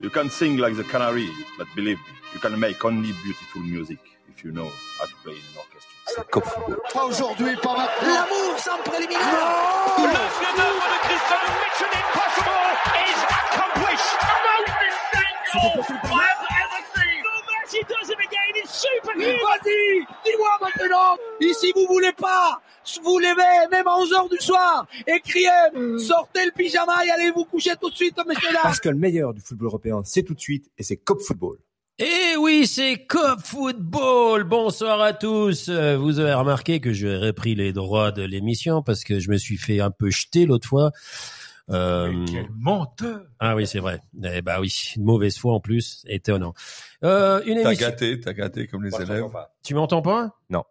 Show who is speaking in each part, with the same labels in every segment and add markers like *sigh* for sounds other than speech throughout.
Speaker 1: You can sing like the canary, but believe me, you can make only beautiful music if you know how to play in an orchestra.
Speaker 2: Ah,
Speaker 3: C'est comme football.
Speaker 4: Pas aujourd'hui, pas maintenant.
Speaker 5: L'amour sans préliminaire.
Speaker 6: Vas-y, dis-moi maintenant. Et si vous voulez pas, vous levez même à 11h du soir et criez, sortez le pyjama et allez vous coucher tout de suite, messieurs là.
Speaker 3: Parce que le meilleur du football européen, c'est tout de suite et c'est Cop Football.
Speaker 2: Et Eh oui, c'est Cop Football. Bonsoir à tous. Euh, Vous avez remarqué que j'ai repris les droits de l'émission parce que je me suis fait un peu jeter l'autre fois. Euh,
Speaker 7: menteur
Speaker 2: ah oui, c'est vrai. Eh bah oui, une mauvaise foi en plus, étonnant. Euh, une
Speaker 7: T'as
Speaker 2: émission.
Speaker 7: gâté, t'as gâté comme les élèves.
Speaker 2: Tu m'entends pas
Speaker 3: Non.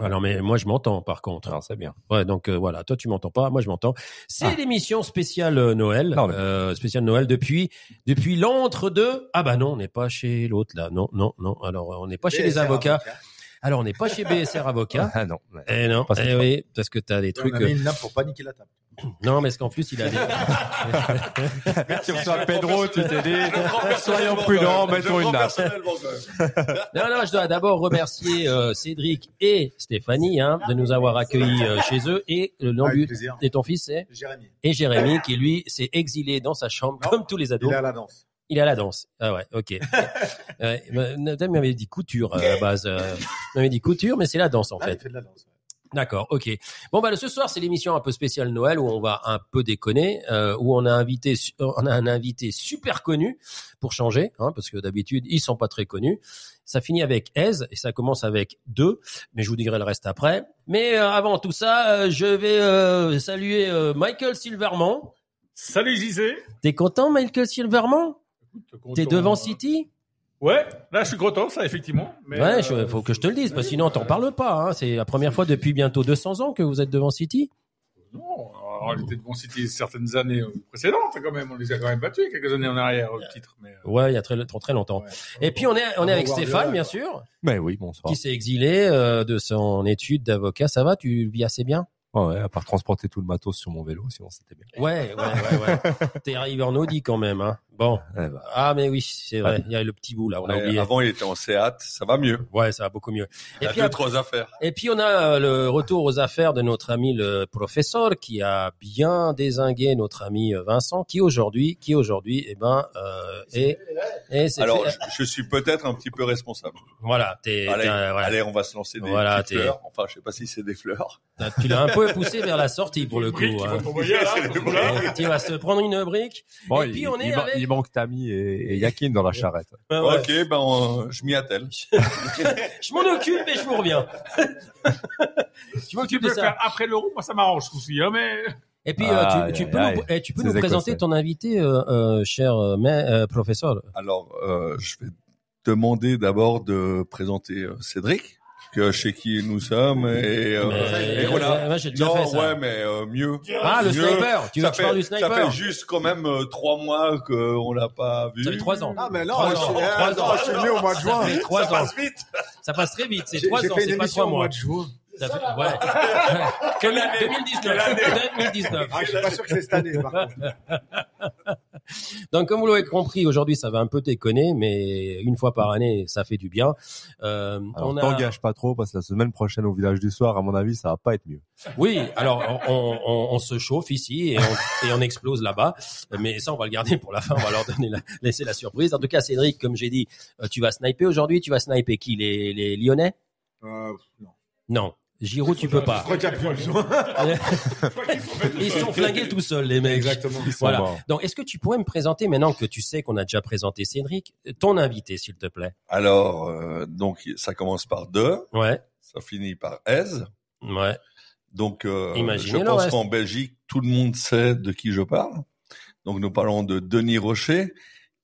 Speaker 2: Alors mais moi je m'entends par contre.
Speaker 3: Alors, c'est bien.
Speaker 2: Ouais, donc euh, voilà, toi tu m'entends pas, moi je m'entends. C'est
Speaker 3: Ah.
Speaker 2: l'émission spéciale euh, Noël,
Speaker 3: Non, mais-
Speaker 2: euh, spéciale Noël depuis depuis l'antre de ah bah non, on n'est pas chez l'autre là, non non non. Alors euh, on n'est pas chez les avocats. Alors on n'est pas chez BSR avocats.
Speaker 3: Ah non. *laughs* ouais.
Speaker 2: Eh non,
Speaker 3: Pas cette
Speaker 2: eh
Speaker 3: fois.
Speaker 2: oui, parce que t'as des trucs.
Speaker 8: On a
Speaker 2: euh,
Speaker 8: mis une nappe pour paniquer la table.
Speaker 2: Non, mais ce qu'en plus il a des.
Speaker 7: Tu reçois Pedro, tu t'es dit,
Speaker 3: soyons prudents, mettons une nappe.
Speaker 2: Non, non, je dois d'abord remercier euh, Cédric et Stéphanie hein, de nous avoir accueillis euh, chez eux et euh,
Speaker 8: Avec
Speaker 2: l'ambulance.
Speaker 8: plaisir.
Speaker 2: Et ton fils, c'est
Speaker 8: Jérémy,
Speaker 2: et Jérémy qui lui s'est exilé dans sa chambre
Speaker 8: Non.
Speaker 2: comme tous les ados.
Speaker 8: il est à la danse.
Speaker 2: Il est à la danse. Ah ouais, ok.
Speaker 8: *laughs*
Speaker 2: euh, ma- Nathan m'avait dit couture euh, à la base.
Speaker 8: *laughs*
Speaker 2: Euh, m'avait dit couture, mais c'est la danse en
Speaker 8: Ah, il
Speaker 2: fait.
Speaker 8: fait de la danse.
Speaker 2: D'accord, ok. Bon bah ce soir c'est l'émission un peu spéciale Noël où on va un peu déconner, euh, où on a invité, su- euh, on a un invité super connu pour changer, hein, parce que d'habitude ils sont pas très connus. Ça finit avec aise et ça commence avec deux, mais je vous dirai le reste après. Mais euh, avant tout ça, euh, je vais euh, saluer euh, Michael Silverman.
Speaker 9: Salut JC.
Speaker 2: T'es content Michael Silverman T'es devant City
Speaker 9: Ouais, là je suis content, ça effectivement. Mais,
Speaker 2: Ouais,
Speaker 9: euh,
Speaker 2: je- faut que je te le dise, parce que
Speaker 9: oui,
Speaker 2: sinon t'en
Speaker 9: euh,
Speaker 2: parles pas. Hein. C'est la première fois depuis bientôt 200 ans que vous êtes devant City.
Speaker 9: Non, alors, il était devant City certaines années euh, précédentes quand même. On les a quand même battus quelques années en arrière au titre. Mais, euh,
Speaker 2: Ouais, il y a très, très, très longtemps.
Speaker 9: ouais.
Speaker 2: Et puis on est on est
Speaker 8: va
Speaker 2: avec
Speaker 8: voir Viola,
Speaker 2: Stéphane bien
Speaker 8: quoi.
Speaker 2: sûr,
Speaker 3: Mais oui, bonsoir.
Speaker 2: qui s'est exilé euh, de son étude d'avocat. Ça va, tu le vis assez bien
Speaker 3: Ah Ouais, ouais, à part transporter tout le matos sur mon vélo, sinon c'était bien.
Speaker 2: Ouais, ouais, ouais. ouais. *laughs* T'es arrivé en Audi quand même, hein. Bon.
Speaker 3: Eh ben,
Speaker 2: Ah mais oui, c'est vrai. Il y a le petit bout là, on a
Speaker 7: Ouais,
Speaker 2: oublié.
Speaker 7: avant, il était en Seat, ça va mieux.
Speaker 2: Ouais, ça va beaucoup mieux.
Speaker 7: Il
Speaker 2: Et
Speaker 7: y a
Speaker 2: puis
Speaker 7: deux,
Speaker 2: après-
Speaker 7: trois affaires.
Speaker 2: Et puis on a euh, le retour aux affaires de notre ami le professeur qui a bien désingué notre ami euh, Vincent qui aujourd'hui qui aujourd'hui eh ben euh, est, est- c'est
Speaker 7: Alors,
Speaker 2: fait-
Speaker 7: je, je suis peut-être un petit peu responsable.
Speaker 2: voilà t'es,
Speaker 7: allez,
Speaker 2: t'as- voilà,
Speaker 7: allez, on va se lancer des
Speaker 2: Voilà,
Speaker 7: petites
Speaker 2: t'es-
Speaker 7: fleurs. Enfin, je sais pas si c'est des fleurs.
Speaker 2: t'as- tu l'as un peu poussé vers la sortie pour le coup
Speaker 9: Briques, il faut
Speaker 2: hein.
Speaker 9: t'envoyer,
Speaker 2: *laughs*
Speaker 9: là,
Speaker 7: C'est le
Speaker 9: parce que
Speaker 7: bruit.
Speaker 9: là,
Speaker 2: Et tu vas se prendre une brique
Speaker 3: bon,
Speaker 2: Et puis,
Speaker 3: il,
Speaker 2: on est
Speaker 3: il ma-
Speaker 2: avec-
Speaker 3: il manque Tammy et, et Yakin dans la charrette.
Speaker 2: Ah ouais.
Speaker 7: Ok, ben, on- je m'y
Speaker 2: *laughs*
Speaker 7: attelle.
Speaker 2: je m'en occupe et je vous reviens tu
Speaker 9: Tu
Speaker 2: m'occupes
Speaker 9: peux
Speaker 2: de
Speaker 9: le
Speaker 2: ça
Speaker 9: faire après l'euro, moi ça m'arrange aussi. Hein, mais
Speaker 2: et puis
Speaker 3: Ah,
Speaker 2: euh, tu, tu
Speaker 3: aïe,
Speaker 2: peux
Speaker 3: aïe.
Speaker 2: nous, eh, tu peux
Speaker 3: Ces
Speaker 2: nous
Speaker 3: Écossais.
Speaker 2: présenter ton invité euh, euh, cher euh, mais, euh, professeur
Speaker 7: Alors, euh, je vais demander d'abord de présenter euh, Cédric, que chez qui nous sommes, et, euh,
Speaker 2: Mais-
Speaker 7: et voilà.
Speaker 2: Ouais, j'ai déjà
Speaker 7: Non,
Speaker 2: fait ça.
Speaker 7: ouais, mais euh, mieux.
Speaker 2: ah le
Speaker 7: Mieux.
Speaker 2: sniper tu veux
Speaker 7: ça,
Speaker 2: que
Speaker 7: fait,
Speaker 2: je parle du
Speaker 7: ça
Speaker 2: sniper
Speaker 7: fait juste quand même euh, trois mois qu'on l'a pas vu.
Speaker 2: Ça fait trois ans.
Speaker 8: Ah, mais non,
Speaker 2: Trois
Speaker 8: moi, je
Speaker 4: eh,
Speaker 2: ans,
Speaker 8: suis-
Speaker 2: trois
Speaker 8: attends,
Speaker 2: ans.
Speaker 8: moi, je suis venu au mois de
Speaker 2: Ça
Speaker 8: juin.
Speaker 2: fait trois ans.
Speaker 7: vite.
Speaker 2: Ça passe très vite. C'est
Speaker 8: J'ai
Speaker 2: trois
Speaker 8: j'ai
Speaker 2: ans,
Speaker 8: fait une
Speaker 2: c'est pas
Speaker 8: émission
Speaker 2: trois
Speaker 8: au mois
Speaker 2: mois.
Speaker 8: de juin.
Speaker 2: Ça fait- ouais. Que *laughs* l'année- 2019. 2019.
Speaker 8: Ah, je suis pas sûr que c'est cette année, par
Speaker 4: Euh,
Speaker 8: contre.
Speaker 2: Donc, comme vous l'avez compris, aujourd'hui, ça va un peu déconner, mais une fois par année, ça fait du bien. Euh,
Speaker 3: Alors,
Speaker 2: on a-
Speaker 3: t'engages pas trop parce que la semaine prochaine au village du soir, à mon avis, ça va pas être mieux.
Speaker 2: Oui, alors on, on- on- on se chauffe ici et on, et on explose là-bas, mais ça on va le garder pour la fin. On va leur donner la, laisser la surprise. En tout cas, Cédric, comme j'ai dit, euh, tu vas sniper aujourd'hui. Tu vas sniper qui Les, les Lyonnais
Speaker 8: Euh, non.
Speaker 2: Non. Giroud, tu peux
Speaker 8: Je
Speaker 2: pas.
Speaker 8: retiens plus le juin.
Speaker 2: Ils sont flingués tout seuls, les mecs.
Speaker 8: Exactement.
Speaker 2: Voilà.
Speaker 3: Bon,
Speaker 2: Donc, est-ce que tu pourrais me présenter, maintenant que tu sais qu'on a déjà présenté Cédric, ton invité, s'il te plaît
Speaker 7: Alors, euh, donc, ça commence par deux,
Speaker 2: Ouais,
Speaker 7: ça finit par aise.
Speaker 2: ouais.
Speaker 7: Donc, euh,
Speaker 2: Imaginez
Speaker 7: je
Speaker 2: le
Speaker 7: pense
Speaker 2: reste.
Speaker 7: qu'en Belgique, tout le monde sait de qui je parle. Donc, nous parlons de Denis Rocher,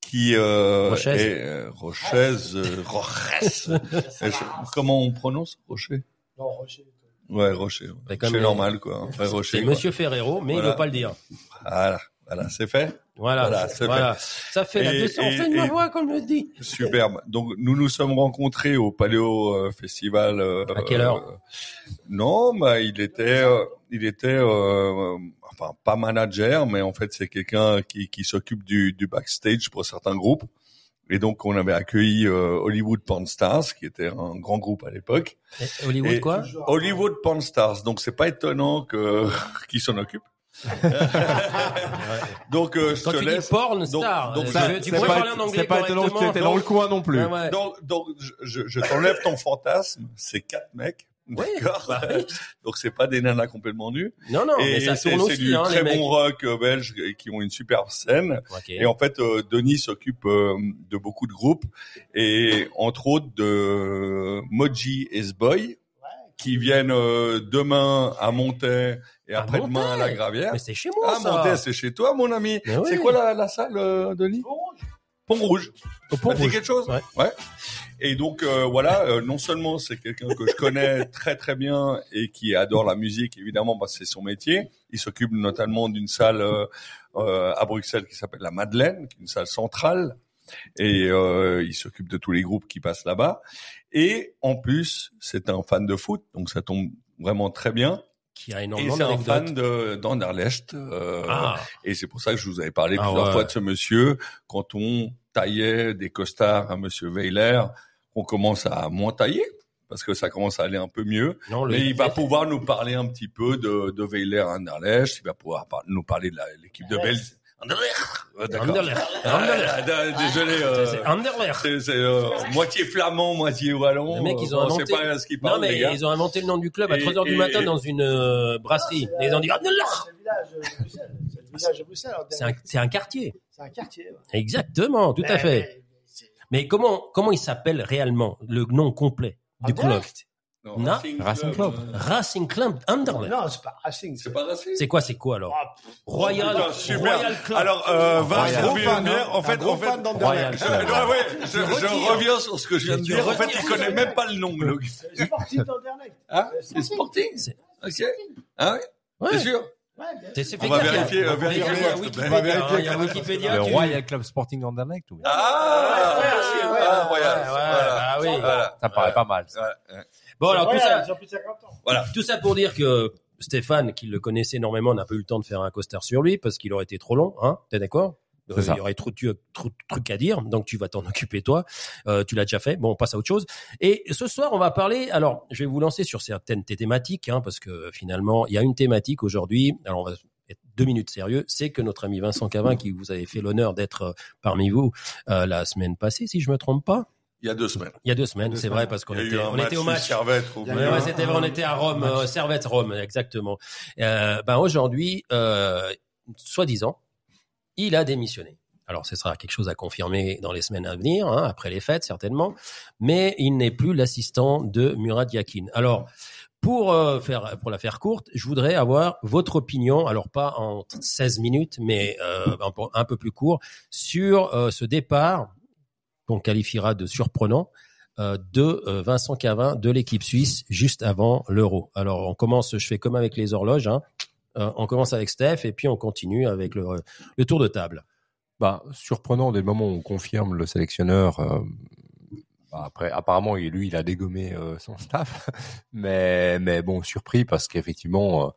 Speaker 7: qui euh,
Speaker 2: Rochèze.
Speaker 7: est euh, Rochèze, euh, Rochès.
Speaker 2: *laughs*
Speaker 7: Et je- Comment on prononce Rocher
Speaker 8: Non, Rocher.
Speaker 7: Ouais, Rocher. ouais.
Speaker 2: C'est
Speaker 7: C'est
Speaker 2: comme les-
Speaker 7: normal, quoi. hein. Ouais, Rocher.
Speaker 2: C'est
Speaker 7: quoi.
Speaker 2: Monsieur Ferrero, mais il
Speaker 7: Voilà.
Speaker 2: veut pas le dire.
Speaker 7: Voilà, voilà, c'est fait.
Speaker 2: Voilà,
Speaker 7: Voilà,
Speaker 2: voilà.
Speaker 7: c'est
Speaker 2: Ça fait la
Speaker 7: Et-
Speaker 2: 200
Speaker 7: et-
Speaker 2: de ma
Speaker 7: et-
Speaker 2: voix qu'on me le dit.
Speaker 7: Superbe. Donc nous nous sommes rencontrés au Paléo euh, Festival. euh,
Speaker 2: À quelle heure
Speaker 7: euh, Non, bah il était, euh, il était. euh, enfin pas manager, mais en fait c'est quelqu'un qui, qui s'occupe du, du backstage pour certains groupes. Et donc on avait accueilli euh, Hollywood Porn Stars, qui était un grand groupe à l'époque.
Speaker 2: Eh, Hollywood,
Speaker 7: Et-
Speaker 2: quoi
Speaker 7: Hollywood Porn Stars, donc c'est pas étonnant que *laughs* qui s'en
Speaker 2: *laughs*
Speaker 7: occupe. donc euh, je
Speaker 2: Quand
Speaker 7: te
Speaker 2: tu dis
Speaker 7: laisse.
Speaker 2: porn
Speaker 7: donc-
Speaker 2: star,
Speaker 7: donc
Speaker 2: euh,
Speaker 7: ça-
Speaker 2: tu veux- tu
Speaker 7: c'est
Speaker 2: pourrais
Speaker 7: pas-
Speaker 2: parler en anglais
Speaker 3: C'est pas étonnant que tu
Speaker 2: correctement. Ah
Speaker 3: étais dans le coin non plus.
Speaker 2: Ouais, ouais.
Speaker 7: Donc, donc je, je- je t'enlève ton fantasme. C'est quatre mecs.
Speaker 2: Oui,
Speaker 7: D'accord.
Speaker 2: bah oui.
Speaker 7: Donc c'est pas des nanas complètement nues.
Speaker 2: Non, non, Ah, mais
Speaker 7: et
Speaker 2: ça
Speaker 7: c'est
Speaker 2: tourne
Speaker 7: c'est
Speaker 2: aussi,
Speaker 7: du
Speaker 2: hein, les
Speaker 7: très
Speaker 2: mecs.
Speaker 7: bon rock euh, belge et qui ont une superbe scène.
Speaker 2: Ok.
Speaker 7: Et en fait, euh, Denis s'occupe euh, de beaucoup de groupes et entre autres de Moji et Boy qui viennent euh, demain à Montaix et
Speaker 2: À
Speaker 7: après-demain à la
Speaker 2: Montaix
Speaker 7: Gravière.
Speaker 2: Ah, Mais c'est chez moi,
Speaker 7: ah,
Speaker 2: ça.
Speaker 7: Montaix, c'est chez toi, mon ami.
Speaker 2: Mais oui.
Speaker 7: C'est quoi la, la salle, euh, Denis Pont Rouge.
Speaker 2: Au
Speaker 7: Pont
Speaker 2: pont
Speaker 7: Rouge. Ça te dit quelque chose
Speaker 2: Ouais.
Speaker 7: Et donc euh, voilà, euh, non seulement c'est quelqu'un que je connais très très bien et qui adore la musique évidemment parce que c'est son métier. Il s'occupe notamment d'une salle euh, euh, à Bruxelles qui s'appelle la Madeleine, qui est une salle centrale. Et euh, il s'occupe de tous les groupes qui passent là-bas. Et en plus, c'est un fan de foot, donc ça tombe vraiment très bien.
Speaker 2: Qui a
Speaker 7: Et
Speaker 2: énormément
Speaker 7: c'est un
Speaker 2: d'anecdotes.
Speaker 7: fan de- d'Anderlecht. euh,
Speaker 2: Ah,
Speaker 7: et c'est pour ça que je vous avais parlé
Speaker 2: Ah
Speaker 7: plusieurs
Speaker 2: ouais.
Speaker 7: fois de ce monsieur. Quand on taillait des costards à monsieur Weiler, on commence à moins tailler parce que ça commence à aller un peu mieux.
Speaker 2: non, le-
Speaker 7: Mais il va pouvoir nous parler un petit peu de, de Weiler à Anderlecht. Il va pouvoir par- nous parler de la- l'équipe de Belgique. Anderlecht. Ouais, Ah, D'accord.
Speaker 2: Anderlecht. Anderlecht.
Speaker 7: Ah, ah, Désolé.
Speaker 2: C'est-
Speaker 7: euh,
Speaker 2: c'est Anderlecht.
Speaker 7: C'est c'est, euh, moitié flamand, moitié wallon.
Speaker 2: Les mecs, ils ont
Speaker 7: on sait
Speaker 2: inventé-
Speaker 7: pas ce qu'ils
Speaker 2: Non,
Speaker 7: parlent, les
Speaker 2: mais
Speaker 7: gars.
Speaker 2: ils ont inventé le nom du club à
Speaker 7: Et-
Speaker 2: 3h du
Speaker 7: et-
Speaker 2: matin
Speaker 7: et-
Speaker 2: dans une euh, brasserie. Et ils ont dit Anderlecht.
Speaker 8: C'est le village de Bruxelles. C'est le village de Bruxelles. alors,
Speaker 2: C'est un- C'est un quartier.
Speaker 8: C'est un quartier. ouais.
Speaker 2: Exactement, tout à
Speaker 8: Mais-
Speaker 2: fait.
Speaker 8: c'est-
Speaker 2: Mais comment comment il s'appelle réellement le nom complet du club
Speaker 8: Anderlecht
Speaker 7: Non,
Speaker 2: Non.
Speaker 3: Racing Club.
Speaker 2: Racing Club Anderlecht.
Speaker 8: Non, c'est pas Racing.
Speaker 7: C'est pas Racing.
Speaker 2: C'est quoi c'est quoi alors
Speaker 8: Ah,
Speaker 2: Royal
Speaker 7: putain, super.
Speaker 2: Royal Club.
Speaker 7: Alors,
Speaker 2: Ah,
Speaker 7: euh, Vince,
Speaker 3: Royal.
Speaker 7: on vient de dire, en
Speaker 8: Un
Speaker 7: fait,
Speaker 8: gros
Speaker 7: en fait,
Speaker 8: fan d'Anderlecht.
Speaker 2: Royal
Speaker 7: Je,
Speaker 2: Club.
Speaker 7: ouais, ouais, je,
Speaker 2: Tu
Speaker 7: *laughs* je
Speaker 2: retires.
Speaker 7: reviens sur ce que je viens de
Speaker 2: Tu
Speaker 7: dire. En fait,
Speaker 2: retires.
Speaker 7: il connaît même pas le nom, le gars.
Speaker 8: c'est le sportif d'Anderlecht.
Speaker 7: Hein C'est
Speaker 8: C'est
Speaker 7: sporting.
Speaker 2: C'est-
Speaker 7: Ok. Hein
Speaker 2: Ouais.
Speaker 7: T'es sûr
Speaker 8: Ouais, bien
Speaker 2: C'est- c'est-
Speaker 7: On
Speaker 2: fais
Speaker 7: va
Speaker 2: gaffe,
Speaker 7: vérifier,
Speaker 2: il y a-
Speaker 7: euh, vérifier,
Speaker 2: il y a
Speaker 7: s'il te plaît.
Speaker 2: Wikipédia,
Speaker 7: On va vérifier
Speaker 2: hein, il y a
Speaker 7: quand même.
Speaker 2: Wikipédia,
Speaker 3: Le
Speaker 2: tu-
Speaker 3: Royal Club Sporting Anderlecht ou bien
Speaker 7: Ah,
Speaker 8: ouais, ouais, ouais,
Speaker 7: ah, Royal.
Speaker 2: ouais,
Speaker 7: Voilà.
Speaker 2: bah oui.
Speaker 7: Voilà.
Speaker 3: Ça me paraît pas mal. ça.
Speaker 7: Ah, Ouais, ouais.
Speaker 2: Bon alors tout ça,
Speaker 8: J'ai plus de 50 ans.
Speaker 2: Tout ça pour dire que Stéphane, qui le connaissait énormément, n'a pas eu le temps de faire un costard sur lui parce qu'il aurait été trop long. Hein T'es d'accord Euh,
Speaker 3: C'est ça.
Speaker 2: Il y aurait trop, de- trop de trucs à dire, donc tu vas t'en *laughs* occuper toi. Euh, tu l'as déjà fait. Bon, on passe à autre chose. Et ce soir, on va parler. Alors, je vais vous lancer sur certaines thé- thématiques, hein, parce que finalement, il y a une thématique aujourd'hui. Alors, on va être deux minutes sérieux. C'est que notre ami Vincent Cavin, qui vous avait fait l'honneur d'être euh, parmi vous euh, la semaine passée, si je me trompe pas,
Speaker 7: Il y a deux semaines.
Speaker 2: il y a deux semaines, c'est vrai, parce qu'on
Speaker 7: Il y a
Speaker 2: était,
Speaker 7: eu un
Speaker 2: on
Speaker 7: match
Speaker 2: était au
Speaker 7: de
Speaker 2: match.
Speaker 7: Servette. au
Speaker 8: Il y a
Speaker 2: Ouais,
Speaker 8: eu
Speaker 7: Brésil.
Speaker 2: ouais,
Speaker 8: un-
Speaker 2: c'était vrai, on était à Rome,
Speaker 8: match.
Speaker 2: euh, Servette Rome, exactement. Euh, ben aujourd'hui, euh, soi-disant, il a démissionné. Alors, ce sera quelque chose à confirmer dans les semaines à venir, hein, après les fêtes certainement. Mais il n'est plus l'assistant de Murad Yakin. Alors, pour euh, faire pour la faire courte, je voudrais avoir votre opinion, alors pas en 16 minutes, mais euh, un, peu- un peu plus court, sur euh, ce départ qu'on qualifiera de surprenant euh, de euh, Vincent Cavin de l'équipe suisse juste avant l'Euro. Alors on commence, je fais comme avec les horloges, hein. Euh, on commence avec Steph et puis on continue avec le, le tour de table.
Speaker 3: Bah, surprenant dès le moment où on confirme le sélectionneur. euh, bah, après, apparemment, il- lui, il a dégommé euh, son staff, mais mais bon, surpris parce qu'effectivement, euh,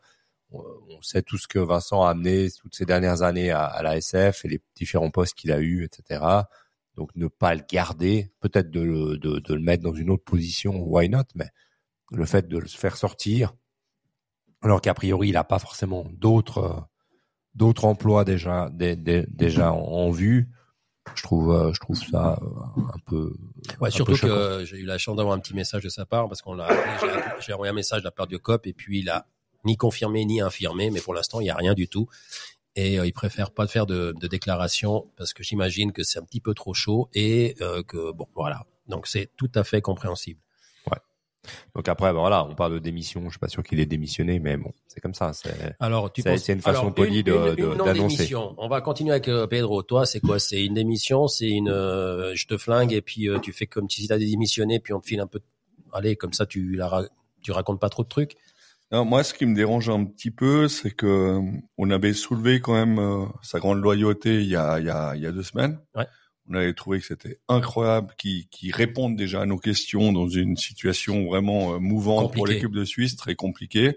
Speaker 3: on on sait tout ce que Vincent a amené toutes ces dernières années à, à la SF et les différents postes qu'il a eu, etc. Donc ne pas le garder, peut-être de, le- de, de le mettre dans une autre position, why not Mais le fait de le faire sortir, alors qu'a priori il n'a pas forcément d'autres euh, d'autres emplois déjà dé- dé- déjà en, en vue, je trouve euh, je trouve ça euh, un peu
Speaker 2: Ouais,
Speaker 3: un
Speaker 2: surtout
Speaker 3: peu choquant.
Speaker 2: que j'ai eu la chance d'avoir un petit message de sa part parce qu'on l'a appelé, j'ai- j'ai envoyé un message de la part du COP et puis il a ni confirmé ni infirmé, mais pour l'instant il n'y a rien du tout. Et euh, il préfère pas faire de, de déclaration parce que j'imagine que c'est un petit peu trop chaud et euh, que bon voilà. Donc c'est tout à fait compréhensible.
Speaker 3: Donc après ben voilà, on parle de démission, je suis pas sûr qu'il ait démissionné, mais bon, c'est comme ça. C'est
Speaker 2: Alors, tu
Speaker 3: C'est-
Speaker 2: penses...
Speaker 3: c'est une façon polie de-
Speaker 2: une-
Speaker 3: de-
Speaker 2: une
Speaker 3: d'annoncer.
Speaker 2: non-démission. On va continuer avec euh, Pedro. Toi, c'est quoi C'est une démission C'est une euh, je te flingue et puis euh, tu fais comme si t'as démissionné puis on te file un peu. de- Allez, comme ça tu la ra- tu racontes pas trop de trucs.
Speaker 7: Non, moi, ce qui me dérange un petit peu, c'est que euh, on avait soulevé quand même euh, sa grande loyauté il y a, il y a, il y a deux semaines.
Speaker 2: Ouais.
Speaker 7: On avait trouvé que c'était incroyable qu'il qu'il réponde déjà à nos questions dans une situation vraiment euh, mouvante pour
Speaker 2: Compliqué.
Speaker 7: l'équipe de Suisse, très compliquée.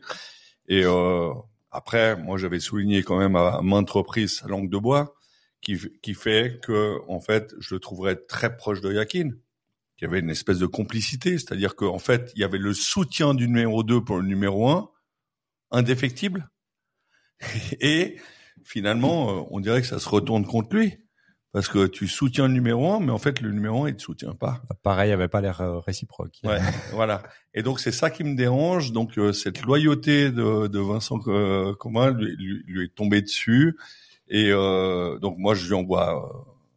Speaker 7: Et euh, Après, moi, j'avais souligné quand même à maintes reprises sa langue de bois, qui, qui fait que, en fait, je le trouverais très proche de Yakin. Il y avait une espèce de complicité, c'est-à-dire qu'en fait, il y avait le soutien du numéro 2 pour le numéro 1, indéfectible. *laughs* Et finalement, euh, on dirait que ça se retourne contre lui. Parce que tu soutiens le numéro 1, mais en fait, le numéro 1, il te soutient pas.
Speaker 3: Pareil, il avait pas l'air euh, réciproque.
Speaker 7: Ouais, voilà. Et donc c'est ça qui me dérange. Donc euh, cette loyauté de, de Vincent euh, Comin lui, lui- lui est tombée dessus. Et euh, donc moi je lui envoie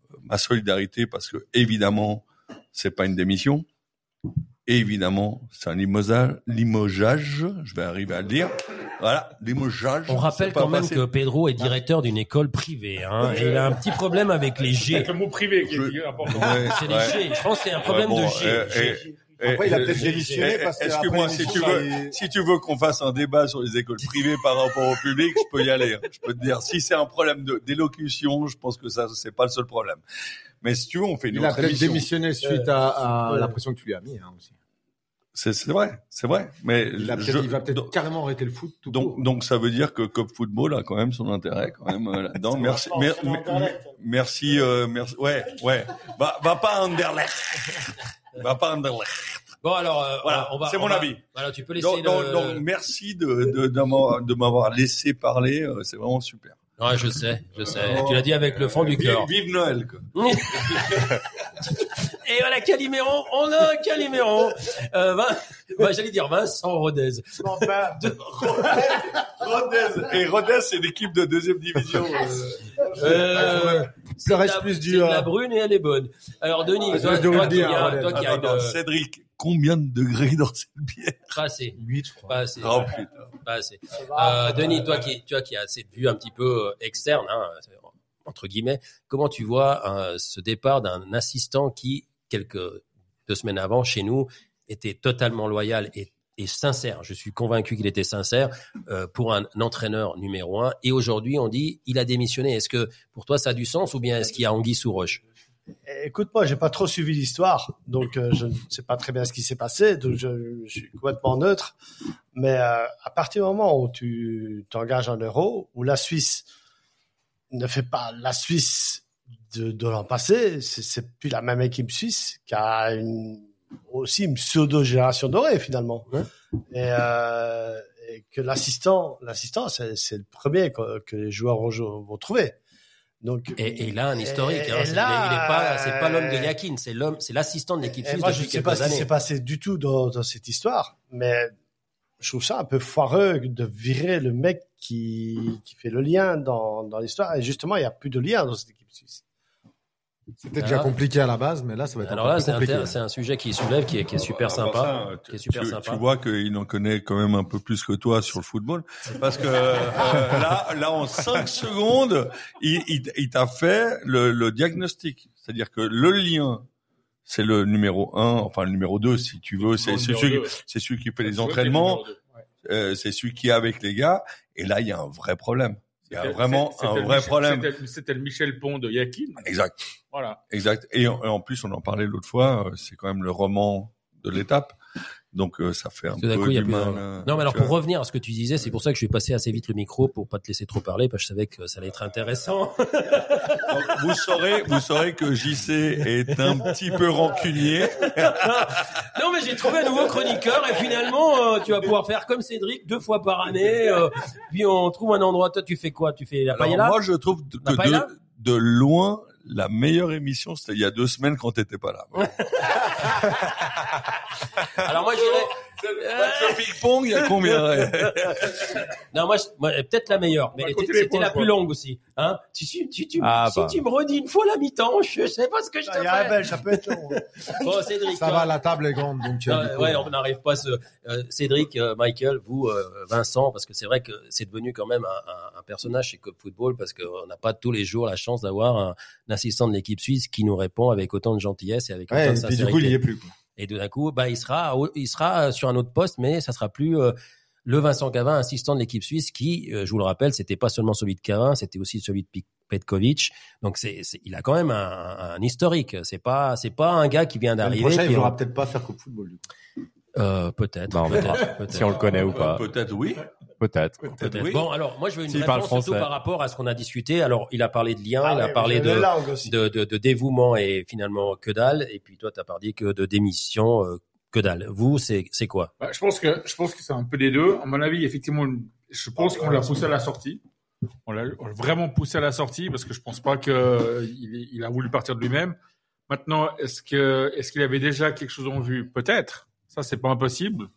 Speaker 7: euh, ma solidarité parce que évidemment c'est pas une démission. Et évidemment c'est un limosa- limogeage. Je vais arriver à le dire. Voilà, limogeage.
Speaker 2: On rappelle
Speaker 7: C'est pas
Speaker 2: quand même
Speaker 7: facile.
Speaker 2: que Pedro est directeur d'une école privée. Hein. Et Il a un petit problème avec les G.
Speaker 9: Avec le mot privé qui
Speaker 7: Je-
Speaker 9: est important.
Speaker 7: Ouais,
Speaker 2: *laughs* C'est les
Speaker 7: ouais.
Speaker 2: G. Je pense que c'est un problème
Speaker 7: Ouais, bon,
Speaker 2: de G.
Speaker 7: euh,
Speaker 2: G.
Speaker 7: Et-
Speaker 4: Après, il a
Speaker 7: et- euh,
Speaker 4: peut-être démissionné parce que
Speaker 7: Excuse-moi,
Speaker 4: après
Speaker 7: si tu
Speaker 4: l'émission,
Speaker 7: veux,
Speaker 4: il-
Speaker 7: si tu veux qu'on fasse un débat sur les écoles privées par rapport au public, je peux y aller. hein. Je peux te dire, si c'est un problème de d'élocution, je pense que ça, c'est pas le seul problème. Mais si tu veux, on fait une
Speaker 4: Il a
Speaker 7: autre
Speaker 4: peut-être
Speaker 7: émission.
Speaker 4: démissionné suite à, à la pression que tu lui as mis. hein, aussi.
Speaker 7: C'est c'est vrai, c'est vrai. Mais
Speaker 4: Il, a peut-être-
Speaker 7: je-
Speaker 4: il va peut-être
Speaker 7: donc-
Speaker 4: carrément arrêter le foot. Tout
Speaker 7: donc,
Speaker 4: court.
Speaker 7: donc ça veut dire que Cop Football a quand même son intérêt quand même euh, là-dedans. Merci,
Speaker 8: va pas
Speaker 7: mer-
Speaker 8: entraîner
Speaker 7: mer-
Speaker 8: Anderlecht.
Speaker 7: merci, euh, merci. Ouais, ouais. Va, va pas à Anderlecht. Va pas à Anderlecht.
Speaker 2: Bon alors, euh,
Speaker 7: Voilà,
Speaker 2: on va-
Speaker 7: c'est
Speaker 2: on
Speaker 7: mon
Speaker 2: va-
Speaker 7: avis.
Speaker 2: Voilà, tu peux laisser.
Speaker 7: Donc, donc-
Speaker 2: le-
Speaker 7: donc, merci de, de, de m'avoir- de m'avoir laissé parler, euh, c'est vraiment super.
Speaker 2: Ouais, je sais, je sais. Tu l'as dit avec le fond du
Speaker 7: Vive,
Speaker 2: cœur.
Speaker 7: vive Noël quoi.
Speaker 2: Et voilà, Caliméron, on a un Caliméron. Euh, Vin- ouais, J'allais dire Vincent Rodez.
Speaker 7: Rodez et Rodez c'est l'équipe de deuxième
Speaker 2: *laughs*
Speaker 7: division. euh.
Speaker 2: Euh,
Speaker 4: ça
Speaker 2: c'est de la-
Speaker 4: reste plus
Speaker 2: c'est
Speaker 4: du.
Speaker 2: de
Speaker 4: euh,
Speaker 2: la brune et elle est bonne. Alors Denis,
Speaker 4: Ah,
Speaker 2: toi,
Speaker 4: c'est du
Speaker 2: toi
Speaker 4: rugby,
Speaker 2: qui
Speaker 4: hein,
Speaker 2: as-
Speaker 4: Rodez.
Speaker 2: toi qui
Speaker 7: Attends,
Speaker 2: as
Speaker 7: attends,
Speaker 2: une-
Speaker 7: ah,
Speaker 2: euh,
Speaker 7: Cédric, combien de degrés dans cette bière
Speaker 2: pas assez,
Speaker 4: 8, je crois.
Speaker 2: pas assez,
Speaker 7: Oh putain.
Speaker 2: pas assez. Euh, Denis, toi qui, toi qui as cette vue un petit peu euh, externe, hein, c'est- entre guillemets, comment tu vois hein, ce départ d'un assistant qui, quelques deux semaines avant, chez nous, était totalement loyal et, et sincère. Je suis convaincu qu'il était sincère euh, pour un entraîneur numéro un. Et aujourd'hui, on dit il a démissionné. Est-ce que pour toi ça a du sens ou bien est-ce qu'il y a anguille sous roche
Speaker 8: Écoute, moi, j'ai pas trop suivi l'histoire, donc euh, je ne sais pas très bien ce qui s'est passé, donc je, je suis complètement neutre. Mais euh, à partir du moment où tu t'engages en euros, où la Suisse ne fait pas la Suisse de, de l'an passé, c'est- c'est plus la même équipe suisse qui a une, aussi une pseudo-génération dorée finalement. Et, euh, et que l'assistant, l'assistant, c'est c'est le premier que, que les joueurs vont, vont trouver. Donc,
Speaker 2: et, et là, un historique.
Speaker 8: Et-
Speaker 2: hein.
Speaker 8: et
Speaker 2: C'est-
Speaker 8: là,
Speaker 2: il est- il est pas, c'est pas l'homme de
Speaker 8: euh,
Speaker 2: Yakin, c'est l'homme, c'est l'assistant de l'équipe
Speaker 8: Et
Speaker 2: suisse
Speaker 8: moi, je
Speaker 2: depuis
Speaker 8: ne sais pas
Speaker 2: quelques
Speaker 8: ce qui s'est
Speaker 2: années.
Speaker 8: passé du tout dans, dans cette histoire, mais je trouve ça un peu foireux de virer le mec qui, qui fait le lien dans, dans l'histoire. Et justement, il n'y a plus de lien dans cette équipe suisse.
Speaker 4: C'était déjà
Speaker 2: Ah.
Speaker 4: compliqué à la base, mais là, ça va être
Speaker 2: Alors
Speaker 4: encore
Speaker 2: là,
Speaker 4: plus
Speaker 2: c'est
Speaker 4: compliqué. hein.
Speaker 2: un, c'est un sujet qui soulève, qui est, qui est super
Speaker 7: Ah,
Speaker 2: sympa.
Speaker 7: bah, ça,
Speaker 2: qui est super
Speaker 7: tu,
Speaker 2: sympa.
Speaker 7: tu vois qu'il en connaît quand même un peu plus que toi sur le football, parce que euh, là, là en cinq secondes, il, il- il t'a fait le, le diagnostic, c'est-à-dire que le lien, c'est le numéro un, enfin le numéro 2 si tu veux, c'est c'est
Speaker 9: Numéro
Speaker 7: celui,
Speaker 9: deux, ouais.
Speaker 7: c'est celui qui fait
Speaker 9: Ah, Tu
Speaker 7: les
Speaker 9: vois,
Speaker 7: entraînements,
Speaker 9: t'es numéro deux.
Speaker 7: euh, c'est celui qui est avec les gars, et là il y a un vrai problème, il y a
Speaker 9: C'était-
Speaker 7: vraiment
Speaker 9: c'était
Speaker 7: un
Speaker 9: le
Speaker 7: vrai
Speaker 9: Michel-
Speaker 7: problème.
Speaker 9: c'était- C'était le Michel Pont de Yakin.
Speaker 7: Exact.
Speaker 9: Voilà.
Speaker 7: Exact. Et en, et en plus, on en parlait l'autre fois, euh, c'est quand même le roman de l'étape. Donc euh, ça fait un
Speaker 2: Tout d'un
Speaker 7: peu
Speaker 2: coup, il y a
Speaker 7: du
Speaker 2: plus
Speaker 7: mal,
Speaker 2: rien.
Speaker 7: euh,
Speaker 2: Non, mais alors
Speaker 7: tu
Speaker 2: pour
Speaker 7: vois.
Speaker 2: revenir à ce que tu disais, c'est pour ça que je suis passé assez vite le micro pour pas te laisser trop parler, parce que je savais que ça allait être intéressant.
Speaker 7: *laughs* Donc, vous saurez, vous saurez que JC est un petit peu rancunier.
Speaker 2: *laughs* non, mais j'ai trouvé un nouveau chroniqueur et finalement, euh, tu vas pouvoir faire comme Cédric deux fois par année. euh, puis on trouve un endroit. Toi, tu fais quoi Tu fais la
Speaker 7: Alors,
Speaker 2: paella
Speaker 7: moi, je trouve que
Speaker 2: La paella
Speaker 7: de, de loin la meilleure émission, c'était il y a deux semaines quand t'étais pas là. Voilà.
Speaker 2: Alors
Speaker 7: *laughs*
Speaker 2: moi, j'irais.
Speaker 7: Le ping-pong, il y a
Speaker 3: *laughs*
Speaker 7: combien
Speaker 2: *laughs* Non, moi, je- moi, peut-être la meilleure, mais
Speaker 9: va
Speaker 2: elle
Speaker 9: compter
Speaker 2: était-
Speaker 9: les
Speaker 2: c'était
Speaker 9: points,
Speaker 2: la
Speaker 9: je crois.
Speaker 2: plus longue aussi. Hein tu, tu, tu, tu-
Speaker 3: Ah,
Speaker 2: si
Speaker 3: bah.
Speaker 2: tu me redis une fois la mi-temps, je sais pas ce que je te
Speaker 8: Il y a un
Speaker 2: fais.
Speaker 8: belge, ça peut être long.
Speaker 2: Bon, Cédric.
Speaker 4: Ça
Speaker 2: toi.
Speaker 4: va, la table est grande. Donc,
Speaker 2: Non,
Speaker 4: euh, du coup,
Speaker 2: ouais, on n'arrive pas à se- euh, Cédric, euh, Michael, vous, euh, Vincent, parce que c'est vrai que c'est devenu quand même un, un- un personnage chez Cop Football, parce qu'on n'a pas tous les jours la chance d'avoir un, un assistant de l'équipe suisse qui nous répond avec autant de gentillesse et avec
Speaker 4: ouais,
Speaker 2: autant
Speaker 4: et
Speaker 2: de
Speaker 4: puis
Speaker 2: sincérité.
Speaker 4: du coup, il n'y est plus. quoi.
Speaker 2: Et tout d'un coup, bah, il sera, au- il sera euh, sur un autre poste, mais ça sera plus euh, le Vincent Cavin, assistant de l'équipe suisse, qui, euh, je vous le rappelle, c'était pas seulement celui de Cavin, c'était aussi celui de Pik- Petkovic. Donc, c'est, c'est- il a quand même un, un historique. C'est pas, c'est pas un gars qui vient
Speaker 4: L'année
Speaker 2: d'arriver.
Speaker 4: prochaine, il
Speaker 2: qui-
Speaker 4: ne pourra peut-être pas faire Coupe Football. Du coup.
Speaker 2: Euh, peut-être.
Speaker 3: Bah, on verra.
Speaker 2: peut-être, peut-être.
Speaker 3: *laughs* Si on le connaît ou pas.
Speaker 7: euh, Peut-être oui.
Speaker 3: Peut-être.
Speaker 2: Peut-être.
Speaker 7: Oui.
Speaker 2: Bon, alors, moi, je veux une
Speaker 3: S'il parle
Speaker 2: réponse surtout
Speaker 3: français.
Speaker 2: par rapport à ce qu'on a discuté. Alors, il a parlé de lien, il a
Speaker 8: Ah oui,
Speaker 2: parlé
Speaker 8: mais la
Speaker 2: de,
Speaker 8: langue aussi.
Speaker 2: de, de, de dévouement et finalement que dalle. Et puis, toi, t'as parlé que de démission, euh, que dalle. Vous, c'est, c'est quoi?
Speaker 5: Bah, je pense que je pense que c'est un peu des deux. À mon avis, effectivement, je pense qu'on l'a poussé à la sortie. On l'a on l'a vraiment poussé à la sortie parce que je pense pas que euh, il, est- il a voulu partir de lui-même. Maintenant, est-ce que est-ce qu'il avait déjà quelque chose en vue Peut-être. Ça, c'est pas impossible.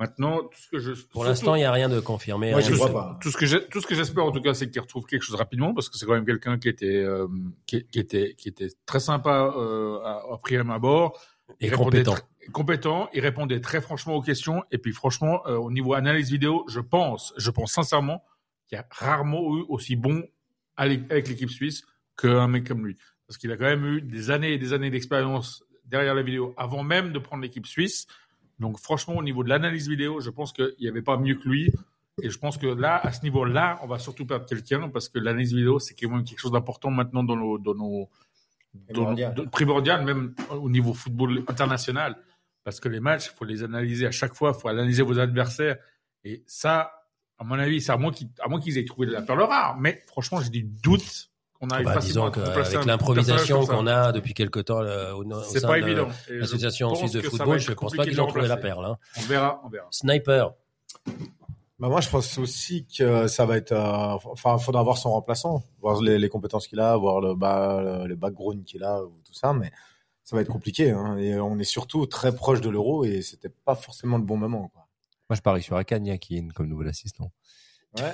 Speaker 5: Maintenant, tout ce que je
Speaker 2: Pour l'instant, il n'y a rien de confirmé. hein,
Speaker 4: Moi,
Speaker 2: rien
Speaker 4: je
Speaker 2: de-
Speaker 4: vois pas.
Speaker 5: tout ce que j'ai- tout ce que j'espère en tout cas, c'est qu'il retrouve quelque chose rapidement parce que c'est quand même quelqu'un qui était euh, qui, qui était qui était très sympa euh, à, à prime abord.
Speaker 2: Et
Speaker 5: Il répondait
Speaker 2: compétent.
Speaker 5: tr- compétent, il répondait très franchement aux questions. Et puis franchement, euh, au niveau analyse vidéo, je pense, je pense sincèrement qu'il y a rarement eu aussi bon avec avec l'équipe suisse qu'un mec comme lui. Parce qu'il a quand même eu des années et des années d'expérience derrière la vidéo avant même de prendre l'équipe suisse. Donc franchement, au niveau de l'analyse vidéo, je pense qu'il n'y avait pas mieux que lui. Et je pense que là, à ce niveau-là, on va surtout perdre quelqu'un parce que l'analyse vidéo, c'est quand même quelque chose d'important maintenant dans nos, dans nos, dans nos-
Speaker 8: Primordial.
Speaker 5: de- primordial, même au niveau football international. Parce que les matchs, il faut les analyser à chaque fois, il faut analyser vos adversaires. Et ça, à mon avis, c'est à moins qu'ils, à moins qu'ils aient trouvé de la perle rare. Mais franchement, j'ai du doute qu'on arrive
Speaker 2: Bah,
Speaker 5: facilement
Speaker 2: disons
Speaker 5: à remplacer
Speaker 2: qu'avec
Speaker 5: un
Speaker 2: l'improvisation
Speaker 5: personnage
Speaker 2: qu'on
Speaker 5: comme ça.
Speaker 2: a depuis quelque temps euh, au, au
Speaker 5: c'est
Speaker 2: sein
Speaker 5: pas
Speaker 2: de
Speaker 5: évident. Et je
Speaker 2: l'association
Speaker 5: pense
Speaker 2: suisse de
Speaker 5: que ça va
Speaker 2: football,
Speaker 5: être
Speaker 2: je pense pas
Speaker 5: compliqué
Speaker 2: qu'ils
Speaker 5: de
Speaker 2: ont trouvé la
Speaker 5: remplacer.
Speaker 2: perle. hein.
Speaker 5: On verra, on verra.
Speaker 2: Sniper,
Speaker 4: Bah moi, je pense aussi que ça va être. euh, Enfin, faudra voir son remplaçant, voir les, les compétences qu'il a, voir le, ba- le- le background qu'il a, ou tout ça, mais ça va être compliqué. hein. Et on est surtout très proche de l'euro et c'était pas forcément le bon moment. Quoi.
Speaker 3: Moi, je parie sur Akan Yakin comme nouvel assistant.
Speaker 4: Ouais.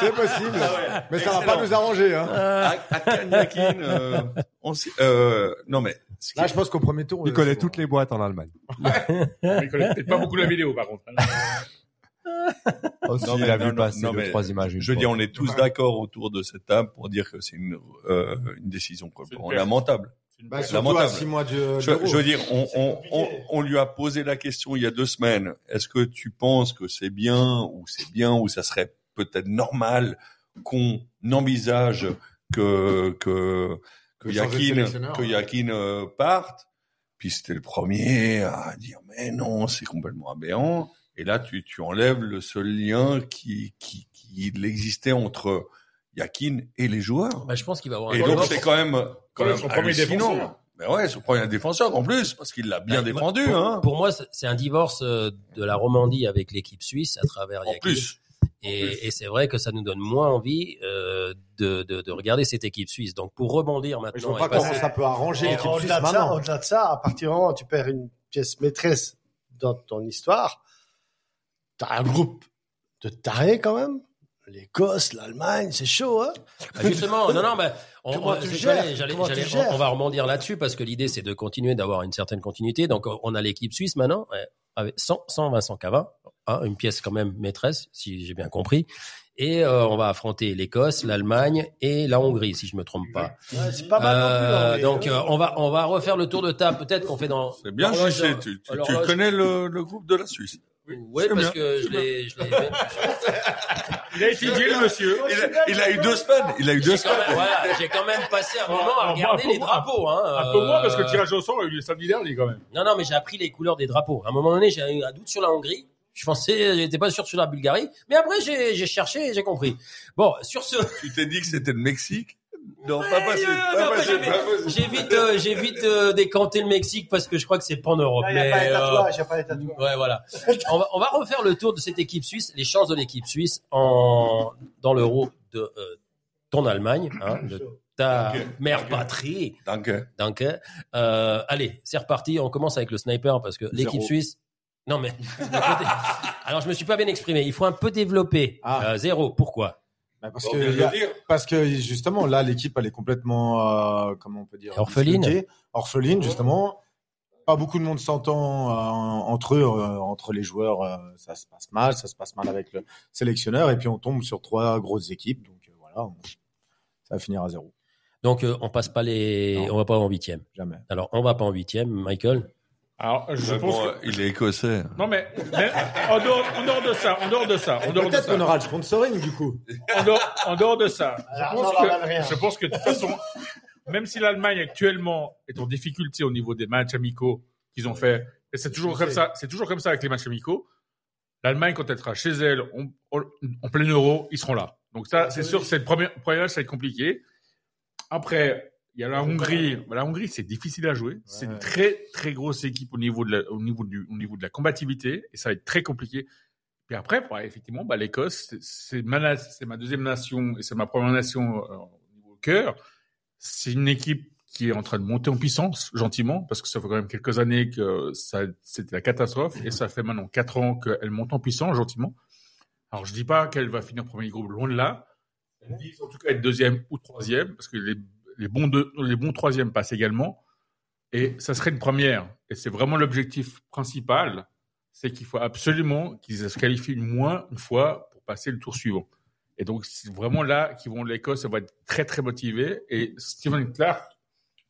Speaker 4: C'est possible,
Speaker 7: Ah ouais.
Speaker 4: mais ça va
Speaker 7: Excellent.
Speaker 4: pas nous arranger. Hein.
Speaker 7: À, à Kanyakin, euh, on sait- euh, non mais ce qui-
Speaker 4: Là, je pense qu'au premier tour, euh,
Speaker 3: Il connaît toutes les boîtes en Allemagne.
Speaker 5: Mais il connaît peut-être pas beaucoup la vidéo, par contre.
Speaker 7: Bah,
Speaker 3: Aussi,
Speaker 7: Non, mais
Speaker 3: il a
Speaker 7: non,
Speaker 3: vu
Speaker 7: non,
Speaker 3: passer
Speaker 7: non,
Speaker 3: deux,
Speaker 7: mais
Speaker 3: trois images. une
Speaker 7: je veux
Speaker 3: fois.
Speaker 7: dire, on est tous d'accord autour de cette table pour dire que c'est une, euh, une décision complètement
Speaker 5: C'est une perte.
Speaker 7: lamentable.
Speaker 4: Bah, surtout à
Speaker 7: Lamentable.
Speaker 4: six mois de. de
Speaker 7: Je,
Speaker 4: l'Euro.
Speaker 7: je veux dire, on,
Speaker 8: Euh, C'est
Speaker 7: on, on,
Speaker 8: compliqué.
Speaker 7: on lui a posé la question il y a deux semaines. Est-ce que tu penses que c'est bien ou c'est bien ou ça serait peut-être normal qu'on envisage que que que
Speaker 4: De changer de
Speaker 7: Yakin
Speaker 4: sélectionneur,
Speaker 7: que
Speaker 4: ouais.
Speaker 7: Yakin euh, parte Puis c'était le premier à dire mais non, c'est complètement aberrant. Et là, tu, tu enlèves le seul lien qui qui, qui existait entre Yakin et les joueurs.
Speaker 2: Bah, je pense qu'il va avoir un
Speaker 7: Et
Speaker 5: Colin-
Speaker 7: donc, c'est quand même, quand
Speaker 5: Colin,
Speaker 7: même
Speaker 5: son premier
Speaker 7: hallucinant.
Speaker 5: défenseur.
Speaker 7: Ben ouais, son premier défenseur, en plus, parce qu'il l'a bien
Speaker 2: Bah,
Speaker 7: défendu,
Speaker 2: pour,
Speaker 7: hein.
Speaker 2: Pour moi, c'est- c'est un divorce euh, de la Romandie avec l'équipe suisse à travers
Speaker 7: En
Speaker 2: Yakin.
Speaker 7: plus.
Speaker 2: Et, et c'est vrai que ça nous donne moins envie euh, de, de, de regarder cette équipe suisse. Donc pour rebondir
Speaker 4: Mais je
Speaker 2: maintenant,
Speaker 4: vois pas
Speaker 2: et passer-
Speaker 4: comment ça peut arranger
Speaker 8: Et
Speaker 4: l'équipe suisse
Speaker 8: Au-delà de, ça,
Speaker 4: maintenant.
Speaker 8: au-delà de ça, à partir du moment où tu perds une pièce maîtresse dans ton histoire, t'as un groupe de tarés quand même. L'Écosse, l'Allemagne, c'est chaud, hein
Speaker 2: Ah, justement, non, non, bah, on,
Speaker 8: Comment
Speaker 2: on-
Speaker 8: tu
Speaker 2: c'est
Speaker 8: gères
Speaker 2: que j'allais- j'allais-
Speaker 8: Comment tu
Speaker 2: j'allais-
Speaker 8: gères
Speaker 2: on, on va rebondir là-dessus parce que l'idée c'est de continuer d'avoir une certaine continuité. Donc on- on a l'équipe suisse maintenant ouais, avec 100, 100 Vincent Cavin, hein, une pièce quand même maîtresse si j'ai bien compris. Et euh, on va affronter l'Écosse, l'Allemagne et la Hongrie si je me trompe pas.
Speaker 8: Ouais, C'est pas mal
Speaker 2: Euh,
Speaker 8: non plus. hein,
Speaker 2: donc
Speaker 8: mais,
Speaker 2: euh, on va on va refaire le tour de table. Peut-être qu'on fait dans.
Speaker 7: C'est bien,
Speaker 2: Alors,
Speaker 7: JC,
Speaker 2: je-
Speaker 7: tu, tu,
Speaker 2: alors,
Speaker 7: tu
Speaker 2: je-
Speaker 7: connais le, le groupe de la Suisse.
Speaker 2: Oui, parce que je l'ai
Speaker 7: *laughs*
Speaker 2: je l'ai.
Speaker 5: Il a étudié le monsieur.
Speaker 7: Il a, il a eu deux semaines, il a eu deux
Speaker 2: J'ai quand,
Speaker 7: semaines.
Speaker 2: même, voilà, j'ai quand même passé un moment
Speaker 5: Alors,
Speaker 2: à
Speaker 5: moi,
Speaker 2: regarder
Speaker 5: un peu
Speaker 2: les
Speaker 5: moins.
Speaker 2: drapeaux. Hein,
Speaker 5: Un peu moins parce que le
Speaker 2: Euh,
Speaker 5: tirage au sort a eu lieu samedi dernier quand même.
Speaker 2: Non, non, mais j'ai appris les couleurs des drapeaux. À un moment donné, j'ai eu un doute sur la Hongrie. Je pensais, j'étais pas sûr sur la Bulgarie. Mais après, j'ai j'ai cherché et j'ai compris. Bon, sur ce,
Speaker 7: Tu t'es dit que c'était le Mexique? Non,
Speaker 2: Ouais,
Speaker 7: pas possible,
Speaker 2: non, euh, non,
Speaker 7: pas
Speaker 2: mais
Speaker 7: possible,
Speaker 2: j'ai-
Speaker 7: pas possible.
Speaker 2: j'ai vite, euh, j'ai vite euh, décanté le Mexique parce que je crois que c'est pas en Europe.
Speaker 8: là, Ah, y a
Speaker 2: mais,
Speaker 8: pas les
Speaker 2: euh,
Speaker 8: tatouages, y a pas les tatouages.
Speaker 2: ouais, voilà. On va, on va refaire le tour de cette équipe suisse, les chances de l'équipe suisse en, dans l'euro de euh, ton Allemagne, hein, de ta
Speaker 7: Ok.
Speaker 2: mère
Speaker 7: Ok.
Speaker 2: patrie.
Speaker 7: Danke.
Speaker 2: Donc, euh, allez, c'est reparti. On commence avec le sniper parce que l'équipe
Speaker 4: Zéro.
Speaker 2: suisse. Non mais. *laughs* Alors je me suis pas bien exprimé. Il faut un peu développer.
Speaker 4: Ah.
Speaker 2: Euh, zéro. Pourquoi
Speaker 4: Bah, parce
Speaker 7: Bon,
Speaker 4: que
Speaker 7: je veux
Speaker 4: il y a-
Speaker 7: dire,
Speaker 4: Parce que justement, là, l'équipe, elle est complètement, euh, comment on peut dire,
Speaker 2: Orpheline.
Speaker 4: disloquée. Orpheline, justement. Pas beaucoup de monde s'entend euh, entre eux, euh, entre les joueurs. euh, ça se passe mal, ça se passe mal avec le sélectionneur, et puis on tombe sur trois grosses équipes. Donc euh, voilà, on- ça va finir à zéro,
Speaker 2: Donc euh, on passe pas les.
Speaker 4: Non.
Speaker 2: On va pas en huitième.
Speaker 4: jamais.
Speaker 2: Alors on va pas en huitième, Michael.
Speaker 5: Alors, je
Speaker 7: mais
Speaker 5: pense
Speaker 7: bon,
Speaker 5: que-
Speaker 7: euh, il est écossais.
Speaker 5: Non mais, mais en, dehors, en dehors de ça, en dehors de ça, en dehors de
Speaker 4: Peut-être
Speaker 5: ça,
Speaker 4: qu'on aura le sponsoring du coup.
Speaker 5: en dehors, en dehors de ça, je
Speaker 8: Alors,
Speaker 5: pense,
Speaker 8: non, non, non, rien.
Speaker 5: que, je pense que de toute façon, *laughs* même si l'Allemagne actuellement est en difficulté au niveau des matchs amicaux qu'ils ont fait, Et c'est toujours
Speaker 8: Je
Speaker 5: comme
Speaker 8: sais.
Speaker 5: ça. C'est toujours comme ça avec les matchs amicaux. L'Allemagne, quand elle sera chez elle, on- on- en plein euro, ils seront là. Donc ça,
Speaker 8: Ouais,
Speaker 5: c'est
Speaker 8: Ah, oui.
Speaker 5: sûr, c'est le premier, premier match, ça va être compliqué. Après, il y a la Hongrie. Bah, La Hongrie, c'est difficile à jouer. C'est une
Speaker 4: Ouais.
Speaker 5: très, très grosse équipe au niveau de la, au niveau du, au niveau de la combativité. Et ça va être très compliqué. Puis après, bah, effectivement, bah, l'Écosse, c'est- c'est ma, na- c'est ma deuxième nation et c'est ma première nation euh, au niveau cœur. C'est une équipe qui est en train de monter en puissance, gentiment, parce que ça fait quand même quelques années que ça, c'était la catastrophe, et ça fait maintenant quatre ans qu'elle monte en puissance, gentiment. Alors, je dis pas qu'elle va finir premier du groupe, loin de là. Elle vise en tout cas être deuxième ou troisième, parce que les, les bons deux, les bons troisièmes passent également. Et ça serait une première. Et c'est vraiment l'objectif principal, c'est qu'il faut absolument qu'ils se qualifient au moins une fois pour passer le tour suivant. Et donc, c'est vraiment là qu'ils vont de l'Écosse, ça va être très, très motivé. Et Steven Clark,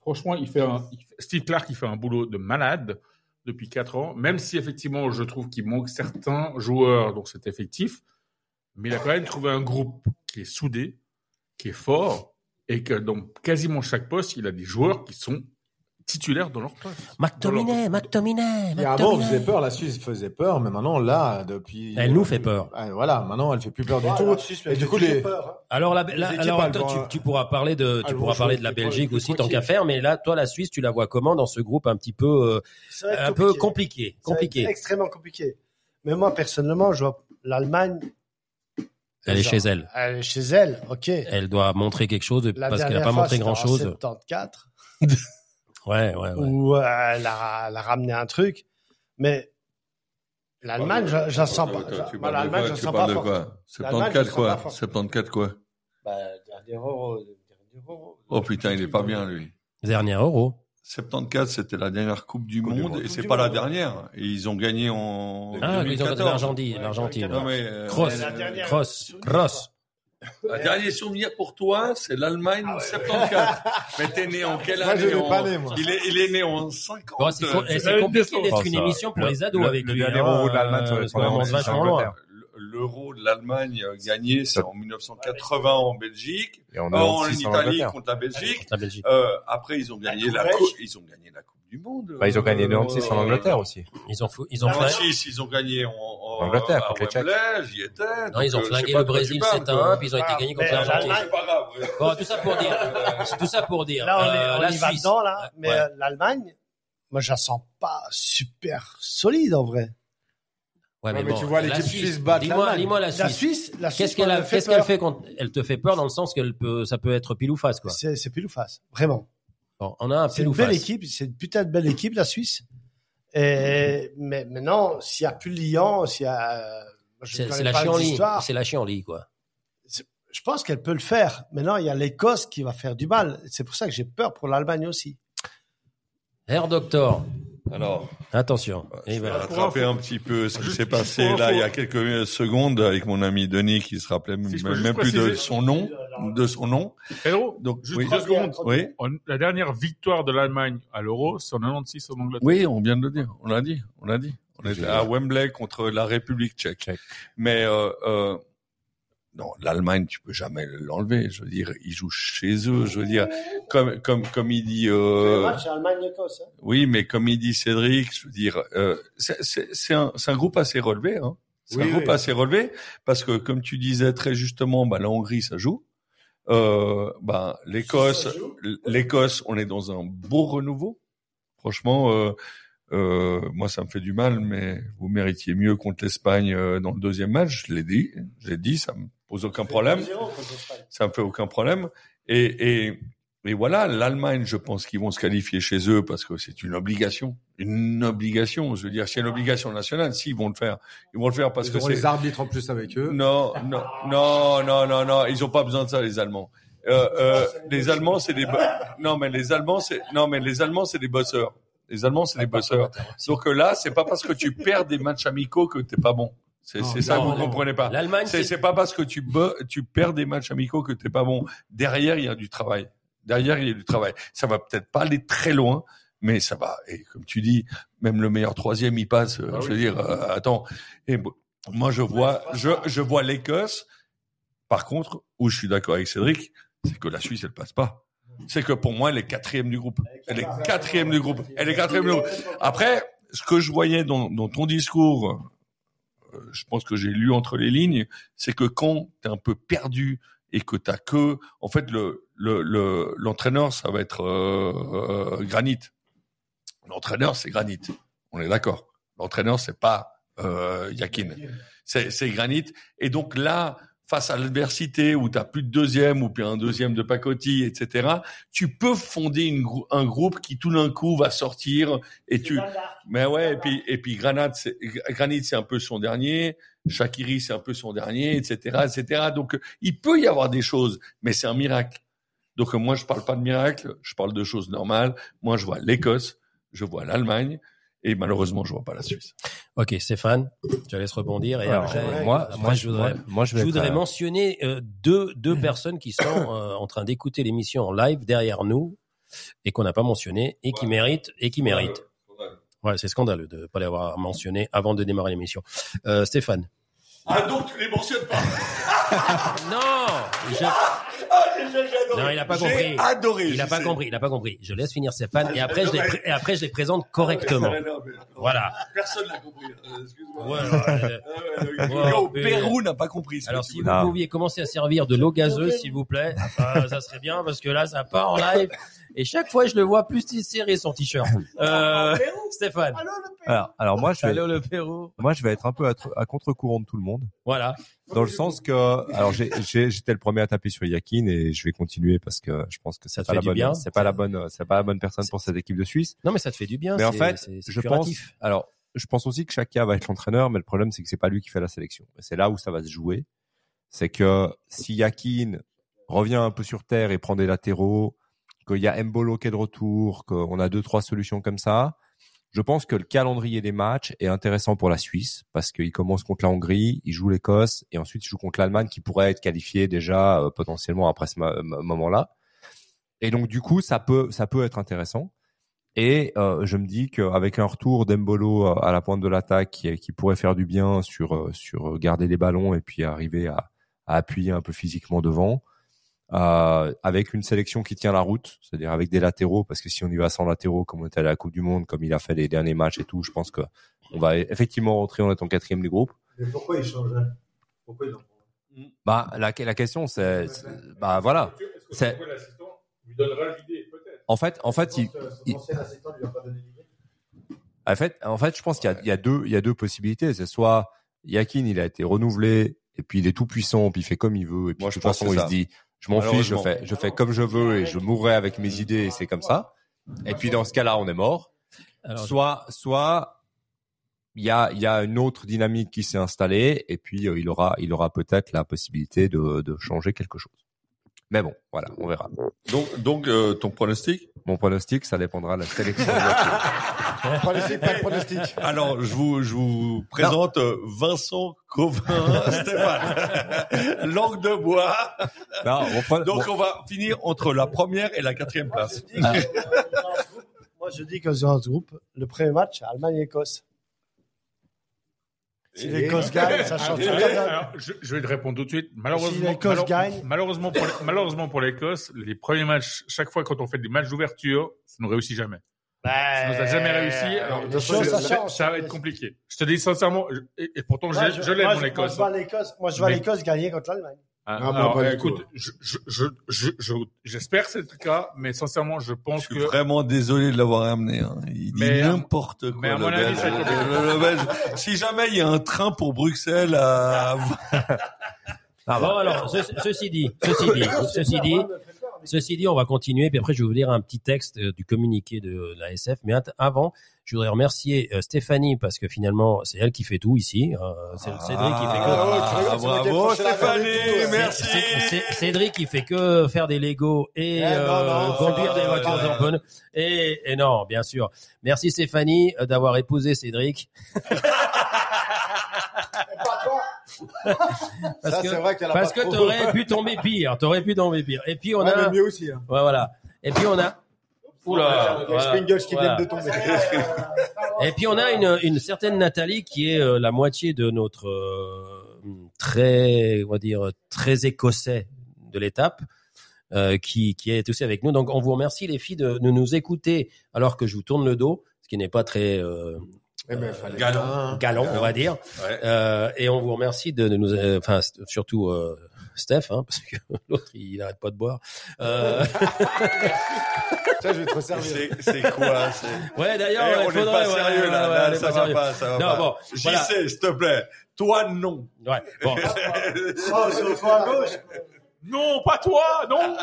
Speaker 5: franchement, il fait un, il fait- Steve Clark, il fait un boulot de malade depuis quatre ans, même si effectivement, je trouve qu'il manque certains joueurs dans cet effectif, mais il a quand même trouvé un groupe qui est soudé, qui est fort, et que dans quasiment chaque poste, il a des joueurs qui sont titulaires dans leur poste.
Speaker 2: McTominay, McTominay,
Speaker 4: Et avant, on
Speaker 2: McTominay.
Speaker 4: faisait peur, la Suisse faisait peur, mais maintenant, là, depuis.
Speaker 2: Elle nous fait peur.
Speaker 4: Ah, voilà, maintenant, elle fait plus peur du
Speaker 8: Ouais,
Speaker 4: tout.
Speaker 8: la Suisse,
Speaker 4: et
Speaker 8: elle
Speaker 4: du
Speaker 8: fait
Speaker 4: coup,
Speaker 8: toujours
Speaker 4: les-
Speaker 8: peur, hein.
Speaker 2: Alors, la,
Speaker 4: Les
Speaker 2: la-
Speaker 4: équipes,
Speaker 2: alors
Speaker 4: elles
Speaker 2: toi,
Speaker 4: vont-
Speaker 2: tu, tu pourras parler de, tu
Speaker 4: elles
Speaker 2: pourras
Speaker 4: vont
Speaker 2: parler
Speaker 4: jouer
Speaker 2: de la
Speaker 4: contre-
Speaker 2: Belgique
Speaker 4: contre
Speaker 2: aussi tant
Speaker 4: qui
Speaker 2: qu'à faire, mais là, toi, la Suisse, tu la vois comment dans ce groupe un petit peu, euh,
Speaker 8: Ça va être
Speaker 2: un peu compliqué,
Speaker 8: Ça va être
Speaker 2: compliqué.
Speaker 8: Extrêmement compliqué. Mais moi, personnellement, je vois l'Allemagne.
Speaker 2: Elle est
Speaker 8: ça.
Speaker 2: chez elle.
Speaker 8: Elle est chez elle, ok.
Speaker 2: Elle doit montrer quelque chose
Speaker 8: La
Speaker 2: Eh, parce qu'elle n'a
Speaker 8: dernière fois,
Speaker 2: pas montré
Speaker 8: c'était en
Speaker 2: grand chose.
Speaker 8: 74.
Speaker 2: Ouais, Ah ouais, ouais.
Speaker 8: où euh, elle, a, elle a ramené un truc. Mais l'Allemagne, je je la sens pas.
Speaker 3: Attends,
Speaker 8: Je-
Speaker 3: Ah tu
Speaker 8: bah,
Speaker 3: parles de
Speaker 8: L'Allemagne,
Speaker 3: quoi
Speaker 8: je la
Speaker 3: Tu
Speaker 8: sens
Speaker 3: parles
Speaker 8: pas
Speaker 3: de
Speaker 8: forte.
Speaker 3: quoi
Speaker 8: L'Allemagne, je la
Speaker 3: 74
Speaker 8: sens pas
Speaker 3: quoi
Speaker 8: forte.
Speaker 3: 74 quoi
Speaker 8: Bah, dernier euro, dernier euro.
Speaker 3: Oh putain, il est pas bien lui.
Speaker 2: Dernier euro.
Speaker 3: 74, c'était la dernière Coupe du
Speaker 7: Coupe du
Speaker 3: Monde
Speaker 7: Monde.
Speaker 3: et c'est
Speaker 8: du
Speaker 3: pas la
Speaker 8: Monde.
Speaker 3: dernière. Et ils ont gagné en
Speaker 2: Ah, ils ont gagné
Speaker 3: 2014.
Speaker 2: l'Argentine.
Speaker 8: Ouais,
Speaker 2: l'Argentine.
Speaker 3: Non, mais, euh,
Speaker 2: Cross,
Speaker 3: euh,
Speaker 8: La dernière.
Speaker 2: cross, cross.
Speaker 3: Un dernier souvenir pour toi, c'est l'Allemagne
Speaker 8: Ah
Speaker 3: 74.
Speaker 8: *laughs*
Speaker 3: Mais t'es né en quelle
Speaker 4: Moi, je
Speaker 3: année
Speaker 4: l'ai
Speaker 3: en-
Speaker 4: pas né, moi.
Speaker 3: Il est, il est né en 50.
Speaker 2: Bon, c'est com-
Speaker 3: euh,
Speaker 2: eh,
Speaker 5: la
Speaker 2: c'est compliqué
Speaker 5: descente.
Speaker 2: d'être une
Speaker 7: Enfin,
Speaker 2: émission pour
Speaker 7: le-
Speaker 2: les ados
Speaker 7: le-
Speaker 2: avec
Speaker 7: le
Speaker 2: lui.
Speaker 7: dernier
Speaker 2: hein,
Speaker 7: euro de l'Allemagne,
Speaker 2: euh,
Speaker 7: ça va être
Speaker 2: parce qu'on avance
Speaker 7: vraiment
Speaker 2: vachement loin.
Speaker 7: l'Angleterre.
Speaker 3: L'euro de l'Allemagne gagné, c'est en 1980 en Belgique.
Speaker 7: Et on
Speaker 3: En
Speaker 7: six Oh, en
Speaker 3: Italie
Speaker 7: Angleterre.
Speaker 3: contre la Belgique.
Speaker 2: La Belgique.
Speaker 3: Euh, après, ils ont gagné la,
Speaker 8: Norvège.
Speaker 3: coupe. Ils ont gagné la Coupe du Monde.
Speaker 7: Bah, ils ont gagné
Speaker 3: Euh,
Speaker 7: 96 en Angleterre aussi.
Speaker 2: Ils ont, fou- ils ont
Speaker 8: La
Speaker 2: flingué,
Speaker 3: 96, ils ont gagné en, en-
Speaker 7: En Angleterre,
Speaker 3: à
Speaker 7: contre les Tchèques.
Speaker 3: Wembley, J'y étais.
Speaker 2: non, ils ont
Speaker 3: Donc, euh, je sais
Speaker 2: flingué
Speaker 3: pas
Speaker 2: le
Speaker 3: de quoi
Speaker 2: Brésil Ah,
Speaker 3: tu parles,
Speaker 2: 7 à
Speaker 3: quoi.
Speaker 2: 1, puis ils ont été gagnés contre
Speaker 8: Mais
Speaker 2: l'Argentine.
Speaker 8: l'Allemagne-
Speaker 3: Ah, C'est pas grave. ouais.
Speaker 2: Bon, tout ça pour dire, tout ça pour dire.
Speaker 8: Là, on
Speaker 2: euh,
Speaker 8: est, on
Speaker 2: la
Speaker 8: y va
Speaker 2: Suisse.
Speaker 8: dedans, là. Mais
Speaker 2: Ouais.
Speaker 8: euh, l'Allemagne, moi, je la sens pas super solide, en vrai.
Speaker 2: Ouais,
Speaker 4: Ouais, mais tu vois
Speaker 2: la
Speaker 4: l'équipe suisse battre
Speaker 2: Dis-moi,
Speaker 4: l'Allemagne.
Speaker 2: dis-moi la
Speaker 8: La
Speaker 2: Suisse.
Speaker 8: Suisse, la Suisse,
Speaker 2: Qu'est-ce qu'elle
Speaker 8: moi,
Speaker 2: a,
Speaker 8: elle me fait
Speaker 2: qu'est-ce qu'elle
Speaker 8: peur.
Speaker 2: fait quand elle te fait peur dans le sens qu'elle peut, ça peut être pile ou face, quoi.
Speaker 8: C'est c'est pile ou face, vraiment.
Speaker 2: Bon, on a un
Speaker 8: C'est
Speaker 2: pile
Speaker 8: une
Speaker 2: ou
Speaker 8: belle
Speaker 2: face.
Speaker 8: équipe, c'est une putain de belle équipe, la Suisse. Et, mais maintenant, s'il y a plus Lyon, s'il y a. je ne
Speaker 2: C'est c'est
Speaker 8: connais
Speaker 2: la
Speaker 8: pas
Speaker 2: chienlit.
Speaker 8: l'histoire.
Speaker 2: C'est la chienlit, quoi.
Speaker 8: Je pense qu'elle peut le faire. Maintenant, il y a l'Écosse qui va faire du mal. C'est pour ça que j'ai peur pour l'Allemagne aussi.
Speaker 2: Air Doctor.
Speaker 3: Alors,
Speaker 2: Attention.
Speaker 3: je
Speaker 2: Et
Speaker 3: vais
Speaker 2: voilà.
Speaker 3: rattraper un petit peu ce qui
Speaker 5: Juste-
Speaker 3: s'est
Speaker 5: juste pour
Speaker 3: passé
Speaker 5: info.
Speaker 3: là il y a quelques euh, secondes avec mon ami Denis qui se rappelait
Speaker 5: Si je peux
Speaker 3: même
Speaker 5: juste
Speaker 3: plus de
Speaker 5: préciser-
Speaker 3: son nom, de son nom.
Speaker 5: Héros,
Speaker 3: Donc,
Speaker 5: Juste
Speaker 3: oui.
Speaker 5: trois secondes.
Speaker 3: Oui.
Speaker 5: On- la dernière victoire de l'Allemagne à l'Euro, c'est en 96 en Angleterre.
Speaker 3: Oui, on vient de le dire. On l'a dit. On l'a dit. On était
Speaker 7: Génial.
Speaker 3: à Wembley contre la République tchèque.
Speaker 7: Tchèque.
Speaker 3: Mais euh, euh, non, l'Allemagne, tu peux jamais l'enlever. Je veux dire, ils jouent chez eux. Je veux dire, comme comme comme il dit.
Speaker 8: Le
Speaker 3: Euh,
Speaker 8: match Allemagne-Écosse. hein.
Speaker 3: oui, mais comme il dit Cédric, je veux dire, euh, c'est- c'est c'est un, c'est un groupe assez relevé. Hein. C'est
Speaker 4: Oui,
Speaker 3: un groupe
Speaker 4: oui.
Speaker 3: assez relevé parce que, comme tu disais très justement, bah, la Hongrie, ça joue. Euh, bah, L'Écosse,
Speaker 8: Ça joue.
Speaker 3: l'Écosse, on est dans un beau renouveau. Franchement, euh, euh, moi, ça me fait du mal, mais vous méritiez mieux contre l'Espagne euh, dans le deuxième match. Je l'ai dit, j'ai dit, ça me pose aucun problème
Speaker 8: Zéro contre l'Espagne.
Speaker 3: ça me fait aucun problème. Et, et, et voilà, l'Allemagne, je pense qu'ils vont se qualifier chez eux parce que c'est une obligation. Une obligation, je veux dire, c'est une obligation nationale. Si, ils vont le faire. Ils vont le faire parce
Speaker 4: Ils
Speaker 3: que
Speaker 4: auront
Speaker 3: c'est...
Speaker 4: les arbitres en plus avec eux.
Speaker 3: Non, non, non, non, non, non, ils ont pas besoin de ça, les Allemands. Euh, euh, les Allemands, c'est des bo- non, mais les Allemands, c'est non, mais les Allemands, c'est des bosseurs. Les Allemands, c'est des bosseurs. Donc euh, là, c'est pas parce que tu perds des matchs amicaux que t'es pas bon. C'est
Speaker 4: Non,
Speaker 3: c'est ça que
Speaker 2: non,
Speaker 3: vous
Speaker 2: non.
Speaker 3: comprenez pas.
Speaker 2: L'Allemagne,
Speaker 3: C'est
Speaker 2: c'est-
Speaker 3: c'est pas parce que tu bo- Bah, tu perds des matchs amicaux que t'es pas bon. Derrière, il y a du travail. Derrière, il y a du travail. Ça va peut-être pas aller très loin, mais ça va. Et comme tu dis, même le meilleur troisième, il passe. euh,
Speaker 2: Ah
Speaker 3: je veux dire, euh, attends. Et bo- moi, je vois, je, je vois l'Écosse. Par contre, où je suis d'accord avec Cédric, c'est que la Suisse, elle passe pas. C'est que pour moi, elle est quatrième du groupe. Elle est quatrième du groupe. Elle est quatrième du groupe. Après,
Speaker 7: ce que je voyais dans, dans ton discours, euh, je pense que j'ai lu entre les lignes, c'est que quand tu es un peu perdu et que t'as que, en fait, le le- le- l'entraîneur, ça va être euh, euh, Granit. L'entraîneur, c'est Granit. On est d'accord. L'entraîneur, c'est pas euh, Yakin. C'est c'est Granit. Et donc là, face à l'adversité où t'as plus de deuxième ou puis un deuxième de pacotille, etc., tu peux fonder une grou- un groupe qui tout d'un coup va sortir et tu. Mais ouais, et puis et puis Granat, c'est- Granit, c'est un peu son dernier. Shakiri, c'est un peu son dernier, etc., etc. Donc il peut y avoir des choses, mais c'est un miracle. Donc euh, moi, je parle pas de miracle, je parle de choses normales. Moi, je vois l'Écosse, je vois l'Allemagne, et malheureusement, je vois pas la Suisse.
Speaker 2: Ok, Stéphane, je te laisse rebondir. Et
Speaker 3: Alors,
Speaker 2: après,
Speaker 3: euh,
Speaker 2: moi,
Speaker 3: moi, moi,
Speaker 2: je voudrais,
Speaker 3: moi, moi, je vais
Speaker 2: je
Speaker 3: être,
Speaker 2: voudrais
Speaker 3: euh,
Speaker 2: mentionner euh, deux, deux personnes qui sont euh, en train d'écouter l'émission en live derrière nous et qu'on n'a pas mentionné et qui
Speaker 7: Ouais.
Speaker 2: méritent et qui méritent. Ouais, c'est scandaleux de ne pas les avoir mentionnés avant de démarrer l'émission. Euh, Stéphane.
Speaker 7: Ah donc tu les mentionnes pas
Speaker 2: Non, je-
Speaker 7: Ah, j'ai- j'ai- j'ai adoré.
Speaker 2: Non, il a pas
Speaker 7: J'ai
Speaker 2: compris.
Speaker 7: adoré.
Speaker 2: il n'a
Speaker 7: je
Speaker 2: pas
Speaker 7: sais.
Speaker 2: compris, il n'a pas compris. Je laisse finir Stéphane et après je les,
Speaker 7: ouais.
Speaker 2: pré- et après je les présente correctement.
Speaker 7: Ah Ouais, non, mais-
Speaker 2: Voilà.
Speaker 7: Personne l'a compris. Euh, Excuse-moi. *laughs*
Speaker 2: Ouais, alors, euh,
Speaker 7: Ah ouais, le gars
Speaker 2: Ouais,
Speaker 7: au
Speaker 2: mais-
Speaker 7: Pérou n'a pas compris. ce que
Speaker 2: Alors,
Speaker 7: tu
Speaker 2: si
Speaker 7: voulais.
Speaker 2: vous
Speaker 3: Non.
Speaker 2: pouviez commencer à servir de l'eau gazeuse, s'il vous plaît, euh, ça serait bien parce que là, ça part en live. Et chaque fois, je le vois plus serrer son t-shirt. Euh, Stéphane.
Speaker 3: euh, Alors, alors moi, je vais,
Speaker 2: Allô, le Pérou.
Speaker 3: moi, je vais être un peu à, tr- à contre-courant de tout le monde.
Speaker 2: Voilà.
Speaker 3: Dans le sens que, alors j'ai- j'ai- j'étais le premier à taper sur Yakin et je vais continuer parce que je pense que
Speaker 2: Ça
Speaker 3: c'est
Speaker 2: te
Speaker 3: pas
Speaker 2: fait
Speaker 3: la
Speaker 2: du
Speaker 3: bonne,
Speaker 2: bien
Speaker 3: c'est pas la bonne, c'est pas la bonne personne pour cette équipe de Suisse.
Speaker 2: Non, mais ça te fait du bien.
Speaker 3: Mais en
Speaker 2: c'est-
Speaker 3: fait,
Speaker 2: c'est- c'est
Speaker 3: Je
Speaker 2: curatif.
Speaker 3: pense. Alors, je pense aussi que Chaka va être l'entraîneur, mais le problème c'est que c'est pas lui qui fait la sélection. Et C'est là où ça va se jouer. C'est que si Yakin revient un peu sur terre et prend des latéraux, qu'il y a Mbolo qui est de retour, qu'on a deux trois solutions comme ça, je pense que le calendrier des matchs est intéressant pour la Suisse parce qu'ils commencent contre la Hongrie, ils jouent l'Écosse et ensuite ils jouent contre l'Allemagne qui pourrait être qualifiée déjà euh, potentiellement après ce ma- ma- moment-là. Et donc du coup, ça peut ça peut être intéressant. Et euh, je me dis qu'avec un retour d'Embolo euh, à- à la pointe de l'attaque qui, qui pourrait faire du bien sur euh, sur garder les ballons et puis arriver à, à appuyer un peu physiquement devant, euh, avec une sélection qui tient la route, c'est-à-dire avec des latéraux, parce que si on y va sans latéraux, comme on était à la Coupe du Monde, comme il a fait les derniers matchs et tout, je pense que on va effectivement rentrer en étant quatrième du groupe.
Speaker 4: Mais pourquoi il change hein Pourquoi il en
Speaker 3: Bah la, la question c'est, c'est- bah voilà, C'est-
Speaker 9: l'assistant lui donnera l'idée, peut-être.
Speaker 3: en fait en fait il, il-
Speaker 4: assistant lui a pas donné l'idée
Speaker 3: En fait, en fait, je pense qu'il y a, il y a deux, il y a deux possibilités. C'est soit Yakin, il a été renouvelé et puis il est tout puissant, puis il fait comme il veut, et puis
Speaker 7: Moi,
Speaker 3: de
Speaker 7: je
Speaker 3: toute
Speaker 7: pense
Speaker 3: façon,
Speaker 7: que
Speaker 3: il
Speaker 7: c'est
Speaker 3: se dit, je m'en fiche, je
Speaker 7: Malheureusement.
Speaker 3: fais, je fais comme je veux et je mourrai avec mes idées, et c'est comme ça. Et puis dans ce cas-là, on est mort.
Speaker 2: Alors,
Speaker 3: Soit, soit il y a, il y a une autre dynamique qui s'est installée, et puis euh, il aura, il aura peut-être la possibilité de, de changer quelque chose. Mais bon, voilà, on verra.
Speaker 7: Donc, donc euh, ton pronostic
Speaker 3: Mon pronostic, ça dépendra de la sélection.
Speaker 7: *laughs*
Speaker 3: de Yakin.
Speaker 4: Pronostic, pas de pronostic.
Speaker 7: *laughs* Alors, je vous, je vous présente euh, Vincent *laughs* Covin Stéphane. *laughs* Langue de bois.
Speaker 3: Non, mon pro-
Speaker 7: Donc, on va finir entre la première et la quatrième place.
Speaker 9: Ah.
Speaker 8: Moi, je dis que-
Speaker 4: euh,
Speaker 8: Moi, je dis que dans ce groupe, le premier match, Allemagne-Écosse. Si l'Écosse gagne, ça change tout.
Speaker 9: Alors,
Speaker 8: le monde.
Speaker 9: Eh, alors, je, je vais te répondre tout de suite. Malheureusement,
Speaker 8: l'Écosse
Speaker 9: malheure-
Speaker 8: gagne-
Speaker 9: malheureusement pour les- malheureusement pour l'Écosse, les premiers matchs, chaque fois quand on fait des matchs d'ouverture, ça ne réussit jamais. Ça
Speaker 4: Euh,
Speaker 9: ne nous a jamais réussi. Alors,
Speaker 8: les choses,
Speaker 9: je-
Speaker 8: ça
Speaker 9: ça,
Speaker 8: change.
Speaker 9: va être compliqué. Je te dis sincèrement, je- et, et pourtant,
Speaker 8: Moi,
Speaker 9: je, je l'aime
Speaker 8: moi,
Speaker 9: mon Écosse.
Speaker 8: Moi, je vois l'Écosse- moi, je vois
Speaker 9: Mais-
Speaker 8: l'Écosse gagner contre l'Allemagne.
Speaker 9: Ah,
Speaker 4: Ah, moi,
Speaker 9: alors,
Speaker 4: pas du
Speaker 9: écoute,
Speaker 4: tout.
Speaker 9: je- je- je- je- je- j'espère que c'est le cas, mais sincèrement, je
Speaker 7: Je
Speaker 9: pense
Speaker 7: suis
Speaker 9: que
Speaker 7: vraiment désolé de l'avoir amené. hein. Il dit
Speaker 9: Mais à-
Speaker 7: n'importe quoi.
Speaker 9: mais à
Speaker 7: le
Speaker 9: mon avis,
Speaker 7: Belge.
Speaker 9: ça va être
Speaker 7: Le- le Belge. Si jamais il y a un train pour
Speaker 9: *laughs*
Speaker 7: Bruxelles, à... bah.
Speaker 3: Ah,
Speaker 2: bon, alors, ce- ceci dit, ceci
Speaker 7: *laughs*
Speaker 2: dit, ceci dit, Ceci dit, on va continuer, puis après je vais vous lire un petit texte euh, du communiqué de euh, la SF. Mais at- avant, je voudrais remercier euh, Stéphanie parce que finalement, c'est elle qui fait tout ici. Euh, c'est c'est Cédric qui fait que.
Speaker 4: Ah, ouais, tu
Speaker 7: Ah,
Speaker 4: rigoles, c'est
Speaker 7: bravo
Speaker 4: moi qui ai approché la
Speaker 7: Stéphanie,
Speaker 4: radio et tout, ouais.
Speaker 7: merci.
Speaker 2: C'est- c'est- Cédric qui fait que faire des Lego et
Speaker 8: Eh, non,
Speaker 2: euh,
Speaker 8: non,
Speaker 2: conduire
Speaker 7: ça,
Speaker 2: des voitures
Speaker 7: ouais.
Speaker 2: en bonne- Et, et non, bien sûr. Merci Stéphanie euh, d'avoir épousé Cédric. Parce
Speaker 4: Ça,
Speaker 2: que-
Speaker 4: c'est vrai qu'elle a
Speaker 2: Parce
Speaker 4: pas
Speaker 2: que
Speaker 4: trop-
Speaker 2: t'aurais pu tomber pire, t'aurais pu tomber pire. Et puis on
Speaker 4: Ouais,
Speaker 2: a,
Speaker 4: le mieux aussi. Hein.
Speaker 2: Ouais, voilà. Et puis on a. Oula.
Speaker 4: Il y a les
Speaker 2: voilà,
Speaker 4: Springles qui
Speaker 2: voilà.
Speaker 4: viennent de tomber.
Speaker 9: *laughs*
Speaker 2: Et puis on a une, une certaine Nathalie qui est euh, la moitié de notre euh, très, on va dire très écossais de l'étape. euh, qui, qui est aussi avec nous. Donc, on vous remercie les filles de, de nous écouter alors que je vous tourne le dos, ce qui n'est pas très euh,
Speaker 4: Eh ben,
Speaker 2: Euh,
Speaker 4: fallait
Speaker 7: galant.
Speaker 4: bien, hein.
Speaker 2: galant, on va dire.
Speaker 7: Ouais.
Speaker 2: Euh, et on vous remercie de, de nous, euh, enfin st- surtout euh, Steph, hein, parce que *laughs* l'autre il n'arrête pas de boire. Euh,
Speaker 4: Ça, je vais te resservir.
Speaker 7: C'est c'est quoi c'est-
Speaker 2: ouais,
Speaker 7: Eh,
Speaker 2: d'ailleurs, il
Speaker 7: On n'est
Speaker 2: faudrait-
Speaker 7: pas
Speaker 2: ouais,
Speaker 7: sérieux
Speaker 2: ouais,
Speaker 7: là,
Speaker 2: ouais,
Speaker 7: là,
Speaker 2: on est
Speaker 7: ça
Speaker 2: pas
Speaker 7: va
Speaker 2: sérieux.
Speaker 7: pas, ça va
Speaker 2: Non,
Speaker 7: pas.
Speaker 2: bon,
Speaker 7: J'y
Speaker 2: voilà.
Speaker 7: sais, s'il te plaît. Toi, non.
Speaker 2: Ouais,
Speaker 7: *laughs*
Speaker 2: bon.
Speaker 8: Oh, c'est au fond à gauche.
Speaker 9: Non, pas toi, non.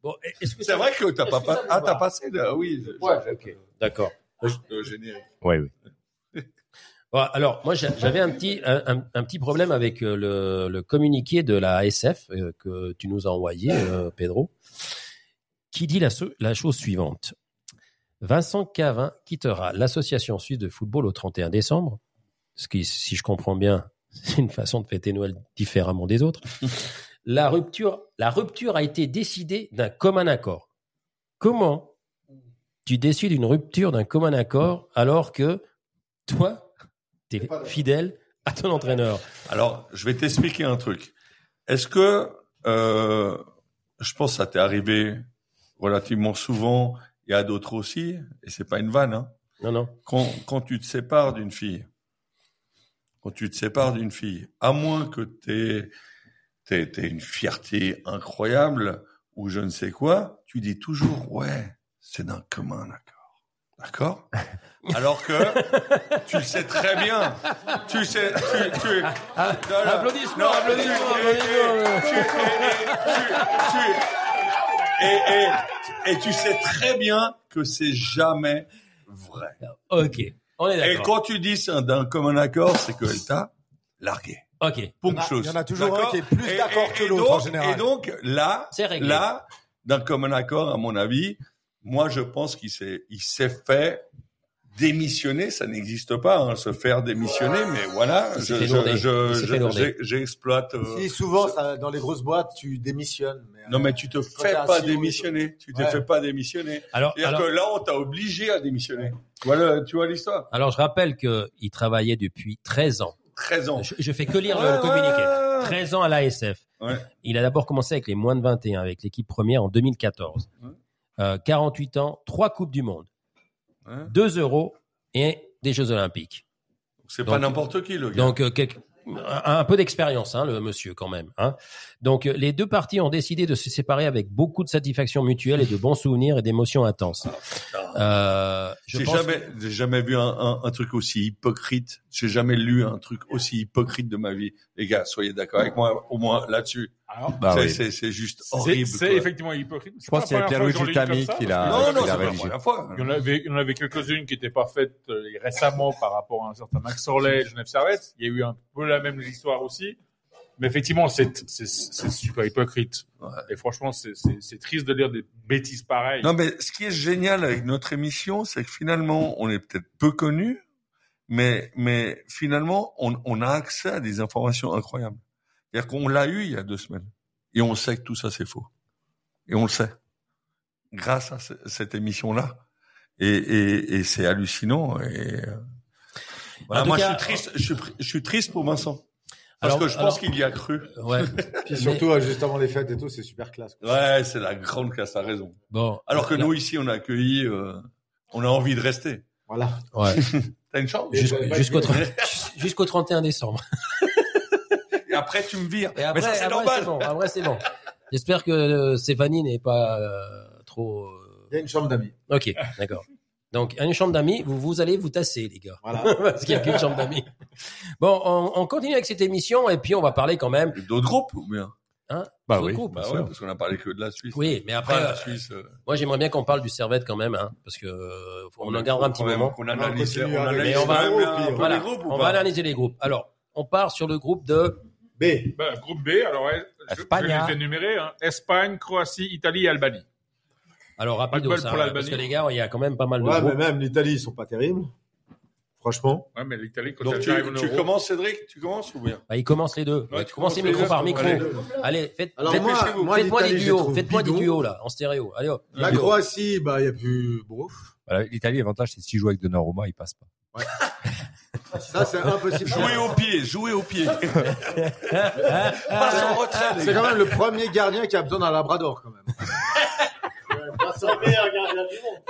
Speaker 2: Bon, est-ce que
Speaker 7: C'est vrai que t'as pas, pas-
Speaker 2: Est-ce que ça
Speaker 7: ah,
Speaker 2: vous
Speaker 7: t'as
Speaker 2: va
Speaker 7: passé de, oui. je-
Speaker 2: Ouais, ok, d'accord.
Speaker 7: Euh, générique.
Speaker 3: Ouais, oui.
Speaker 2: Bon, alors, moi, j'a- j'avais un petit, un, un- un petit problème avec euh, le, le communiqué de la ASF euh, que tu nous as envoyé, euh, Pedro, qui dit la, so- la chose suivante. Vincent Cavin quittera l'association suisse de football au 31 décembre, ce qui, si je comprends bien, *laughs* c'est une façon de fêter Noël différemment des autres. La rupture, la rupture a été décidée d'un commun accord. Comment tu décides une rupture d'un commun accord alors que toi, tu es fidèle à ton entraîneur
Speaker 7: Alors, je vais t'expliquer un truc. Est-ce que, euh, je pense que ça t'est arrivé relativement souvent et à d'autres aussi, et c'est pas une vanne, hein.
Speaker 2: Non, non.
Speaker 7: quand, quand tu te sépares d'une fille, quand tu te sépares d'une fille, à moins que t'aies, t'aies, t'aies une fierté incroyable ou je ne sais quoi, tu dis toujours ouais, c'est d'un commun accord. D'accord Alors que tu le sais très bien, tu sais, tu, tu,
Speaker 2: applaudissements, applaudissements,
Speaker 7: tu-
Speaker 2: applaudissements.
Speaker 7: tu- tu- tu- et- et- et tu sais très bien que c'est jamais vrai.
Speaker 2: Ok, on est
Speaker 7: Et
Speaker 2: d'accord.
Speaker 7: quand tu dis c'est d'un commun accord, c'est que t'as largué.
Speaker 2: Ok,
Speaker 7: Pour
Speaker 4: Il y en a-
Speaker 7: chose.
Speaker 4: il y en a toujours
Speaker 7: D'accord
Speaker 4: un qui est plus
Speaker 7: Et-
Speaker 4: d'accord
Speaker 7: et-
Speaker 4: que
Speaker 7: et
Speaker 4: l'autre, en
Speaker 7: donc-
Speaker 4: général.
Speaker 7: Et donc là,
Speaker 2: c'est réglé.
Speaker 7: là, d'un commun accord, à mon avis, moi je pense qu'il s'est, il s'est fait démissionner. Ça n'existe pas, hein, se faire démissionner. Mais voilà,
Speaker 2: Il
Speaker 7: je,
Speaker 2: s'est fait
Speaker 7: je,
Speaker 2: lourder.
Speaker 7: je,
Speaker 2: Il s'est fait
Speaker 7: je-
Speaker 2: lourder.
Speaker 7: j'ai- j'exploite. euh,
Speaker 4: Si, souvent, ça, dans les grosses boîtes, tu démissionnes. Mais,
Speaker 7: Non mais tu te
Speaker 4: Quand
Speaker 7: fais
Speaker 4: t'es
Speaker 7: pas
Speaker 4: assis, oui,
Speaker 7: démissionner. Tu te
Speaker 4: Ouais.
Speaker 7: fais pas démissionner.
Speaker 2: Alors,
Speaker 7: C'est-à-dire
Speaker 2: alors,
Speaker 7: que là, on t'a obligé à démissionner. Tu vois, le- tu vois l'histoire
Speaker 2: alors, je rappelle qu'il travaillait depuis 13 ans.
Speaker 7: 13 ans.
Speaker 2: Je, je fais que lire
Speaker 7: Ouais,
Speaker 2: le communiqué.
Speaker 7: ouais, ouais.
Speaker 2: 13 ans à l'ASF.
Speaker 7: Ouais.
Speaker 2: Il a d'abord commencé avec les moins de 21, avec l'équipe première en 2014.
Speaker 7: Ouais.
Speaker 2: Euh, 48 ans, 3 Coupes du Monde,
Speaker 7: Ouais.
Speaker 2: 2 euros et des Jeux Olympiques.
Speaker 7: C'est
Speaker 2: Donc-
Speaker 7: pas n'importe qui, le gars.
Speaker 2: Donc, euh, quelque- un un peu d'expérience, hein, le monsieur, quand même. hein. Donc, euh, les deux parties ont décidé de se séparer avec beaucoup de satisfaction mutuelle et de bons souvenirs et d'émotions intenses. Euh, je
Speaker 7: j'ai
Speaker 2: pense
Speaker 7: Ah, jamais, j'ai jamais vu un, un- un truc aussi hypocrite. J'ai jamais lu un truc aussi hypocrite de ma vie. Les gars, soyez d'accord avec moi, au moins là-dessus.
Speaker 9: Alors,
Speaker 3: Bah
Speaker 7: c'est,
Speaker 3: oui.
Speaker 7: c'est, c'est juste
Speaker 9: c'est-
Speaker 7: horrible.
Speaker 9: C'est
Speaker 7: quoi.
Speaker 9: effectivement hypocrite.
Speaker 3: Je pense qu'il y a Pierre-Louis Jutami qui l'a-
Speaker 7: Non, non,
Speaker 3: la
Speaker 7: c'est pas la
Speaker 3: religion.
Speaker 7: première fois.
Speaker 9: Il y en avait, il y en avait quelques-unes qui n'étaient pas faites euh, récemment par rapport à un certain Max Orlais et Genève Servette. Il y a eu un peu la même histoire aussi. Mais effectivement, c'est c'est- c'est super hypocrite.
Speaker 7: Ouais.
Speaker 9: Et franchement, c'est- c'est c'est triste de lire des bêtises pareilles.
Speaker 7: Non, mais ce qui est génial avec notre émission, c'est que finalement, on est peut-être peu connu, mais, mais finalement, on, on a accès à des informations incroyables. C'est-à-dire qu'on l'a eu il y a deux semaines. Et on sait que tout ça, c'est faux. Et on le sait. Grâce à ce- cette émission-là. Et, et, et c'est hallucinant. Et, euh, voilà,
Speaker 2: En tout
Speaker 7: moi,
Speaker 2: cas,
Speaker 7: je suis triste, je suis, pri- je suis triste pour Vincent. Parce
Speaker 2: Alors-
Speaker 7: que je pense
Speaker 2: alors-
Speaker 7: qu'il y a cru.
Speaker 2: que- *laughs* ouais.
Speaker 4: Puis surtout, euh, juste avant les fêtes et tout, c'est super classe. quoi.
Speaker 7: Ouais, c'est la grande classe, t'as raison.
Speaker 2: Bon,
Speaker 7: Alors que
Speaker 2: là-
Speaker 7: nous, ici, on a accueilli, euh, on a envie de rester.
Speaker 4: Voilà.
Speaker 2: ouais.
Speaker 7: *laughs* T'as une chance.
Speaker 4: Et
Speaker 2: Jusqu'au-
Speaker 4: bah, bah,
Speaker 2: jusqu'au
Speaker 4: bah,
Speaker 2: 30 *laughs* jusqu'au 31 décembre.
Speaker 7: Et après, tu me vires.
Speaker 2: Et après,
Speaker 7: mais ça, c'est
Speaker 2: après,
Speaker 7: normal.
Speaker 2: c'est bon. Après, c'est bon. J'espère que euh, Stéphanie n'est pas euh, trop. euh,
Speaker 4: Il y a une chambre d'amis.
Speaker 2: Ok, d'accord. Donc, à une chambre d'amis, vous, vous allez vous tasser, les gars. *laughs*
Speaker 4: Voilà.
Speaker 2: Parce qu'il n'y a qu'une chambre d'amis. Bon, on, on continue avec cette émission et puis on va parler quand même.
Speaker 7: D'autres groupes ou bien
Speaker 3: Bah
Speaker 2: d'autres
Speaker 3: oui,
Speaker 2: groupes.
Speaker 3: bien
Speaker 7: Bah ouais,
Speaker 3: sûr.
Speaker 7: parce qu'on a parlé que de la Suisse.
Speaker 2: Oui, mais après,
Speaker 7: Après, la
Speaker 2: euh,
Speaker 7: Suisse. euh,
Speaker 2: moi j'aimerais bien qu'on parle du Servette quand même, hein, parce que euh, on en gardera un petit
Speaker 7: quand même
Speaker 2: moment.
Speaker 7: Qu'on analyse,
Speaker 4: On continue
Speaker 7: on
Speaker 4: avec-
Speaker 7: analyse
Speaker 2: Mais on va-
Speaker 7: quand même un peu
Speaker 2: Voilà,
Speaker 7: les groupes ou
Speaker 2: on va
Speaker 7: pas
Speaker 2: analyser les groupes. Alors, on part sur le groupe de.
Speaker 4: B.
Speaker 9: Bah, groupe B, alors eh, je, je
Speaker 2: Espagne,
Speaker 9: vais
Speaker 2: hein.
Speaker 9: les énumérer. hein. Espagne, Croatie, Italie et Albanie.
Speaker 2: Alors
Speaker 9: Pas de
Speaker 2: rapido,
Speaker 9: bol
Speaker 2: ça,
Speaker 9: pour l'Albanie.
Speaker 2: parce que les gars, il y a quand même pas mal de
Speaker 4: Ouais, mais
Speaker 2: groupes.
Speaker 4: même l'Italie, ils sont pas terribles. Franchement.
Speaker 9: Ouais, mais l'Italie, quand
Speaker 7: Donc,
Speaker 9: elle
Speaker 7: tu,
Speaker 9: arrive en
Speaker 7: tu
Speaker 9: Euro-
Speaker 7: commences, Cédric Tu commences ou bien
Speaker 2: Bah, ils commencent les deux.
Speaker 7: Ouais,
Speaker 2: tu
Speaker 7: tu
Speaker 2: commences les
Speaker 7: commences les
Speaker 2: micros
Speaker 7: deux,
Speaker 2: par
Speaker 7: tu
Speaker 2: micro.
Speaker 7: commences
Speaker 2: Allez, faites,
Speaker 4: Alors,
Speaker 2: faites-
Speaker 4: moi,
Speaker 2: faites-moi
Speaker 4: moi,
Speaker 2: des
Speaker 4: l'Italie, je
Speaker 2: duos,
Speaker 4: trouve
Speaker 2: faites-moi des
Speaker 4: bidon.
Speaker 2: duos là, en stéréo. Allez hop.
Speaker 4: La
Speaker 2: Duo.
Speaker 4: Croatie, bah, il y a plus. Bon.
Speaker 3: Voilà, L'Italie, l'avantage, c'est que s'il joue avec Donnarumma, il passe pas.
Speaker 4: Ça,
Speaker 7: *laughs*
Speaker 4: c'est impossible.
Speaker 7: Jouer au pied, jouer au pied. Passe en retrait, les
Speaker 4: C'est
Speaker 7: gars.
Speaker 4: quand même le premier gardien qui a besoin d'un labrador, quand même. Ouais, Bah, ça,
Speaker 8: C'est le meilleur gardien du monde.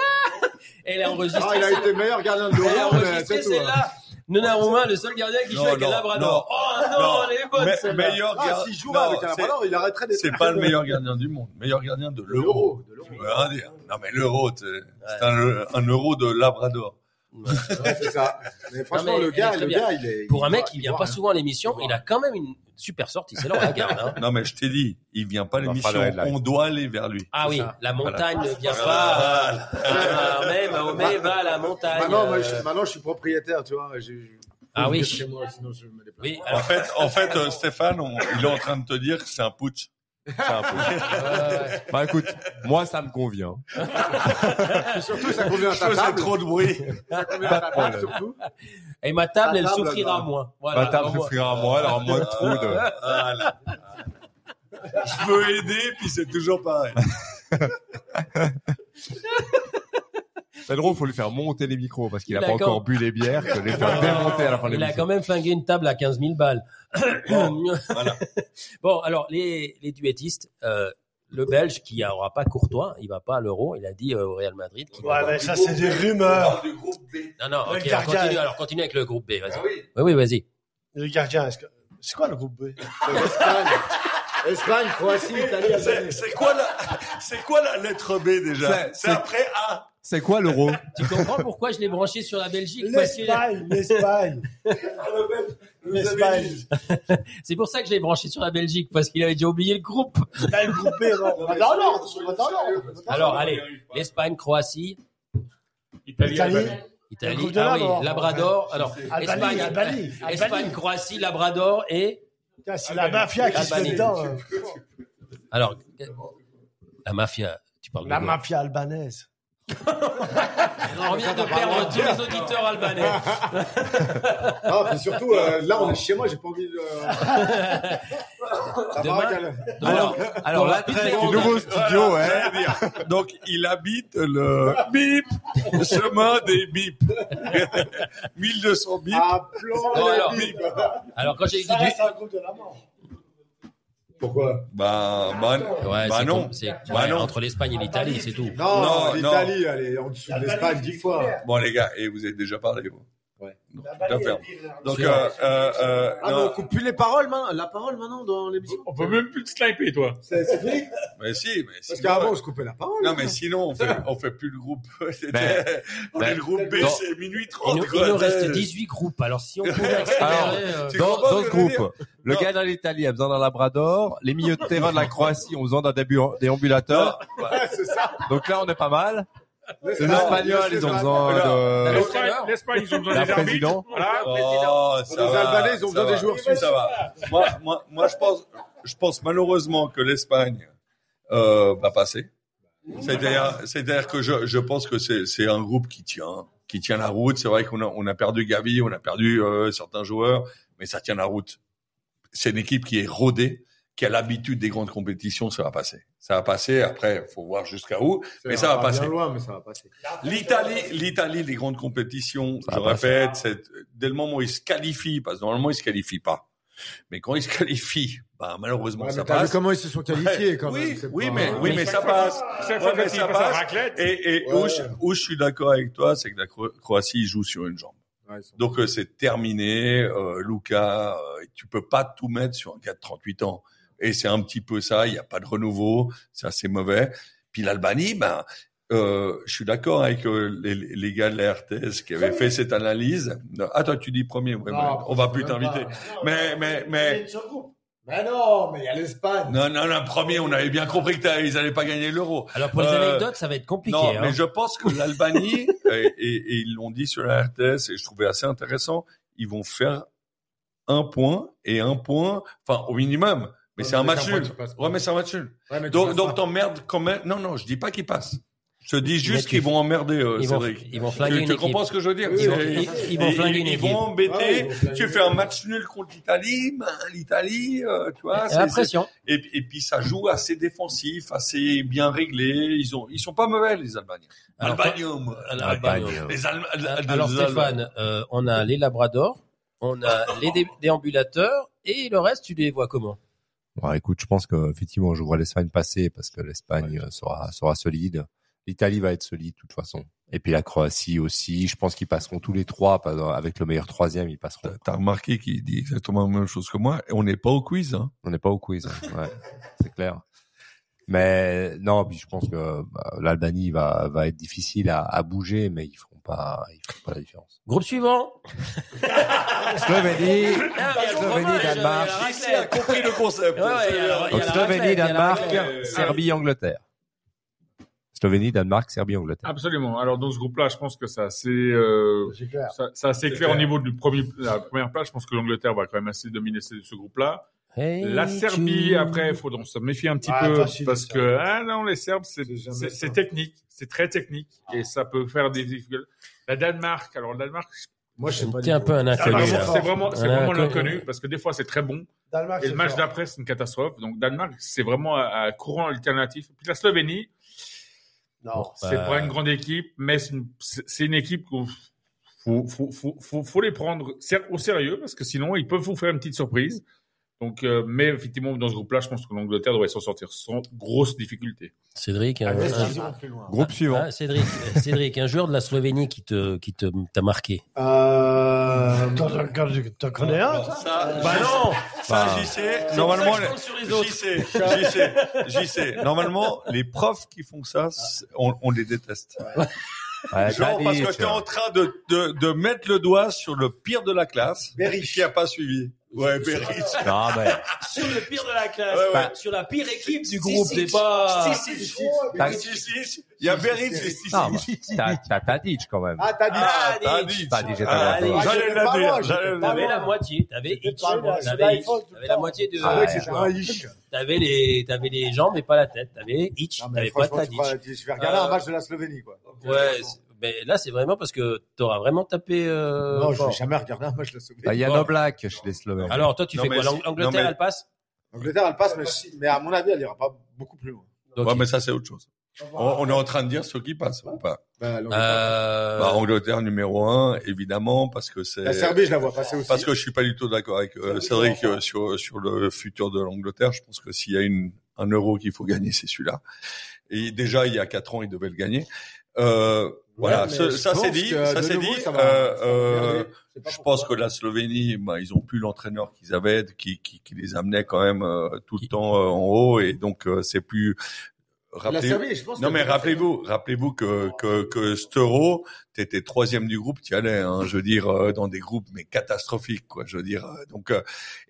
Speaker 2: Elle a enregistré.
Speaker 4: Ah, il a été meilleur gardien de
Speaker 2: Elle a
Speaker 4: l'Euro, mais
Speaker 2: enregistré
Speaker 4: c'est tout. hein.
Speaker 2: celle-là. Nonaruma, le seul gardien qui joue
Speaker 7: Non,
Speaker 2: avec
Speaker 7: non,
Speaker 2: un labrador. Oh non,
Speaker 7: non.
Speaker 2: elle est bonne
Speaker 7: Mais-
Speaker 2: celle-là.
Speaker 7: meilleur
Speaker 4: Ah,
Speaker 7: gardien.
Speaker 4: s'il jouait avec un
Speaker 7: c'est-
Speaker 4: Labrador, il arrêterait d'être.
Speaker 7: C'est pas le meilleur gardien du monde, meilleur gardien de l'euro.
Speaker 4: l'euro. de l'euro.
Speaker 7: Je veux rien dire. Non mais l'euro, t'es- c'est un, un euro de Labrador.
Speaker 4: Ouais, c'est ça. Mais franchement,
Speaker 2: mais
Speaker 4: le
Speaker 2: elle est
Speaker 4: gars,
Speaker 2: très
Speaker 4: le
Speaker 2: bien.
Speaker 4: gars, il est.
Speaker 2: Pour un
Speaker 4: il
Speaker 2: mec
Speaker 4: doit-
Speaker 2: qui
Speaker 4: il
Speaker 2: vient
Speaker 4: doit-
Speaker 2: pas souvent à l'émission,
Speaker 4: Il
Speaker 2: il a quand même une super sortie. C'est là on la garde. hein.
Speaker 7: Non mais je t'ai dit, il vient pas à
Speaker 3: Bah,
Speaker 7: l'émission.
Speaker 3: pas de headline.
Speaker 7: On doit aller vers lui.
Speaker 2: Ah
Speaker 7: C'est
Speaker 2: oui,
Speaker 7: ça.
Speaker 2: la
Speaker 7: Voilà.
Speaker 2: montagne ne vient pas.
Speaker 7: Voilà.
Speaker 2: Ah, Mahomet, Mahomet va à la
Speaker 9: Bah,
Speaker 2: montagne.
Speaker 8: Bah
Speaker 4: Maintenant, Bah, moi, je,
Speaker 2: euh,
Speaker 4: maintenant, je suis propriétaire, tu vois. j'ai- j'ai-
Speaker 2: Ah oui.
Speaker 4: Chez moi, sinon je me déplace.
Speaker 2: Oui,
Speaker 7: En
Speaker 2: alors,
Speaker 7: fait, en fait, euh, Stéphane, on- il est en train de te dire que c'est un putsch.
Speaker 3: C'est un
Speaker 7: *laughs*
Speaker 2: ouais,
Speaker 3: peu-
Speaker 2: ouais.
Speaker 3: Bah écoute, moi ça me convient.
Speaker 4: Et surtout, ça convient à
Speaker 7: Je
Speaker 4: ta
Speaker 7: faisais
Speaker 4: table.
Speaker 7: trop de bruit.
Speaker 4: Ça convient à ta table, surtout.
Speaker 2: et ma table,
Speaker 4: Ta
Speaker 2: elle
Speaker 4: table,
Speaker 2: souffrira
Speaker 4: là.
Speaker 2: moins. Voilà,
Speaker 3: Ma table
Speaker 2: au moins.
Speaker 3: souffrira à moi, elle aura moins de trous de.
Speaker 7: Ah, Voilà. Je veux aider, puis c'est toujours
Speaker 3: *laughs*
Speaker 7: pareil.
Speaker 3: C'est drôle, faut lui faire monter les micros parce qu'il a
Speaker 2: Il a
Speaker 3: pas
Speaker 2: quand-
Speaker 3: encore bu les bières, je vais les faire démonter à la fin de
Speaker 2: Il a
Speaker 3: l'émission.
Speaker 2: quand même flingué une table à 15 000 balles.
Speaker 7: Bon,
Speaker 2: Bon,
Speaker 7: voilà.
Speaker 2: alors, les, les duettistes, euh, le Belge qui n'aura pas Courtois, il va pas à l'Euro, il a dit euh, au Real Madrid. qu'il va
Speaker 8: Ouais,
Speaker 2: avoir-
Speaker 8: mais ça, c'est des rumeurs.
Speaker 7: du groupe B.
Speaker 2: Non, non,
Speaker 8: Le
Speaker 2: ok, alors
Speaker 8: gardien.
Speaker 2: continue, alors continue avec le groupe B, vas-y.
Speaker 7: Ah
Speaker 2: Oui,
Speaker 7: oui.
Speaker 2: oui, vas-y.
Speaker 8: Le gardien, est-ce que- c'est quoi le groupe B
Speaker 4: Espagne. Espagne, Croatie, Italie,
Speaker 7: C'est
Speaker 4: Albanie.
Speaker 7: c'est quoi la, c'est quoi la lettre B déjà
Speaker 3: C'est-
Speaker 7: C'est
Speaker 3: c'est-
Speaker 7: après A.
Speaker 3: C'est quoi l'euro
Speaker 2: Tu
Speaker 7: *laughs*
Speaker 2: comprends pourquoi je l'ai branché sur la Belgique parce
Speaker 8: *laughs* *laughs*
Speaker 2: que-
Speaker 8: L'Espagne, l'Espagne. L'Espagne.
Speaker 2: C'est pour ça que je l'ai branché sur la Belgique, parce qu'il avait déjà oublié le groupe.
Speaker 8: Là, le groupe B, non. On va dans l'ordre, on va dans l'ordre.
Speaker 2: Alors, allez, l'Espagne, Croatie,
Speaker 9: Italie,
Speaker 8: Italie.
Speaker 9: Albanie.
Speaker 8: Le
Speaker 2: Italie,
Speaker 8: groupe de
Speaker 2: ah oui,
Speaker 8: Labrador.
Speaker 2: Labrador, alors,
Speaker 8: Albanie,
Speaker 2: Espagne,
Speaker 8: Albanie, Albanie.
Speaker 2: Espagne, Croatie, Labrador et...
Speaker 8: Putain, C'est la mafia qui se
Speaker 2: Albanie.
Speaker 8: met dedans. hein.
Speaker 2: Alors, la mafia, tu parles de
Speaker 8: La
Speaker 2: quoi
Speaker 8: mafia albanaise.
Speaker 2: On vient de perdre tous les auditeurs albanais.
Speaker 4: Ah, puis surtout, euh, là, on est chez moi, j'ai pas envie de. Ça
Speaker 2: Demain,
Speaker 4: va, Cal-
Speaker 2: Alors, alors la petite
Speaker 3: Du
Speaker 2: Véronique-
Speaker 3: nouveau studio, hein
Speaker 7: Voilà, j'allais dire. Donc il habite le bip, chemin des bips. *laughs* 1200 bips.
Speaker 4: Ah, plan,
Speaker 2: Bon,
Speaker 4: les
Speaker 2: alors.
Speaker 4: bips.
Speaker 2: Alors, quand j'ai dit
Speaker 8: Ça
Speaker 2: du...
Speaker 8: reste Ah, un groupe de la mort.
Speaker 4: Pourquoi
Speaker 7: Bah, bah,
Speaker 2: Ouais,
Speaker 7: bah
Speaker 2: c'est
Speaker 7: non.
Speaker 2: com- c'est-
Speaker 7: Bah
Speaker 2: ouais,
Speaker 7: non.
Speaker 2: entre l'Espagne et l'Italie, c'est tout.
Speaker 4: Non,
Speaker 7: Non,
Speaker 4: Oh, l'Italie, elle est en dessous de l'Espagne dix fois.
Speaker 7: Bon les gars, et vous avez déjà parlé. Vous.
Speaker 4: Ouais.
Speaker 7: Donc, tout à
Speaker 8: Albanie,
Speaker 7: fait.
Speaker 8: elle est-
Speaker 7: Donc euh, euh, euh,
Speaker 4: Ah, mais
Speaker 7: non.
Speaker 4: on coupe plus les paroles, main- la parole maintenant dans l'émission.
Speaker 9: On peut même plus te sniper, toi.
Speaker 4: C'est c'est fini
Speaker 7: mais si, mais
Speaker 4: Parce
Speaker 7: si.
Speaker 4: qu'avant, on se coupait la parole.
Speaker 7: Non mais sinon on fait on fait plus le groupe. *laughs*
Speaker 3: Ben,
Speaker 7: on
Speaker 3: ben,
Speaker 7: est le groupe B,
Speaker 3: dans-
Speaker 7: c'est minuit
Speaker 2: Il
Speaker 7: 30.
Speaker 2: nous, il
Speaker 7: quoi.
Speaker 2: nous reste 18 groupes, alors
Speaker 7: *laughs*
Speaker 2: si on pouvait
Speaker 3: Alors,
Speaker 2: accélérer... euh,
Speaker 7: Tu
Speaker 3: dans,
Speaker 7: comprends
Speaker 3: dans
Speaker 7: ce
Speaker 3: ce
Speaker 7: que je veux
Speaker 3: groupe, le
Speaker 7: Non.
Speaker 3: gars de l'Italie a besoin d'un labrador, les milieux de terrain de la Croatie ont besoin d'un débu- déambulateur.
Speaker 4: Ouais, c'est ça.
Speaker 3: Donc là, on est pas mal. Les
Speaker 4: Ah,
Speaker 3: Espagnols, ils ont besoin
Speaker 2: Alors,
Speaker 3: de
Speaker 9: L'Espagne, l'Espagne, ils ont besoin
Speaker 3: d'un
Speaker 9: des arbitres.
Speaker 3: président.
Speaker 9: Voilà.
Speaker 7: Oh,
Speaker 4: Pour
Speaker 7: ça
Speaker 4: les
Speaker 7: va,
Speaker 4: Albanais, ils ont
Speaker 7: ça
Speaker 4: besoin
Speaker 7: va.
Speaker 4: des joueurs suisses.
Speaker 7: Ça va. Moi, moi, moi, je pense, je pense malheureusement que l'Espagne euh, va passer. C'est-à-dire, c'est-à-dire que je, je pense que c'est, c'est un groupe qui tient, qui tient la route. C'est vrai qu'on a, on a perdu Gavi, on a perdu euh, certains joueurs, mais ça tient la route. C'est une équipe qui est rodée, qui a l'habitude des grandes compétitions. Ça va passer. Ça va passer. Après, faut voir jusqu'à où. Mais ça va
Speaker 4: pas
Speaker 7: passer.
Speaker 4: Bien loin, mais ça va passer.
Speaker 7: L'Italie, l'Italie, les grandes compétitions,
Speaker 3: Ça
Speaker 7: je
Speaker 3: va passer.
Speaker 7: répète, c'est dès le moment où ils se qualifient, parce que normalement ils se qualifient pas. Mais quand ils se qualifient, bah, malheureusement
Speaker 4: Ouais, mais
Speaker 7: ça
Speaker 4: t'as vu
Speaker 7: passe.
Speaker 4: comment ils se sont qualifiés quand
Speaker 7: Oui,
Speaker 4: même. c'est
Speaker 7: oui,
Speaker 4: pas-
Speaker 7: mais, oui,
Speaker 2: Mais
Speaker 7: mais
Speaker 9: chaque
Speaker 7: ça
Speaker 9: fois-
Speaker 7: passe.
Speaker 9: Chaque
Speaker 7: Ouais,
Speaker 9: fois
Speaker 7: mais
Speaker 9: que ça
Speaker 7: ça
Speaker 9: passe à la
Speaker 7: passe.
Speaker 9: raclette,
Speaker 7: Et, et
Speaker 4: Ouais.
Speaker 7: où, je, où je suis d'accord avec toi, c'est que la Cro- Croatie joue sur une jambe.
Speaker 4: Ouais, ils sont-
Speaker 7: Donc euh, c'est terminé, euh, Luca, euh, tu peux pas tout mettre sur un gars de 38 ans. Et c'est un petit peu ça, il n'y a pas de renouveau, c'est assez mauvais. Puis l'Albanie, ben, euh, je suis d'accord avec euh, les, les gars de la RTS qui avaient fait cette analyse. Non, Ah, toi, tu dis premier, ouais,
Speaker 4: Non,
Speaker 7: mais on va plus
Speaker 4: même
Speaker 7: t'inviter.
Speaker 4: pas.
Speaker 7: Mais, mais,
Speaker 8: Elle est
Speaker 7: mais,
Speaker 8: de ce groupe.
Speaker 4: Mais non, mais il y a l'Espagne.
Speaker 7: non, non, non, premier, on avait bien compris qu'ils n'allaient pas gagner l'euro.
Speaker 2: Alors pour les
Speaker 7: Euh,
Speaker 2: anecdotes, ça va être compliqué.
Speaker 7: Non,
Speaker 2: hein.
Speaker 7: mais je pense que
Speaker 2: *laughs*
Speaker 7: l'Albanie, et, et- et ils l'ont dit sur la RTS, et je trouvais assez intéressant, ils vont faire un point et un point, enfin au minimum. Mais
Speaker 4: Ouais,
Speaker 7: c'est un
Speaker 4: mais
Speaker 7: match
Speaker 4: c'est un point
Speaker 7: nul.
Speaker 4: qui passe pas.
Speaker 7: Ouais, mais c'est un match nul.
Speaker 4: Ouais, mais tu
Speaker 7: Donc,
Speaker 4: passes
Speaker 7: donc
Speaker 4: pas.
Speaker 7: t'emmerdes quand même. Non, non, je dis pas qu'ils passent. Je te dis
Speaker 2: Mais
Speaker 7: juste
Speaker 2: tu-
Speaker 7: qu'ils vont emmerder, euh,
Speaker 2: ils, vont,
Speaker 7: Cédric.
Speaker 2: ils vont
Speaker 7: Tu,
Speaker 2: flinguer
Speaker 7: tu
Speaker 2: une équipe.
Speaker 7: comprends ce que je veux dire
Speaker 4: Oui,
Speaker 2: Ils vont,
Speaker 4: oui,
Speaker 7: Ils-
Speaker 2: ils,
Speaker 4: oui.
Speaker 2: ils vont
Speaker 7: ils-
Speaker 2: flinguer une
Speaker 7: ils
Speaker 2: équipe. Ah
Speaker 7: vont
Speaker 8: Ah
Speaker 4: Ouais,
Speaker 7: embêter.
Speaker 4: ils vont flinguer.
Speaker 7: tu fais un match nul contre l'Italie, ben, l'Italie, euh, tu vois.
Speaker 2: Et
Speaker 7: c'est- c'est-
Speaker 2: Impression.
Speaker 7: et, et puis ça joue assez défensif, assez bien réglé. Ils ont, ils sont pas mauvais les Albaniens.
Speaker 2: Alors,
Speaker 7: Albanium.
Speaker 5: Ah, bah,
Speaker 2: Albanium.
Speaker 5: euh,
Speaker 7: Les Alm- les
Speaker 2: Alors
Speaker 7: Alm-
Speaker 2: Stéphane, euh, on a les labradors, on
Speaker 7: *laughs*
Speaker 2: a les dé- déambulateurs et le reste, tu les vois comment
Speaker 3: Bon, écoute, je pense que effectivement, je vois l'Espagne passer parce que l'Espagne euh, sera sera solide. L'Italie va être solide de toute façon. Et puis la Croatie aussi. Je pense qu'ils passeront tous les trois. pas- Avec le meilleur troisième, ils passeront.
Speaker 7: T'as remarqué qu'il dit exactement la même chose que moi. Et on n'est pas au quiz. Hein.
Speaker 3: On n'est pas au quiz, hein. ouais, c'est clair. Mais non, puis je pense que bah, l'Albanie va, va être difficile à, à bouger, mais ils feront pas, ils feront pas la différence.
Speaker 2: Groupe suivant.
Speaker 3: Slovénie,
Speaker 2: Ah, il y a le
Speaker 3: Slovénie,
Speaker 2: fromage,
Speaker 3: Danemark.
Speaker 2: il y a la
Speaker 10: Ici, a
Speaker 2: raclette.
Speaker 10: compris le concept.
Speaker 2: Ouais, ouais, il y a la- il y a la raclette,
Speaker 3: Slovénie,
Speaker 2: il y a la
Speaker 3: Danemark,
Speaker 2: raclette.
Speaker 3: Serbie, Angleterre. Slovénie, Danemark, Serbie, Angleterre.
Speaker 5: Absolument. Alors dans ce groupe-là, je pense que c'est assez, euh,
Speaker 8: C'est clair.
Speaker 5: ça- c'est assez clair au niveau du premier, la première place. Je pense que l'Angleterre va quand même assez dominer ce, ce groupe-là.
Speaker 2: Hey,
Speaker 5: La Serbie,
Speaker 2: tu-
Speaker 5: après, il faut donc se méfier un petit
Speaker 8: Ah,
Speaker 5: peu
Speaker 8: facile,
Speaker 5: parce
Speaker 8: ça.
Speaker 5: que ah non, les Serbes, c'est
Speaker 8: C'est jamais
Speaker 5: c'est-
Speaker 8: ça.
Speaker 5: c'est technique, c'est très technique et ça peut faire des difficultés. La Danemark, alors le Danemark,
Speaker 8: Moi, je sais pas.
Speaker 2: T'es un peu un
Speaker 5: c'est
Speaker 7: Ah
Speaker 8: Danemark,
Speaker 2: inconnu.
Speaker 5: vraiment,
Speaker 2: là.
Speaker 5: c'est vraiment, c'est
Speaker 2: On a
Speaker 5: vraiment
Speaker 2: inconnu.
Speaker 5: l'inconnu parce que des fois c'est très bon
Speaker 8: Ah,
Speaker 5: Et le match d'après, c'est une catastrophe. Donc, Danemark, c'est vraiment à, à courant alternatif. Puis la Slovénie,
Speaker 8: Non.
Speaker 5: c'est pas une grande équipe, mais c'est une, c'est- c'est une équipe qu'il faut, faut, faut, faut, faut les prendre ser- au sérieux parce que sinon, ils peuvent vous faire une petite surprise. Donc, euh, mais effectivement, dans ce groupe-là, je pense que l'Angleterre devrait s'en sortir sans grosse difficulté.
Speaker 2: Cédric,
Speaker 7: Ah,
Speaker 2: un,
Speaker 8: Est-ce
Speaker 2: un-
Speaker 8: qu'ils iront plus loin
Speaker 3: Groupe suivant.
Speaker 2: Ah, Cédric, Cédric, un joueur de la Slovénie qui te, qui te, t'a marqué.
Speaker 8: Euh, T'en t'en- t'en connais un, toi
Speaker 10: Ça,
Speaker 7: Bah
Speaker 10: j'y-
Speaker 7: non
Speaker 3: Bah,
Speaker 7: Ça, j'y sais. Normalement, les-
Speaker 2: sur
Speaker 7: j'y sais, j'y sais, j'y sais. Normalement, les profs qui font ça, c'est- on, on les déteste.
Speaker 3: Ouais,
Speaker 7: Genre parce que
Speaker 3: Tadic,
Speaker 7: t'es en train de, de, de mettre le doigt sur le pire de la classe qui a pas suivi. Ouais, Berry.
Speaker 3: Non,
Speaker 2: *laughs*
Speaker 3: mais
Speaker 2: Sur le pire de la classe, Bah,
Speaker 7: Ouais, ouais.
Speaker 2: sur la pire équipe du groupe,
Speaker 7: si,
Speaker 2: c'est
Speaker 8: Ah,
Speaker 2: pas.
Speaker 7: Si, si, si. Il y a Berry, c'est si,
Speaker 3: non, mais t'as- t'as Tadic quand même.
Speaker 4: Ah, t'as dit.
Speaker 7: Ah, t'as
Speaker 2: Tadic.
Speaker 7: dit.
Speaker 3: Tadic est à
Speaker 7: Ah,
Speaker 3: la
Speaker 2: Allez,
Speaker 3: droite.
Speaker 7: J'allais
Speaker 4: pas
Speaker 7: le dire,
Speaker 4: moi,
Speaker 7: j'allais le
Speaker 2: T'avais
Speaker 7: dire.
Speaker 2: la moitié, t'avais
Speaker 4: C'est
Speaker 2: Hitch,
Speaker 4: pas moi, c'est
Speaker 2: t'avais
Speaker 4: l'iPhone tout le
Speaker 2: t'avais la
Speaker 4: temps.
Speaker 2: moitié de. euh,
Speaker 3: Ah, ouais.
Speaker 4: c'est un hic.
Speaker 2: T'avais les, t'avais les jambes et pas la tête. T'avais Hitch,
Speaker 4: Non, mais
Speaker 2: t'avais pas
Speaker 4: franchement, tu
Speaker 2: Tadic.
Speaker 4: vas- tu- je vais regarder un
Speaker 2: Euh,
Speaker 4: match de la Slovénie, quoi.
Speaker 2: Ouais, c'est- mais là c'est vraiment parce que t'auras vraiment tapé. euh,
Speaker 4: Non, je
Speaker 2: fort.
Speaker 4: vais jamais regarder un match de la Slovénie.
Speaker 3: Bah, Il y a
Speaker 2: Bon.
Speaker 3: Noblak chez les Slovènes.
Speaker 2: Alors toi tu
Speaker 7: Non,
Speaker 2: fais
Speaker 7: mais
Speaker 2: quoi
Speaker 7: si-
Speaker 2: L'Ang- L'Angleterre
Speaker 7: non, mais-
Speaker 2: elle passe.
Speaker 4: L'Angleterre, elle passe, mais, si- mais à mon avis, elle ira pas beaucoup plus loin.
Speaker 2: Donc,
Speaker 7: Ouais, mais ça, c'est autre chose. On, on est en train de dire ceux qui passent ou pas.
Speaker 4: Bah, l'Angleterre-
Speaker 2: euh,
Speaker 7: Bah, Angleterre numéro un, évidemment, parce que c'est...
Speaker 4: la Serbie, je la vois passer aussi.
Speaker 7: Parce que je suis pas du tout d'accord avec euh, Cédric euh, sur, sur le futur de l'Angleterre. Je pense que s'il y a une, un euro qu'il faut gagner, c'est celui-là. Et déjà, il y a quatre ans, il devait le gagner. Euh, voilà,
Speaker 4: mais
Speaker 7: ce-
Speaker 4: je
Speaker 7: ça
Speaker 4: pense
Speaker 7: c'est dit.
Speaker 4: que
Speaker 7: Ça
Speaker 4: de
Speaker 7: c'est
Speaker 4: nouveau,
Speaker 7: dit.
Speaker 4: ça va-
Speaker 7: Euh,
Speaker 4: ça va
Speaker 7: euh,
Speaker 4: regarder. C'est pas
Speaker 7: je
Speaker 4: pourquoi.
Speaker 7: pense que la Slovénie, bah, ils ont plus l'entraîneur qu'ils avaient, qui, qui, qui les amenait quand même euh, tout le temps euh, en haut, et donc euh, c'est plus.
Speaker 4: La
Speaker 7: Rappelez...
Speaker 4: Serbie, je pense
Speaker 7: Non
Speaker 4: que-
Speaker 7: mais rappelez-vous, rappelez-vous que que que Stero, t'étais troisième du groupe, tu allais, hein, je veux dire, euh, dans des groupes mais catastrophiques, quoi, je veux dire. euh, donc euh,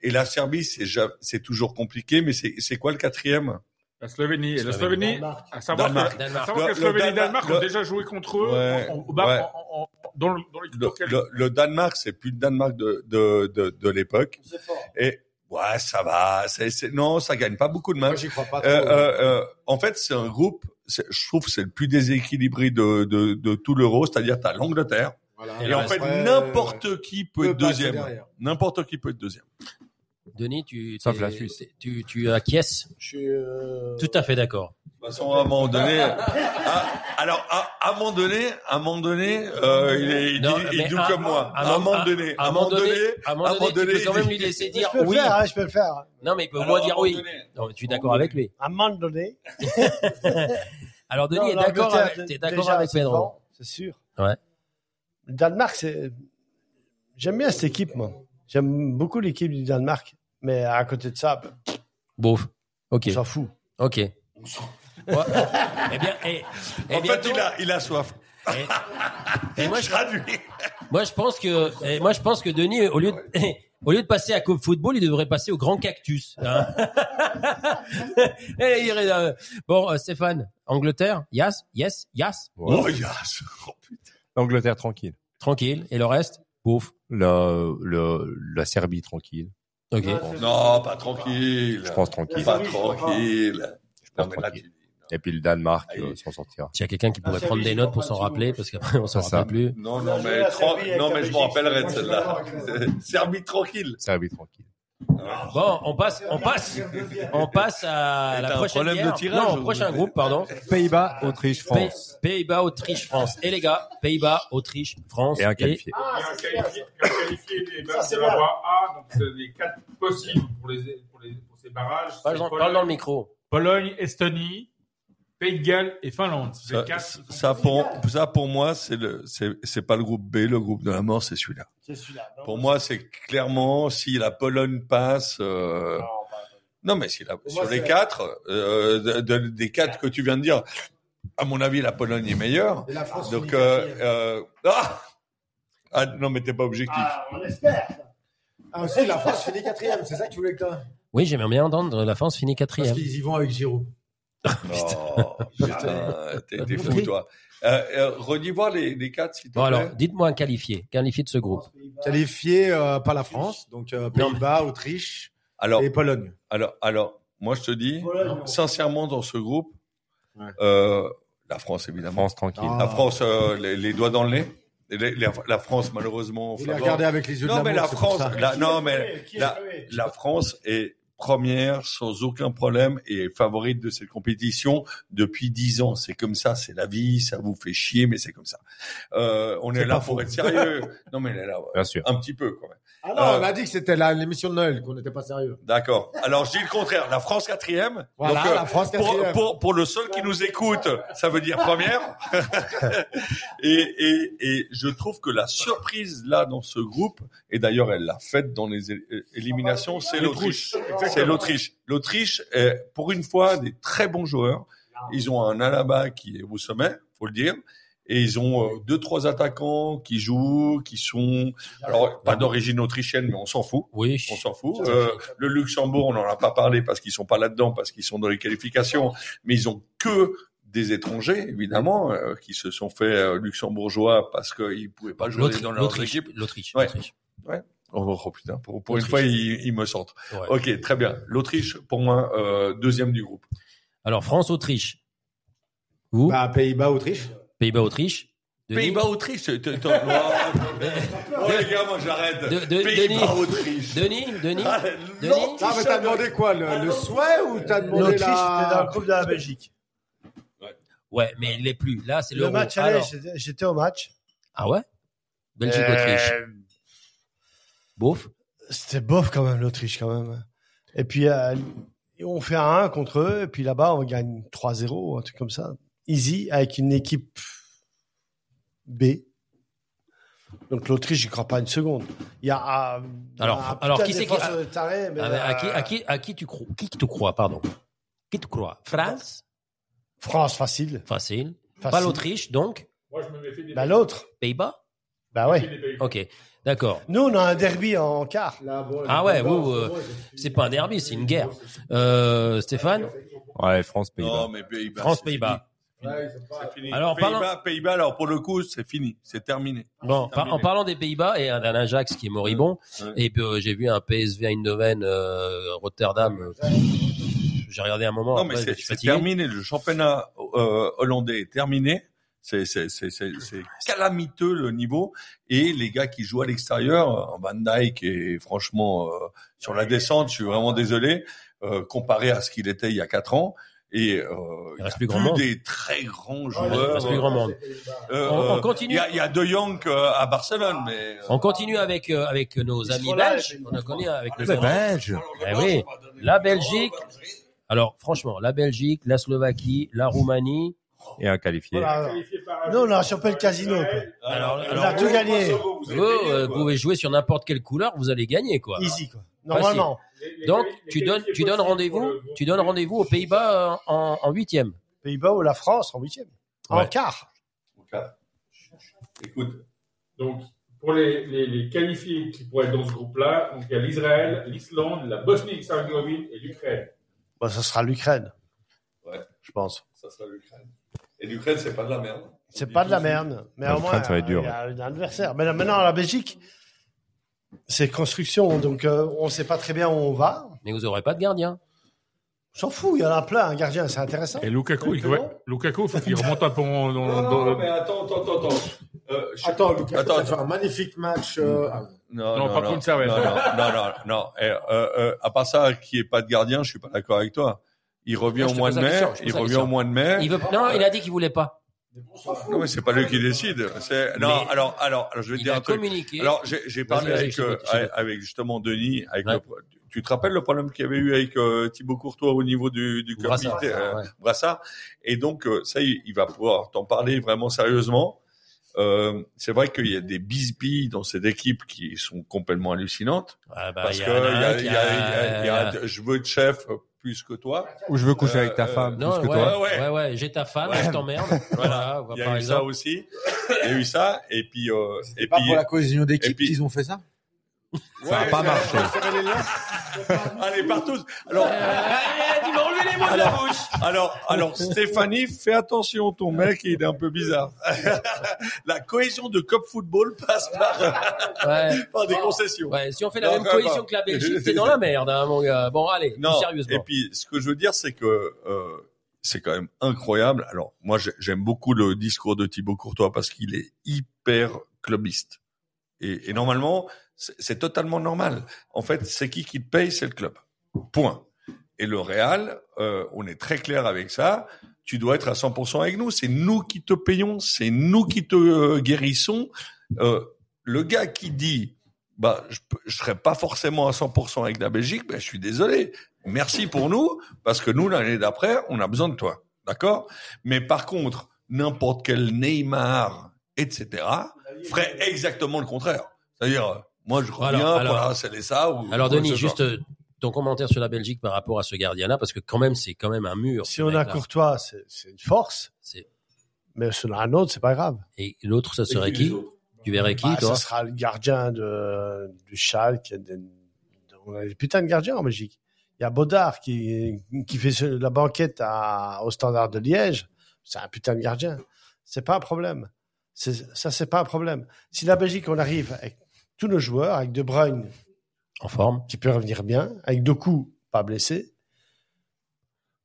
Speaker 7: et la Serbie, c'est ja- c'est toujours compliqué, mais c'est c'est quoi le quatrième
Speaker 5: La Slovénie. Et la
Speaker 2: Slovénie.
Speaker 5: Slovénie, à savoir
Speaker 7: Danemark.
Speaker 5: que, à
Speaker 2: Danemark.
Speaker 5: savoir
Speaker 7: Le-
Speaker 5: que la
Speaker 7: le
Speaker 5: Slovénie et
Speaker 7: Danemark,
Speaker 5: Danemark
Speaker 7: le-
Speaker 5: ont déjà joué contre eux
Speaker 7: Ouais,
Speaker 5: en- en- au bas-
Speaker 7: ouais.
Speaker 5: en- en- en- dans, le- dans les
Speaker 7: le,
Speaker 5: tours quel-
Speaker 7: le, le Danemark, c'est plus le Danemark de de de, de l'époque.
Speaker 4: C'est fort.
Speaker 7: Et ouais, ça va. C'est c'est- non, ça gagne pas beaucoup de matchs.
Speaker 4: Moi, j'y crois pas trop.
Speaker 7: Euh, euh, euh, en fait, c'est un groupe, c'est- je trouve que c'est le plus déséquilibré de, de, de tout l'euro, c'est-à-dire t'as l'Angleterre.
Speaker 4: Voilà.
Speaker 7: Et
Speaker 2: Ouais,
Speaker 7: en fait,
Speaker 4: Ouais, ouais.
Speaker 7: n'importe qui peut
Speaker 4: Peut
Speaker 7: être
Speaker 4: passer
Speaker 7: deuxième.
Speaker 4: derrière.
Speaker 7: N'importe qui peut être deuxième.
Speaker 2: Denis tu
Speaker 3: Sauf
Speaker 2: t'es-
Speaker 3: la Suisse.
Speaker 2: t'es- tu tu acquiesces.
Speaker 8: Je suis. euh,
Speaker 2: Tout à fait d'accord.
Speaker 7: De toute façon, à un moment donné, à- alors à, à un moment donné, à un moment donné, euh, il, est, il,
Speaker 2: Non,
Speaker 7: dit, il
Speaker 2: mais
Speaker 7: joue
Speaker 2: à-
Speaker 7: comme moi.
Speaker 2: à-
Speaker 7: À un moment donné,
Speaker 2: À un moment donné, à un moment donné, tu peux
Speaker 7: il
Speaker 2: quand
Speaker 7: *laughs*
Speaker 2: même
Speaker 7: dit-
Speaker 2: lui laisser
Speaker 8: Je
Speaker 2: dire
Speaker 8: peux le
Speaker 2: oui.
Speaker 8: faire, hein, je peux le faire.
Speaker 2: Non, mais il peut au
Speaker 7: Alors,
Speaker 2: moins
Speaker 7: à un
Speaker 2: dire
Speaker 7: moment
Speaker 2: oui.
Speaker 7: donné.
Speaker 2: Non, mais tu es d'accord avec lui.
Speaker 8: À un moment donné.
Speaker 2: Alors, Denis
Speaker 8: Non,
Speaker 2: est d'accord
Speaker 8: l'Angleterre,
Speaker 2: avec,
Speaker 8: d-
Speaker 2: t'es d'accord
Speaker 8: déjà,
Speaker 2: avec
Speaker 8: c'est
Speaker 2: Pedro.
Speaker 8: fort, C'est sûr.
Speaker 2: Ouais.
Speaker 8: Le Danemark, c'est. J'aime bien cette équipe, moi. J'aime beaucoup l'équipe du Danemark. Mais à côté de ça,
Speaker 2: Bon. Ok.
Speaker 8: on s'en fout.
Speaker 2: Ok. Ouais. eh bien, eh, eh
Speaker 7: En fait,
Speaker 2: bientôt-
Speaker 7: il a, il a soif.
Speaker 2: eh, eh, moi,
Speaker 7: Je
Speaker 2: je,
Speaker 7: traduis.
Speaker 2: moi, je pense que, eh, moi, je pense que Denis, au lieu de, *laughs* au lieu de passer à Coupe Football, il devrait passer au Grand Cactus.
Speaker 7: *laughs*
Speaker 2: hein. Eh, il irait, euh, bon, euh, Stéphane, Angleterre, yes, yes, yes,
Speaker 3: Ouais.
Speaker 7: Oh, yes.
Speaker 3: L'Angleterre tranquille.
Speaker 2: tranquille. Et le reste, bouffe.
Speaker 3: Le, le, la Serbie tranquille.
Speaker 2: Ok.
Speaker 8: Ah,
Speaker 7: Non, pas tranquille.
Speaker 3: Je pense tranquille.
Speaker 7: Pas tranquille.
Speaker 3: Je
Speaker 7: Non, Ah,
Speaker 3: pense
Speaker 7: mais là,
Speaker 3: tranquille.
Speaker 7: tu-
Speaker 3: Et puis le Danemark
Speaker 7: Allez.
Speaker 3: euh, s'en sortira.
Speaker 2: Il y a quelqu'un
Speaker 7: Ah,
Speaker 2: qui pourrait
Speaker 8: Serbie,
Speaker 2: prendre des
Speaker 8: j'ai
Speaker 2: notes
Speaker 8: pas
Speaker 2: pour
Speaker 8: mal
Speaker 2: s'en
Speaker 8: de
Speaker 2: rappeler
Speaker 8: sous.
Speaker 2: parce qu'après *laughs* on s'en
Speaker 3: C'est ça.
Speaker 2: rappelle plus.
Speaker 7: Non,
Speaker 8: Là,
Speaker 7: non,
Speaker 8: je vais
Speaker 7: mais,
Speaker 8: la
Speaker 7: tran-
Speaker 8: Serbie avec
Speaker 7: non, mais
Speaker 8: la
Speaker 7: je
Speaker 8: Belgique,
Speaker 7: m'en rappellerai de
Speaker 8: moi, je suis
Speaker 7: celle-là.
Speaker 8: d'accord avec
Speaker 7: Serbie tranquille.
Speaker 3: Serbie tranquille.
Speaker 2: Bon, on passe, on passe, on passe à
Speaker 7: Et
Speaker 2: la
Speaker 7: t'as un
Speaker 2: prochaine
Speaker 7: problème de
Speaker 2: guerre.
Speaker 7: tirage,
Speaker 2: non, au
Speaker 7: ou-
Speaker 2: prochain groupe, pardon.
Speaker 3: Pays-Bas, Autriche,
Speaker 2: Pays-
Speaker 3: France.
Speaker 2: Pays-Bas, Autriche, France. Et les gars, Pays-Bas, Autriche, France.
Speaker 3: Et un qualifié.
Speaker 7: Ah,
Speaker 8: Ah,
Speaker 5: Il y a un qualifié- il y a un qualifié des
Speaker 8: Ça, c'est
Speaker 5: de la
Speaker 8: bien.
Speaker 5: voie A, donc c'est les quatre possibles pour, les, pour, les, pour ces barrages.
Speaker 2: Parle
Speaker 5: C'est
Speaker 2: dans,
Speaker 5: Pologne-
Speaker 2: parle dans le micro.
Speaker 5: Pologne, Estonie, Pays de Galles et Finlande.
Speaker 7: Ça, ça, pour, ça, pour moi, c'est le, c'est, c'est pas le groupe B, le groupe de la mort, c'est celui-là.
Speaker 8: C'est celui-là. non
Speaker 7: Pour moi, c'est clairement si la Pologne passe. euh,
Speaker 8: Non, bah,
Speaker 7: non, mais si la,
Speaker 8: Pour
Speaker 7: sur
Speaker 8: moi,
Speaker 7: les
Speaker 8: c'est-
Speaker 7: quatre, euh, de- de- des quatre que tu viens de dire, à mon avis, la Pologne est meilleure.
Speaker 8: et la France
Speaker 7: Donc,
Speaker 8: finit
Speaker 7: euh,
Speaker 8: quatrième.
Speaker 7: euh, ah, Ah, non, mais t'es pas objectif.
Speaker 8: Ah, on espère.
Speaker 4: Ah, aussi, la France finit quatrième, c'est ça que tu voulais que t'as
Speaker 2: Oui, j'aimerais bien entendre la France finit
Speaker 4: Parce
Speaker 2: quatrième.
Speaker 4: qu'ils y vont avec Giroud. Oh,
Speaker 7: Non, *laughs* putain, t'es t'es
Speaker 8: Ah,
Speaker 7: fou, toi. Euh, euh, redis voir les, les quatre, s'il te
Speaker 2: Bon, alors,
Speaker 7: plaît.
Speaker 2: dites-moi un qualifié, qualifié de ce groupe.
Speaker 4: Qualifié euh, par la France, donc euh, Pays-Bas, Autriche
Speaker 7: Alors,
Speaker 4: et Pologne.
Speaker 7: alors, alors, moi, je te dis,
Speaker 8: Pologne, non.
Speaker 7: sincèrement, dans ce groupe,
Speaker 4: Ouais.
Speaker 7: euh, la France, évidemment.
Speaker 3: France tranquille.
Speaker 4: Ah.
Speaker 7: La France, euh, les, les doigts dans le nez. Les- les- la France, malheureusement,
Speaker 4: Vous les
Speaker 7: flamande.
Speaker 4: regardez avec les yeux
Speaker 7: Non,
Speaker 4: de
Speaker 7: mais
Speaker 4: l'amour,
Speaker 7: la
Speaker 4: c'est pour
Speaker 7: France,
Speaker 4: ça.
Speaker 7: la-
Speaker 8: Qui
Speaker 7: non,
Speaker 8: est
Speaker 7: mais
Speaker 8: premier Qui est
Speaker 7: la-
Speaker 8: premier
Speaker 7: la France est première sans aucun problème et favorite de cette compétition depuis dix ans. C'est comme ça, c'est la vie, ça vous fait chier, mais c'est comme ça. Euh, on est,
Speaker 4: C'est
Speaker 7: là
Speaker 4: pas
Speaker 7: pour
Speaker 4: faux.
Speaker 7: être sérieux. non, mais là, là,
Speaker 3: Bien sûr.
Speaker 7: un petit peu quand même.
Speaker 4: Ah non, on a dit que c'était la- l'émission de Noël, qu'on n'était pas sérieux.
Speaker 7: Euh. D'accord. Alors, je dis le contraire. La France quatrième.
Speaker 4: Voilà,
Speaker 7: Donc, euh,
Speaker 4: la France
Speaker 7: pour,
Speaker 4: quatrième.
Speaker 7: pour, pour le seul qui nous écoute, ça veut dire première. et, et, et je trouve que la surprise là dans ce groupe, et d'ailleurs elle l'a faite dans les é- é-
Speaker 5: Ah,
Speaker 7: éliminations,
Speaker 5: bah,
Speaker 7: c'est l'Autriche. C'est l'Autriche. L'Autriche est euh, pour une fois des très bons joueurs. Ils ont un Alaba qui est au sommet, faut le dire. Et ils ont euh, deux trois attaquants qui jouent, qui sont alors pas d'origine autrichienne, mais on s'en fout.
Speaker 2: Oui.
Speaker 7: On s'en fout. Euh, le Luxembourg, on n'en a pas parlé parce qu'ils sont pas là-dedans, parce qu'ils sont dans les qualifications, mais ils ont que des étrangers, évidemment, euh, qui se sont fait euh, luxembourgeois parce qu'ils pouvaient pas jouer
Speaker 2: L'Autri-
Speaker 7: dans leur
Speaker 2: L'Autriche.
Speaker 7: équipe.
Speaker 2: L'Autriche.
Speaker 7: Ouais.
Speaker 2: l'Autriche.
Speaker 7: Oh, oh, putain, pour, pour une
Speaker 2: L'Autriche.
Speaker 7: fois, ils, ils me sentent.
Speaker 2: Ouais.
Speaker 7: Ok, très bien. L'Autriche, pour moi, euh, deuxième du groupe.
Speaker 2: Alors, France-Autriche. Vous,
Speaker 4: Bah, Pays-Bas, Autriche.
Speaker 2: Pays-Bas-Autriche. Denis
Speaker 7: Pays-Bas-Autriche, t'es- Bah, t'es- t'es- oh les gars, moi j'arrête.
Speaker 2: De- de-
Speaker 7: Pays-Bas-Autriche.
Speaker 2: Denis Denis
Speaker 7: Ah,
Speaker 2: Denis
Speaker 4: Non, mais t'as demandé quoi Le, le souhait ou t'as demandé
Speaker 8: L'Autriche était dans le
Speaker 4: la...
Speaker 8: groupe de la Belgique.
Speaker 2: Ouais, mais il l'est plus. Là, c'est
Speaker 8: Le
Speaker 2: l'euro.
Speaker 8: match aller,
Speaker 2: Alors-
Speaker 8: j'étais- j'étais au match.
Speaker 2: Ah ouais Belgique-Autriche.
Speaker 8: Euh,
Speaker 2: Beauf.
Speaker 8: C'était bof quand même, l'Autriche quand même. Et puis, euh, on fait un 1 contre eux, et puis là-bas, on gagne 3-0, un truc comme ça. Easy, avec une équipe B. Donc l'Autriche, j'y crois pas une seconde. Il y a. euh,
Speaker 2: Alors,
Speaker 8: un
Speaker 2: alors,
Speaker 8: putain
Speaker 2: qui
Speaker 8: de
Speaker 2: c'est qui-
Speaker 8: défenseur de taré, mais,
Speaker 2: Ah, mais à, qui,
Speaker 8: euh,
Speaker 2: à, qui, à qui tu crois Qui tu crois, pardon Qui tu crois France
Speaker 8: France, facile.
Speaker 2: Facile. Pas
Speaker 8: Facile.
Speaker 2: l'Autriche, donc
Speaker 5: Moi, je me méfie des
Speaker 8: Bah, l'autre.
Speaker 2: Pays-Bas
Speaker 8: Bah ouais.
Speaker 2: Ok, d'accord.
Speaker 8: Nous, on a un derby en quart.
Speaker 2: Ah ouais, vous, euh, c'est pas un derby, c'est une guerre. Euh, Stéphane
Speaker 3: *laughs* Ouais, France Pays-Bas.
Speaker 7: Non, mais Pays-Bas. c'est
Speaker 2: France-Pays-Bas.
Speaker 7: fini.
Speaker 2: Alors,
Speaker 7: Pays-Bas,
Speaker 2: parlons-
Speaker 7: Pays-Bas, alors pour le coup, c'est fini, c'est terminé.
Speaker 2: Bon, par- en
Speaker 7: terminé.
Speaker 2: parlant des Pays-Bas et d'un Ajax qui est moribond,
Speaker 7: Ouais.
Speaker 2: et puis euh, j'ai vu un PSV Eindhoven euh, Rotterdam. euh, pff, j'ai regardé un moment.
Speaker 7: Non,
Speaker 2: après,
Speaker 7: mais
Speaker 2: je
Speaker 7: c'est
Speaker 2: me suis
Speaker 7: c'est
Speaker 2: Oh, fatigué.
Speaker 7: terminé. Le championnat euh, hollandais est terminé. C'est c'est- c'est- c'est- c'est calamiteux le niveau. Et les gars qui jouent à l'extérieur, euh, Van Dijk est franchement euh, sur la descente, je suis vraiment désolé, euh, comparé à ce qu'il était il y a quatre ans. Et euh,
Speaker 2: Il
Speaker 7: il y a
Speaker 2: reste plus grand monde.
Speaker 7: des très grands
Speaker 2: Il
Speaker 7: joueurs.
Speaker 2: reste plus grand monde.
Speaker 7: Euh,
Speaker 2: On- on
Speaker 7: euh,
Speaker 2: continue.
Speaker 7: Il y a, il y a De Jong euh, à Barcelone, mais... euh,
Speaker 2: On continue avec euh, avec nos amis
Speaker 8: sont là,
Speaker 2: belges. On a connu avec
Speaker 7: Ah,
Speaker 2: nos
Speaker 3: Les
Speaker 2: amis.
Speaker 3: Belges.
Speaker 2: Eh oui. La Belgique. Alors franchement, la Belgique, la Slovaquie, la Roumanie.
Speaker 3: Et un qualifié.
Speaker 8: Voilà. Nous, on a chopé le casino. quoi.
Speaker 2: Alors,
Speaker 8: On a
Speaker 2: alors
Speaker 8: tout gagné.
Speaker 2: vous, euh, pouvez jouer sur n'importe quelle couleur, vous allez gagner quoi.
Speaker 8: Easy, quoi. Normalement.
Speaker 2: Donc tu donnes tu donnes rendez-vous tu donnes rendez-vous aux Pays-Bas euh, en en huitième.
Speaker 8: Pays-Bas ou la France en huitième. En
Speaker 2: Ouais.
Speaker 8: quart.
Speaker 7: Écoute,
Speaker 5: Donc, pour les, les, les qualifiés qui pourraient être dans ce groupe-là, donc il y a l'Israël, l'Islande, la Bosnie-Herzégovine et l'Ukraine.
Speaker 8: Bah, ça sera l'Ukraine.
Speaker 7: Ouais.
Speaker 8: Je pense.
Speaker 7: ça sera l'Ukraine. Et l'Ukraine, c'est pas de la merde.
Speaker 8: C'est pas de la merde, mais au
Speaker 3: L'Ukraine,
Speaker 8: moins
Speaker 3: ça va être dur,
Speaker 8: il y a un adversaire. Mais là, maintenant la Belgique, c'est construction, donc euh, on sait pas très bien où on va.
Speaker 2: Mais vous aurez pas de gardien.
Speaker 8: On s'en fout, il y en a plein, un gardien, c'est intéressant.
Speaker 5: Et Lukaku, il, ouais, Lukaku, faut qu'il remonte un peu en- dans,
Speaker 7: Non,
Speaker 5: dans-
Speaker 7: non, mais attends, attends, attends, attends. Euh, je-
Speaker 4: Attends, Lucas,
Speaker 7: Attends,
Speaker 4: t'as fait un magnifique match. euh, ah,
Speaker 7: Non,
Speaker 5: Non,
Speaker 7: non,
Speaker 5: pas
Speaker 7: non.
Speaker 5: contre
Speaker 7: *laughs*
Speaker 5: Servette.
Speaker 7: Non, non, non, non, non. Eh, euh, euh, à part ça, qu'il n'y ait pas de gardien, je suis pas d'accord avec toi. Il revient
Speaker 2: Moi, Ah, je
Speaker 7: au
Speaker 2: te
Speaker 7: mois
Speaker 2: pose
Speaker 7: de
Speaker 2: la
Speaker 7: mai.
Speaker 2: question, je te pose
Speaker 7: il
Speaker 2: la
Speaker 7: revient
Speaker 2: question.
Speaker 7: au mois de mai.
Speaker 2: Il veut non, il a dit qu'il voulait pas.
Speaker 7: Non, mais c'est pas lui qui décide. C'est non.
Speaker 2: Mais-
Speaker 7: Alors, alors, alors, je vais te
Speaker 2: Il
Speaker 7: dire
Speaker 2: a
Speaker 7: un truc.
Speaker 2: communiqué.
Speaker 7: Alors, j'ai j'ai
Speaker 2: Vas-y,
Speaker 7: parlé
Speaker 2: vas-y,
Speaker 7: avec,
Speaker 2: je t'écoute,
Speaker 7: euh,
Speaker 2: je t'écoute.
Speaker 7: avec justement Denis. Avec
Speaker 2: Ouais.
Speaker 7: le- tu-
Speaker 3: Tu te rappelles le problème qu'il y avait eu avec euh, Thibaut Courtois au niveau du, du curling,
Speaker 2: Brassard,
Speaker 3: euh,
Speaker 2: ouais.
Speaker 3: Brassard Et donc, euh, ça, il, il va pouvoir t'en parler vraiment sérieusement. Euh, c'est vrai qu'il y a des bisbilles dans cette équipe qui sont complètement hallucinantes.
Speaker 2: Ah, bah,
Speaker 3: Parce
Speaker 2: il y euh,
Speaker 3: que
Speaker 2: en un
Speaker 3: il
Speaker 2: qui
Speaker 3: y a- il y
Speaker 5: Euh,
Speaker 3: a- il y
Speaker 2: a-
Speaker 3: a- je veux être chef plus que toi.
Speaker 11: Ou je veux coucher avec ta
Speaker 3: Euh,
Speaker 11: femme
Speaker 2: Non,
Speaker 11: plus que
Speaker 2: ouais,
Speaker 11: toi.
Speaker 2: ouais, ouais, ouais, j'ai ta femme,
Speaker 3: Ouais.
Speaker 2: je
Speaker 3: *laughs*
Speaker 2: t'emmerde. voilà, on va
Speaker 3: Il y
Speaker 2: par
Speaker 3: a eu ça
Speaker 2: exemple.
Speaker 3: aussi. Il y a eu ça. Et puis, euh, et
Speaker 4: C'est pas
Speaker 3: puis,
Speaker 4: pour la cohésion
Speaker 3: et
Speaker 4: d'équipe
Speaker 3: puis-
Speaker 4: qu'ils ont fait ça
Speaker 11: Ça a
Speaker 3: Ouais,
Speaker 11: pas marché.
Speaker 3: Allez, partout. Alors,
Speaker 2: tu m'as enlevé les mots de la bouche.
Speaker 3: alors, alors, Stéphanie, fais attention, ton mec, il est un peu bizarre. *laughs* la cohésion de Cop Football passe par, euh,
Speaker 2: Ouais.
Speaker 3: par des concessions.
Speaker 2: Ouais, si on fait la
Speaker 3: Non,
Speaker 2: même
Speaker 3: quand
Speaker 2: coalition
Speaker 3: même.
Speaker 2: que la Belgique, t'es dans la merde, hein, mon gars. Bon, allez, plus
Speaker 3: Non, et
Speaker 2: sérieusement.
Speaker 3: puis ce que je veux dire, c'est que euh, c'est quand même incroyable. Alors moi, j'ai- j'aime beaucoup le discours de Thibaut Courtois parce qu'il est hyper clubiste. Et, et normalement, c'est c'est totalement normal. En fait, c'est qui qui te paye, c'est le club. Point. Et le Real, euh, on est très clair avec ça. Tu dois être à 100% avec nous. C'est nous qui te payons, c'est nous qui te euh, guérissons. Euh, le gars qui dit, bah, je, peux- je serai pas forcément à 100% avec la Belgique, ben, je suis désolé merci pour nous, parce que nous, l'année d'après, on a besoin de toi. D'accord Mais par contre, n'importe quel Neymar, etc., ferait exactement le contraire. C'est-à-dire, euh, moi, je reviens
Speaker 2: Alors, alors-
Speaker 3: pour la CLSA ou...
Speaker 2: Alors,
Speaker 3: ou quoi que
Speaker 2: Denis,
Speaker 3: ce soit.
Speaker 2: juste euh, ton commentaire sur la Belgique par rapport à ce gardien-là, parce que quand même, c'est quand même un mur.
Speaker 8: Si
Speaker 2: ce
Speaker 8: on a
Speaker 2: mec-là.
Speaker 8: Courtois, c'est c'est une force.
Speaker 2: C'est-
Speaker 8: Mais si on a un autre, c'est pas grave.
Speaker 2: Et l'autre, ça serait qui Tu verrais qui,
Speaker 8: Bah, ça
Speaker 2: toi
Speaker 8: sera le gardien de, du Schalke. de- de- on a des putains de gardiens en Belgique. Il y a Baudard qui, qui fait ce- la banquette à, au Standard de Liège. C'est un putain de gardien. C'est pas un problème. C'est- Ça, c'est pas un problème. Si la Belgique, on arrive avec tous nos joueurs, avec De Bruyne
Speaker 2: En forme
Speaker 8: qui peut revenir bien, avec Doku pas blessé,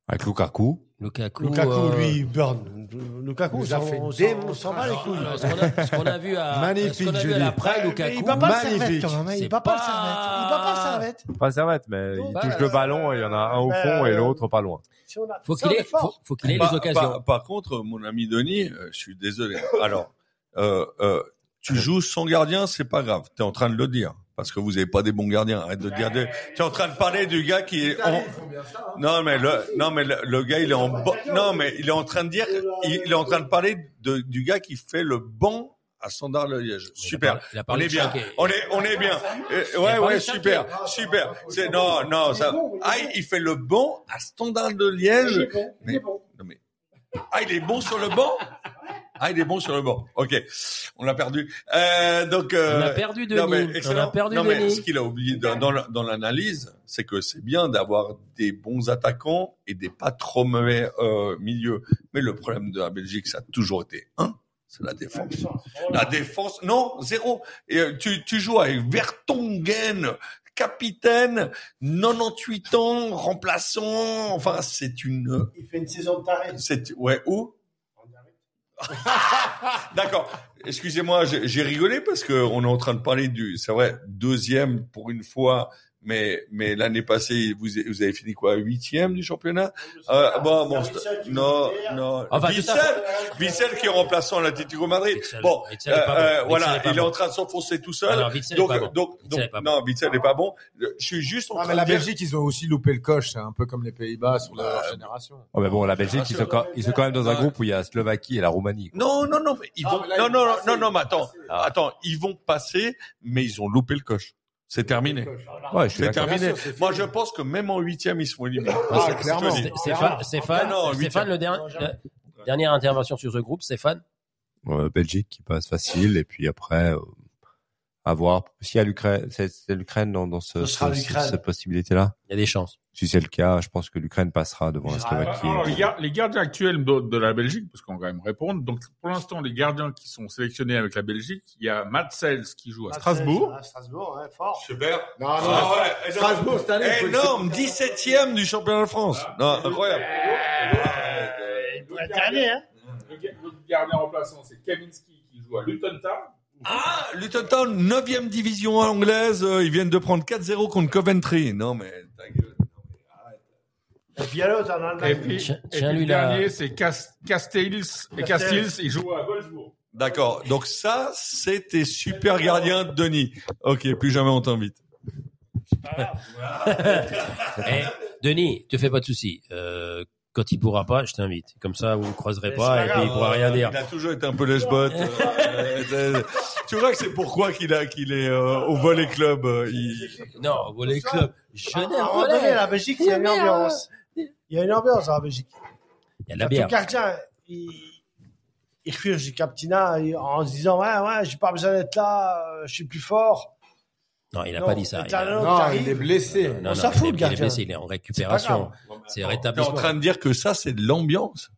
Speaker 11: Avec Lukaku.
Speaker 2: Lukaku.
Speaker 8: Lukaku
Speaker 2: euh,
Speaker 8: lui burn. Lukaku,
Speaker 4: nous
Speaker 8: on
Speaker 4: a
Speaker 8: s'en-
Speaker 4: fait
Speaker 8: on s'en on s'en bat les couilles.
Speaker 2: Alors, ce qu'on a- ce qu'on a vu à,
Speaker 4: Magnifique,
Speaker 2: ce qu'on a vu à
Speaker 4: Julie.
Speaker 2: l'après,
Speaker 8: Mais
Speaker 2: Lukaku.
Speaker 8: il bat pas le servette
Speaker 4: Magnifique.
Speaker 8: quand même. hein.
Speaker 2: C'est
Speaker 8: Il bat pas le
Speaker 2: pas-
Speaker 8: servette. Il bat pas le servette.
Speaker 11: Pas servette, mais
Speaker 8: Donc,
Speaker 11: il
Speaker 2: bah,
Speaker 11: touche
Speaker 8: euh,
Speaker 11: le ballon et il y en a un au fond et
Speaker 8: euh,
Speaker 11: l'autre pas loin.
Speaker 8: Si on a fait
Speaker 2: Faut
Speaker 8: ça,
Speaker 2: qu'il
Speaker 8: on
Speaker 2: ait,
Speaker 8: est fort.
Speaker 2: faut, faut qu'il ait
Speaker 3: Par-
Speaker 2: les occasions.
Speaker 3: Par, par contre, mon ami Denis, euh, je suis désolé. Alors, euh, euh, tu joues sans gardien, c'est pas grave. T'es en train de le dire. Parce que vous avez pas des bons gardiens. Arrête de dire. des- Tu es en train de parler du gars qui est. en- Non mais le non mais le, le gars il est en bo- non mais il est en train de dire il, il est en train de parler de, du gars qui fait le banc à Standard Le Liège. Super.
Speaker 2: Il a
Speaker 3: On
Speaker 2: parlé
Speaker 3: est
Speaker 2: de
Speaker 3: bien.
Speaker 2: Schalke.
Speaker 3: On est, on est bien. Euh,
Speaker 2: Il
Speaker 3: ouais,
Speaker 2: a parlé
Speaker 3: ouais,
Speaker 2: de
Speaker 3: super, super. C'est, non, non, ça. Ah, il fait le banc à Standard de Liège. Mais, non, mais- ah, il est bon sur le banc? Ah, il est bon sur le banc. Ok. On l'a perdu. Euh, donc, euh,
Speaker 2: On a perdu
Speaker 3: non, mais
Speaker 2: Denis. On
Speaker 3: excellent.
Speaker 2: a perdu
Speaker 3: Non, mais ce
Speaker 2: Denis.
Speaker 3: qu'il a oublié dans, dans la- dans l'analyse, c'est que c'est bien d'avoir des bons attaquants et des pas trop mauvais euh, milieux. Mais le problème de la Belgique, ça a toujours été un, c'est la défense. La défense, non, zéro. Et euh, tu, tu joues avec Vertonghen, capitaine, 98 ans, remplaçant. Enfin, c'est une,
Speaker 8: Il fait une saison de taré.
Speaker 3: c'est ouais où D'accord. Excusez-moi, j'ai j'ai rigolé parce que on est en train de parler du, c'est vrai, deuxième pour une fois, mais mais l'année passée vous vous avez fini quoi, huitième du championnat Euh, Bon, bon, c'est- non, non.
Speaker 2: Enfin, tout
Speaker 3: Vissel, Vissel qui est remplaçant l'Atlético Madrid.
Speaker 2: Witzel-
Speaker 3: Bon,
Speaker 2: Witzel est pas
Speaker 3: euh, euh,
Speaker 2: bon.
Speaker 3: voilà,
Speaker 2: Witzel est pas
Speaker 3: il est
Speaker 2: bon.
Speaker 3: en train de s'enfoncer tout seul.
Speaker 2: Alors, Witzel est
Speaker 3: donc, euh,
Speaker 2: pas bon.
Speaker 3: donc,
Speaker 2: Witzel est
Speaker 3: donc,
Speaker 2: pas bon.
Speaker 3: non, Witzel n'est pas bon. Je suis juste en
Speaker 4: Ah, mais
Speaker 3: train
Speaker 4: la
Speaker 3: de dire.
Speaker 4: Belgique, ils ont aussi loupé le coche. C'est un peu comme les Pays-Bas sur leur génération.
Speaker 11: Oh, mais bon, la Belgique, ils sont, quand, ils sont quand même dans un groupe où il y a Slovaquie et la Roumanie. quoi.
Speaker 3: Non, non, non, mais ils vont, non, non, non, non, non, mais attends, attends, ils vont passer, mais ils ont loupé le coche. C'est terminé.
Speaker 11: Ouais, je suis
Speaker 3: C'est
Speaker 11: d'accord.
Speaker 3: terminé.
Speaker 4: Bien sûr, c'est
Speaker 3: Moi, je pense que même en huitième, ils se font éliminer.
Speaker 4: Ah,
Speaker 3: C'est-
Speaker 4: clairement.
Speaker 2: Sté-
Speaker 3: c'est-
Speaker 4: Clairement.
Speaker 2: Stéphane, Stéphane,
Speaker 3: non, huitième.
Speaker 2: Stéphane, le dernier, le- dernière intervention sur ce groupe, Stéphane.
Speaker 11: Euh, Belgique qui passe facile et puis après euh, à voir si à l'Ukraine c'est c'est l'Ukraine dans, dans ce,
Speaker 8: Ce sera
Speaker 11: ce- ce-
Speaker 8: l'Ukraine.
Speaker 11: cette possibilité là
Speaker 2: Il y a des
Speaker 3: *laughs*
Speaker 2: chances.
Speaker 11: si c'est le cas je pense que l'Ukraine passera devant la Slovaquie
Speaker 5: Ah, Alors, les, gar- les gardiens actuels de, de la Belgique, parce qu'on va quand même répondre. Donc, pour l'instant, les gardiens qui sont sélectionnés avec la Belgique, il y a Matt Sels qui joue à Strasbourg.
Speaker 8: À Strasbourg, ouais, fort.
Speaker 3: Super.
Speaker 4: Non,
Speaker 3: Ah ouais, énorme.
Speaker 4: Strasbourg, cette année, faut le-
Speaker 3: Énorme, 17ème du championnat de France.
Speaker 7: Ah,
Speaker 3: Non, incroyable.
Speaker 8: Ouais, dernier, hein.
Speaker 5: Le ga- le gardien remplaçant, c'est Kaminski qui joue à Luton Town.
Speaker 3: Ah, Luton Town, 9ème division anglaise, euh, ils viennent de prendre 4-0 contre Coventry. Non, mais ta gueule.
Speaker 8: Et puis il y a l'autre en
Speaker 5: Et
Speaker 8: Allemagne.
Speaker 5: puis,
Speaker 2: Tiens-
Speaker 5: et
Speaker 2: tiens,
Speaker 5: puis
Speaker 2: lui,
Speaker 5: le
Speaker 2: là.
Speaker 5: dernier, c'est Cas- Castells. Et
Speaker 8: Castells.
Speaker 5: Castells, il joue à Wolfsburg.
Speaker 3: D'accord. Donc ça, c'est tes super gardiens, Denis. Ok, plus jamais on t'invite.
Speaker 2: Eh, Denis, te fais pas de soucis. Euh, quand il pourra pas, je t'invite. Comme ça, vous ne croiserez
Speaker 8: Mais
Speaker 2: pas
Speaker 8: c'est
Speaker 2: et
Speaker 8: pas
Speaker 2: puis il
Speaker 8: grave,
Speaker 2: pourra rien
Speaker 3: euh,
Speaker 2: dire.
Speaker 7: Il a toujours été un peu lèche-botte. *laughs* Euh, euh, tu vois que c'est pourquoi qu'il a qu'il est euh, au volet club. euh, il-
Speaker 2: Non, voler
Speaker 8: Ça,
Speaker 2: club.
Speaker 3: Ah,
Speaker 2: Je
Speaker 8: À un
Speaker 2: n'ai
Speaker 8: moment donné, la Belgique, il y a une ambiance. Il y a une ambiance dans la Belgique.
Speaker 2: Il y a de la
Speaker 8: Quand
Speaker 2: bière.
Speaker 8: le gardien, il, il ruse du Captina il- en se disant Ouais, ouais, j'ai pas besoin d'être là, euh, je suis plus fort.
Speaker 2: Non, il n'a
Speaker 8: Non,
Speaker 2: pas dit
Speaker 8: et
Speaker 2: ça. Il a-
Speaker 8: t'as l'autre
Speaker 4: Non,
Speaker 8: qui
Speaker 4: il est
Speaker 8: arrive.
Speaker 4: blessé.
Speaker 2: Non, non,
Speaker 8: s'en
Speaker 2: il est-
Speaker 8: fout, le
Speaker 2: il est
Speaker 8: gardien.
Speaker 2: blessé, il est en
Speaker 8: pas
Speaker 2: récupération.
Speaker 8: grave.
Speaker 2: C'est
Speaker 7: T'es en
Speaker 2: rétablissement.
Speaker 7: train de dire que ça c'est de l'ambiance.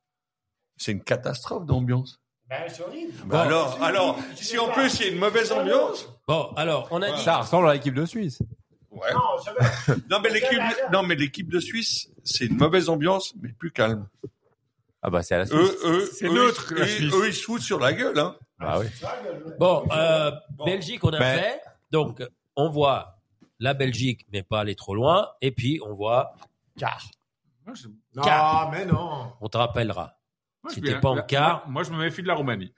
Speaker 7: C'est une catastrophe d'ambiance.
Speaker 8: Ben, c'est horrible.
Speaker 7: Bah alors, alors, si en plus il y a une mauvaise ambiance.
Speaker 2: Bon, alors, on a dit.
Speaker 3: Ça ressemble à l'équipe de Suisse.
Speaker 7: Ouais.
Speaker 8: Non, jamais.
Speaker 7: Non mais l'équipe, non mais l'équipe de Suisse, c'est une mauvaise ambiance, mais plus calme.
Speaker 3: Ah bah c'est à la Suisse.
Speaker 7: Eux,
Speaker 2: Euh,
Speaker 7: eux,
Speaker 5: C'est
Speaker 7: eux,
Speaker 5: neutre,
Speaker 7: ils-
Speaker 5: la
Speaker 7: eux,
Speaker 5: Suisse.
Speaker 7: eux, ils se foutent sur la gueule, hein.
Speaker 3: Bah oui.
Speaker 2: Bon, euh, Belgique, on a
Speaker 3: Ben.
Speaker 2: fait. Donc, on voit la Belgique, mais pas aller trop loin. Et puis, on voit,
Speaker 8: Car.
Speaker 5: Moi, je- moi,
Speaker 4: Non,
Speaker 2: Car.
Speaker 4: mais non.
Speaker 2: on te rappellera.
Speaker 5: je
Speaker 2: Si
Speaker 5: viens-
Speaker 2: t'es pas en
Speaker 5: là-
Speaker 2: quart.
Speaker 5: Moi, je me méfie de la Roumanie.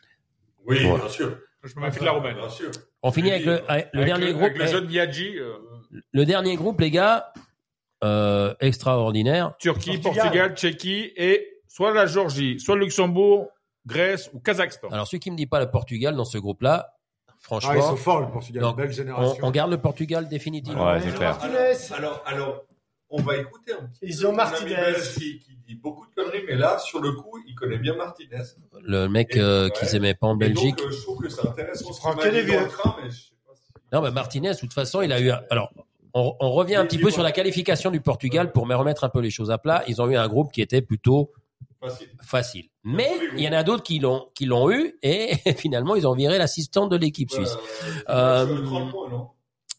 Speaker 7: Oui,
Speaker 2: Ouais.
Speaker 7: bien sûr.
Speaker 5: Moi, Je me méfie de la Roumanie.
Speaker 7: sûr.
Speaker 2: On finit avec le, avec le
Speaker 5: Avec
Speaker 2: dernier
Speaker 5: le,
Speaker 2: groupe.
Speaker 5: Avec le
Speaker 2: eh,
Speaker 5: jeune Biaggi, euh,
Speaker 2: le dernier groupe, les gars, euh, extraordinaire.
Speaker 5: Turquie,
Speaker 8: Portugal.
Speaker 5: Portugal. Tchéquie et soit la Géorgie, soit le Luxembourg, Grèce ou Kazakhstan.
Speaker 2: Alors, celui qui me dit pas le Portugal dans ce groupe-là,
Speaker 4: Ah, ils
Speaker 2: franchement,
Speaker 4: sont forts, le Portugal.
Speaker 2: Donc,
Speaker 4: Belle
Speaker 2: on,
Speaker 4: génération.
Speaker 2: on garde le Portugal définitivement.
Speaker 3: Ouais, c'est clair.
Speaker 8: Martinez.
Speaker 7: Alors, alors, on va écouter un petit.
Speaker 8: Ils ont
Speaker 7: mon ami
Speaker 8: Martinez.
Speaker 7: Bess Qui, qui dit beaucoup de conneries, mais là, sur le coup, il connaît bien Martinez.
Speaker 2: Le mec euh,
Speaker 7: Ouais.
Speaker 2: qui s'aimait pas en
Speaker 7: Et
Speaker 2: Belgique.
Speaker 7: donc, euh, je trouve que c'est intéressant. ce
Speaker 8: prend
Speaker 7: qu'on
Speaker 8: que
Speaker 7: a
Speaker 8: des
Speaker 7: dit dans
Speaker 8: vieux.
Speaker 7: le train, mais je sais pas si-
Speaker 2: Non, mais Martinez, de toute façon, il a eu. un- Alors, on, on revient un
Speaker 7: Oui,
Speaker 2: petit peu
Speaker 7: dis-moi.
Speaker 2: sur la qualification du Portugal pour me remettre un peu les choses à plat. Ils ont eu un groupe qui était plutôt
Speaker 7: Facile.
Speaker 2: facile. Mais il y en a d'autres qui l'ont qui l'ont eu et *laughs* finalement ils ont viré l'assistante de l'équipe
Speaker 7: Euh,
Speaker 2: suisse.
Speaker 7: euh,
Speaker 2: Euh,
Speaker 7: 30 points, non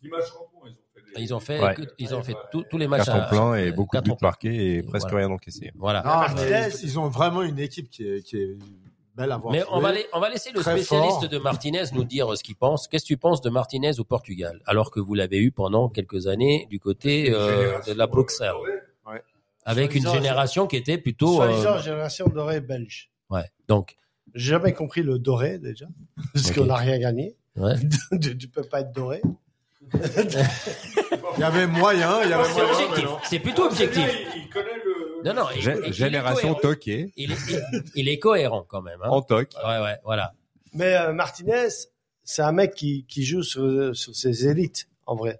Speaker 7: 10 matchs 30 points, ils ont fait. des-
Speaker 2: Ils ont fait
Speaker 3: Ouais.
Speaker 2: que- ils ont
Speaker 7: Ouais,
Speaker 2: fait
Speaker 7: ouais.
Speaker 2: tous- tous les matchs
Speaker 3: euh, Carton
Speaker 2: à-
Speaker 3: plein et beaucoup de
Speaker 2: carton
Speaker 3: buts
Speaker 2: plein.
Speaker 3: marqués et presque
Speaker 2: Voilà.
Speaker 3: rien encaissé.
Speaker 2: Voilà.
Speaker 4: Non,
Speaker 8: Ah,
Speaker 4: mais
Speaker 8: Martinez.
Speaker 4: ils- ils ont vraiment une équipe qui est, qui est belle à voir.
Speaker 2: Mais
Speaker 4: jouer.
Speaker 2: on va, la- on va laisser le
Speaker 4: Très
Speaker 2: spécialiste
Speaker 4: fort.
Speaker 2: de Martinez nous dire ce qu'il pense. Qu'est-ce que tu penses de Martinez au Portugal, alors que vous l'avez eu pendant quelques années du côté euh, de la Bruxelles,
Speaker 7: euh,
Speaker 2: avec une
Speaker 8: Soi-disant,
Speaker 2: génération qui était plutôt.
Speaker 8: Soi-disant,
Speaker 2: euh,
Speaker 8: génération dorée belge.
Speaker 2: ouais. Donc,
Speaker 8: J'ai jamais compris le doré, déjà, *laughs* parce
Speaker 2: Ok.
Speaker 8: qu'on n'a rien gagné. *laughs*
Speaker 2: ouais.
Speaker 8: tu, tu peux pas être doré.
Speaker 4: Il y avait moyen, il y avait
Speaker 2: c'est
Speaker 4: moyen.
Speaker 2: objectif. C'est plutôt objectif.
Speaker 7: Ah, Il, il connaît le.
Speaker 2: Non, non. il-
Speaker 3: Gé-
Speaker 2: il- il est
Speaker 3: Génération
Speaker 2: cohérent.
Speaker 3: toquée,
Speaker 2: Il est, il- il est cohérent quand même. hein.
Speaker 3: en toque.
Speaker 2: Ouais, ouais, voilà.
Speaker 8: Mais euh, Martinez, c'est un mec qui, qui joue sur, sur ses élites, en vrai.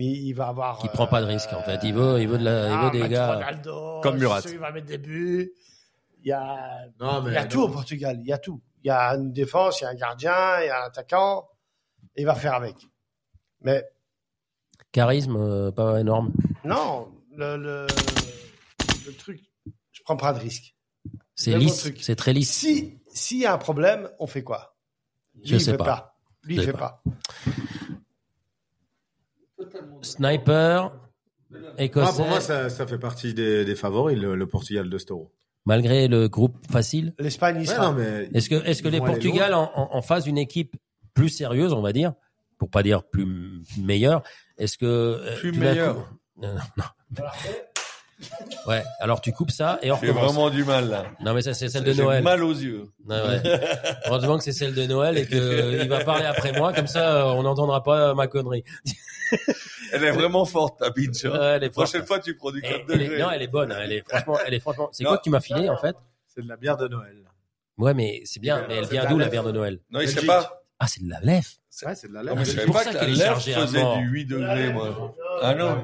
Speaker 8: Il, il va avoir.
Speaker 2: Qui prend pas de risque, en fait. Il veut- il veut de la- il veut des
Speaker 8: Matt
Speaker 2: gars-
Speaker 8: Ronaldo,
Speaker 3: Comme Murat.
Speaker 8: Il va mettre des buts. Il y a,
Speaker 4: Non, mais-
Speaker 8: il y a tout au Portugal. Il y a tout. Il y a une défense, il y a un gardien, il y a un attaquant. Il va faire avec. Mais
Speaker 2: Charisme, euh, pas énorme.
Speaker 8: non, le, le, le truc, je prends pas de risque.
Speaker 2: C'est
Speaker 8: Vraiment
Speaker 2: lisse,
Speaker 8: truc.
Speaker 2: c'est très lisse.
Speaker 8: Si s'il y a un problème, on fait quoi Lui,
Speaker 2: Je
Speaker 8: il
Speaker 2: sais
Speaker 8: fait
Speaker 2: pas.
Speaker 8: Lui,
Speaker 2: Je
Speaker 8: il
Speaker 2: sais
Speaker 8: fait pas.
Speaker 2: Sniper,
Speaker 4: Ah,
Speaker 2: écossais,
Speaker 4: pour moi, ça, ça fait partie des, des favoris, le, le Portugal de Storo.
Speaker 2: malgré le groupe facile.
Speaker 8: L'Espagne, il
Speaker 4: Ouais,
Speaker 8: sera.
Speaker 4: non, mais
Speaker 2: Est-ce que, est-ce que
Speaker 4: Ils
Speaker 2: les
Speaker 4: vont aller
Speaker 2: Portugal en, en- en fassent une équipe plus sérieuse, on va dire, pour pas dire plus m- meilleure Est-ce que euh,
Speaker 7: Plus
Speaker 2: tout d'un
Speaker 7: meilleure.
Speaker 2: coup- Non, non, Euh, non. Ouais. Alors tu coupes ça et on
Speaker 7: J'ai
Speaker 2: recommence.
Speaker 7: vraiment du mal là.
Speaker 2: Non mais ça c'est celle de
Speaker 7: J'ai
Speaker 2: Noël.
Speaker 7: mal aux yeux.
Speaker 2: Ouais, ouais. Heureusement que c'est celle de Noël et que euh, il va parler après moi, comme ça euh, on n'entendra pas euh, ma connerie.
Speaker 7: Elle est vraiment forte, ta bitch. hein.
Speaker 2: Ouais, elle est forte.
Speaker 7: Prochaine fois, tu prends du
Speaker 2: Elle-
Speaker 7: 4
Speaker 2: elle est-
Speaker 7: degrés.
Speaker 2: non, elle est bonne. hein, Elle est franchement, elle est franchement. C'est
Speaker 7: Non.
Speaker 2: quoi que tu m'as filé en fait
Speaker 4: c'est de la bière de Noël.
Speaker 2: Ouais, mais c'est
Speaker 7: Eh ben,
Speaker 2: bien. Mais elle vient d'où la bière de Noël
Speaker 7: Non, il sait
Speaker 4: Belgique.
Speaker 7: pas.
Speaker 2: Ah, c'est de la lèvre.
Speaker 4: Ouais, c'est de la
Speaker 7: Non,
Speaker 4: lèvre.
Speaker 7: mais je
Speaker 2: Ah, c'est
Speaker 7: savais
Speaker 2: pour
Speaker 7: pas
Speaker 2: ça
Speaker 7: que la
Speaker 2: qu'elle est
Speaker 7: lèvre
Speaker 2: chargée à
Speaker 7: faisait
Speaker 2: mort.
Speaker 7: du 8 degrés, moi. Ah non.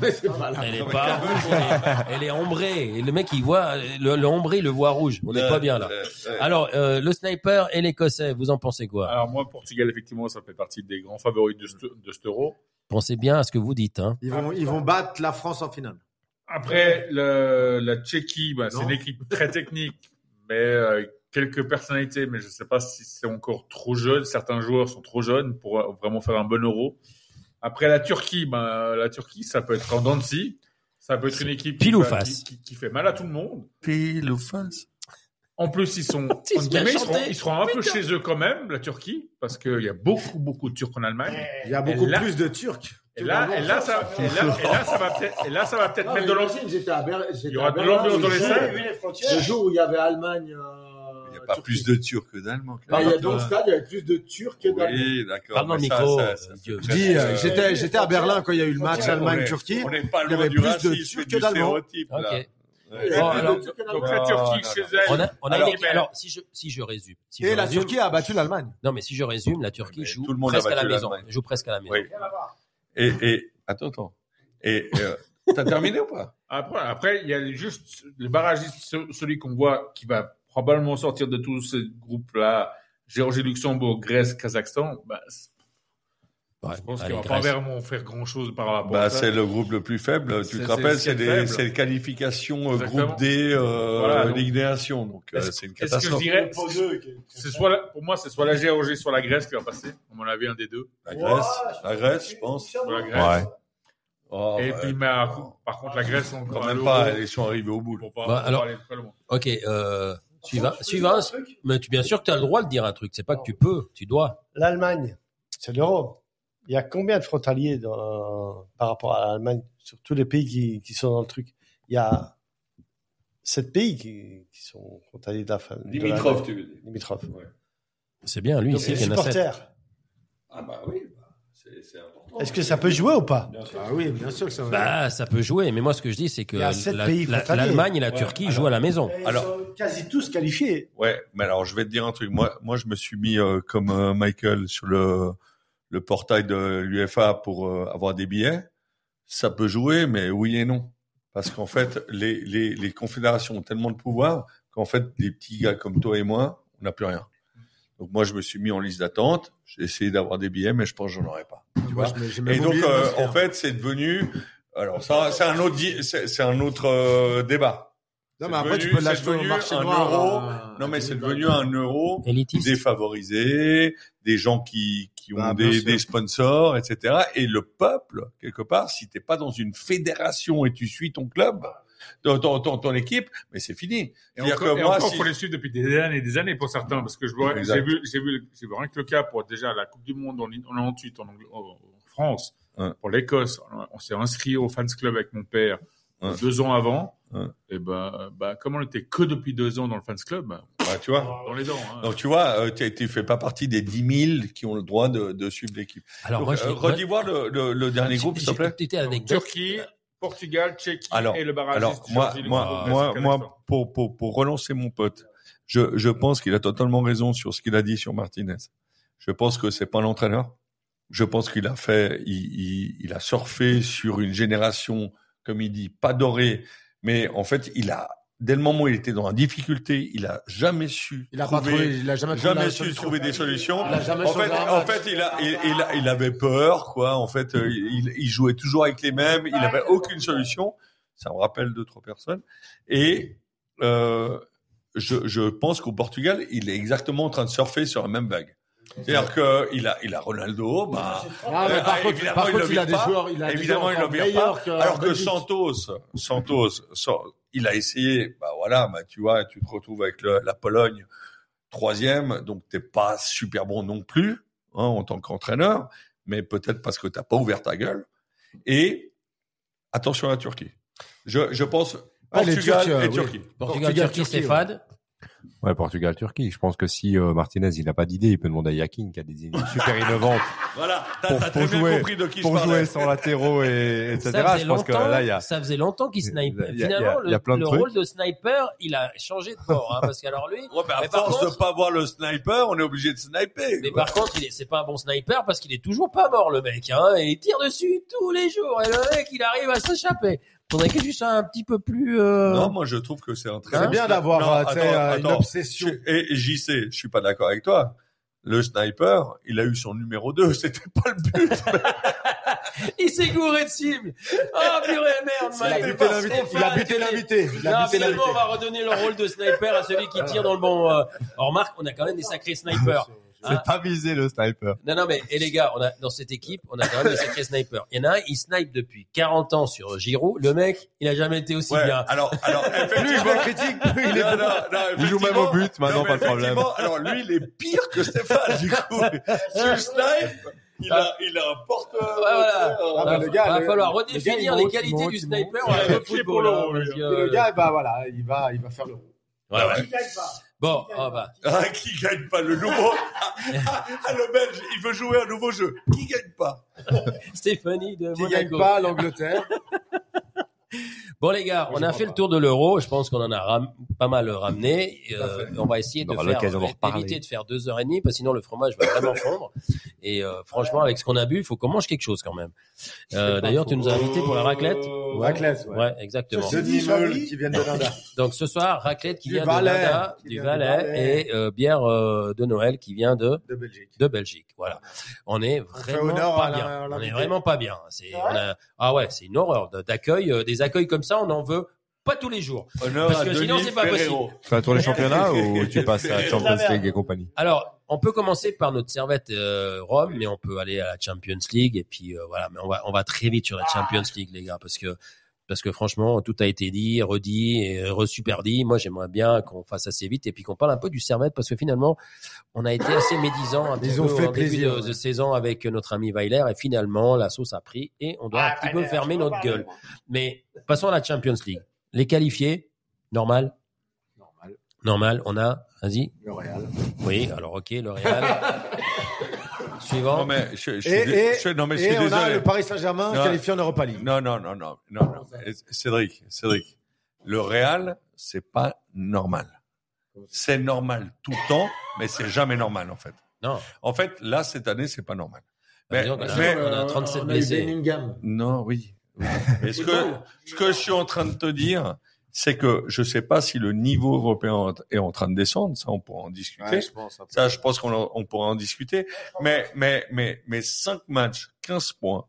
Speaker 4: Mais c'est pas la-
Speaker 7: *laughs*
Speaker 2: Elle est pas rouge, elle est ombrée. Et le mec, il voit le, le ombré, il le voit rouge. On n'est pas bien là.
Speaker 7: Ouais, ouais. Ah.
Speaker 2: Alors, euh, le sniper et l'écossais, vous en pensez quoi
Speaker 5: Alors moi, Portugal, effectivement, ça fait partie des grands favoris de, ce- de cet euro.
Speaker 2: Pensez bien à ce que vous dites. Hein.
Speaker 4: Ils vont, ils vont battre la France en finale.
Speaker 5: Après, le- la Tchéquie, bah, c'est
Speaker 4: Non.
Speaker 5: une équipe très technique, *laughs* mais euh, quelques personnalités, mais je ne sais pas si c'est encore trop jeune. Certains joueurs sont trop jeunes pour euh, vraiment faire un bon euro. Après, la Turquie, bah, la Turquie, ça peut être en dents de scie. Ça peut être une équipe qui,
Speaker 2: Pile ou
Speaker 5: fait-
Speaker 2: face.
Speaker 5: qui- qui- qui fait mal à tout le monde.
Speaker 7: Pile ou face
Speaker 5: En plus,
Speaker 2: *laughs*
Speaker 5: ils sont,
Speaker 2: Ils se
Speaker 5: entre guillemets, ils
Speaker 2: la
Speaker 5: seront,
Speaker 2: chantaient.
Speaker 5: ils seront un peu chez eux quand même, la Turquie, parce qu'il y a beaucoup, beaucoup de Turcs en Allemagne.
Speaker 4: Il y a beaucoup
Speaker 5: Et là-
Speaker 4: plus de Turcs.
Speaker 5: Et là, et là, ça, et là, et là, ça va peut-être, et là, ça va peut-être mettre de l'ambiance.
Speaker 4: j'étais à Berlin.
Speaker 5: Il y aura de l'ambiance dans les salles.
Speaker 4: Le jour où il y avait Allemagne, euh,
Speaker 7: Il y a
Speaker 3: pas plus de Turcs euh, que d'Allemands. quand
Speaker 7: Bah, il y a
Speaker 3: même.
Speaker 7: d'autres stades, il y a plus de Turcs que d'Allemands.
Speaker 3: Oui, d'accord.
Speaker 2: Parle dans le
Speaker 3: mais ça,
Speaker 2: micro,
Speaker 3: ça, ça-
Speaker 2: euh, Dieu.
Speaker 4: Je dis, euh, j'étais, j'étais à Berlin quand il y a eu le match
Speaker 3: Ouais,
Speaker 4: Allemagne-Turquie.
Speaker 3: On n'est pas
Speaker 4: il y
Speaker 3: loin
Speaker 4: avait
Speaker 3: du
Speaker 4: plus de
Speaker 3: racisme
Speaker 4: Turcs
Speaker 3: et
Speaker 4: que
Speaker 3: du
Speaker 4: d'Allemands.
Speaker 3: stéréotype. là.
Speaker 2: Ok.
Speaker 3: Ouais.
Speaker 2: Bon, alors-
Speaker 7: Turcs que
Speaker 5: Donc
Speaker 7: d'Allemands.
Speaker 5: la
Speaker 3: Non,
Speaker 5: Turquie
Speaker 3: non,
Speaker 5: chez
Speaker 3: non.
Speaker 5: elle.
Speaker 2: On a, on a
Speaker 3: Alors,
Speaker 2: une équipe- alors, si je, si je résume. Si je
Speaker 4: Et la
Speaker 2: résume-
Speaker 7: ah
Speaker 4: Turquie a
Speaker 7: bah.
Speaker 4: battu l'allemagne.
Speaker 2: Non, mais si je résume, la Turquie
Speaker 3: mais
Speaker 2: joue
Speaker 3: tout le monde a
Speaker 2: presque à la
Speaker 3: battu
Speaker 2: maison.
Speaker 3: l'Allemagne.
Speaker 2: Joue presque à la maison.
Speaker 3: Oui. Et, et attends, attends. Et euh, t'as terminé ou pas
Speaker 5: Après, après, il y a juste le barragiste, ce- celui qu'on voit qui va probablement sortir de tous ces groupes-là, Géorgie, Luxembourg, Grèce, Kazakhstan, bah, c-
Speaker 2: Ouais, bah,
Speaker 5: je pense
Speaker 2: allez,
Speaker 5: qu'on va pas
Speaker 2: Grèce.
Speaker 5: vraiment faire grand-chose par rapport à
Speaker 3: Bah,
Speaker 5: ça.
Speaker 3: c'est le groupe le plus faible. Tu
Speaker 5: C'est-
Speaker 3: te
Speaker 5: c'est-
Speaker 3: rappelles,
Speaker 5: c'est
Speaker 3: c'est
Speaker 5: le
Speaker 3: les,
Speaker 5: faible.
Speaker 3: c'est les qualifications euh,
Speaker 5: Exactement.
Speaker 3: groupe D, euh,
Speaker 5: Voilà, donc-
Speaker 3: Ligue des Nations. Donc, euh,
Speaker 5: Est-ce-
Speaker 3: c'est une
Speaker 5: Est-ce que je
Speaker 3: catastrophe.
Speaker 5: dirais,
Speaker 7: Pour deux, qui-
Speaker 5: c'est soit la- pour moi, c'est soit la Géorgie, soit la Grèce qui va passer. On en avait un des deux.
Speaker 3: La Grèce,
Speaker 7: Ouais,
Speaker 3: la Grèce, je pense.
Speaker 5: Soit la Grèce.
Speaker 12: Ouais.
Speaker 3: Oh,
Speaker 5: Et
Speaker 3: bah,
Speaker 5: puis, mais, à- par contre, la Grèce, on
Speaker 3: quand même pas, ils sont arrivés au bout. là.
Speaker 5: Pour pas,
Speaker 2: Bah,
Speaker 5: pour
Speaker 2: alors-
Speaker 5: pas aller très loin.
Speaker 2: Ok, euh, suivant,
Speaker 7: Je peux
Speaker 2: suivant.
Speaker 7: dire un truc
Speaker 2: Mais tu, bien sûr que tu as le droit de dire un truc. C'est pas que tu peux, tu dois.
Speaker 8: L'Allemagne, c'est l'euro. Il y a combien de frontaliers dans- par rapport à l'Allemagne sur tous les pays qui, qui sont dans le truc Il y a sept pays qui, qui sont frontaliers de la fin.
Speaker 13: Dimitrov, tu veux dire.
Speaker 8: Dimitrov.
Speaker 2: C'est bien, lui,
Speaker 8: Donc,
Speaker 2: il sait
Speaker 8: les
Speaker 2: qu'il y en a sept.
Speaker 8: supporters,
Speaker 13: Ah bah oui, bah, c'est c'est important.
Speaker 8: est-ce que ça peut jouer ou pas
Speaker 13: Bien sûr.
Speaker 4: Ah oui, bien sûr que ça
Speaker 2: Bah, ça peut jouer, mais moi, ce que je dis, c'est que
Speaker 8: Il y a sept
Speaker 2: la-
Speaker 8: pays
Speaker 2: la-
Speaker 8: frontaliers.
Speaker 2: l'Allemagne et la
Speaker 13: Ouais,
Speaker 2: Turquie
Speaker 13: alors-
Speaker 2: jouent à la maison.
Speaker 8: Ils
Speaker 3: Alors-
Speaker 8: sont quasi tous qualifiés.
Speaker 3: Ouais, mais alors je vais te dire un truc. Moi, moi, je me suis mis euh, comme euh, Michael sur le le portail de l'UFA pour euh, avoir des billets. Ça peut jouer, mais oui et non, parce qu'en fait, les les les confédérations ont tellement de pouvoir qu'en fait, les petits gars comme toi et moi, on n'a plus rien. Donc moi, je me suis mis en liste d'attente. J'ai essayé d'avoir des billets, mais je pense que j'en aurai pas.
Speaker 4: Moi, je- j'ai même
Speaker 3: Et donc,
Speaker 4: oublié de
Speaker 3: euh,
Speaker 4: m'inscrire.
Speaker 3: en fait, c'est devenu. Alors, ça, c'est un autre, di- c'est c'est un autre euh, débat.
Speaker 4: non,
Speaker 3: c'est
Speaker 4: mais après, tu
Speaker 3: devenu-
Speaker 4: peux
Speaker 3: c'est
Speaker 4: l'acheter au
Speaker 3: devenu
Speaker 4: marché
Speaker 3: un
Speaker 4: noir.
Speaker 3: euro.
Speaker 4: hein.
Speaker 3: Non, mais c'est devenu un euro
Speaker 2: Élitiste.
Speaker 3: défavorisé, des gens qui qui ont
Speaker 4: Bah, bien
Speaker 3: des,
Speaker 4: sûr.
Speaker 3: des sponsors, etc. Et le peuple, quelque part, si t'es pas dans une fédération et tu suis ton club, ton ton, ton, ton équipe, mais c'est fini.
Speaker 5: Et
Speaker 3: C'est-à-dire
Speaker 5: encore,
Speaker 3: que
Speaker 5: et
Speaker 3: moi,
Speaker 5: encore,
Speaker 3: si-
Speaker 5: faut les suivre depuis des années et des années pour certains, parce que je vois,
Speaker 3: Exact.
Speaker 5: j'ai vu, j'ai vu, le- j'ai vu rien que le cas pour déjà la Coupe du Monde en, en 98 en, Angl- en- en France,
Speaker 3: Hein.
Speaker 5: pour l'Écosse, on, on s'est inscrit au fans club avec mon père
Speaker 3: Hein.
Speaker 5: deux ans avant.
Speaker 3: Hein.
Speaker 5: Et bah, bah, comme on était que depuis deux ans dans le fans club, bah,
Speaker 3: bah, tu vois.
Speaker 5: dans les dents. hein.
Speaker 3: Donc tu vois, euh, t'es- tu fais pas partie des 10 000 qui ont le droit de, de suivre l'équipe.
Speaker 2: Alors,
Speaker 3: Donc,
Speaker 2: moi, je
Speaker 3: euh, redis voir le, le, le dernier groupe, s'il te plaît.
Speaker 2: C'était anecdote.
Speaker 5: Turquie, Portugal, Tchéquie
Speaker 3: Alors-
Speaker 5: et le barrage.
Speaker 3: Alors moi, moi, moi, moi, pour, pour, pour relancer mon pote, je, je pense qu'il a totalement raison sur ce qu'il a dit sur Martinez. Je pense que c'est pas l'entraîneur. Je pense qu'il a fait, il, il, il a surfé sur une génération, comme il dit, pas dorée, mais en fait, il a dès le moment où il était dans la difficulté, il a jamais su
Speaker 4: Il a pas
Speaker 3: trouver-
Speaker 4: trouvé, il a jamais trouvé.
Speaker 3: jamais
Speaker 4: la
Speaker 3: su
Speaker 4: solution.
Speaker 3: trouver des solutions.
Speaker 4: Il a jamais
Speaker 3: En
Speaker 4: changé
Speaker 3: fait,
Speaker 4: un
Speaker 3: en
Speaker 4: match.
Speaker 3: fait, il a, il, il a- il avait peur, quoi. En fait, euh, il, il jouait toujours avec les mêmes. Il avait aucune solution. Ça me rappelle deux trois personnes. Et euh, je, je pense qu'au Portugal, il est exactement en train de surfer sur la même vague. C'est-à-dire que il a, il a Ronaldo. Bah,
Speaker 4: Ah, mais
Speaker 3: Euh,
Speaker 4: par contre,
Speaker 3: évidemment,
Speaker 4: par
Speaker 3: il
Speaker 4: contre,
Speaker 3: le
Speaker 4: il a
Speaker 3: vire
Speaker 4: des
Speaker 3: pas.
Speaker 4: joueurs, il a des
Speaker 3: Évidemment,
Speaker 4: joueurs
Speaker 3: il le
Speaker 4: encore
Speaker 3: vire
Speaker 4: meilleurs
Speaker 3: pas.
Speaker 4: que-
Speaker 3: alors que
Speaker 4: Belgique.
Speaker 3: Santos, Santos, San- il a essayé. Bah voilà, bah, tu vois, tu te retrouves avec le- la Pologne troisième, donc t'es pas super bon non plus hein, en tant qu'entraîneur, mais peut-être parce que t'as pas ouvert ta gueule. Et attention à la Turquie. Je, je pense
Speaker 4: Ah, les
Speaker 3: Portugal
Speaker 4: Turcs, euh,
Speaker 3: et
Speaker 4: oui.
Speaker 3: Turquie.
Speaker 2: Portugal,
Speaker 4: Portugal,
Speaker 2: Turquie, c'est
Speaker 4: Turquie,
Speaker 2: fade.
Speaker 12: Ouais, Portugal, Turquie. Je pense que si euh, Martinez il n'a pas d'idée, il peut demander à Yakin qui a des idées super innovantes
Speaker 3: *laughs* Voilà, t'as
Speaker 12: Pour-
Speaker 3: t'as
Speaker 12: pour
Speaker 3: très bien
Speaker 12: jouer-
Speaker 3: compris de qui
Speaker 12: pour
Speaker 3: je parlais.
Speaker 12: jouer sans latéraux et etc.
Speaker 2: Ça faisait,
Speaker 12: Je pense que
Speaker 2: longtemps-
Speaker 12: là il y a
Speaker 2: ça faisait longtemps qu'il
Speaker 12: il y a-
Speaker 2: sniper.
Speaker 12: il y a-
Speaker 2: Finalement,
Speaker 12: il y a plein de
Speaker 2: le, le
Speaker 12: trucs.
Speaker 2: rôle de sniper, il a changé de bord. hein, parce qu'alors lui,
Speaker 3: Ouais, bah, à
Speaker 2: Mais par
Speaker 3: force
Speaker 2: contre-
Speaker 3: de pas voir le sniper, on est obligé de sniper.
Speaker 2: Mais
Speaker 3: quoi.
Speaker 2: par contre, il est- c'est pas un bon sniper parce qu'il est toujours pas mort, le mec. Hein, et il tire dessus tous les jours. Et le mec, il arrive à s'échapper. Faudrait que tu sois un petit peu plus... euh, *laughs*
Speaker 3: Non, moi je trouve que c'est un très.
Speaker 4: C'est
Speaker 3: bon
Speaker 4: bien
Speaker 3: sniper.
Speaker 4: d'avoir euh,
Speaker 3: Non,
Speaker 4: tu sais,
Speaker 3: attends,
Speaker 4: euh, une
Speaker 3: attends.
Speaker 4: obsession.
Speaker 3: Je- Et JC, je suis pas d'accord avec toi. Le sniper, il a eu son numéro 2, *laughs* c'était pas le but.
Speaker 2: Il s'est gouré de cible. Oh purée merde,
Speaker 4: Il a
Speaker 2: Mike.
Speaker 4: buté l'invité. Il a buté l'invité. Il a
Speaker 2: Non,
Speaker 4: buté
Speaker 2: finalement,
Speaker 4: l'invité.
Speaker 2: on va redonner le rôle de sniper à celui qui tire dans le bon. euh, Or, remarque, on a quand même des sacrés snipers.
Speaker 12: c'est pas visé le sniper.
Speaker 2: Non, non, mais et les gars, on a dans cette équipe, on a quand même des sacrés snipers. Il y en a un, il snipe depuis 40 ans sur Giroud. Le mec, il a jamais été aussi
Speaker 3: Ouais,
Speaker 2: bien.
Speaker 3: alors, alors,
Speaker 4: Plus il
Speaker 3: effectivement.
Speaker 4: est critique, plus il est
Speaker 3: *laughs* Non, non, non,
Speaker 12: Il joue même
Speaker 3: effectivement.
Speaker 12: au but maintenant,
Speaker 3: Non, mais
Speaker 12: pas de problème.
Speaker 3: effectivement, Alors lui, il est pire que Stéphane, du coup.
Speaker 2: *laughs*
Speaker 3: Sur le snipe, il a, il a un porte.
Speaker 2: voilà.
Speaker 4: Ah, bah, le gars,
Speaker 2: va
Speaker 4: le-
Speaker 2: falloir
Speaker 4: le gars, il
Speaker 2: redéfinir les
Speaker 4: monte, il
Speaker 2: qualités
Speaker 4: monte,
Speaker 2: du
Speaker 4: il monte.
Speaker 2: sniper. on a
Speaker 5: Il a
Speaker 2: le
Speaker 5: pied
Speaker 2: football,
Speaker 8: hein.
Speaker 5: pour l'eau,
Speaker 2: là,
Speaker 5: le
Speaker 2: parce que, euh,
Speaker 4: Et le gars, bah voilà, il va, il va faire le.
Speaker 2: Ouais, ouais.
Speaker 7: Il gagne pas.
Speaker 2: Bon, oh bah.
Speaker 3: Ah, qui gagne pas le nouveau ah, ah, ah, le Belge, il veut jouer un nouveau jeu. Qui gagne pas
Speaker 2: Stéphanie de
Speaker 4: Qui gagne
Speaker 2: Monaco.
Speaker 4: pas l'Angleterre
Speaker 2: Bon les gars, on a fait le tour de l'euro. Je pense qu'on en a ram- pas mal ramené. Euh, on va essayer
Speaker 7: On
Speaker 2: de
Speaker 7: aura
Speaker 2: faire
Speaker 7: l'occasion d'en reparler.
Speaker 2: éviter de faire deux heures et demie, parce que sinon le fromage va vraiment fondre. Et euh, franchement, avec ce qu'on a bu, il faut qu'on mange quelque chose quand même. Euh, D'ailleurs, tu nous as invités pour la raclette.
Speaker 4: Raclette, ouais.
Speaker 2: Ouais, exactement.
Speaker 4: Deux demi-meules qui viennent de l'Inde.
Speaker 2: Donc ce soir, raclette qui
Speaker 4: Du
Speaker 2: vient
Speaker 4: Valais.
Speaker 2: de Nada,
Speaker 4: Qui
Speaker 2: du
Speaker 4: vient du
Speaker 2: Valais,
Speaker 4: Valais.
Speaker 2: et euh, bière euh, de Noël qui vient de
Speaker 4: De Belgique.
Speaker 2: de Belgique. Voilà. On est
Speaker 4: fait
Speaker 2: vraiment
Speaker 4: honneur
Speaker 2: pas
Speaker 4: à la- à
Speaker 2: bien. On est
Speaker 4: l'invité.
Speaker 2: vraiment pas bien. C'est, on a, ah ouais, c'est une horreur de- d'accueil. euh, Des accueils comme ça, on en veut pas tous les jours.
Speaker 3: Honneur
Speaker 2: Parce
Speaker 3: à
Speaker 2: que sinon,
Speaker 3: Denis
Speaker 2: c'est pas
Speaker 3: Ferrero.
Speaker 7: Tu fais un tour des championnats
Speaker 3: *laughs*
Speaker 7: ou tu passes à Champions
Speaker 8: merde.
Speaker 7: League et compagnie
Speaker 2: Alors, on peut commencer par notre servette euh, Rome, mais on peut aller à la Champions League et puis euh, voilà. Mais on va, on va très vite sur la Champions League, les gars, parce que. Parce que franchement, tout a été dit, redit, et re-super dit. Moi, j'aimerais bien qu'on fasse assez vite et puis qu'on parle un peu du Servette parce que finalement, on a été assez médisant un petit
Speaker 4: Ils
Speaker 2: peu
Speaker 4: ont fait
Speaker 2: en début
Speaker 4: plaisir,
Speaker 2: de,
Speaker 4: ouais.
Speaker 2: de saison avec notre ami Weiler et finalement, la sauce a pris et on doit un petit peu fermer notre gueule. Mais passons à la Champions League. Les qualifiés, normal,
Speaker 4: Normal.
Speaker 2: normal. On a, vas-y,
Speaker 4: Le Real.
Speaker 2: oui, alors ok, le
Speaker 3: *laughs*
Speaker 2: Real. Suivant.
Speaker 3: Non, mais je, je suis,
Speaker 4: Et-
Speaker 3: dé-
Speaker 4: et-
Speaker 3: je- non, mais je suis
Speaker 4: Et on a
Speaker 3: désolé.
Speaker 4: le Paris Saint-Germain
Speaker 3: Non.
Speaker 4: qualifié en Europa League.
Speaker 3: Non, non, non, non, non, non. Cédric, Cédric, le Real, c'est pas normal. C'est normal tout le temps, mais c'est jamais normal en fait.
Speaker 2: Non.
Speaker 3: En fait, là cette année, c'est pas normal.
Speaker 2: Bah,
Speaker 3: Mais-
Speaker 2: disons qu'on a-
Speaker 3: mais-
Speaker 2: on a 37 blessés.
Speaker 4: Bellingham.
Speaker 3: Non, oui. Mais ce que ce que je suis en train de te dire, c'est que je sais pas si le niveau européen est en train de descendre. Ça, on pourra en discuter.
Speaker 4: Ouais, je pense. un peu.
Speaker 3: Ça, je pense qu'on en- on pourra en discuter. Mais, mais, mais, mais 5 matchs, 15 points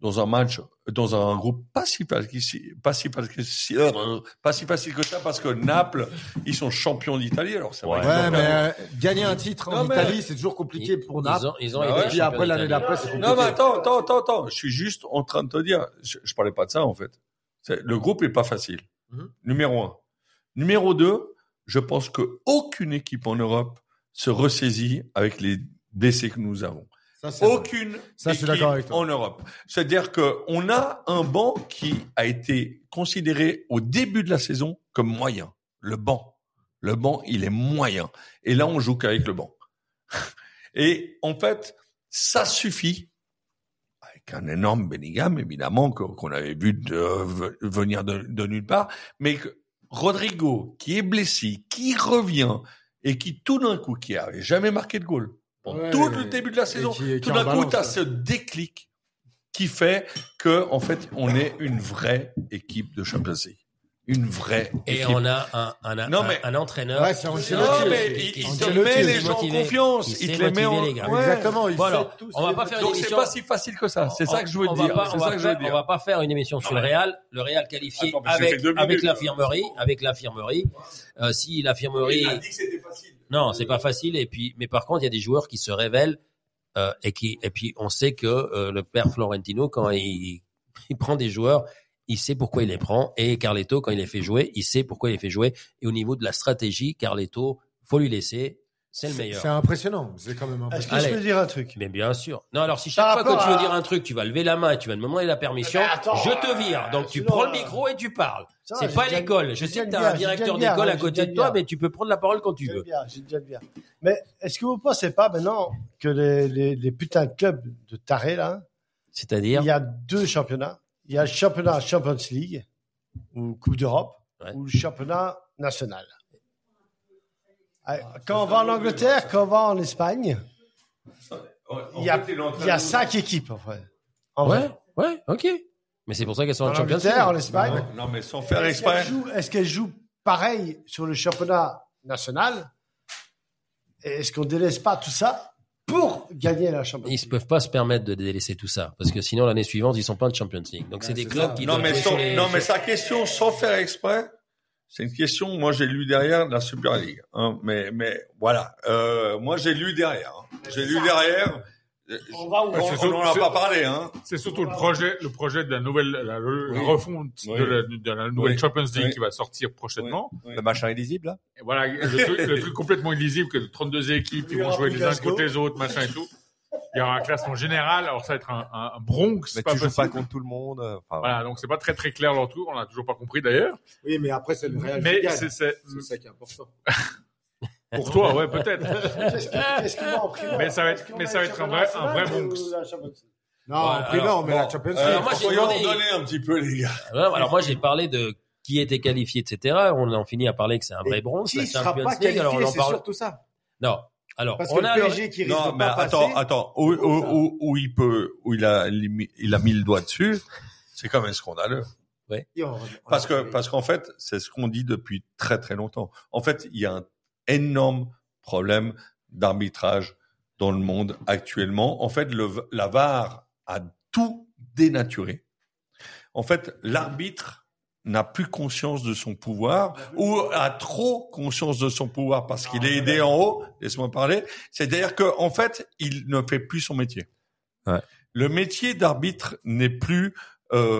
Speaker 3: dans un match, dans un groupe pas si facile, pas si facile, euh, pas si facile que ça parce que Naples, ils sont champions d'Italie. Alors, ça
Speaker 7: Ouais,
Speaker 3: va
Speaker 4: Ouais,
Speaker 3: être
Speaker 4: mais
Speaker 3: leur-
Speaker 4: euh, gagner un titre en
Speaker 3: Non, mais-
Speaker 4: Italie, c'est toujours compliqué
Speaker 2: Ils,
Speaker 4: pour
Speaker 2: ils
Speaker 4: Naples.
Speaker 2: ont, ils ont
Speaker 3: Bah
Speaker 2: été
Speaker 3: ouais.
Speaker 4: Et puis
Speaker 2: champions
Speaker 4: après, l'année
Speaker 2: d'Italie.
Speaker 4: d'après, c'est compliqué.
Speaker 3: Non, mais attends, attends, attends, attends. Je suis juste en train de te dire, je, je parlais pas de ça, en fait. C'est- Le groupe est pas facile.
Speaker 4: Mhm.
Speaker 3: Numéro un. Numéro deux, je pense que aucune équipe en Europe se ressaisit avec les blessés que nous avons.
Speaker 4: Ça, c'est vrai.
Speaker 3: aucune
Speaker 4: Ça, je suis
Speaker 3: équipe
Speaker 4: d'accord avec toi.
Speaker 3: en Europe. C'est-à-dire que on a un banc qui a été considéré au début de la saison comme moyen. Le banc, le banc, il est moyen. Et là, on joue qu'avec le banc. *laughs* Et en fait, ça suffit. Avec un énorme Bellingham, évidemment, que- qu'on avait vu de, v- venir de, de nulle part, mais que Rodrigo, qui est blessé, qui revient et qui tout d'un coup, qui avait jamais marqué de goal, pendant
Speaker 4: Ouais,
Speaker 3: tout
Speaker 4: ouais,
Speaker 3: le
Speaker 4: ouais.
Speaker 3: début de la
Speaker 4: Et
Speaker 3: saison,
Speaker 4: qui- qui
Speaker 3: tout
Speaker 4: en
Speaker 3: d'un coup,
Speaker 4: balance,
Speaker 3: t'as
Speaker 4: ouais.
Speaker 3: ce déclic qui fait que, en fait, on est une vraie équipe de Champions League. Une vraie
Speaker 2: Et
Speaker 3: équipe.
Speaker 2: on a un, un, un,
Speaker 3: Non, mais-
Speaker 2: un entraîneur.
Speaker 4: Ah Ouais, c'est
Speaker 3: Non,
Speaker 4: Ancelotti.
Speaker 3: mais il,
Speaker 2: Qui-
Speaker 3: il
Speaker 2: qui-
Speaker 3: te
Speaker 4: Ancelotti
Speaker 3: met
Speaker 4: est
Speaker 3: les gens en
Speaker 2: motivé.
Speaker 3: confiance.
Speaker 2: Il
Speaker 3: Il,
Speaker 2: sait
Speaker 3: te les met
Speaker 2: motiver,
Speaker 3: en...
Speaker 2: les gars.
Speaker 3: Ouais.
Speaker 4: Exactement, il
Speaker 2: Bon,
Speaker 4: fait
Speaker 2: alors,
Speaker 4: tous
Speaker 2: on va
Speaker 4: les-
Speaker 2: pas faire une
Speaker 3: Donc c'est
Speaker 2: émission.
Speaker 3: pas si facile que ça. C'est
Speaker 2: on-
Speaker 3: ça que je veux
Speaker 2: on va
Speaker 3: dire.
Speaker 2: pas- on
Speaker 3: C'est
Speaker 2: va
Speaker 3: ça que je veux
Speaker 2: faire-
Speaker 3: dire.
Speaker 2: On va pas faire une émission sur le Real. Le Real qualifié
Speaker 3: Attends, parce que j'ai
Speaker 2: avec,
Speaker 3: fait deux
Speaker 2: avec
Speaker 3: minutes, là.
Speaker 2: l'infirmerie, avec l'infirmerie. Euh, si l'infirmerie. Non, c'est pas facile. Et puis, mais par contre, il y a des joueurs qui se révèlent euh, et qui, et puis, on sait que euh, le père Florentino, quand il, *laughs* il prend des joueurs, il sait pourquoi il les prend. Et Carletto, quand il les fait jouer, il sait pourquoi il les fait jouer. Et au niveau de la stratégie, Carletto, faut lui laisser. C'est le meilleur.
Speaker 4: C'est impressionnant. C'est quand même
Speaker 8: Est-ce
Speaker 4: impressionnant.
Speaker 8: que
Speaker 2: Allez.
Speaker 8: je peux dire un truc
Speaker 2: Mais bien sûr. Non, alors si chaque
Speaker 8: Par
Speaker 2: fois que
Speaker 8: rapport
Speaker 2: tu veux
Speaker 8: à-
Speaker 2: dire un truc, tu vas lever la main et tu vas demander la permission,
Speaker 8: Mais attends,
Speaker 2: je te vire. Donc tu
Speaker 8: sinon,
Speaker 2: prends le
Speaker 8: euh,
Speaker 2: micro et tu parles.
Speaker 8: Ça va,
Speaker 2: C'est
Speaker 8: j'ai
Speaker 2: pas
Speaker 8: déjà-
Speaker 2: l'école. Je
Speaker 8: j'ai
Speaker 2: sais que
Speaker 8: déjà
Speaker 2: t'as un
Speaker 8: le bien, j'ai
Speaker 2: directeur
Speaker 8: déjà le
Speaker 2: d'école
Speaker 8: bien,
Speaker 2: à
Speaker 8: j'ai
Speaker 2: côté
Speaker 8: déjà
Speaker 2: de
Speaker 8: le
Speaker 2: toi,
Speaker 8: bien.
Speaker 2: mais tu peux prendre la parole quand tu
Speaker 8: J'ai
Speaker 2: veux.
Speaker 8: bien, j'ai déjà bien. Mais est-ce que vous pensez pas maintenant que les, les, les putains de clubs de tarés, là,
Speaker 2: C'est-à-dire,
Speaker 8: il y a deux championnats. Il y a le championnat Champions League, ou Coupe d'Europe,
Speaker 2: Ouais.
Speaker 8: ou le championnat national. Ah, Quand on va en Angleterre, quand on va en Espagne, il y a, il y a cinq équipes, en fait. En
Speaker 2: ouais,
Speaker 8: vrai.
Speaker 2: ouais, ok. Mais c'est pour ça qu'elles sont
Speaker 8: En
Speaker 2: en Champions
Speaker 8: Angleterre, en
Speaker 2: League.
Speaker 8: Espagne,
Speaker 3: Non, mais sans faire
Speaker 8: Est-ce qu'elle
Speaker 3: exprès.
Speaker 8: joue, est-ce qu'elle joue pareil sur le championnat national Et Est-ce qu'on délaisse pas tout ça pour gagner la Champions
Speaker 2: Ils *laughs* se
Speaker 8: League
Speaker 2: peuvent pas se permettre de délaisser tout ça parce que sinon l'année suivante ils sont pas de Champions League.
Speaker 4: Ah,
Speaker 2: Donc c'est des clubs qui
Speaker 3: Non,
Speaker 2: doivent
Speaker 3: mais sans-
Speaker 2: jouer-
Speaker 3: non, mais sa question, sans faire exprès, c'est une question, moi j'ai lu derrière la Super League. hein. mais, mais voilà. Euh, moi j'ai lu derrière. hein. J'ai lu derrière. Euh,
Speaker 8: On va où
Speaker 3: On
Speaker 5: c'est sûr-
Speaker 3: on n'en a
Speaker 5: c'est-
Speaker 3: pas parlé. Hein.
Speaker 5: C'est surtout le projet, le projet de la nouvelle, la, la
Speaker 3: Oui.
Speaker 5: refonte
Speaker 3: Oui.
Speaker 5: de, la, de la nouvelle
Speaker 3: Oui.
Speaker 5: Champions League
Speaker 3: Oui.
Speaker 5: qui va sortir prochainement.
Speaker 7: Le machin est lisible, là
Speaker 5: Et voilà, le *laughs* truc, le truc complètement illisible que 32 équipes qui
Speaker 8: Il y
Speaker 5: vont
Speaker 8: aura
Speaker 5: jouer
Speaker 8: plus
Speaker 5: les uns
Speaker 8: Glasgow.
Speaker 5: contre les autres, machin et tout. Il y aura un classement général, alors ça va être un, un, un Bronx,
Speaker 7: Mais
Speaker 5: c'est pas
Speaker 7: tu joues
Speaker 5: possible.
Speaker 7: pas contre tout le monde. euh, Enfin,
Speaker 5: Voilà, donc c'est pas très très clair leur truc, on l'a toujours pas compris d'ailleurs.
Speaker 8: Ah,
Speaker 4: Oui, mais après, c'est le Real qui
Speaker 5: Mais
Speaker 4: gagne.
Speaker 5: c'est, c'est,
Speaker 4: C'est ça qui est important.
Speaker 9: Pour toi, ouais, peut-être.
Speaker 8: *laughs* Qu'est-ce qu'il qu'est-ce qu'il va en primaire
Speaker 9: Mais ça va être-
Speaker 8: Est-ce qu'on
Speaker 9: mais
Speaker 8: a
Speaker 9: ça va
Speaker 8: le
Speaker 9: être un vrai- un vrai
Speaker 8: championnat national
Speaker 9: Bronx.
Speaker 8: ou la Champions League
Speaker 4: Non, Ah, en
Speaker 2: Ouais,
Speaker 4: primaire,
Speaker 2: alors,
Speaker 4: on met la Champions League.
Speaker 2: Euh, moi, j'ai
Speaker 5: Soyons
Speaker 2: demandé-
Speaker 5: donnés un petit peu, les gars.
Speaker 2: Alors, alors moi j'ai parlé de qui était qualifié, etc. On en finit à parler que c'est un vrai
Speaker 4: Et
Speaker 2: bronze.
Speaker 4: Qui
Speaker 2: la
Speaker 4: sera
Speaker 2: Champions
Speaker 4: pas
Speaker 2: League, alors on
Speaker 4: qualifié,
Speaker 2: en
Speaker 4: c'est
Speaker 2: parle.
Speaker 4: surtout ça.
Speaker 2: Non. Alors
Speaker 4: Parce que
Speaker 2: on
Speaker 4: le
Speaker 2: a
Speaker 4: PSG qui risque
Speaker 5: Non,
Speaker 4: de
Speaker 5: mais
Speaker 4: pas passer.
Speaker 5: attends, attends, où, où, où, où il peut, où il a, il a mis le doigt dessus, c'est quand même scandaleux.
Speaker 4: Et on- on
Speaker 5: Parce
Speaker 4: a-
Speaker 5: que, parce qu'en fait, c'est ce qu'on dit depuis très très longtemps. En fait, il y a un énorme problème d'arbitrage dans le monde actuellement. En fait, le, la VAR a tout dénaturé. En fait, l'arbitre n'a plus conscience de son pouvoir ou a trop conscience de son pouvoir parce qu'il est aidé en haut. Laisse-moi parler. C'est-à-dire que, en fait, il ne fait plus son métier.
Speaker 3: Ouais.
Speaker 5: Le métier d'arbitre n'est plus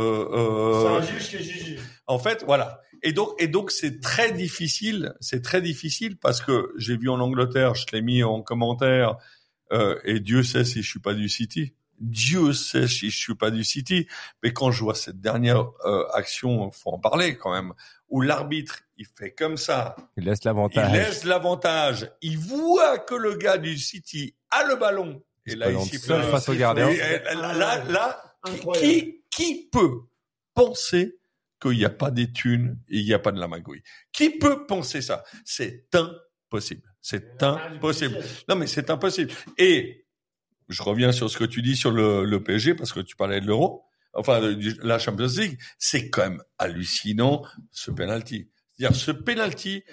Speaker 5: euh, euh,
Speaker 8: juge qui est Gigi.
Speaker 5: en fait, voilà. Et donc, et donc, c'est très difficile. C'est très difficile parce que j'ai vu en Angleterre, je l'ai mis en commentaire, euh, et Dieu sait si je suis pas du City. Dieu sait si je suis pas du City. Mais quand je vois cette dernière euh, action, faut en parler quand même, où l'arbitre, il fait comme ça,
Speaker 3: Il laisse
Speaker 5: il
Speaker 3: l'avantage.
Speaker 5: laisse l'avantage, il voit que le gars du City a le ballon, et
Speaker 3: se
Speaker 5: là, il
Speaker 3: présente
Speaker 5: siffle.
Speaker 3: seul
Speaker 5: un
Speaker 3: face au
Speaker 5: siffle.
Speaker 3: gardien.
Speaker 5: Et Là, là, là,
Speaker 8: Incroyable.
Speaker 5: qui, qui peut penser qu'il n'y a pas des thunes et il n'y a pas de la magouille Qui peut penser ça C'est impossible. C'est impossible. Non, mais c'est impossible. Et je reviens sur ce que tu dis sur le, le PSG, parce que tu parlais de l'euro, enfin de- du- la Champions League. C'est quand même hallucinant ce penalty. C'est-à-dire ce penalty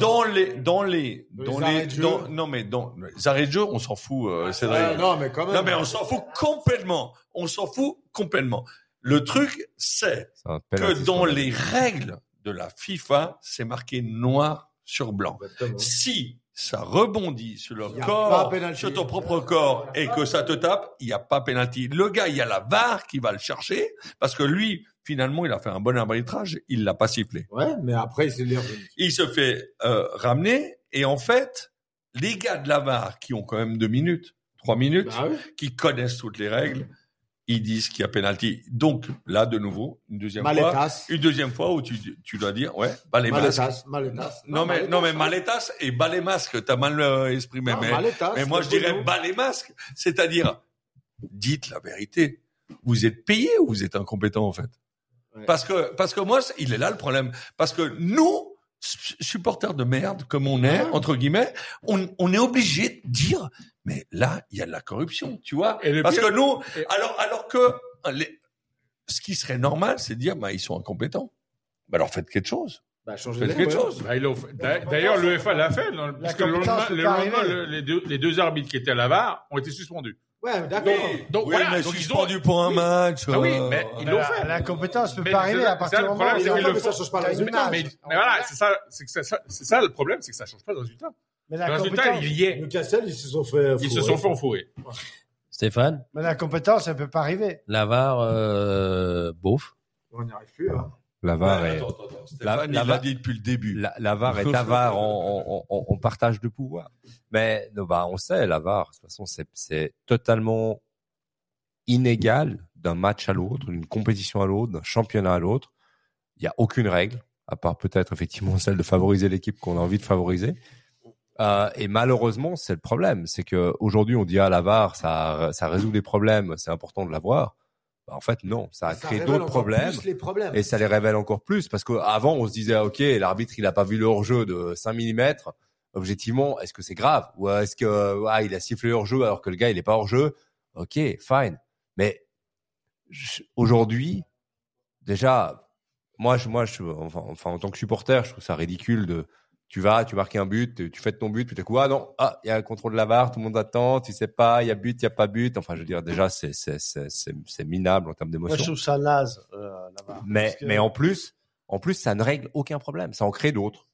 Speaker 5: dans les dans les
Speaker 4: Dans
Speaker 5: dans
Speaker 4: les
Speaker 5: les,
Speaker 4: arrêts de jeu.
Speaker 5: dans- non mais dans les arrêts de jeu, on s'en fout. euh, c'est
Speaker 8: Ah,
Speaker 4: Ouais, non, mais quand même.
Speaker 5: non mais on s'en fout complètement. On s'en fout complètement. Le truc, c'est
Speaker 3: C'est un
Speaker 5: que
Speaker 3: penalty
Speaker 5: dans
Speaker 3: scandaleux.
Speaker 5: les règles de la FIFA, c'est marqué noir sur blanc.
Speaker 4: Exactement.
Speaker 5: Si ça rebondit sur le
Speaker 4: Il y a pas
Speaker 5: corps,
Speaker 4: pénalty.
Speaker 5: sur ton propre corps, et que ça te tape, il n'y a pas pénalty. Le gars, il y a la VAR qui va le chercher, parce que lui, finalement, il a fait un bon arbitrage, il l'a pas sifflé.
Speaker 4: Ouais, mais après, c'est l'air.
Speaker 5: Il se fait euh, ramener, et en fait, les gars de la VAR, qui ont quand même deux minutes, trois minutes,
Speaker 4: Bah oui.
Speaker 5: qui connaissent toutes les règles, ils disent qu'il y a pénalty. Donc, là, de nouveau, une deuxième fois,
Speaker 4: Maletas.
Speaker 5: une deuxième fois où tu, tu dois dire, ouais, bah, les masques.
Speaker 4: Maletas. Maletas.
Speaker 5: Non, mais, non, mais maletas et bas les masques, t'as mal euh, exprimé. mais,
Speaker 4: Maletas.
Speaker 5: mais moi, je dirais bas les masques. C'est-à-dire, dites la vérité. Vous êtes payé ou vous êtes incompétent, en fait?
Speaker 4: Ouais.
Speaker 5: Parce que, parce que moi, c'est- il est là le problème. Parce que nous, su- supporters de merde, comme on est, entre guillemets, on, on est obligé de dire, mais là, il y a de la corruption, tu vois?
Speaker 9: Ah, Et le
Speaker 5: Parce
Speaker 9: pire-
Speaker 5: que nous,
Speaker 9: et-
Speaker 5: alors, alors que, les- ce qui serait normal, c'est de dire, bah, ils sont incompétents. Bah, alors faites quelque chose.
Speaker 4: Bah, changer
Speaker 5: Faites quelque chose.
Speaker 9: Bah, ils l'ont fait. D'a- D'ailleurs, l'UEFA l'a fait, dans le- parce que le lendemain,
Speaker 8: compétence peut
Speaker 9: le
Speaker 8: pas
Speaker 9: lendemain,
Speaker 8: arriver.
Speaker 9: le- les, deux, les deux arbitres qui étaient à la VAR ont été suspendus.
Speaker 4: Ouais, d'accord.
Speaker 9: Donc
Speaker 5: Oui,
Speaker 9: voilà,
Speaker 5: mais
Speaker 9: donc ils ont...
Speaker 5: suspendu pour un
Speaker 9: oui.
Speaker 5: match.
Speaker 9: Ah oui,
Speaker 5: euh,
Speaker 9: mais ils
Speaker 8: Mais
Speaker 9: l'ont
Speaker 8: la-
Speaker 9: fait.
Speaker 8: La compétence peut
Speaker 9: Mais
Speaker 8: pas
Speaker 9: c'est
Speaker 8: arriver
Speaker 9: ça-
Speaker 8: à
Speaker 9: c'est ça,
Speaker 8: partir
Speaker 9: le
Speaker 8: du moment
Speaker 9: problème,
Speaker 8: où
Speaker 9: c'est
Speaker 8: ils ont
Speaker 9: qu'ils
Speaker 8: fait,
Speaker 9: le
Speaker 8: mais
Speaker 9: font.
Speaker 8: ça change pas le
Speaker 4: Mais-
Speaker 8: résultat.
Speaker 9: Mais, mais voilà, c'est ça, c'est que ça- ça- c'est ça le problème, c'est que ça change pas le résultat.
Speaker 8: Mais
Speaker 9: Le
Speaker 8: la
Speaker 9: résultat,
Speaker 8: compétence,
Speaker 9: il y est.
Speaker 4: Newcastle, ils se sont fait.
Speaker 9: Ils se
Speaker 4: fourrer.
Speaker 9: sont fait enfouer.
Speaker 2: Stéphane,
Speaker 8: mais la compétence, elle peut pas arriver.
Speaker 2: Lavar, euh, beauf.
Speaker 4: On n'y arrive plus. hein.
Speaker 3: La VAR est,
Speaker 5: attends, attends, attends, Stéphane,
Speaker 3: La-
Speaker 5: il
Speaker 3: la-
Speaker 5: l'a dit depuis le début.
Speaker 3: la, la VAR est avare en, en- en- en partage de pouvoir. Mais non, bah, on sait, la VAR, de toute façon, c'est- c'est totalement inégal d'un match à l'autre, d'une compétition à l'autre, d'un championnat à l'autre. Il n'y a aucune règle, à part peut-être effectivement celle de favoriser l'équipe qu'on a envie de favoriser. Euh, et malheureusement, c'est le problème. C'est que aujourd'hui, on dit ah la VAR, ça, ça résout les problèmes, c'est important de l'avoir. Bah, en fait, non, ça a
Speaker 4: Ça
Speaker 3: créé
Speaker 4: révèle
Speaker 3: d'autres
Speaker 4: encore
Speaker 3: problèmes.
Speaker 4: plus les problèmes.
Speaker 3: Et ça les révèle encore plus parce qu'avant, on se disait, ah, OK, l'arbitre, il n'a pas vu le hors-jeu de 5 mm. Objectivement, est-ce que c'est grave Ou est-ce que euh, ah, il a sifflé le hors-jeu alors que le gars, il n'est pas hors-jeu OK, fine. Mais je- aujourd'hui, déjà, moi, je, moi je, enfin, enfin, en tant que supporter, je trouve ça ridicule de. Tu vas, tu marques un but, tu- tu fais ton but, puis tout à coup, ah non, ah, il y a un contrôle de la barre, tout le monde attend, tu sais pas, il y a but, il y a pas but. Enfin, je veux dire, déjà, c'est, c'est, c'est, c'est, c'est minable en termes d'émotion.
Speaker 8: Moi, je trouve ça naze, euh, là-bas.
Speaker 3: Mais,
Speaker 8: Parce que-
Speaker 3: mais en plus, en plus, ça ne règle aucun problème. Ça en crée d'autres.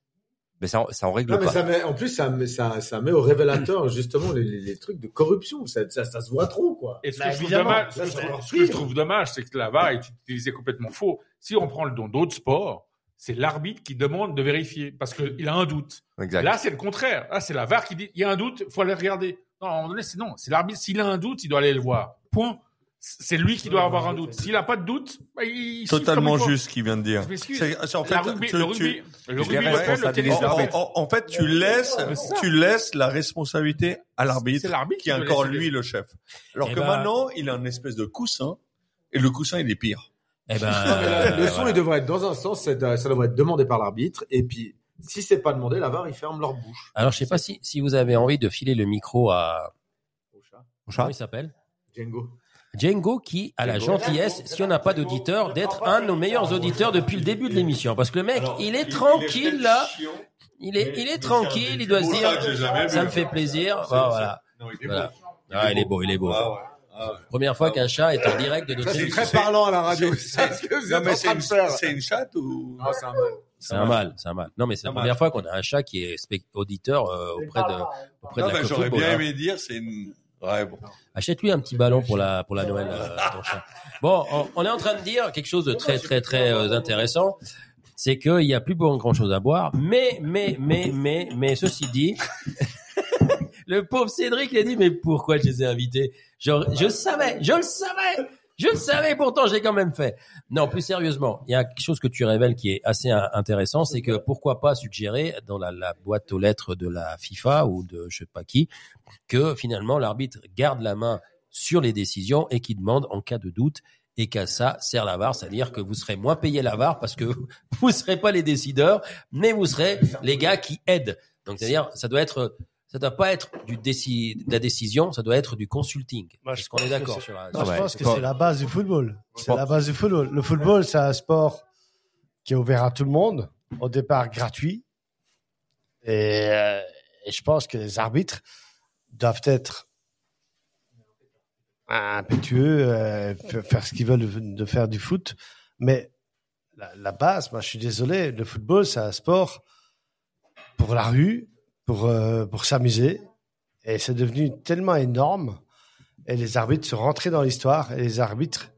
Speaker 3: Mais ça, en- ça en règle
Speaker 4: Non, mais
Speaker 3: pas.
Speaker 4: ça met, en plus, ça met, ça, ça met au révélateur, justement, les, les, les trucs de corruption. Ça, ça, ça se voit trop, quoi.
Speaker 9: Et ce
Speaker 8: Bah,
Speaker 9: que je trouve
Speaker 8: évidemment,
Speaker 9: dommage, ce
Speaker 4: ça,
Speaker 9: que je
Speaker 4: c'est
Speaker 9: trouve-
Speaker 4: leur
Speaker 9: ce que je
Speaker 4: pire.
Speaker 9: trouve dommage, c'est que la VAR est utilisée complètement faux. Si on prend le don d'autres sports, c'est l'arbitre qui demande de vérifier parce qu'il a un doute.
Speaker 3: Exact.
Speaker 9: Là, c'est le contraire. Là, c'est la VAR qui dit il y a un doute, faut aller regarder. Non, à un moment donné, c'est non. C'est l'arbitre, s'il a un doute, il doit aller le voir. Point. C'est- c'est lui qui doit avoir un doute. S'il a pas de doute, bah, il siffle
Speaker 5: Totalement
Speaker 9: comme il faut.
Speaker 5: juste ce qu'il vient de dire.
Speaker 9: Je m'excuse.
Speaker 5: C'est- c'est en fait,
Speaker 9: La rugby,
Speaker 5: tu-
Speaker 9: le
Speaker 5: tu-
Speaker 9: rugby, le
Speaker 5: Je
Speaker 9: rugby,
Speaker 5: les
Speaker 9: le fait, le
Speaker 5: En,
Speaker 9: tennis, le fait.
Speaker 5: en- en- en fait, tu laisses, tu laisses la responsabilité à l'arbitre,
Speaker 9: C'est l'arbitre
Speaker 5: qui est
Speaker 9: qui doit
Speaker 5: encore
Speaker 9: décider.
Speaker 5: lui le chef. Alors
Speaker 2: Eh
Speaker 5: que
Speaker 2: ben-
Speaker 5: maintenant, il a une espèce de coussin, et le coussin, il est pire.
Speaker 2: Eh ben,
Speaker 4: Non, mais la- *laughs* le son,
Speaker 2: voilà.
Speaker 4: il devrait être dans un sens, c'est de- ça devrait être demandé par l'arbitre. Et puis, si c'est pas demandé, la VAR, ils ferment leur bouche.
Speaker 2: Alors, je sais pas si, si vous avez envie de filer le micro à. Comment il s'appelle
Speaker 4: Django.
Speaker 2: Django qui a la gentillesse, si on n'a pas d'auditeur, d'être un de nos meilleurs auditeurs depuis le début de l'émission. Parce que le mec, il est tranquille là. Il est, il est tranquille, il doit se dire, ça me fait plaisir. Bah, voilà. Voilà. Ah, il est beau, il est beau. Première fois qu'un chat est en direct de notre
Speaker 4: Ça, c'est
Speaker 2: émission.
Speaker 4: très parlant à la radio. *laughs* C'est ce que vous
Speaker 5: Non,
Speaker 4: êtes
Speaker 5: mais
Speaker 4: en
Speaker 5: c'est
Speaker 4: train
Speaker 5: une,
Speaker 4: de faire.
Speaker 5: c'est une chatte ou?
Speaker 4: Ah, c'est un mal.
Speaker 2: C'est un mal, c'est un mal. Non, mais c'est la
Speaker 5: Un mal.
Speaker 2: première fois qu'on a un chat qui est spect- auditeur euh, auprès de, auprès de
Speaker 5: Non,
Speaker 2: la
Speaker 5: ben,
Speaker 2: Côte
Speaker 5: j'aurais
Speaker 2: Football,
Speaker 5: bien
Speaker 2: hein.
Speaker 5: aimé dire, c'est une, ouais, bon.
Speaker 2: Achète-lui un petit ballon pour la pour la Noël,
Speaker 5: *laughs*
Speaker 2: euh, à ton chat. Bon, on, on est en train de dire quelque chose de très très très euh, intéressant, c'est qu'il n'y a plus grand chose à boire. Mais mais mais mais mais ceci dit, *laughs* le pauvre Cédric il a dit mais pourquoi je les ai invités Genre, je savais, je le savais, je le savais. Pourtant, j'ai quand même fait. Non, plus sérieusement, il y a quelque chose que tu révèles qui est assez euh, intéressant, c'est que pourquoi pas suggérer dans la, la boîte aux lettres de la FIFA ou de je sais pas qui que finalement l'arbitre garde la main sur les décisions et qui demande en cas de doute et qu'à ça sert la VAR, c'est-à-dire que vous serez moins payé la VAR parce que *laughs* vous ne serez pas les décideurs, mais vous serez les gars qui aident. Donc c'est-à-dire ça doit être ça doit pas être du déci- de la décision, ça doit être du consulting.
Speaker 8: Moi, je
Speaker 2: Est-ce qu'on est
Speaker 8: pense que
Speaker 2: d'accord
Speaker 8: c'est-
Speaker 2: sur la
Speaker 8: Moi,
Speaker 3: Ah ouais,
Speaker 8: je pense que
Speaker 3: c'est
Speaker 8: c'est la base du football. C'est
Speaker 3: Bon.
Speaker 8: la base du football. Le football, c'est un sport qui est ouvert à tout le monde, au départ gratuit. Et, euh, et je pense que les arbitres doivent être impétueux, euh, f- faire ce qu'ils veulent de faire du foot. Mais la, la base, moi, je suis désolé, le football, c'est un sport pour la rue, pour, euh, pour s'amuser. Et c'est devenu tellement énorme. Et les arbitres sont rentrés dans l'histoire. Et les arbitres,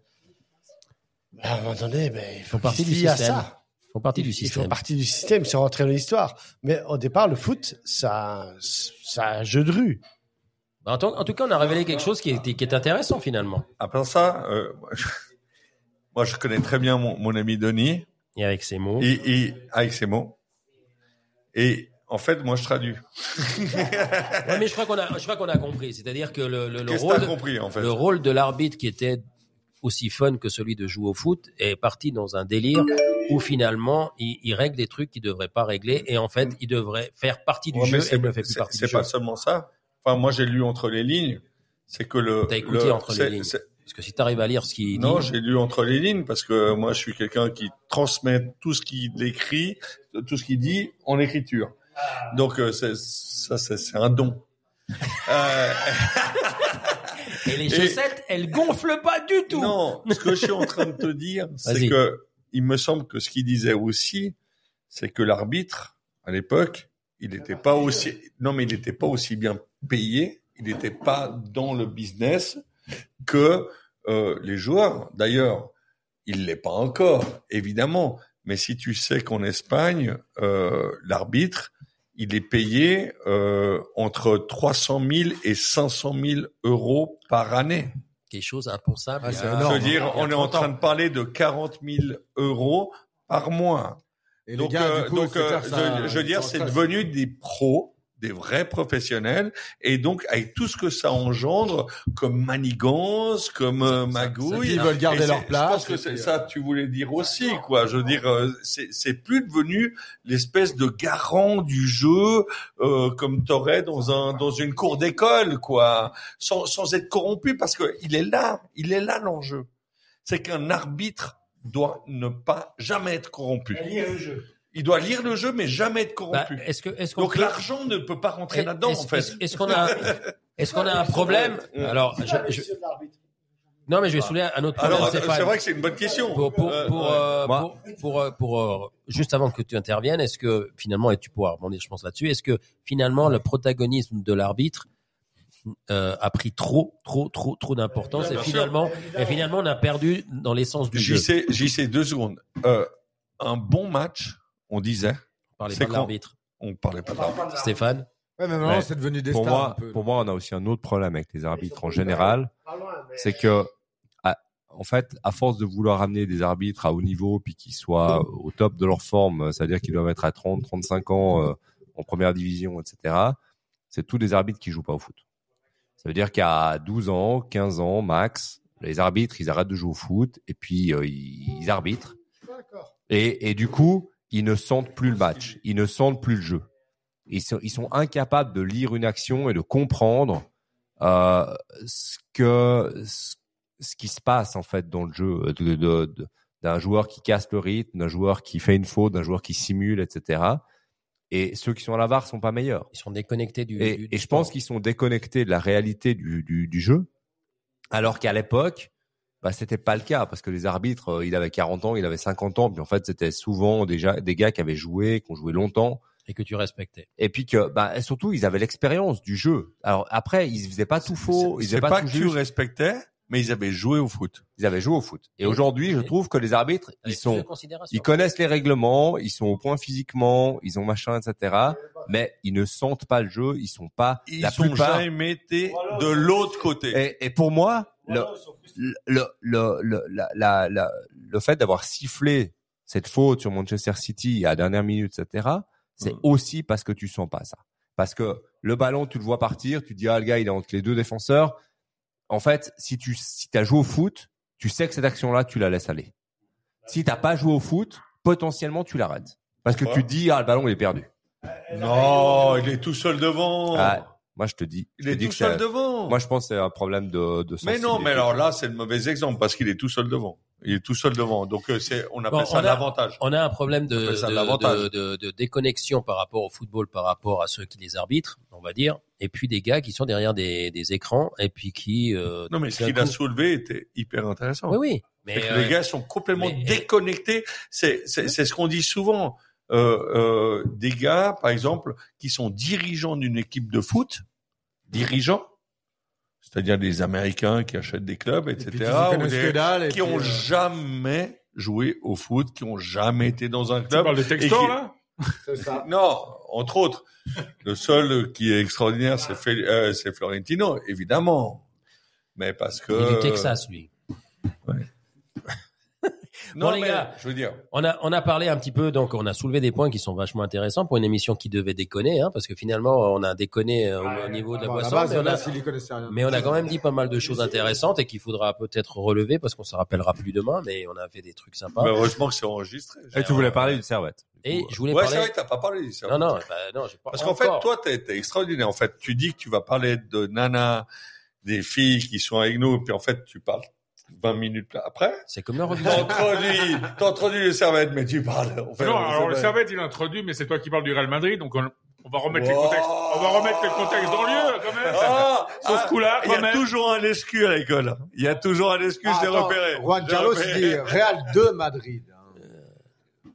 Speaker 8: à un moment donné, ben, il faut
Speaker 2: Font partie
Speaker 8: qu'ils se
Speaker 2: du
Speaker 8: lient à
Speaker 2: système.
Speaker 8: ça.
Speaker 2: Ils font partie du
Speaker 8: Ils font
Speaker 2: système.
Speaker 8: partie du système, ils sont rentrés dans l'histoire. Mais au départ, le foot, ça, ça un jeu de rue.
Speaker 2: Bah, En, tant- en tout cas, on a révélé quelque chose qui est, qui est intéressant finalement.
Speaker 5: Après ça, euh, moi, je- moi, je connais très bien mon, mon ami Denis,
Speaker 2: Et avec ces mots,
Speaker 5: et, et- avec ses mots. Et, en fait, moi, je traduis.
Speaker 2: Ouais, mais je crois qu'on a, je crois qu'on a compris. C'est-à-dire que le, le, le
Speaker 5: Qu'est-ce que
Speaker 2: rôle,
Speaker 5: t'as compris, en fait?
Speaker 2: le rôle de l'arbitre qui était aussi fun que celui de jouer au foot est parti dans un délire où finalement il, il règle des trucs qu'il devrait pas régler et en fait il devrait faire partie du
Speaker 5: Ouais, mais
Speaker 2: jeu et
Speaker 5: c'est-
Speaker 2: il ne fait plus
Speaker 5: c'est-
Speaker 2: partie du
Speaker 5: C'est
Speaker 2: jeu.
Speaker 5: pas seulement ça. Enfin, moi, j'ai lu entre les lignes. C'est que le.
Speaker 2: T'as écouté
Speaker 5: le-
Speaker 2: entre les
Speaker 5: c'est-
Speaker 2: lignes.
Speaker 5: c'est-
Speaker 2: Parce que si tu arrives à lire ce qu'il dit,
Speaker 5: Non, j'ai lu entre les lignes parce que moi, je suis quelqu'un qui transmet tout ce qu'il écrit, tout ce qu'il dit en écriture. Donc, euh, c'est- ça, c'est c'est un don. Euh,
Speaker 2: et les
Speaker 5: et-
Speaker 2: chaussettes elles gonflent pas du tout.
Speaker 5: non, ce que je suis en train de
Speaker 2: *laughs*
Speaker 5: te dire, c'est
Speaker 2: Vas-y.
Speaker 5: que il me semble que ce qu'il disait aussi, c'est que l'arbitre à l'époque, il n'était pas aussi non mais il n'était pas aussi bien payé, il n'était pas dans le business que euh, les joueurs. D'ailleurs, il l'est pas encore, évidemment. Mais si tu sais qu'en Espagne, euh, l'arbitre, il est payé euh, entre 300 000 et 500 000 euros par année.
Speaker 2: Quelque chose impensable. Bah,
Speaker 4: Ah,
Speaker 2: il y a-
Speaker 4: c'est
Speaker 5: Je
Speaker 4: énorme.
Speaker 5: veux
Speaker 4: Non,
Speaker 5: dire, on est en train de parler de 40 000 euros par mois.
Speaker 4: Et
Speaker 5: donc,
Speaker 4: les gars,
Speaker 5: euh,
Speaker 4: du coup,
Speaker 5: donc,
Speaker 4: c'est
Speaker 5: euh,
Speaker 4: clair, ça-
Speaker 5: je, je veux dire,
Speaker 4: ça-
Speaker 5: c'est
Speaker 4: ça-
Speaker 5: devenu des pros, des vrais professionnels, et donc avec tout ce que ça engendre comme manigance, comme euh, magouille.
Speaker 4: Ils veulent garder
Speaker 5: Et
Speaker 4: leur
Speaker 5: c'est- Je pense
Speaker 4: place,
Speaker 5: que
Speaker 4: et
Speaker 5: c'est
Speaker 4: puis, euh,
Speaker 5: ça, tu voulais dire aussi, quoi. Je veux dire, euh, c'est c'est plus devenu l'espèce de garant du jeu, euh, comme t'aurais dans un dans une cour d'école, quoi, sans sans être corrompu, parce que il est là, il est là l'enjeu. C'est qu'un arbitre doit ne pas jamais être corrompu. Il doit lire le jeu, mais jamais être
Speaker 2: Bah,
Speaker 5: corrompu.
Speaker 2: est-ce que est-ce qu'on
Speaker 5: Donc
Speaker 2: peut-
Speaker 5: l'argent ne peut pas rentrer là-dedans,
Speaker 2: Est-ce-
Speaker 5: en fait.
Speaker 2: Est-ce est-ce qu'on a, est-ce qu'on a
Speaker 5: *laughs*
Speaker 2: un problème Alors, je, je- non, mais je vais soulever un autre
Speaker 4: Ah,
Speaker 2: problème,
Speaker 5: Alors, c'est
Speaker 2: Stéphane.
Speaker 5: vrai que c'est une bonne question.
Speaker 2: Pour, pour,
Speaker 5: Euh,
Speaker 2: pour,
Speaker 5: ouais.
Speaker 2: euh,
Speaker 5: Moi-
Speaker 2: pour, pour, euh, pour, euh, juste avant que tu interviennes, est-ce que finalement, et tu pourras rebondir, je pense là-dessus, est-ce que finalement le protagonisme de l'arbitre euh, a pris trop, trop, trop, trop d'importance et
Speaker 5: Bien sûr.
Speaker 2: finalement, et finalement, on a perdu dans l'essence du jeu.
Speaker 5: J'y sais, j'y sais deux secondes. Euh, un bon match, on disait,
Speaker 2: Parlez
Speaker 5: c'est
Speaker 2: pas de
Speaker 5: quand
Speaker 2: l'arbitre,
Speaker 5: on parlait pas de l'arbitre.
Speaker 2: Stéphane.
Speaker 4: Ouais, mais maintenant,
Speaker 3: Ouais.
Speaker 4: c'est devenu des
Speaker 3: Pour
Speaker 4: stars.
Speaker 3: moi,
Speaker 4: un peu.
Speaker 3: pour moi, on a aussi un autre problème avec les arbitres en général, c'est que en fait, à force de vouloir amener des arbitres à haut niveau, puis qu'ils soient au top de leur forme, c'est-à-dire qu'ils doivent être à 30, 35 ans euh, en première division, etc., c'est tous des arbitres qui jouent pas au foot. Ça veut dire qu'à 12 ans, 15 ans max, les arbitres, ils arrêtent de jouer au foot et puis euh, ils, ils arbitrent. Et, et du coup, ils ne sentent plus le match, ils ne sentent plus le jeu. Ils sont, ils sont incapables de lire une action et de comprendre euh, ce que ce, ce qui se passe en fait dans le jeu euh, de, de- de- d'un joueur qui casse le rythme, d'un joueur qui fait une faute, d'un joueur qui simule, etc. Et ceux qui sont à la VAR sont pas meilleurs.
Speaker 2: Ils sont déconnectés du.
Speaker 3: Et,
Speaker 2: du-
Speaker 3: et
Speaker 2: du
Speaker 3: je pense
Speaker 2: sport.
Speaker 3: qu'ils sont déconnectés de la réalité du, du, du jeu, alors qu'à l'époque, bah, c'était pas le cas parce que les arbitres, euh, il avait 40 ans, il avait 50 ans, puis en fait, c'était souvent déjà des gars qui avaient joué, qui ont joué longtemps,
Speaker 2: et que tu respectais.
Speaker 3: et puis que, bah, surtout, ils avaient l'expérience du jeu. Alors après, ils faisaient pas tout faux, ils
Speaker 5: C'est
Speaker 3: faisaient
Speaker 5: pas,
Speaker 3: pas, tout
Speaker 5: que tu
Speaker 3: juste,
Speaker 5: respectais, mais ils avaient joué au foot.
Speaker 3: ils avaient joué au foot. Et aujourd'hui, je trouve que les arbitres, ils
Speaker 2: Avec
Speaker 3: sont
Speaker 2: toutes ces considérations.
Speaker 3: ils connaissent les règlements, ils sont au point physiquement, ils ont machin, etc. Mais ils ne sentent pas le jeu, ils sont pas
Speaker 5: Ils
Speaker 3: la
Speaker 5: sont
Speaker 3: plupart.
Speaker 5: jamais été de l'autre côté.
Speaker 3: Et, et pour moi, le,
Speaker 8: Voilà, ils sont frustrés.
Speaker 3: le, le, le, la- la- la- le fait d'avoir sifflé cette faute sur Manchester City à la dernière minute, etc., c'est
Speaker 5: Mm.
Speaker 3: aussi parce que tu sens pas ça. Parce que le ballon, tu le vois partir, tu te dis, ah, le gars, il est entre les deux défenseurs. En fait, si tu si as joué au foot, tu sais que cette action-là, tu la laisses aller. Si t'as pas joué au foot, potentiellement, tu l'arrêtes. Parce que tu te dis, ah, le ballon, il est perdu.
Speaker 5: Non, il est tout seul devant.
Speaker 3: Ah, moi, je te dis, je
Speaker 5: il
Speaker 3: te
Speaker 5: est
Speaker 3: dis
Speaker 5: tout
Speaker 3: que c'est-
Speaker 5: seul devant.
Speaker 3: moi, je pense que c'est un problème de, de
Speaker 5: mais non,
Speaker 3: sensibilité.
Speaker 5: mais alors là, c'est le mauvais exemple parce qu'il est tout seul devant. Il est tout seul devant. Donc euh, c'est, on appelle
Speaker 2: Bon,
Speaker 5: ça
Speaker 2: on a-
Speaker 5: l'avantage.
Speaker 2: On a un problème de,
Speaker 5: appelle ça de
Speaker 2: de-
Speaker 5: l'avantage.
Speaker 2: de- de- de déconnexion par rapport au football, par rapport à ceux qui les arbitrent, on va dire, et puis des gars qui sont derrière des, des écrans et puis qui. euh,
Speaker 5: Non, mais ce
Speaker 2: d'un
Speaker 5: qu'il a
Speaker 2: coup-
Speaker 5: soulevé était hyper intéressant.
Speaker 2: Oui, oui. Mais
Speaker 5: C'est que
Speaker 2: euh,
Speaker 5: les gars sont complètement
Speaker 2: mais-
Speaker 5: déconnectés. C'est c'est c'est ce qu'on dit souvent. Euh, euh, des gars, par exemple, qui sont dirigeants d'une équipe de foot, dirigeants, c'est-à-dire des Américains qui achètent des clubs,
Speaker 4: Et puis,
Speaker 5: etc.,
Speaker 4: qu'ils en
Speaker 5: ou
Speaker 4: connaissent
Speaker 5: des-
Speaker 4: que dalle, et
Speaker 5: qui
Speaker 4: puis,
Speaker 5: ont
Speaker 4: euh,
Speaker 5: jamais joué au foot, qui ont jamais été dans un
Speaker 9: Tu
Speaker 5: club.
Speaker 9: parles de
Speaker 5: et
Speaker 9: Textor,
Speaker 5: qui-
Speaker 9: là
Speaker 4: c'est ça.
Speaker 5: Non, entre autres, le seul qui est extraordinaire, c'est Fe- euh, c'est Florentino, évidemment. Mais parce que
Speaker 2: il est du Texas, lui.
Speaker 5: Non,
Speaker 2: Bon, les
Speaker 5: mais,
Speaker 2: gars.
Speaker 5: je veux dire.
Speaker 2: On a, on a parlé un petit peu, donc on a soulevé des points qui sont vachement intéressants pour une émission qui devait déconner, hein, parce que finalement on a déconné
Speaker 5: Ah,
Speaker 2: euh, au- au niveau de la
Speaker 4: Bon, à la
Speaker 2: boisson,
Speaker 4: base,
Speaker 2: mais, on
Speaker 4: là,
Speaker 2: a,
Speaker 4: s'il y connaissait rien.
Speaker 2: mais on a quand même dit pas mal de choses intéressantes et qu'il faudra peut-être relever parce qu'on se rappellera plus demain, mais on a fait des trucs sympas.
Speaker 5: Mais heureusement que c'est enregistré.
Speaker 3: Et tu voulais parler d'une servette.
Speaker 2: Hein Et je voulais
Speaker 5: Bah, ouais,
Speaker 2: parler.
Speaker 5: c'est vrai, t'as pas parlé du cerveau.
Speaker 2: Non, non, bah, non, j'ai pas
Speaker 5: Parce qu'en fait,
Speaker 2: encore.
Speaker 5: toi, t'es, t'es extraordinaire. En fait, tu dis que tu vas parler de nana, des filles qui sont avec nous, puis en fait, tu parles 20 minutes après.
Speaker 2: c'est comme le
Speaker 5: T'as
Speaker 2: Eurovision.
Speaker 5: introduit, t'as introduit le cervelle, mais tu parles. En fait,
Speaker 9: Non,
Speaker 5: le
Speaker 9: alors le
Speaker 5: cervelle.
Speaker 9: Servette, il introduit, mais c'est toi qui parles du Real Madrid, donc on, on va remettre les
Speaker 5: Wow.
Speaker 9: contextes. On va remettre les contextes dans le lieu, quand même.
Speaker 5: Ah,
Speaker 9: Sur ce
Speaker 5: ah,
Speaker 9: coup-là,
Speaker 5: il y
Speaker 9: quand
Speaker 5: a
Speaker 9: même.
Speaker 5: toujours un excuse à l'école. Il y a toujours un excuse,
Speaker 4: Ah,
Speaker 5: j'ai
Speaker 4: attends,
Speaker 5: repéré.
Speaker 4: Juan
Speaker 5: J'ai
Speaker 4: Carlos il
Speaker 5: repéré.
Speaker 4: dit Real de Madrid. hein.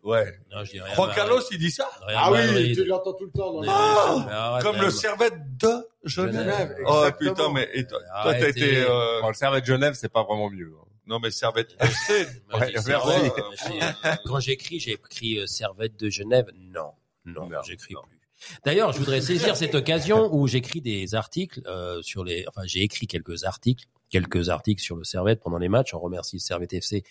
Speaker 5: Ouais.
Speaker 2: Non, je dis rien.
Speaker 5: Juan
Speaker 2: Madrid.
Speaker 5: Carlos, il dit ça.
Speaker 2: Rien,
Speaker 4: Ah oui,
Speaker 2: Madrid.
Speaker 4: tu l'entends tout le temps. dans les-
Speaker 5: Ah,
Speaker 2: Mais arrête,
Speaker 5: Comme
Speaker 2: même.
Speaker 5: le servette de Genève.
Speaker 4: Genève,
Speaker 5: Oh
Speaker 4: exactement.
Speaker 5: putain, mais et toi, toi, t'as
Speaker 2: Arrêtez.
Speaker 5: été. euh,
Speaker 3: Bon, le servette Genève, c'est pas vraiment mieux. hein.
Speaker 5: Non, mais servette FC.
Speaker 2: Moi,
Speaker 3: Ouais,
Speaker 2: j'ai dit
Speaker 3: merci.
Speaker 2: servette, euh, j'ai- euh, Quand j'écris, j'ai écrit euh, Servette de Genève. Non, non,
Speaker 3: Non,
Speaker 2: j'écris plus. D'ailleurs, je voudrais saisir cette occasion où j'écris des articles euh, sur les. Enfin, j'ai écrit quelques articles, quelques articles sur le Servette pendant les matchs. On remercie le Servette FC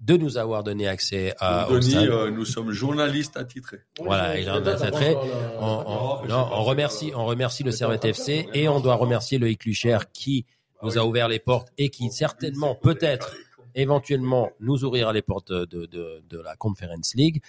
Speaker 2: de nous avoir donné accès à. au
Speaker 5: Denis,
Speaker 2: stade.
Speaker 5: euh, nous sommes journalistes attitrés.
Speaker 2: Voilà, il en a ça très. On, on- non, on remercie, on remercie le Servette FC et on doit remercier Loïc Lucher qui
Speaker 5: Ah
Speaker 2: nous a ouvert les portes et qui certainement, peut-être, éventuellement, nous ouvrira les portes de, de, de la Conference League.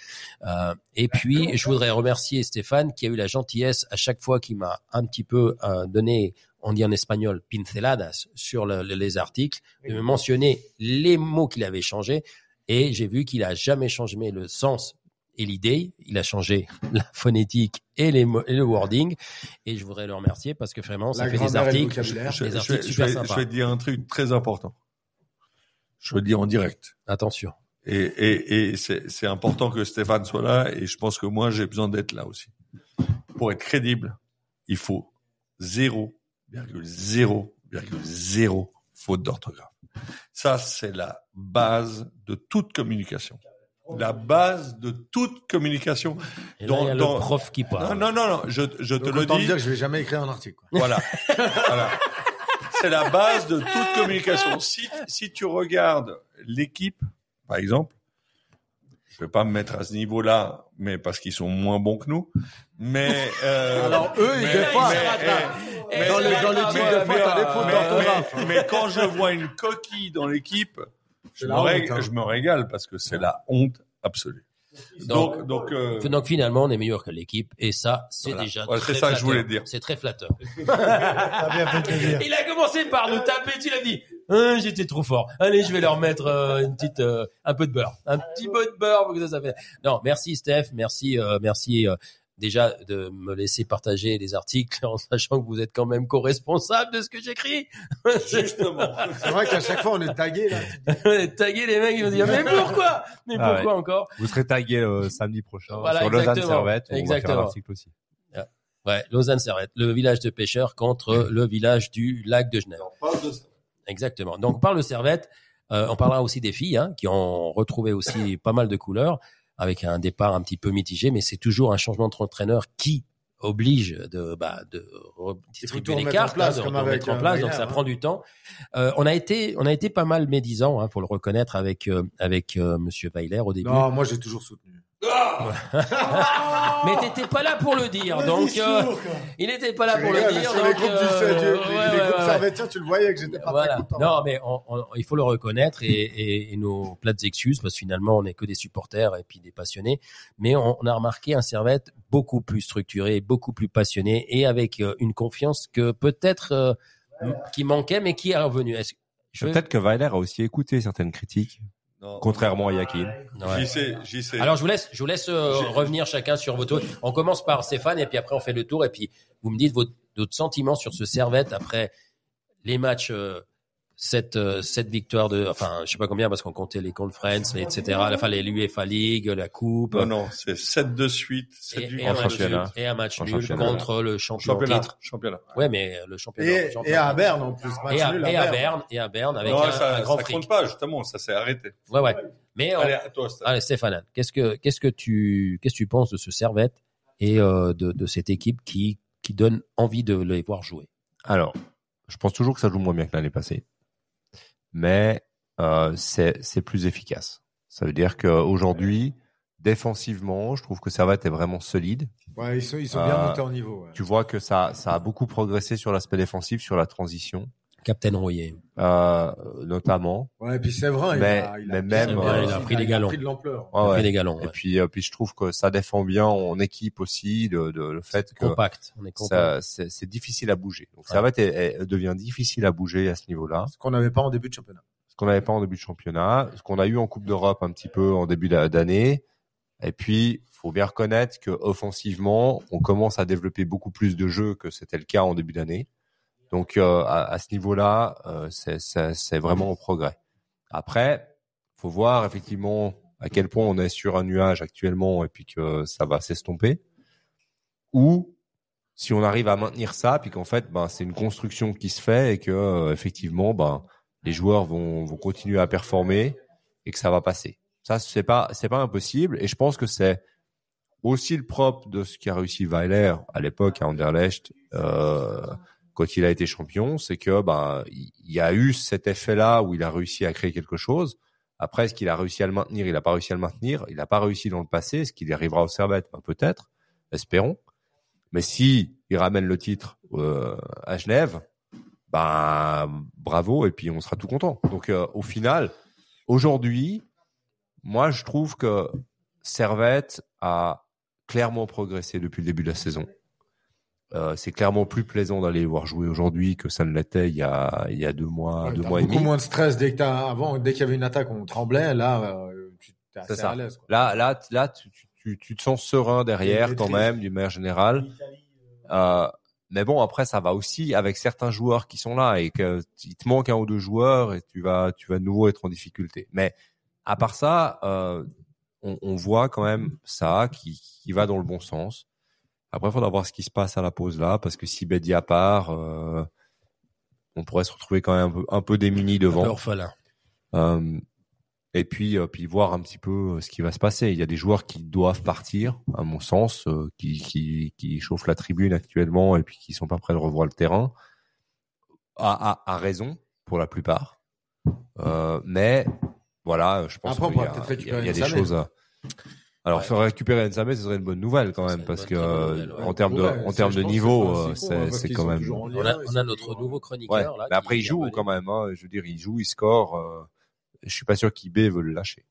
Speaker 2: Euh, et puis, je voudrais remercier Stéphane qui a eu la gentillesse à chaque fois qu'il m'a un petit peu euh, donné, on dit en espagnol, pinceladas sur le- le- les articles, de me mentionner les mots qu'il avait changés. Et j'ai vu qu'il a jamais changé le sens et l'idée. Il a changé *laughs* la phonétique et, les mo- et le wording. Et je voudrais le remercier parce que vraiment, ça
Speaker 4: La
Speaker 2: fait des
Speaker 4: grammaire et le
Speaker 2: articles.
Speaker 4: vocabulaire.
Speaker 2: Des
Speaker 5: je,
Speaker 2: articles super
Speaker 5: vais, je vais-
Speaker 2: sympas.
Speaker 5: je vais te dire un truc très important. Je le dis en direct.
Speaker 2: Attention.
Speaker 5: Et, et, et c'est c'est important que Stéphane soit là. Et je pense que moi, j'ai besoin d'être là aussi. Pour être crédible, il faut 0,0,0 faute d'orthographe. Ça, c'est la base de toute communication. La base de toute communication.
Speaker 2: Et là,
Speaker 5: Dans-
Speaker 2: il y a
Speaker 5: dans-
Speaker 2: le prof qui
Speaker 5: Non,
Speaker 2: parle.
Speaker 5: non, non, non. Je, je te
Speaker 4: Donc,
Speaker 5: le
Speaker 4: autant
Speaker 5: dis.
Speaker 4: dire que je vais jamais écrire un article. quoi.
Speaker 5: Voilà. Voilà. c'est la base de toute communication. Si, si tu regardes l'équipe, par exemple, je vais pas me mettre à ce niveau-là, mais parce qu'ils sont moins bons que nous. Mais euh,
Speaker 4: Alors, eux, ils
Speaker 5: mais-
Speaker 4: défendent.
Speaker 5: mais- mais-
Speaker 4: Dans le-
Speaker 5: mais-
Speaker 4: dans le but,
Speaker 5: mais-
Speaker 4: des fois, t'as des fautes
Speaker 5: mais-
Speaker 4: dans ton
Speaker 5: mais-
Speaker 4: rap.
Speaker 5: Mais quand je vois une coquille dans l'équipe, je,
Speaker 4: C'est
Speaker 5: me
Speaker 4: la honte,
Speaker 5: rég-
Speaker 4: hein.
Speaker 5: je me régale parce que c'est la honte absolue.
Speaker 2: Donc-
Speaker 5: Donc, donc, euh,
Speaker 2: Donc finalement, on est meilleur que l'équipe et ça, c'est
Speaker 5: Voilà.
Speaker 2: déjà
Speaker 5: Voilà,
Speaker 2: très
Speaker 5: c'est ça que je
Speaker 2: flatteur.
Speaker 5: voulais dire.
Speaker 2: C'est très flatteur.
Speaker 8: T'as Ah, bien fait de le dire.
Speaker 2: Il a commencé par nous taper, tu l'as dit. Hein, J'étais trop fort. Allez, je vais leur mettre euh, une petite, euh, un peu de beurre, un petit peu de beurre pour que ça, ça fait. Non, merci Steph, merci, euh, merci euh, déjà de me laisser partager les articles *laughs* en sachant que vous êtes quand même co-responsable de ce que j'écris.
Speaker 5: justement,
Speaker 4: C'est vrai qu'à chaque fois, on est tagué, là.
Speaker 2: *laughs* Taguer les mecs, ils vont dire mais pourquoi, mais
Speaker 3: Ah
Speaker 2: pourquoi encore
Speaker 3: Vous serez tagué euh, samedi prochain
Speaker 2: Voilà,
Speaker 3: sur Lausanne
Speaker 2: exactement.
Speaker 3: Servette. On va
Speaker 2: Exactement.
Speaker 3: faire l'article aussi.
Speaker 2: Ouais, Lausanne s'arrête. Le village de pêcheurs contre le village du lac de Genève.
Speaker 5: on parle de ça.
Speaker 2: Exactement. Donc, on parle de servette. Euh, on parlera aussi des filles hein, qui ont
Speaker 4: *laughs*
Speaker 2: retrouvé aussi pas mal de couleurs avec un départ un petit peu mitigé, mais c'est toujours un changement de entraîneur qui oblige de, bah, de
Speaker 4: tout
Speaker 2: redistribuer les
Speaker 4: remettre en
Speaker 2: cartes,
Speaker 4: place,
Speaker 2: hein, de,
Speaker 4: comme
Speaker 2: de
Speaker 4: avec,
Speaker 2: remettre en
Speaker 4: euh,
Speaker 2: place, donc
Speaker 4: Maillard,
Speaker 2: ça
Speaker 4: hein.
Speaker 2: prend du temps. Euh, on a été, on a été pas mal médisant, hein, faut le reconnaître, avec euh, avec euh, Monsieur Weiler au début.
Speaker 4: Non, moi, j'ai toujours soutenu.
Speaker 2: Mais t'étais pas là pour le dire, donc euh, il n'était pas là
Speaker 4: Je
Speaker 2: pour le
Speaker 4: rigole,
Speaker 2: dire.
Speaker 4: Sur les
Speaker 2: donc,
Speaker 4: groupes du
Speaker 2: euh,
Speaker 4: fait, les-
Speaker 2: ouais,
Speaker 4: les-
Speaker 2: ouais,
Speaker 4: les groupes
Speaker 2: ouais.
Speaker 4: servetiens, tu le voyais que j'étais pas
Speaker 2: Voilà.
Speaker 4: très content.
Speaker 2: Non, mais on- on- il faut le reconnaître et, et- et nos plates excuses parce que finalement on n'est que des supporters et puis des passionnés. Mais on, on a remarqué un Servette beaucoup plus structuré, beaucoup plus passionné et avec euh, une confiance que peut-être euh, m- qui manquait mais qui est revenue. Est-ce- je-
Speaker 3: Peut-être que Weiler a aussi écouté certaines critiques,
Speaker 5: Non.
Speaker 3: contrairement à Yakin.
Speaker 2: Ouais.
Speaker 5: J'y sais, j'y sais.
Speaker 2: Alors je vous laisse, je vous laisse euh, revenir chacun sur vos tours. On commence par Stéphane et puis après on fait le tour et puis vous me dites votre, votre sentiment sur ce Servette après les matchs, euh, cette euh, cette victoire de, enfin je sais pas combien parce qu'on comptait les conferences, les, etc. Enfin les l'UEFA League, la coupe.
Speaker 5: non, non, c'est 7 de suite, 7
Speaker 2: Et, et
Speaker 5: victoires
Speaker 2: un
Speaker 5: de
Speaker 2: match
Speaker 5: suite.
Speaker 2: nul,
Speaker 3: championnat.
Speaker 2: et un match
Speaker 3: En
Speaker 2: nul
Speaker 3: championnat.
Speaker 2: contre le champion en
Speaker 5: Championnat,
Speaker 2: titre.
Speaker 5: championnat.
Speaker 2: Ouais, mais euh, le championnat.
Speaker 4: Et,
Speaker 2: championnat.
Speaker 4: et à Berne, en plus.
Speaker 2: Et
Speaker 4: Match
Speaker 2: à,
Speaker 4: nul
Speaker 2: et à
Speaker 4: Berne.
Speaker 2: Berne, et à Berne avec
Speaker 5: non,
Speaker 2: un,
Speaker 5: ça,
Speaker 2: un grand
Speaker 5: ça
Speaker 2: fric.
Speaker 5: compte pas, justement, ça s'est arrêté.
Speaker 2: Ouais, ouais. Mais on-
Speaker 5: Allez, à toi, Stan.
Speaker 2: Allez, Stéphane, qu'est-ce que qu'est-ce que tu qu'est-ce que tu penses de ce Servette et euh, de, de cette équipe qui qui donne envie de les voir jouer
Speaker 3: Alors, je pense toujours que ça joue moins bien que l'année passée, mais euh, c'est c'est plus efficace. Ça veut dire qu'aujourd'hui, défensivement, je trouve que Servette est vraiment solide.
Speaker 4: Ouais, ils sont, ils sont bien
Speaker 3: Euh,
Speaker 4: montés en niveau. ouais.
Speaker 3: Tu vois que ça, ça a beaucoup progressé sur l'aspect défensif, sur la transition,
Speaker 2: Captain Royer.
Speaker 3: euh, notamment.
Speaker 4: Ouais, et puis Séverin, il
Speaker 3: Mais-
Speaker 4: a, il a
Speaker 3: mais même,
Speaker 4: bien,
Speaker 3: euh,
Speaker 4: aussi,
Speaker 3: il a
Speaker 2: pris des
Speaker 4: Il
Speaker 2: galons.
Speaker 4: a pris de l'ampleur.
Speaker 3: Ah Ouais, ouais.
Speaker 2: Après les galons,
Speaker 3: Et
Speaker 2: ouais.
Speaker 3: puis, euh, puis je trouve que ça défend bien en équipe aussi, de, de- le fait que
Speaker 2: compact. On est compact.
Speaker 3: ça- c'est c'est difficile à bouger. Donc
Speaker 2: Ouais.
Speaker 3: Servette est- est- devient difficile à bouger à ce niveau-là.
Speaker 4: Ce qu'on n'avait pas en début de championnat.
Speaker 3: ce qu'on n'avait pas en début de championnat, ce qu'on a eu en Coupe d'Europe un petit peu en début d'a- d'année. Et puis, faut bien reconnaître que offensivement, on commence à développer beaucoup plus de jeux que c'était le cas en début d'année. Donc, euh, à, à ce niveau-là, euh, c'est- c'est c'est vraiment en progrès. Après, faut voir effectivement à quel point on est sur un nuage actuellement et puis que ça va s'estomper. Ou si on arrive à maintenir ça, puis qu'en fait, ben, c'est une construction qui se fait et que euh, effectivement, ben, les joueurs vont, vont continuer à performer et que ça va passer. Ça, c'est pas, c'est pas impossible. Et je pense que c'est aussi le propre de ce qu'a réussi Weiler à l'époque à Anderlecht, euh, quand il a été champion, c'est que, ben, il il y a eu cet effet-là où il a réussi à créer quelque chose. Après, est-ce qu'il a réussi à le maintenir? Il n'a pas réussi à le maintenir. Il n'a pas réussi dans le passé. Est-ce qu'il y arrivera au Servette? Ben, peut-être. Espérons. Mais si il ramène le titre, euh, à Genève, bah bravo et puis on sera tout content. Donc euh, au final, aujourd'hui, moi je trouve que Servette a clairement progressé depuis le début de la saison. Euh, c'est clairement plus plaisant d'aller les voir jouer aujourd'hui que ça ne l'était il y a il y a deux mois,
Speaker 4: Ouais,
Speaker 3: deux
Speaker 4: t'as
Speaker 3: mois et
Speaker 4: beaucoup
Speaker 3: demi.
Speaker 4: moins de stress dès que t'as, avant, dès qu'il y avait une attaque, on tremblait. Là, euh, tu t'es assez
Speaker 3: ça.
Speaker 4: à l'aise. quoi.
Speaker 3: Là là t- là tu, tu- tu, tu te sens serein derrière
Speaker 4: Une
Speaker 3: quand
Speaker 4: maîtrise.
Speaker 3: même d'une manière générale. Euh, mais bon, après, ça va aussi avec certains joueurs qui sont là et que t- il te manque un ou deux joueurs et tu vas, tu vas de nouveau être en difficulté. Mais à part ça, euh, on, on voit quand même ça qui, qui va dans le bon sens. Après, il faudra voir ce qui se passe à la pause là, parce que si Bédi à part, euh, on pourrait se retrouver quand même un peu, un peu démunis devant.
Speaker 2: Orphelin.
Speaker 3: Euh, et puis, euh, puis voir un petit peu euh, ce qui va se passer. Il y a des joueurs qui doivent partir, à mon sens, euh, qui, qui, qui chauffent la tribune actuellement et puis qui sont pas prêts de revoir le terrain. à, à, à raison pour la plupart. Euh, mais voilà, je pense
Speaker 4: Après, on
Speaker 3: qu'il y
Speaker 4: pourra peut-être
Speaker 3: a, il y a- il y
Speaker 4: récupérer
Speaker 3: a des
Speaker 4: Nsamé.
Speaker 3: choses. à- Alors,
Speaker 2: Ouais.
Speaker 3: faire récupérer Nsamé, ce serait une bonne nouvelle quand
Speaker 2: C'est
Speaker 3: même,
Speaker 2: une
Speaker 3: parce
Speaker 2: bonne,
Speaker 3: que
Speaker 2: très bonne
Speaker 3: euh,
Speaker 2: nouvelle, ouais.
Speaker 3: en termes de,
Speaker 4: Ouais,
Speaker 3: en
Speaker 4: ça,
Speaker 3: termes
Speaker 4: je
Speaker 3: de
Speaker 4: pense que
Speaker 3: niveau,
Speaker 4: c'est pas si con,
Speaker 3: euh,
Speaker 4: hein,
Speaker 3: c'est
Speaker 4: parce
Speaker 3: c'est
Speaker 4: qu'ils
Speaker 3: quand
Speaker 4: sont
Speaker 3: même.
Speaker 4: toujours en
Speaker 2: On
Speaker 4: lien,
Speaker 2: a,
Speaker 4: ils
Speaker 2: on
Speaker 4: sont
Speaker 2: a notre
Speaker 4: toujours en-
Speaker 2: nouveau
Speaker 3: Ouais,
Speaker 2: chroniqueur là.
Speaker 3: mais après
Speaker 2: qui-
Speaker 3: il
Speaker 2: qui est
Speaker 3: joue
Speaker 2: revenu.
Speaker 3: quand même. Hein. Je veux dire, il joue, il score. euh, Je suis pas sûr qu'IB veut le lâcher.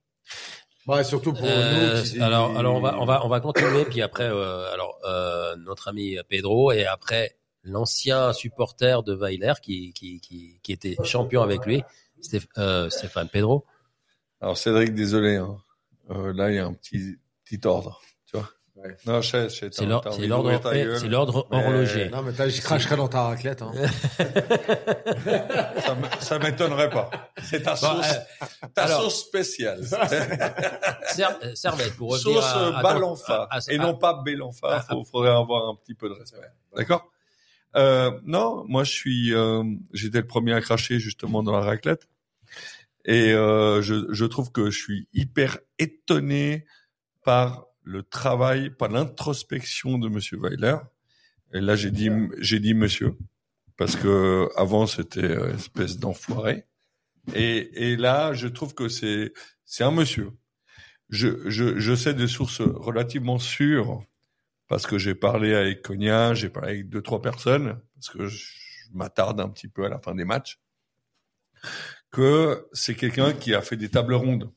Speaker 4: Bah, surtout pour
Speaker 2: Euh,
Speaker 4: nous. qui-
Speaker 2: alors, alors on va, on va, on va continuer. puis après, euh, alors euh, notre ami Pedro et après l'ancien supporter de Weiler qui, qui, qui, qui était champion avec lui, Stéph- euh, Stéphane Pedro.
Speaker 5: Alors Cédric, désolé. Hein. Euh, là, il y a un petit petit ordre, tu vois. Non, je sais, je sais,
Speaker 2: C'est
Speaker 5: t'as-
Speaker 2: l'or-
Speaker 5: t'as
Speaker 2: c'est
Speaker 5: envie
Speaker 2: l'ordre,
Speaker 5: d'ouvrir ta
Speaker 2: eh,
Speaker 5: gueule.
Speaker 2: c'est l'ordre
Speaker 5: Mais-
Speaker 2: horloger.
Speaker 4: Non, mais t'as- je cracherai dans ta raclette. Hein.
Speaker 5: Ça m- Ça m'étonnerait pas. C'est ta
Speaker 2: Bon, euh,
Speaker 5: sauce, ta
Speaker 2: alors-
Speaker 5: sauce
Speaker 2: *laughs*
Speaker 5: spéciale.
Speaker 2: Ser- euh, Servette pour revenir
Speaker 5: Sauce euh,
Speaker 2: à, à-
Speaker 5: Balanfa
Speaker 2: à- à- à-
Speaker 5: et non pas Bélanfa. Il faudrait avoir un petit peu de respect. D'accord euh, Non, moi je suis, euh, j'étais le premier à cracher justement dans la raclette, et euh, je, je trouve que je suis hyper étonné par le travail, par l'introspection de Monsieur Weiler. Et là j'ai dit, j'ai dit Monsieur, parce que avant c'était euh, espèce d'enfoiré, et, et là je trouve que c'est c'est un monsieur je, je, je sais de sources relativement sûres, parce que j'ai parlé avec Cogna, j'ai parlé avec deux, trois personnes, parce que je m'attarde un petit peu à la fin des matchs, que c'est quelqu'un qui a fait des tables rondes.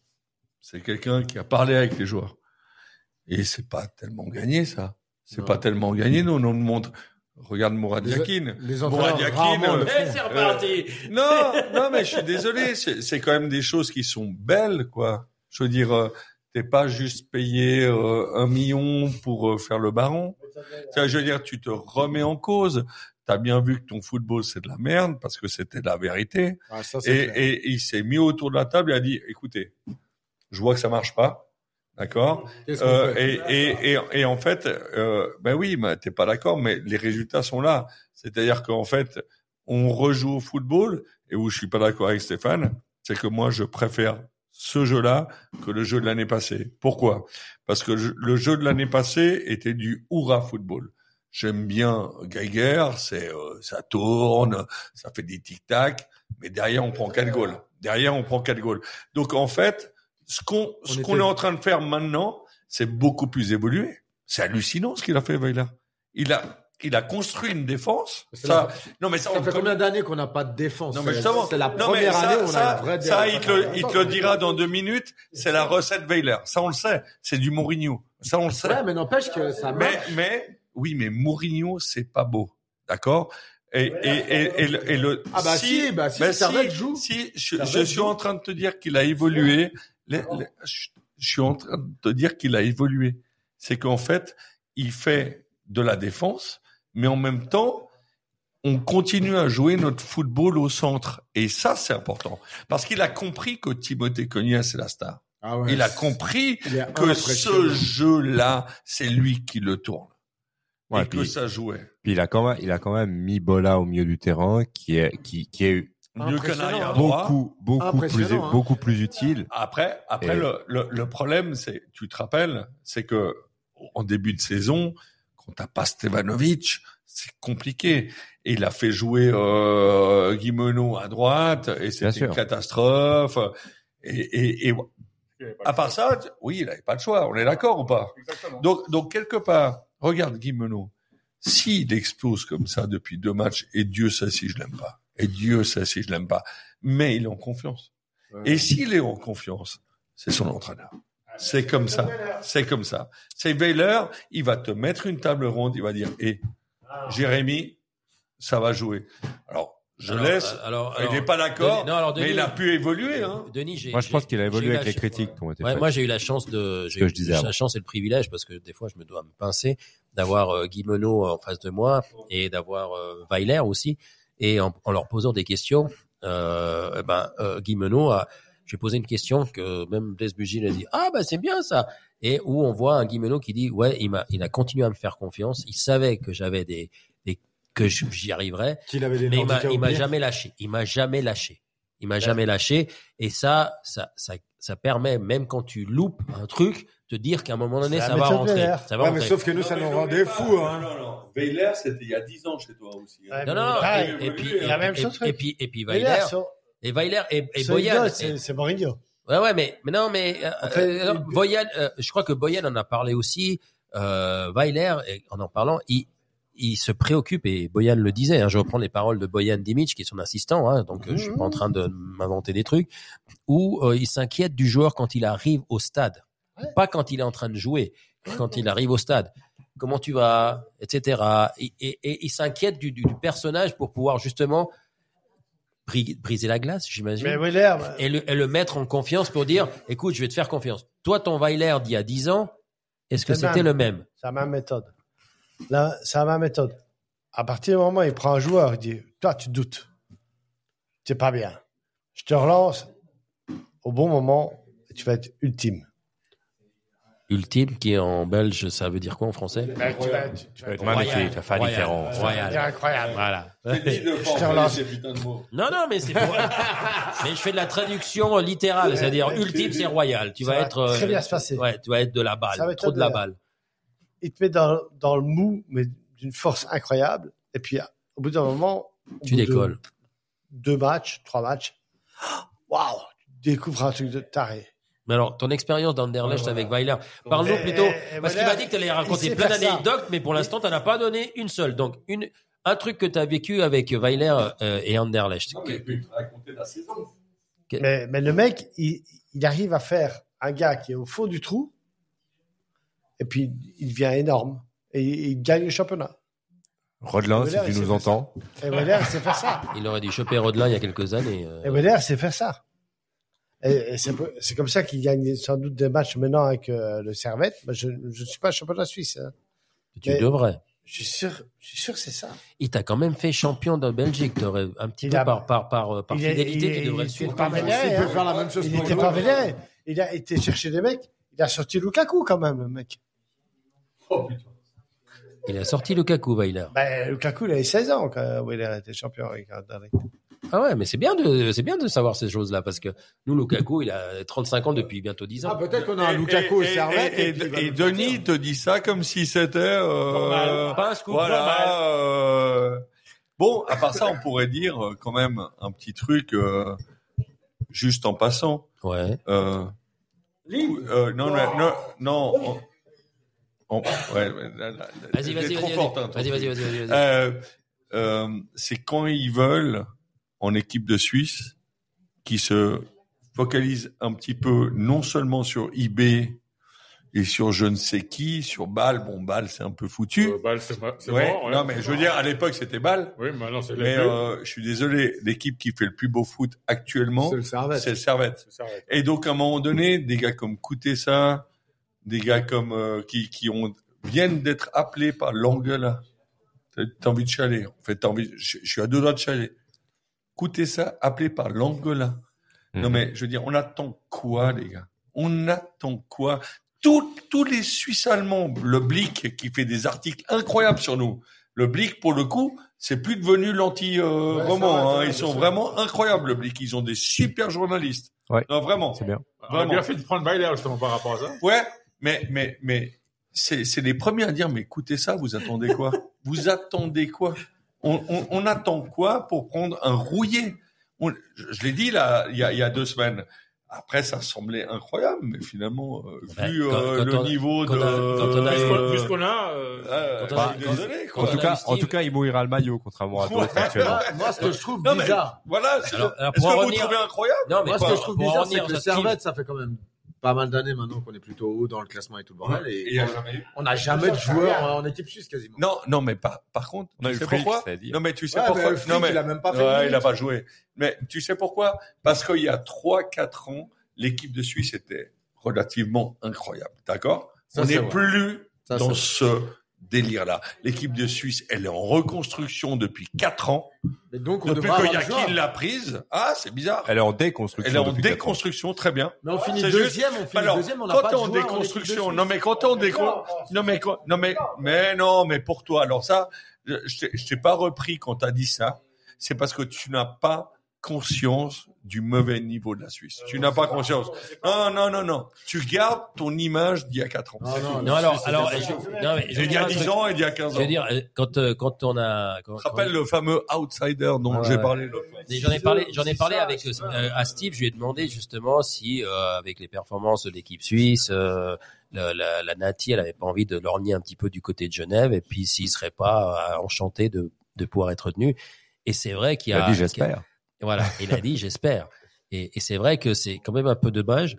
Speaker 5: C'est quelqu'un qui a parlé avec les joueurs. Et c'est pas tellement gagné, ça. C'est
Speaker 2: Non.
Speaker 5: pas tellement gagné, non, non, le monde. Regarde Mourad
Speaker 4: Les-
Speaker 5: Yakin.
Speaker 4: Les
Speaker 5: Mourad
Speaker 4: entraîneurs,
Speaker 5: Yakin,
Speaker 4: rarement le
Speaker 5: euh,
Speaker 4: font.
Speaker 2: Eh, c'est reparti.
Speaker 5: non, non, mais je suis désolé. C'est c'est quand même des choses qui sont belles, quoi. Je veux dire, euh, t'es pas juste payé euh, un million pour euh, faire le baron. Tu vois, Je veux dire, tu te remets en cause. T'as bien vu que ton football c'est de la merde parce que c'était la vérité.
Speaker 4: Ah, ça,
Speaker 5: Et,
Speaker 4: c'est clair.
Speaker 5: et il s'est mis autour de la table et a dit, écoutez, je vois que ça marche pas, d'accord.
Speaker 4: Qu'est-ce qu'on
Speaker 5: Euh,
Speaker 4: fait
Speaker 5: et, et, et, et en fait, euh, ben oui, ben, t'es pas d'accord, mais les résultats sont là. C'est-à-dire qu'en fait, on rejoue au football, et où je suis pas d'accord avec Stéphane, c'est que moi, je préfère ce jeu-là que le jeu de l'année passée. Pourquoi Parce que je- le jeu de l'année passée était du hurrah football. J'aime bien Geiger, c'est euh, ça tourne, ça fait des tic-tac, mais derrière on prend quatre goals. Derrière on prend quatre goals. Donc en fait, ce qu'on ce
Speaker 4: On
Speaker 5: qu'on
Speaker 4: était-
Speaker 5: est en train de faire maintenant, c'est beaucoup plus évolué. C'est hallucinant ce qu'il a fait, Weiler. Il a, il a construit une défense.
Speaker 4: C'est
Speaker 5: Ça, non, mais ça,
Speaker 4: Ça
Speaker 5: on-
Speaker 4: fait combien d'années qu'on n'a pas de défense
Speaker 5: non, mais
Speaker 4: C'est-
Speaker 5: justement.
Speaker 4: C'est la
Speaker 5: Non, mais
Speaker 4: première
Speaker 5: ça,
Speaker 4: année où on a
Speaker 5: ça,
Speaker 4: une vraie
Speaker 5: ça, il te, le- il te le dira dans deux minutes. C'est la recette Weiler. Ça, on le sait. C'est du Mourinho. Ça, on le sait.
Speaker 4: Ouais, mais n'empêche que ça
Speaker 5: Mais,
Speaker 4: marche.
Speaker 5: mais, oui, mais Mourinho, c'est pas beau. D'accord? Et, et, et, et le, et le-
Speaker 4: Ah bah si, bah si, Servette joue.
Speaker 5: si, je,
Speaker 4: Servette
Speaker 5: je suis
Speaker 4: joue.
Speaker 5: en train de te dire qu'il a évolué. Les- les- je, je suis en train de te dire qu'il a évolué. C'est qu'en fait, il fait de la défense, mais en même temps, on continue à jouer notre football au centre. Et ça, c'est important. Parce qu'il a compris que Timothée Cogna, c'est la star.
Speaker 4: Ah ouais,
Speaker 5: Il a compris
Speaker 4: il est
Speaker 5: que
Speaker 4: impressionnant.
Speaker 5: ce jeu-là, c'est lui qui le tourne.
Speaker 3: Ouais,
Speaker 5: et que
Speaker 3: puis-
Speaker 5: ça jouait.
Speaker 3: Puis il a quand même, il a quand même mis Bola au milieu du terrain, qui est, qui, qui est
Speaker 5: Mieux qu'un
Speaker 4: Impressionnant,
Speaker 5: arrière
Speaker 4: hein.
Speaker 5: droit.
Speaker 3: beaucoup, beaucoup plus,
Speaker 4: Impressionnant, hein.
Speaker 3: beaucoup plus utile.
Speaker 5: Après, après
Speaker 3: Et-
Speaker 5: le, le, le problème, c'est, tu te rappelles, c'est que en début de saison, quand t'as pas Stevanovic, c'est compliqué. Et il a fait jouer euh, Guimeno à droite, et c'était
Speaker 3: sûr.
Speaker 5: une catastrophe. Et, et, et à part ça, tu- oui, il avait pas le choix. On est d'accord ou pas
Speaker 9: Exactement.
Speaker 5: Donc, donc quelque part, regarde Guy Meneau. S'il explose comme ça depuis deux matchs, et Dieu sait si je l'aime pas, et Dieu sait si je l'aime pas, mais il est en confiance. Et s'il est en confiance, c'est son entraîneur. C'est comme ça. C'est comme ça. C'est Weiler, il va te mettre une table ronde, il va dire, hé, Jérémy, ça va jouer. Alors, je
Speaker 2: Alors,
Speaker 5: laisse,
Speaker 2: euh, Alors,
Speaker 5: il
Speaker 2: alors,
Speaker 5: n'est pas d'accord,
Speaker 2: Denis- non, alors,
Speaker 5: mais
Speaker 2: Denis-
Speaker 5: il a pu évoluer, hein.
Speaker 2: Denis, j'ai-
Speaker 3: Moi, je
Speaker 2: j'ai-
Speaker 3: pense qu'il a
Speaker 2: j'ai eu
Speaker 3: évolué
Speaker 2: la
Speaker 3: avec les
Speaker 2: ch-
Speaker 3: critiques qui ont été
Speaker 2: Ouais,
Speaker 3: faites.
Speaker 2: moi, j'ai eu la chance de,
Speaker 3: que
Speaker 2: j'ai eu
Speaker 3: je disais
Speaker 2: la
Speaker 3: avant.
Speaker 2: chance et le privilège parce que des fois, je me dois me pincer d'avoir euh, Guy Meneau en face de moi et d'avoir euh, Weiler aussi. Et en, en leur posant des questions, euh, eh ben, euh, Guy Meneau a, j'ai posé une question que même Blaise Bugil a dit, ah, bah, c'est bien ça. Et où on voit un Guy Meneau qui dit, ouais, il m'a, il a continué à me faire confiance. Il savait que j'avais des, des que je- j'y arriverais.
Speaker 4: Qu'il avait des
Speaker 2: Mais il m'a,
Speaker 4: handicaps
Speaker 2: il m'a
Speaker 4: oubliés.
Speaker 2: jamais lâché. Il m'a jamais lâché. Il m'a jamais lâché. Et ça, ça, ça, ça permet, même quand tu loupes un truc, te dire qu'à un moment donné,
Speaker 8: C'est la
Speaker 2: ça va
Speaker 8: méthode
Speaker 2: rentrer.
Speaker 8: Weller.
Speaker 2: Ça va
Speaker 4: Ouais, mais
Speaker 2: rentrer.
Speaker 4: sauf que nous, ça nous rendait fous. Hein.
Speaker 5: non, non. Weiler, c'était il y a 10 ans chez toi aussi. hein.
Speaker 8: Ouais,
Speaker 2: Non,
Speaker 8: mais-
Speaker 2: non, non.
Speaker 8: Ah,
Speaker 2: et, et puis,
Speaker 8: il y a la même
Speaker 2: et,
Speaker 8: chose,
Speaker 2: et,
Speaker 8: ouais.
Speaker 2: puis, et puis
Speaker 8: Mais
Speaker 2: Weiler,
Speaker 8: là, sur-
Speaker 2: et Weiler, et, et
Speaker 8: sur
Speaker 2: Boyan.
Speaker 8: Igor, c'est c'est Mourinho.
Speaker 2: Ouais, ouais, mais, mais non, mais euh,
Speaker 8: Après,
Speaker 2: euh, alors,
Speaker 8: il-
Speaker 2: Boyan, euh, je crois que Boyan en a parlé aussi. Euh, Weiler, et en en parlant, il, il se préoccupe et Boyan le disait. Hein, je reprends les paroles de Boyan Dimic, qui est son assistant. Hein, donc, euh, je suis pas en
Speaker 8: Mmh.
Speaker 2: train de m'inventer des trucs. Où euh, il s'inquiète du joueur quand il arrive au stade,
Speaker 8: Ouais.
Speaker 2: pas quand il est en train de jouer, quand il arrive au stade. Comment tu vas, etc. Et, et- et il s'inquiète du, du- du personnage pour pouvoir justement bri- briser la glace, j'imagine
Speaker 8: Mais Weiler,
Speaker 2: et le, et le mettre en confiance pour dire écoute, je vais te faire confiance. Toi, ton Weiler d'il y a 10 ans, est-ce que
Speaker 8: C'est
Speaker 2: c'était
Speaker 8: même.
Speaker 2: le même
Speaker 8: c'est la même méthode. Là, c'est la même méthode. À partir du moment où il prend un joueur, il dit Toi, tu doutes. C'est pas bien. Je te relance au bon moment et tu vas être ultime.
Speaker 2: Ultime, qui est en belge, ça veut dire quoi en français
Speaker 8: Ben, tu vas- tu- tu vas être
Speaker 3: Magnifique,
Speaker 2: Royal,
Speaker 3: ça fait la
Speaker 2: royal,
Speaker 3: différence.
Speaker 8: C'est
Speaker 2: Royal.
Speaker 8: incroyable.
Speaker 2: Voilà.
Speaker 5: J'ai dit de pas
Speaker 8: Je te
Speaker 5: employer
Speaker 8: relance.
Speaker 5: ces putains de mots.
Speaker 2: Non, non, mais c'est *laughs* pour- mais je fais de la traduction littérale, c'est-à-dire ultime, c'est royal. Tu
Speaker 8: Ça
Speaker 2: vas
Speaker 8: va
Speaker 2: être euh,
Speaker 8: très bien se passer.
Speaker 2: Ouais, tu vas être de la
Speaker 8: Ça va
Speaker 2: balle,
Speaker 8: être
Speaker 2: trop de
Speaker 8: de
Speaker 2: la
Speaker 8: la-
Speaker 2: balle.
Speaker 8: Il te met dans, dans le mou, mais d'une force incroyable. Et puis, au bout d'un moment, au
Speaker 2: Tu
Speaker 8: bout de
Speaker 2: décolles.
Speaker 8: Deux matchs, trois matchs. *gasps* Waouh Tu découvres un truc de taré.
Speaker 2: Mais alors, ton expérience d'Anderlecht avec Weiler, parle-nous
Speaker 8: Et-
Speaker 2: plutôt,
Speaker 8: et
Speaker 2: parce qu'il
Speaker 8: Weiler,
Speaker 2: m'a dit que tu allais
Speaker 8: il
Speaker 2: raconter
Speaker 8: sait
Speaker 2: plein
Speaker 8: faire ça.
Speaker 2: d'anecdotes, mais pour l'instant, tu n'en as pas donné une seule. Donc, une, un truc que tu as vécu avec Weiler euh, et Anderlecht.
Speaker 5: Non, mais il peut te raconter la saison.
Speaker 8: Mais, mais le mec, il, il arrive à faire un gars qui est au fond du trou, et puis il devient énorme. Et il, il gagne le championnat.
Speaker 3: Rodelin, si
Speaker 8: Weiler, il
Speaker 3: tu
Speaker 8: sait
Speaker 3: nous
Speaker 8: faire
Speaker 3: entends.
Speaker 8: Et Weller, *laughs* c'est faire ça.
Speaker 2: Il aurait dû choper Rodelin il y a quelques années. euh.
Speaker 8: Et Weller, c'est faire ça. Et, et c'est peu- c'est comme ça qu'il gagne sans doute des matchs maintenant avec euh, le Servette. Mais je je ne suis pas championnat suisse. hein.
Speaker 2: tu
Speaker 8: mais-
Speaker 2: devrais.
Speaker 8: Je suis sûr, je suis sûr que c'est ça.
Speaker 2: Il t'a quand même fait champion de Belgique. T'aurais un petit
Speaker 8: Il
Speaker 2: peu
Speaker 8: a-
Speaker 2: par, par, par, euh, par
Speaker 8: il est-
Speaker 2: fidélité,
Speaker 8: il est-
Speaker 2: tu devrais
Speaker 8: il
Speaker 2: le suivre.
Speaker 8: est pas
Speaker 2: quand même.
Speaker 8: Weiler,
Speaker 4: Il peut
Speaker 8: hein.
Speaker 4: faire la même chose
Speaker 8: Il
Speaker 4: pour
Speaker 8: n'était
Speaker 4: le
Speaker 8: pas
Speaker 4: joueur.
Speaker 8: vénère. Il a été chercher des mecs. Il a sorti Lukaku quand même, le mec.
Speaker 2: Il a sorti Lukaku, Weiler.
Speaker 8: Ben, Lukaku, il avait 16 ans quand Weller était champion avec euh, Anderlecht.
Speaker 2: Ah ouais, mais c'est bien de, c'est bien de savoir ces choses-là parce que nous, Lukaku, il a 35 ans depuis bientôt 10
Speaker 4: Ah,
Speaker 2: ans.
Speaker 4: peut-être qu'on a un
Speaker 5: Et-
Speaker 4: Lukaku au
Speaker 5: et- et-
Speaker 4: Servette.
Speaker 5: Et,
Speaker 4: puis il va
Speaker 5: et
Speaker 4: nous sortir.
Speaker 5: Denis te dit ça comme si c'était. euh,
Speaker 2: Normal. Pas un scoop, normal.
Speaker 5: Voilà. euh, Bon, à part ça, on pourrait dire euh, quand même un petit truc euh, juste en passant.
Speaker 8: bah.
Speaker 2: Ouais.
Speaker 5: Euh, euh, non, non, non, non, on- on- ouais, ouais, là, là,
Speaker 2: Vas-y, vas-y,
Speaker 5: t'es trop
Speaker 2: vas-y.
Speaker 5: forte, hein, ton
Speaker 2: Vas-y, vas-y,
Speaker 5: truc.
Speaker 2: vas-y, vas-y. vas-y.
Speaker 5: Euh, euh, c'est quand ils veulent, en équipe de Suisse, qui se focalisent un petit peu non seulement sur eBay et sur je ne sais qui, sur Bâle. Bon, Bâle, c'est un peu foutu.
Speaker 14: Euh, Bâle, c'est ma- c'est
Speaker 5: Ouais.
Speaker 14: mort, ouais.
Speaker 5: Non, mais je veux dire, à l'époque, c'était Bâle.
Speaker 14: Oui, mais non, c'est les
Speaker 5: Mais
Speaker 14: bleus.
Speaker 5: euh, je suis désolé, l'équipe qui fait le plus beau foot actuellement,
Speaker 4: C'est le Servette.
Speaker 5: c'est le Servette.
Speaker 14: C'est ça, ouais.
Speaker 5: Et donc, à un moment donné, des gars comme Koutessa, des gars comme euh, qui, qui ont, viennent d'être appelés par l'Angola. T'as t'as envie de chaler. En fait, t'as envie, je, je suis à deux doigts de chaler. Koutessa, appelé par l'Angola. Non,
Speaker 3: Mhm.
Speaker 5: mais je veux dire, on attend quoi, les gars On attend quoi Tous- Tous les Suisses allemands, le Blick qui fait des articles incroyables sur nous. Le Blick, pour le coup, c'est plus devenu
Speaker 4: Ouais,
Speaker 5: l'anti-roman.
Speaker 4: ça va, ça va,
Speaker 5: hein. Ils
Speaker 4: bien
Speaker 5: sont
Speaker 4: sûr.
Speaker 5: vraiment incroyables, le Blick. Ils ont des super journalistes.
Speaker 3: Ouais.
Speaker 5: Non, vraiment.
Speaker 3: C'est bien.
Speaker 14: Ah, On a
Speaker 5: Vraiment.
Speaker 14: bien fait de prendre Weiler justement par rapport à ça.
Speaker 5: Ouais, mais mais mais c'est c'est les premiers à dire mais écoutez ça, vous attendez
Speaker 14: *laughs*
Speaker 5: quoi Vous attendez quoi on, on on attend quoi pour prendre un rouillé On- Je, je l'ai dit là il y a il y a deux semaines. Après ça semblait incroyable, mais finalement euh,
Speaker 2: Ouais,
Speaker 5: vu
Speaker 2: quand-
Speaker 5: euh,
Speaker 2: quand
Speaker 5: le
Speaker 2: on a-
Speaker 5: niveau
Speaker 2: quand
Speaker 5: de
Speaker 2: on a- quand on a-
Speaker 14: Puisqu'on-
Speaker 5: euh,
Speaker 14: Puisqu'on a. euh,
Speaker 5: euh,
Speaker 2: quand on a-
Speaker 5: je suis désolé
Speaker 3: En
Speaker 5: quoi.
Speaker 3: tout,
Speaker 2: a
Speaker 3: cas,
Speaker 2: Steve.
Speaker 3: en tout cas, il mouillera le maillot, contrairement à d'autres
Speaker 5: *laughs*
Speaker 3: actuellement.
Speaker 4: Moi, moi, ce que je trouve
Speaker 5: Non, mais-
Speaker 4: bizarre,
Speaker 5: Voilà. c'est-
Speaker 2: Alors- alors,
Speaker 5: Est-ce
Speaker 2: pour
Speaker 5: que
Speaker 2: en
Speaker 5: vous
Speaker 2: revenir-
Speaker 5: trouvez incroyable
Speaker 2: Non, mais
Speaker 4: moi, ce
Speaker 2: pour-
Speaker 4: que je trouve
Speaker 2: pour en
Speaker 4: bizarre, c'est
Speaker 2: revenir
Speaker 4: que le
Speaker 2: à Steve-
Speaker 4: Servette, ça fait quand même pas mal d'années maintenant qu'on est plutôt haut dans le classement et tout le bordel.
Speaker 5: Et
Speaker 4: Et
Speaker 5: il y a jamais eu.
Speaker 4: on n'a jamais de joueur en équipe suisse quasiment.
Speaker 5: Non, non, mais par, par contre,
Speaker 3: On a
Speaker 5: tu
Speaker 3: eu
Speaker 5: sais
Speaker 3: Frick,
Speaker 5: pourquoi
Speaker 3: c'est-à-dire.
Speaker 5: Non, mais tu sais
Speaker 4: Ouais,
Speaker 5: pourquoi
Speaker 4: mais Flick,
Speaker 5: Non, mais
Speaker 4: il a même pas fait une
Speaker 5: Ouais, il
Speaker 4: minute.
Speaker 5: a pas joué. Mais tu sais pourquoi Parce qu'il y a 3-4 ans, l'équipe de Suisse était relativement incroyable. D'accord
Speaker 4: Ça,
Speaker 5: On
Speaker 4: c'est
Speaker 5: n'est
Speaker 4: vrai.
Speaker 5: plus
Speaker 4: Ça,
Speaker 5: dans
Speaker 4: c'est-
Speaker 5: ce délire-là. L'équipe de Suisse, elle est en reconstruction depuis 4 ans.
Speaker 4: Mais donc, on
Speaker 5: Depuis
Speaker 4: devrait avoir
Speaker 5: qu'il y
Speaker 4: des
Speaker 5: a
Speaker 4: joueurs.
Speaker 5: qui l'a prise, ah, c'est bizarre.
Speaker 3: Elle est en déconstruction.
Speaker 5: Elle est en
Speaker 3: depuis quatre ans.
Speaker 5: déconstruction, très bien.
Speaker 4: Mais on finit
Speaker 5: C'est
Speaker 4: deuxième, on finit
Speaker 5: Alors,
Speaker 4: deuxième, on n'a
Speaker 5: quand
Speaker 4: pas
Speaker 5: t'es
Speaker 4: de
Speaker 5: en
Speaker 4: joueur équipe de
Speaker 5: déconstruction,
Speaker 4: Suisse.
Speaker 5: non mais quand t'es en déconstruction, non mais quand- non mais mais non mais pour toi, alors ça, je je t'ai- je t'ai pas repris quand t'as dit ça, c'est parce que tu n'as pas
Speaker 3: conscience du mauvais niveau de la Suisse. tu n'as pas conscience. Non, non, non, non. Tu gardes ton image d'il y a quatre ans.
Speaker 4: Ah,
Speaker 2: Non, alors, alors, je, non, mais je vais
Speaker 3: il y
Speaker 2: dire
Speaker 3: a
Speaker 2: un
Speaker 3: 10
Speaker 2: truc.
Speaker 3: ans et il y a 15
Speaker 2: Je
Speaker 3: ans.
Speaker 2: veux dire, euh, quand, euh, quand on a, quand-
Speaker 3: Je te rappelle le fameux outsider dont
Speaker 2: Ouais,
Speaker 3: j'ai
Speaker 2: ouais.
Speaker 3: parlé l'autre fois.
Speaker 2: Et J'en ai parlé, j'en ai
Speaker 15: C'est
Speaker 2: parlé
Speaker 15: ça,
Speaker 2: avec
Speaker 15: c'est ça.
Speaker 2: euh, à Steve. Je lui ai demandé justement si, euh, avec les performances de l'équipe suisse, euh, la, la, la Nati, elle avait pas envie de lorgner un petit peu du côté de Genève, et puis s'il serait pas euh, enchanté de, de pouvoir être retenu. Et c'est vrai qu'il y
Speaker 16: Il
Speaker 2: a.
Speaker 16: a dit j'espère.
Speaker 2: Voilà, il a dit j'espère. Et, et c'est vrai que c'est quand même un peu dommage.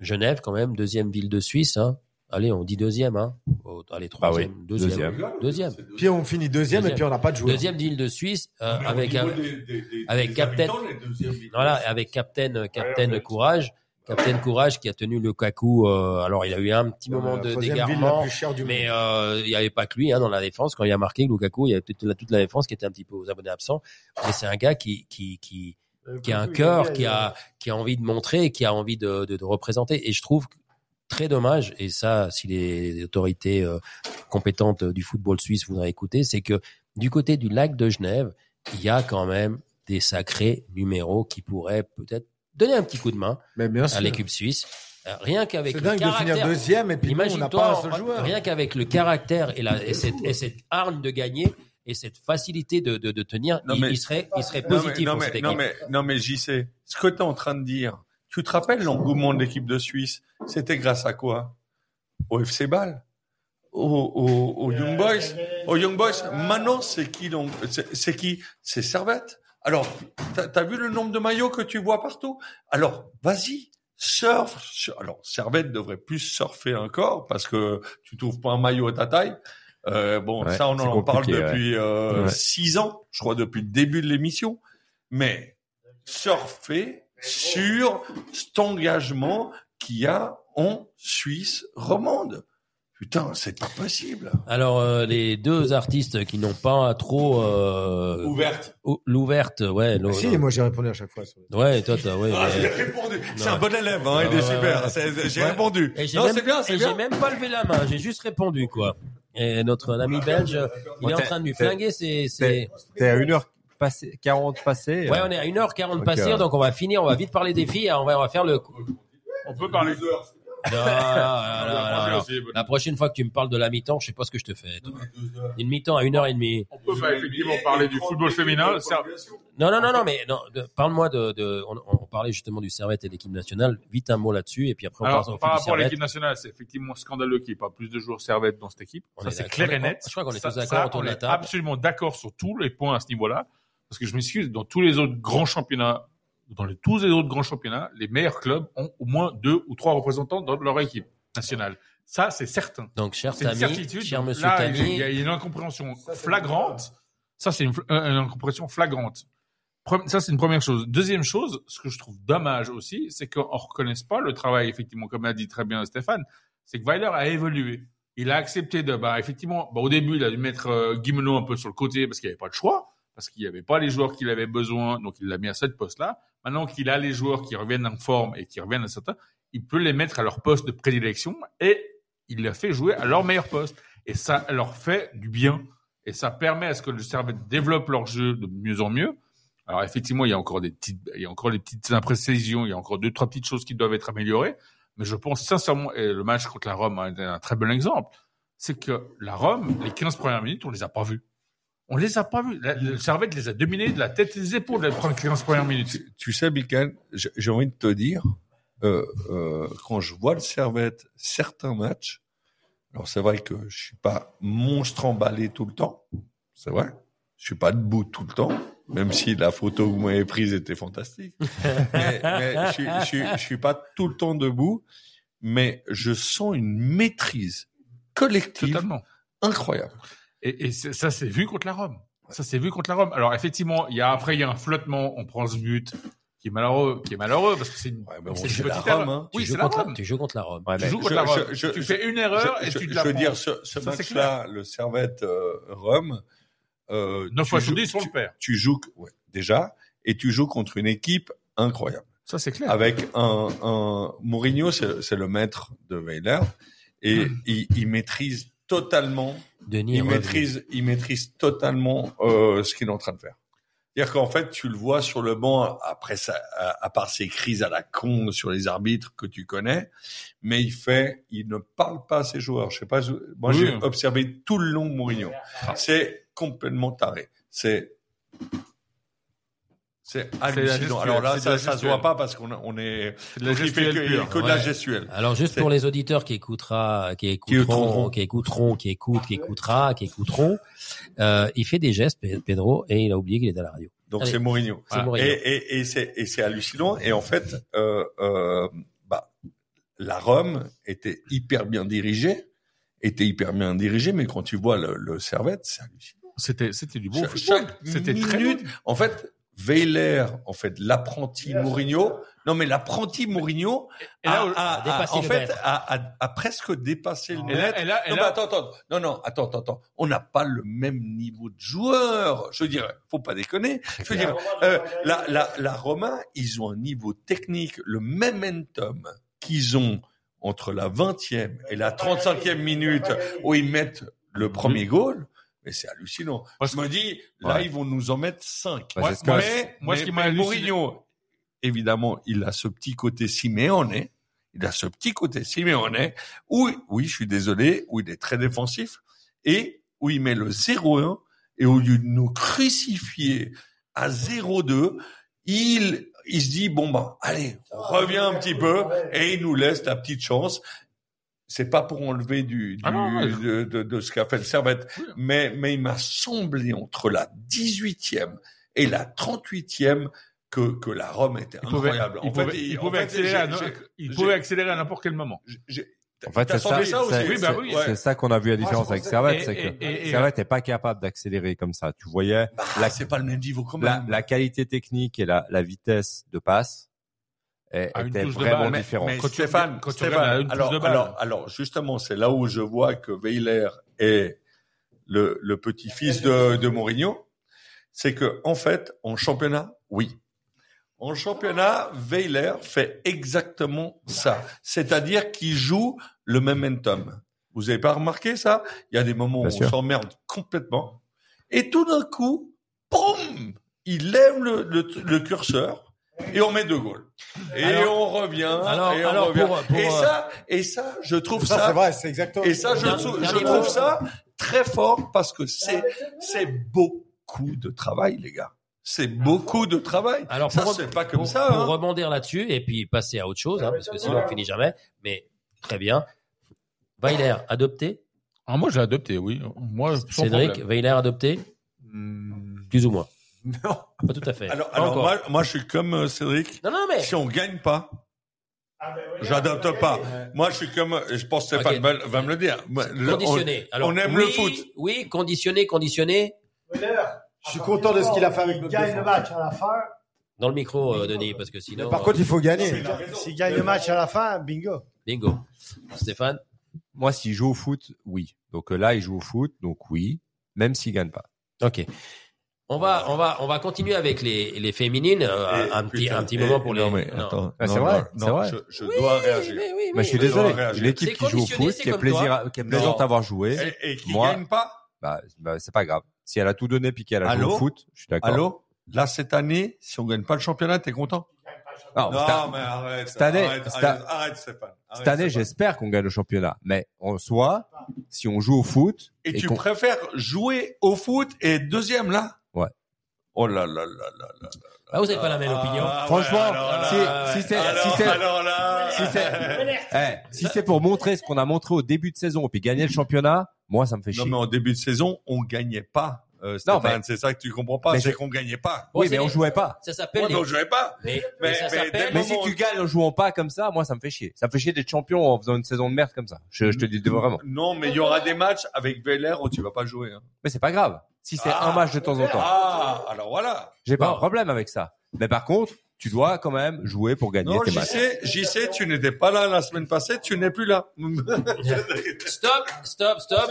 Speaker 2: Genève, quand même, deuxième ville de Suisse. Hein. Allez, on dit deuxième. Hein. Oh, allez,
Speaker 16: Bah
Speaker 2: troisième,
Speaker 16: oui,
Speaker 2: deuxième,
Speaker 16: deuxième.
Speaker 2: deuxième,
Speaker 4: Puis on finit deuxième,
Speaker 2: Deuxième.
Speaker 4: et puis on n'a pas de joueur.
Speaker 2: deuxième ville de Suisse euh,
Speaker 3: Mais Ah, au
Speaker 2: avec un,
Speaker 3: niveau des- des- des-
Speaker 2: avec
Speaker 3: des
Speaker 2: Captain-
Speaker 3: habitants, les deuxièmes villes.
Speaker 2: voilà, avec Captain, euh, Captain Courage, Captain Courage qui a tenu le Kaku. euh, alors, il a eu un petit moment
Speaker 4: La
Speaker 2: de
Speaker 4: troisième ville la
Speaker 2: d'égarement.
Speaker 4: plus chère du monde.
Speaker 2: Mais euh, il n'y avait pas que lui hein, dans la défense. Quand il a marqué Lukaku, il y avait toute la, toute la défense qui était un petit peu aux abonnés absents. Mais c'est un gars qui qui qui,
Speaker 4: Euh,
Speaker 2: qui a un cœur, qui a qui a envie de montrer, qui a envie de, de, de représenter. Et je trouve très dommage. Et ça, si les autorités euh, compétentes euh, du football suisse voudraient écouter, c'est que du côté du lac de Genève, il y a quand même des sacrés numéros qui pourraient peut-être donner un petit coup de main
Speaker 4: Mais bien
Speaker 2: à
Speaker 4: sûr.
Speaker 2: l'équipe suisse. Euh, Rien qu'avec
Speaker 4: C'est
Speaker 2: le
Speaker 4: dingue de
Speaker 2: caractère.
Speaker 4: finir deuxième et puis nous, on n'a pas un
Speaker 2: Imagine-toi,
Speaker 4: seul
Speaker 2: en-
Speaker 4: joueur.
Speaker 2: rien qu'avec le caractère et, la, et, cette, et cette arme de gagner et cette facilité de, de, de tenir,
Speaker 3: Non,
Speaker 2: il,
Speaker 3: mais-
Speaker 2: il serait, il serait
Speaker 3: Non,
Speaker 2: positif
Speaker 3: mais, non,
Speaker 2: pour cette
Speaker 3: mais,
Speaker 2: équipe.
Speaker 3: non, mais, non, mais j'y sais. Ce que tu es en train de dire, tu te rappelles l'engouement de l'équipe de Suisse C'était grâce à quoi Au FC Ball au, au, au Young Boys Au Young Boys Maintenant, c'est qui l'en- C'est c'est qui C'est Servette. Alors, t'as as vu le nombre de maillots que tu vois partout Alors, vas-y surf sur- alors Servette devrait plus surfer encore parce que tu trouves pas un maillot à ta taille Euh, bon
Speaker 16: Ouais,
Speaker 3: ça on
Speaker 16: c'est
Speaker 3: en parle
Speaker 16: compliqué, ouais.
Speaker 3: depuis euh,
Speaker 16: Ouais.
Speaker 3: six ans je crois depuis le début de l'émission mais surfer sur cet engagement qu'il y a en Suisse romande putain c'est pas possible
Speaker 2: Alors, euh, les deux artistes qui n'ont pas trop euh,
Speaker 3: ouverte
Speaker 2: ou- l'ouverte, ouais, l'o-
Speaker 4: Si, moi j'ai répondu à chaque fois. sur les-
Speaker 2: ouais, toi, t'as, ouais.
Speaker 3: ah,
Speaker 2: mais-
Speaker 3: j'ai répondu c'est
Speaker 2: Non.
Speaker 3: un bon élève hein, il
Speaker 2: Ouais,
Speaker 3: est
Speaker 2: ouais,
Speaker 3: super
Speaker 2: ouais.
Speaker 3: C'est- j'ai
Speaker 2: Ouais.
Speaker 3: répondu
Speaker 2: Et j'ai
Speaker 3: non
Speaker 2: même-
Speaker 3: c'est bien c'est
Speaker 2: et j'ai
Speaker 3: bien
Speaker 2: même pas levé la main, j'ai juste répondu quoi. Et notre
Speaker 3: Ah,
Speaker 2: ami belge, il est en
Speaker 16: t'es-
Speaker 2: train de lui
Speaker 16: t'es-
Speaker 2: flinguer ses. ses...
Speaker 16: T'es à 1h40 passé, 40 passé.
Speaker 2: Ouais, on est à 1h40
Speaker 16: Donc,
Speaker 2: passées,
Speaker 16: euh,
Speaker 2: donc on va finir, on va vite parler des filles, hein, on va, on va faire le.
Speaker 3: *laughs*
Speaker 5: On peut parler.
Speaker 2: Non, non, non, non, non, non.
Speaker 5: aussi, bon.
Speaker 2: La prochaine fois que tu me parles de la mi-temps, je sais pas ce que je te fais. toi. Une mi-temps à 1h30.
Speaker 5: On peut pas effectivement parler du football féminin. Ça,
Speaker 2: Non, non, non, non, mais non, de- parle-moi de. de- on, on parlait justement du Servette et de l'équipe nationale. Vite un mot là-dessus, et puis après on passe au
Speaker 5: Alors,
Speaker 2: foot
Speaker 5: par
Speaker 2: du
Speaker 5: rapport à
Speaker 2: Servette.
Speaker 5: l'équipe nationale, c'est effectivement scandaleux qu'il n'y ait pas plus de joueurs servettes dans cette équipe.
Speaker 2: On
Speaker 5: ça,
Speaker 2: est
Speaker 5: c'est
Speaker 2: d'accord.
Speaker 5: clair et
Speaker 2: On-
Speaker 5: net.
Speaker 2: je crois qu'on est
Speaker 5: Ça-
Speaker 2: tous d'accord
Speaker 5: ça,
Speaker 2: autour de
Speaker 5: on
Speaker 2: la
Speaker 5: est
Speaker 2: table.
Speaker 5: absolument d'accord sur tous les points à ce niveau-là. Parce que je m'excuse, dans tous les autres grands championnats, dans les, tous les autres grands championnats, les meilleurs clubs ont au moins deux ou trois représentants dans leur équipe nationale. Ça, c'est certain.
Speaker 2: Donc, cher
Speaker 5: C'est une
Speaker 2: Tami,
Speaker 5: certitude.
Speaker 2: cher
Speaker 5: Donc
Speaker 2: monsieur
Speaker 5: là, il y a-
Speaker 2: Tami,
Speaker 5: il y a une incompréhension flagrante. Ça, c'est une, fl- euh, une incompréhension flagrante. Pre- Ça, c'est une première chose. Deuxième chose, ce que je trouve dommage aussi, c'est qu'on ne reconnaisse pas le travail, effectivement, comme a dit très bien Stéphane, c'est que Weiler a évolué. Il a accepté de, bah, effectivement, bah, au début, il a dû mettre euh, Guimeno un peu sur le côté parce qu'il n'y avait pas de choix, parce qu'il n'y avait pas les joueurs qu'il avait besoin, donc il l'a mis à cette poste-là. Maintenant qu'il a les joueurs qui reviennent en forme et qui reviennent à certains, il peut les mettre à leur poste de prédilection et il les fait jouer à leur meilleur poste. Et ça leur fait du bien. Et ça permet à ce que le Servette développe leur jeu de mieux en mieux. Alors effectivement, il y a encore des petites, il y a encore des petites imprécisions, il y a encore deux trois petites choses qui doivent être améliorées. Mais je pense sincèrement, et le match contre la Rome est un très bon exemple, c'est que la Rome, les 15 premières minutes, on les a pas vues. On les a pas vues. La- le Servette les a dominés de la tête et des épaules les 15 premières minutes.
Speaker 3: tu, tu sais, Bikan, j'ai j'ai envie de te dire, euh, euh, quand je vois le Servette, certains matchs, alors c'est vrai que je suis pas monstre emballé tout le temps, c'est vrai, je suis pas debout tout le temps, même si la photo que vous m'avez prise était fantastique, mais, mais je, suis- je, suis- je suis pas tout le temps debout, mais je sens une maîtrise collective
Speaker 5: Totalement.
Speaker 3: incroyable.
Speaker 5: Et, et c'est- ça, c'est vu contre la Rome. Ça, c'est vu contre la Rome. Alors, effectivement, il y a, après, il y a un flottement, on prend ce but, qui est malheureux, qui est malheureux, parce que c'est une,
Speaker 3: Ouais, mais bon,
Speaker 5: c'est une
Speaker 3: c'est la
Speaker 5: petite
Speaker 3: Rome,
Speaker 5: erreur.
Speaker 3: hein.
Speaker 2: tu,
Speaker 5: Oui,
Speaker 2: joues
Speaker 5: c'est la
Speaker 2: contre,
Speaker 5: Rome.
Speaker 2: tu joues contre la Rome.
Speaker 16: Ouais,
Speaker 5: Tu
Speaker 16: mais-
Speaker 5: joues contre
Speaker 3: je-
Speaker 5: la Rome.
Speaker 3: je- je-
Speaker 5: tu
Speaker 3: je-
Speaker 5: fais une erreur
Speaker 3: Je-
Speaker 5: et
Speaker 3: je,
Speaker 5: tu te
Speaker 3: je
Speaker 5: la
Speaker 3: veux
Speaker 5: prends.
Speaker 3: dire, ce, ce
Speaker 5: Ça, c'est
Speaker 3: match-là, le Servette euh, Rome, euh,
Speaker 5: 9
Speaker 3: tu
Speaker 5: fois sur
Speaker 3: joues-
Speaker 5: 10, on le
Speaker 3: tu-
Speaker 5: perd.
Speaker 3: Tu joues ouais, déjà et tu joues contre une équipe incroyable.
Speaker 5: Ça, c'est clair.
Speaker 3: Avec un, un Mourinho, c'est c'est le maître de Weiler et
Speaker 5: Hmm.
Speaker 3: il, il maîtrise totalement,
Speaker 2: Denis, est
Speaker 3: il
Speaker 2: revenu.
Speaker 3: maîtrise, il maîtrise totalement euh, ce qu'il est en train de faire.
Speaker 5: C'est-à-dire qu'en fait, tu le vois sur le banc après ça, à, à part ces crises à la con sur les arbitres que tu connais, mais il fait, il ne parle pas à ses joueurs. Je sais pas,
Speaker 9: Oui. Ah.
Speaker 5: moi j'ai observé tout le long Mourinho. C'est complètement taré. C'est c'est hallucinant.
Speaker 9: gestuelle,
Speaker 5: Alors là,
Speaker 9: c'est de la
Speaker 5: ça, ça se
Speaker 9: gestuelle.
Speaker 5: voit pas parce qu'on a- on est
Speaker 9: C'est de la
Speaker 5: il fait
Speaker 9: gestuelle
Speaker 5: que, il
Speaker 9: pure.
Speaker 5: fait que de la
Speaker 2: Ouais.
Speaker 5: gestuelle.
Speaker 2: Alors juste
Speaker 5: C'est-
Speaker 2: pour les auditeurs qui écoutera, qui écouteront,
Speaker 5: écouteront.
Speaker 2: qui écouteront, qui écoutent, qui écoutera, qui écouteront, euh, il fait des gestes, Pe- Pedro, et il a oublié qu'il est à la radio.
Speaker 5: Donc
Speaker 2: Allez.
Speaker 5: c'est Mourinho.
Speaker 2: C'est Mourinho.
Speaker 5: Voilà. Et, et, et c'est et c'est hallucinant. Et en fait, euh, euh, bah, la Rome était hyper bien dirigée, était hyper bien dirigée, mais quand tu vois le, le Servette, c'est hallucinant.
Speaker 9: C'était, c'était du bon
Speaker 5: Cha-
Speaker 9: football.
Speaker 5: chaque
Speaker 9: C'était
Speaker 5: minute,
Speaker 9: très bon.
Speaker 5: en fait, Weiler, en fait, l'apprenti Mourinho. Non, mais l'apprenti Mourinho
Speaker 9: Et là,
Speaker 5: a,
Speaker 9: au-
Speaker 5: a- a-
Speaker 2: dépassé
Speaker 5: en
Speaker 2: le
Speaker 5: fait,
Speaker 2: maître.
Speaker 5: a, a- a presque dépassé le
Speaker 9: et là,
Speaker 5: maître.
Speaker 9: et là, et
Speaker 5: Non,
Speaker 9: là-
Speaker 5: mais attends, attends. Non, non, attends, attends, attends. On n'a pas le même niveau de joueur. Je veux dire, faut pas déconner. Je veux dire, euh, la, la, la Roma, ils ont un niveau technique, le momentum qu'ils ont entre la 20e et la 35e minute où ils mettent le premier goal. Mais c'est hallucinant.
Speaker 9: Parce
Speaker 5: je me dis, là,
Speaker 3: Ouais.
Speaker 5: ils vont nous en mettre 5.
Speaker 3: Bah, c'est ce que-
Speaker 5: mais,
Speaker 9: moi, ce
Speaker 5: mais-
Speaker 9: qui m'a
Speaker 5: mais
Speaker 9: halluciné-
Speaker 5: Mourinho, évidemment, il a ce petit côté Simeone. Il a ce petit côté Simeone où, oui, je suis désolé, où il est très défensif et où il met le 0-1 et au lieu de nous crucifier à 0-2, il, il se dit, bon, bah, allez, on revient un petit peu et il nous laisse la petite chance. C'est pas pour enlever du, du-
Speaker 9: Ah non, ouais.
Speaker 5: de, de- de ce qu'a fait le Servette, mais, mais il m'a semblé entre la 18e et la 38e que, que la Rome était
Speaker 9: Il pouvait,
Speaker 5: incroyable.
Speaker 9: il
Speaker 5: En fait,
Speaker 9: pouvait- il
Speaker 5: en
Speaker 9: pouvait
Speaker 5: fait,
Speaker 9: accélérer
Speaker 5: j'ai-
Speaker 9: à no-
Speaker 5: j'ai-
Speaker 9: il
Speaker 5: j'ai-
Speaker 9: pouvait accélérer à n'importe quel moment.
Speaker 5: j'ai-
Speaker 3: En fait,
Speaker 5: t'as
Speaker 3: c'est ça,
Speaker 5: senti ça aussi
Speaker 3: c'est-
Speaker 9: Oui, bah oui.
Speaker 3: c'est- c'est ça qu'on a vu la différence avec Servette,
Speaker 9: Et-
Speaker 3: c'est que
Speaker 9: et- et-
Speaker 3: Servette n'est pas capable d'accélérer comme ça. Tu voyais
Speaker 5: Bah,
Speaker 3: La-
Speaker 5: c'est pas le même niveau quand
Speaker 3: la,
Speaker 5: même.
Speaker 3: la qualité technique et la, la vitesse de passe est-
Speaker 5: Ah,
Speaker 9: À une
Speaker 3: était
Speaker 9: touche de
Speaker 3: vraiment
Speaker 9: balle, mais-
Speaker 3: différente.
Speaker 5: Mais
Speaker 9: Quand tu-
Speaker 5: Stéphane,
Speaker 9: quand tu
Speaker 5: Stéphane,
Speaker 9: regardes la une
Speaker 5: alors,
Speaker 9: touche de balle.
Speaker 5: alors, alors, justement, c'est là où je vois que Weiler est le, le petit-fils de, de Mourinho. C'est que, en fait, en championnat, oui. En championnat, Weiler fait exactement ça. C'est-à-dire qu'il joue le momentum. Vous avez pas remarqué ça? Il y a des moments où
Speaker 3: Bien
Speaker 5: on
Speaker 3: sûr.
Speaker 5: s'emmerde complètement. Et tout d'un coup, boum! Il lève le, le, le curseur et on met deux goals. Et
Speaker 2: Alors-
Speaker 5: on revient.
Speaker 2: alors-
Speaker 5: et on
Speaker 2: alors
Speaker 5: revient.
Speaker 2: pour- pour,
Speaker 5: et
Speaker 2: euh,
Speaker 5: ça, et ça, je trouve
Speaker 4: Ça,
Speaker 5: ça,
Speaker 4: c'est vrai, c'est exactement.
Speaker 5: et ça, je,
Speaker 2: Dernier-
Speaker 5: trou- je
Speaker 2: dernier
Speaker 5: trouve
Speaker 2: mot.
Speaker 5: ça très fort parce que c'est, c'est beaucoup de travail, les gars. C'est beaucoup de travail.
Speaker 2: Alors
Speaker 5: ça,
Speaker 2: pour,
Speaker 5: c'est pas comme
Speaker 2: pour-
Speaker 5: ça.
Speaker 2: pour
Speaker 5: hein.
Speaker 2: rebondir là-dessus et puis passer à autre chose, hein, parce que sinon on finit jamais. Mais très bien. Weiler adopté,
Speaker 9: Ah, moi, j'ai adopté, oui. Moi, sans
Speaker 2: Cédric.
Speaker 9: problème.
Speaker 2: Weiler adopté,
Speaker 5: Hmm.
Speaker 2: plus ou moins. Non. Pas tout à fait.
Speaker 5: Alors,
Speaker 2: Pas
Speaker 5: alors
Speaker 2: encore.
Speaker 5: moi, moi, je suis comme euh, Cédric.
Speaker 2: non, non, mais
Speaker 5: Si on gagne pas,
Speaker 8: Ah, ben,
Speaker 5: j'adopte pas.
Speaker 8: euh,
Speaker 5: Moi, je suis comme, euh, je pense que Stéphane
Speaker 2: Ok.
Speaker 5: va, va me le dire. Moi, le-
Speaker 2: conditionné. Alors,
Speaker 5: on aime
Speaker 2: oui,
Speaker 5: le foot.
Speaker 2: Oui, conditionné, conditionné.
Speaker 4: Je suis content de ce qu'il a fait avec
Speaker 8: Il
Speaker 4: notre
Speaker 8: gagne le
Speaker 4: défense.
Speaker 8: match à la fin.
Speaker 2: Dans le micro, euh, Denis, parce que sinon.
Speaker 4: Par
Speaker 2: euh,
Speaker 4: contre, il faut gagner.
Speaker 8: S'il gagne le match à la fin, bingo.
Speaker 2: bingo. Stéphane.
Speaker 3: Moi, s'il joue au foot, oui. Donc euh, là, il joue au foot, donc oui, même s'il gagne pas.
Speaker 2: Ok. On va, on va, on va continuer avec les, les féminines. euh,
Speaker 5: Et-
Speaker 2: un petit,
Speaker 5: putain,
Speaker 2: un petit
Speaker 5: et-
Speaker 2: moment pour les.
Speaker 5: non, mais
Speaker 2: non.
Speaker 5: attends.
Speaker 3: Ah, c'est
Speaker 5: Non,
Speaker 3: vrai,
Speaker 5: non,
Speaker 3: c'est
Speaker 5: non,
Speaker 3: vrai.
Speaker 5: Je, je dois réagir.
Speaker 2: Oui, oui,
Speaker 3: Mais je suis
Speaker 2: oui.
Speaker 3: désolé.
Speaker 5: dois réagir.
Speaker 3: L'équipe
Speaker 2: C'est
Speaker 3: qui joue au
Speaker 2: conditionné,
Speaker 3: foot,
Speaker 2: c'est
Speaker 3: qui est
Speaker 2: comme
Speaker 3: plaisir,
Speaker 2: toi.
Speaker 3: qui est
Speaker 2: Non.
Speaker 3: plaisante à avoir joué,
Speaker 5: Et, et qui
Speaker 3: Moi-
Speaker 5: gagne pas,
Speaker 3: bah, bah, c'est pas grave. Si elle a tout donné puis qu'elle a joué
Speaker 5: Allô
Speaker 3: au foot, je suis d'accord.
Speaker 5: Allô Là, cette année, si on gagne pas le championnat, t'es content
Speaker 3: Alors, cette-
Speaker 5: mais arrête.
Speaker 3: cette année-
Speaker 5: arrête,
Speaker 3: cette-
Speaker 5: arrête, arrête, Stéphane. arrête,
Speaker 3: cette année,
Speaker 5: Stéphane.
Speaker 3: j'espère qu'on gagne le championnat. Mais en soi, si on joue au foot
Speaker 5: Et, tu
Speaker 3: qu'on-
Speaker 5: préfères jouer au foot et être deuxième, là
Speaker 3: Ouais.
Speaker 5: Oh là là là là là.
Speaker 2: Ah, vous n'avez pas la même opinion.
Speaker 3: Franchement,
Speaker 5: Ah,
Speaker 2: là,
Speaker 3: si,
Speaker 2: là,
Speaker 3: si
Speaker 2: là,
Speaker 3: c'est,
Speaker 5: alors,
Speaker 3: si c'est,
Speaker 5: alors là.
Speaker 3: si c'est, *laughs* eh, si c'est pour montrer ce qu'on a montré au début de saison et puis gagner le championnat, moi, ça me fait
Speaker 5: Non,
Speaker 3: chier.
Speaker 5: mais en début de saison, on gagnait pas. Euh, Stéphane,
Speaker 3: mais-
Speaker 5: c'est ça que tu comprends pas,
Speaker 3: mais
Speaker 5: c'est
Speaker 3: je-
Speaker 5: qu'on gagnait pas.
Speaker 2: Bon,
Speaker 3: Oui,
Speaker 2: c'est
Speaker 3: mais on
Speaker 2: les-
Speaker 3: jouait pas.
Speaker 2: Ça s'appelle.
Speaker 5: Moi,
Speaker 2: les-
Speaker 5: non, je jouais pas.
Speaker 2: Mais, mais
Speaker 5: Mais-
Speaker 2: ça
Speaker 5: mais
Speaker 2: s'appelle.
Speaker 5: des
Speaker 3: Mais si
Speaker 5: moment
Speaker 3: tu
Speaker 5: où-
Speaker 3: gagnes en jouant pas comme ça, moi, ça me fait chier. Ça me fait chier d'être champion en faisant une saison de merde comme ça. Je, je te dis vraiment.
Speaker 5: Non, mais il y aura des matchs avec Veller où tu vas pas jouer. hein.
Speaker 3: Mais c'est pas grave. Si c'est
Speaker 5: Ah.
Speaker 3: un match de temps en temps,
Speaker 5: Ah, alors voilà.
Speaker 3: j'ai pas
Speaker 2: Bon.
Speaker 3: un problème avec ça. Mais par contre, tu dois quand même jouer pour gagner
Speaker 5: Non,
Speaker 3: tes
Speaker 5: j'y
Speaker 3: matchs.
Speaker 5: sais, j'y sais, tu n'étais pas là la semaine passée, tu n'es plus là.
Speaker 2: Stop, stop, stop,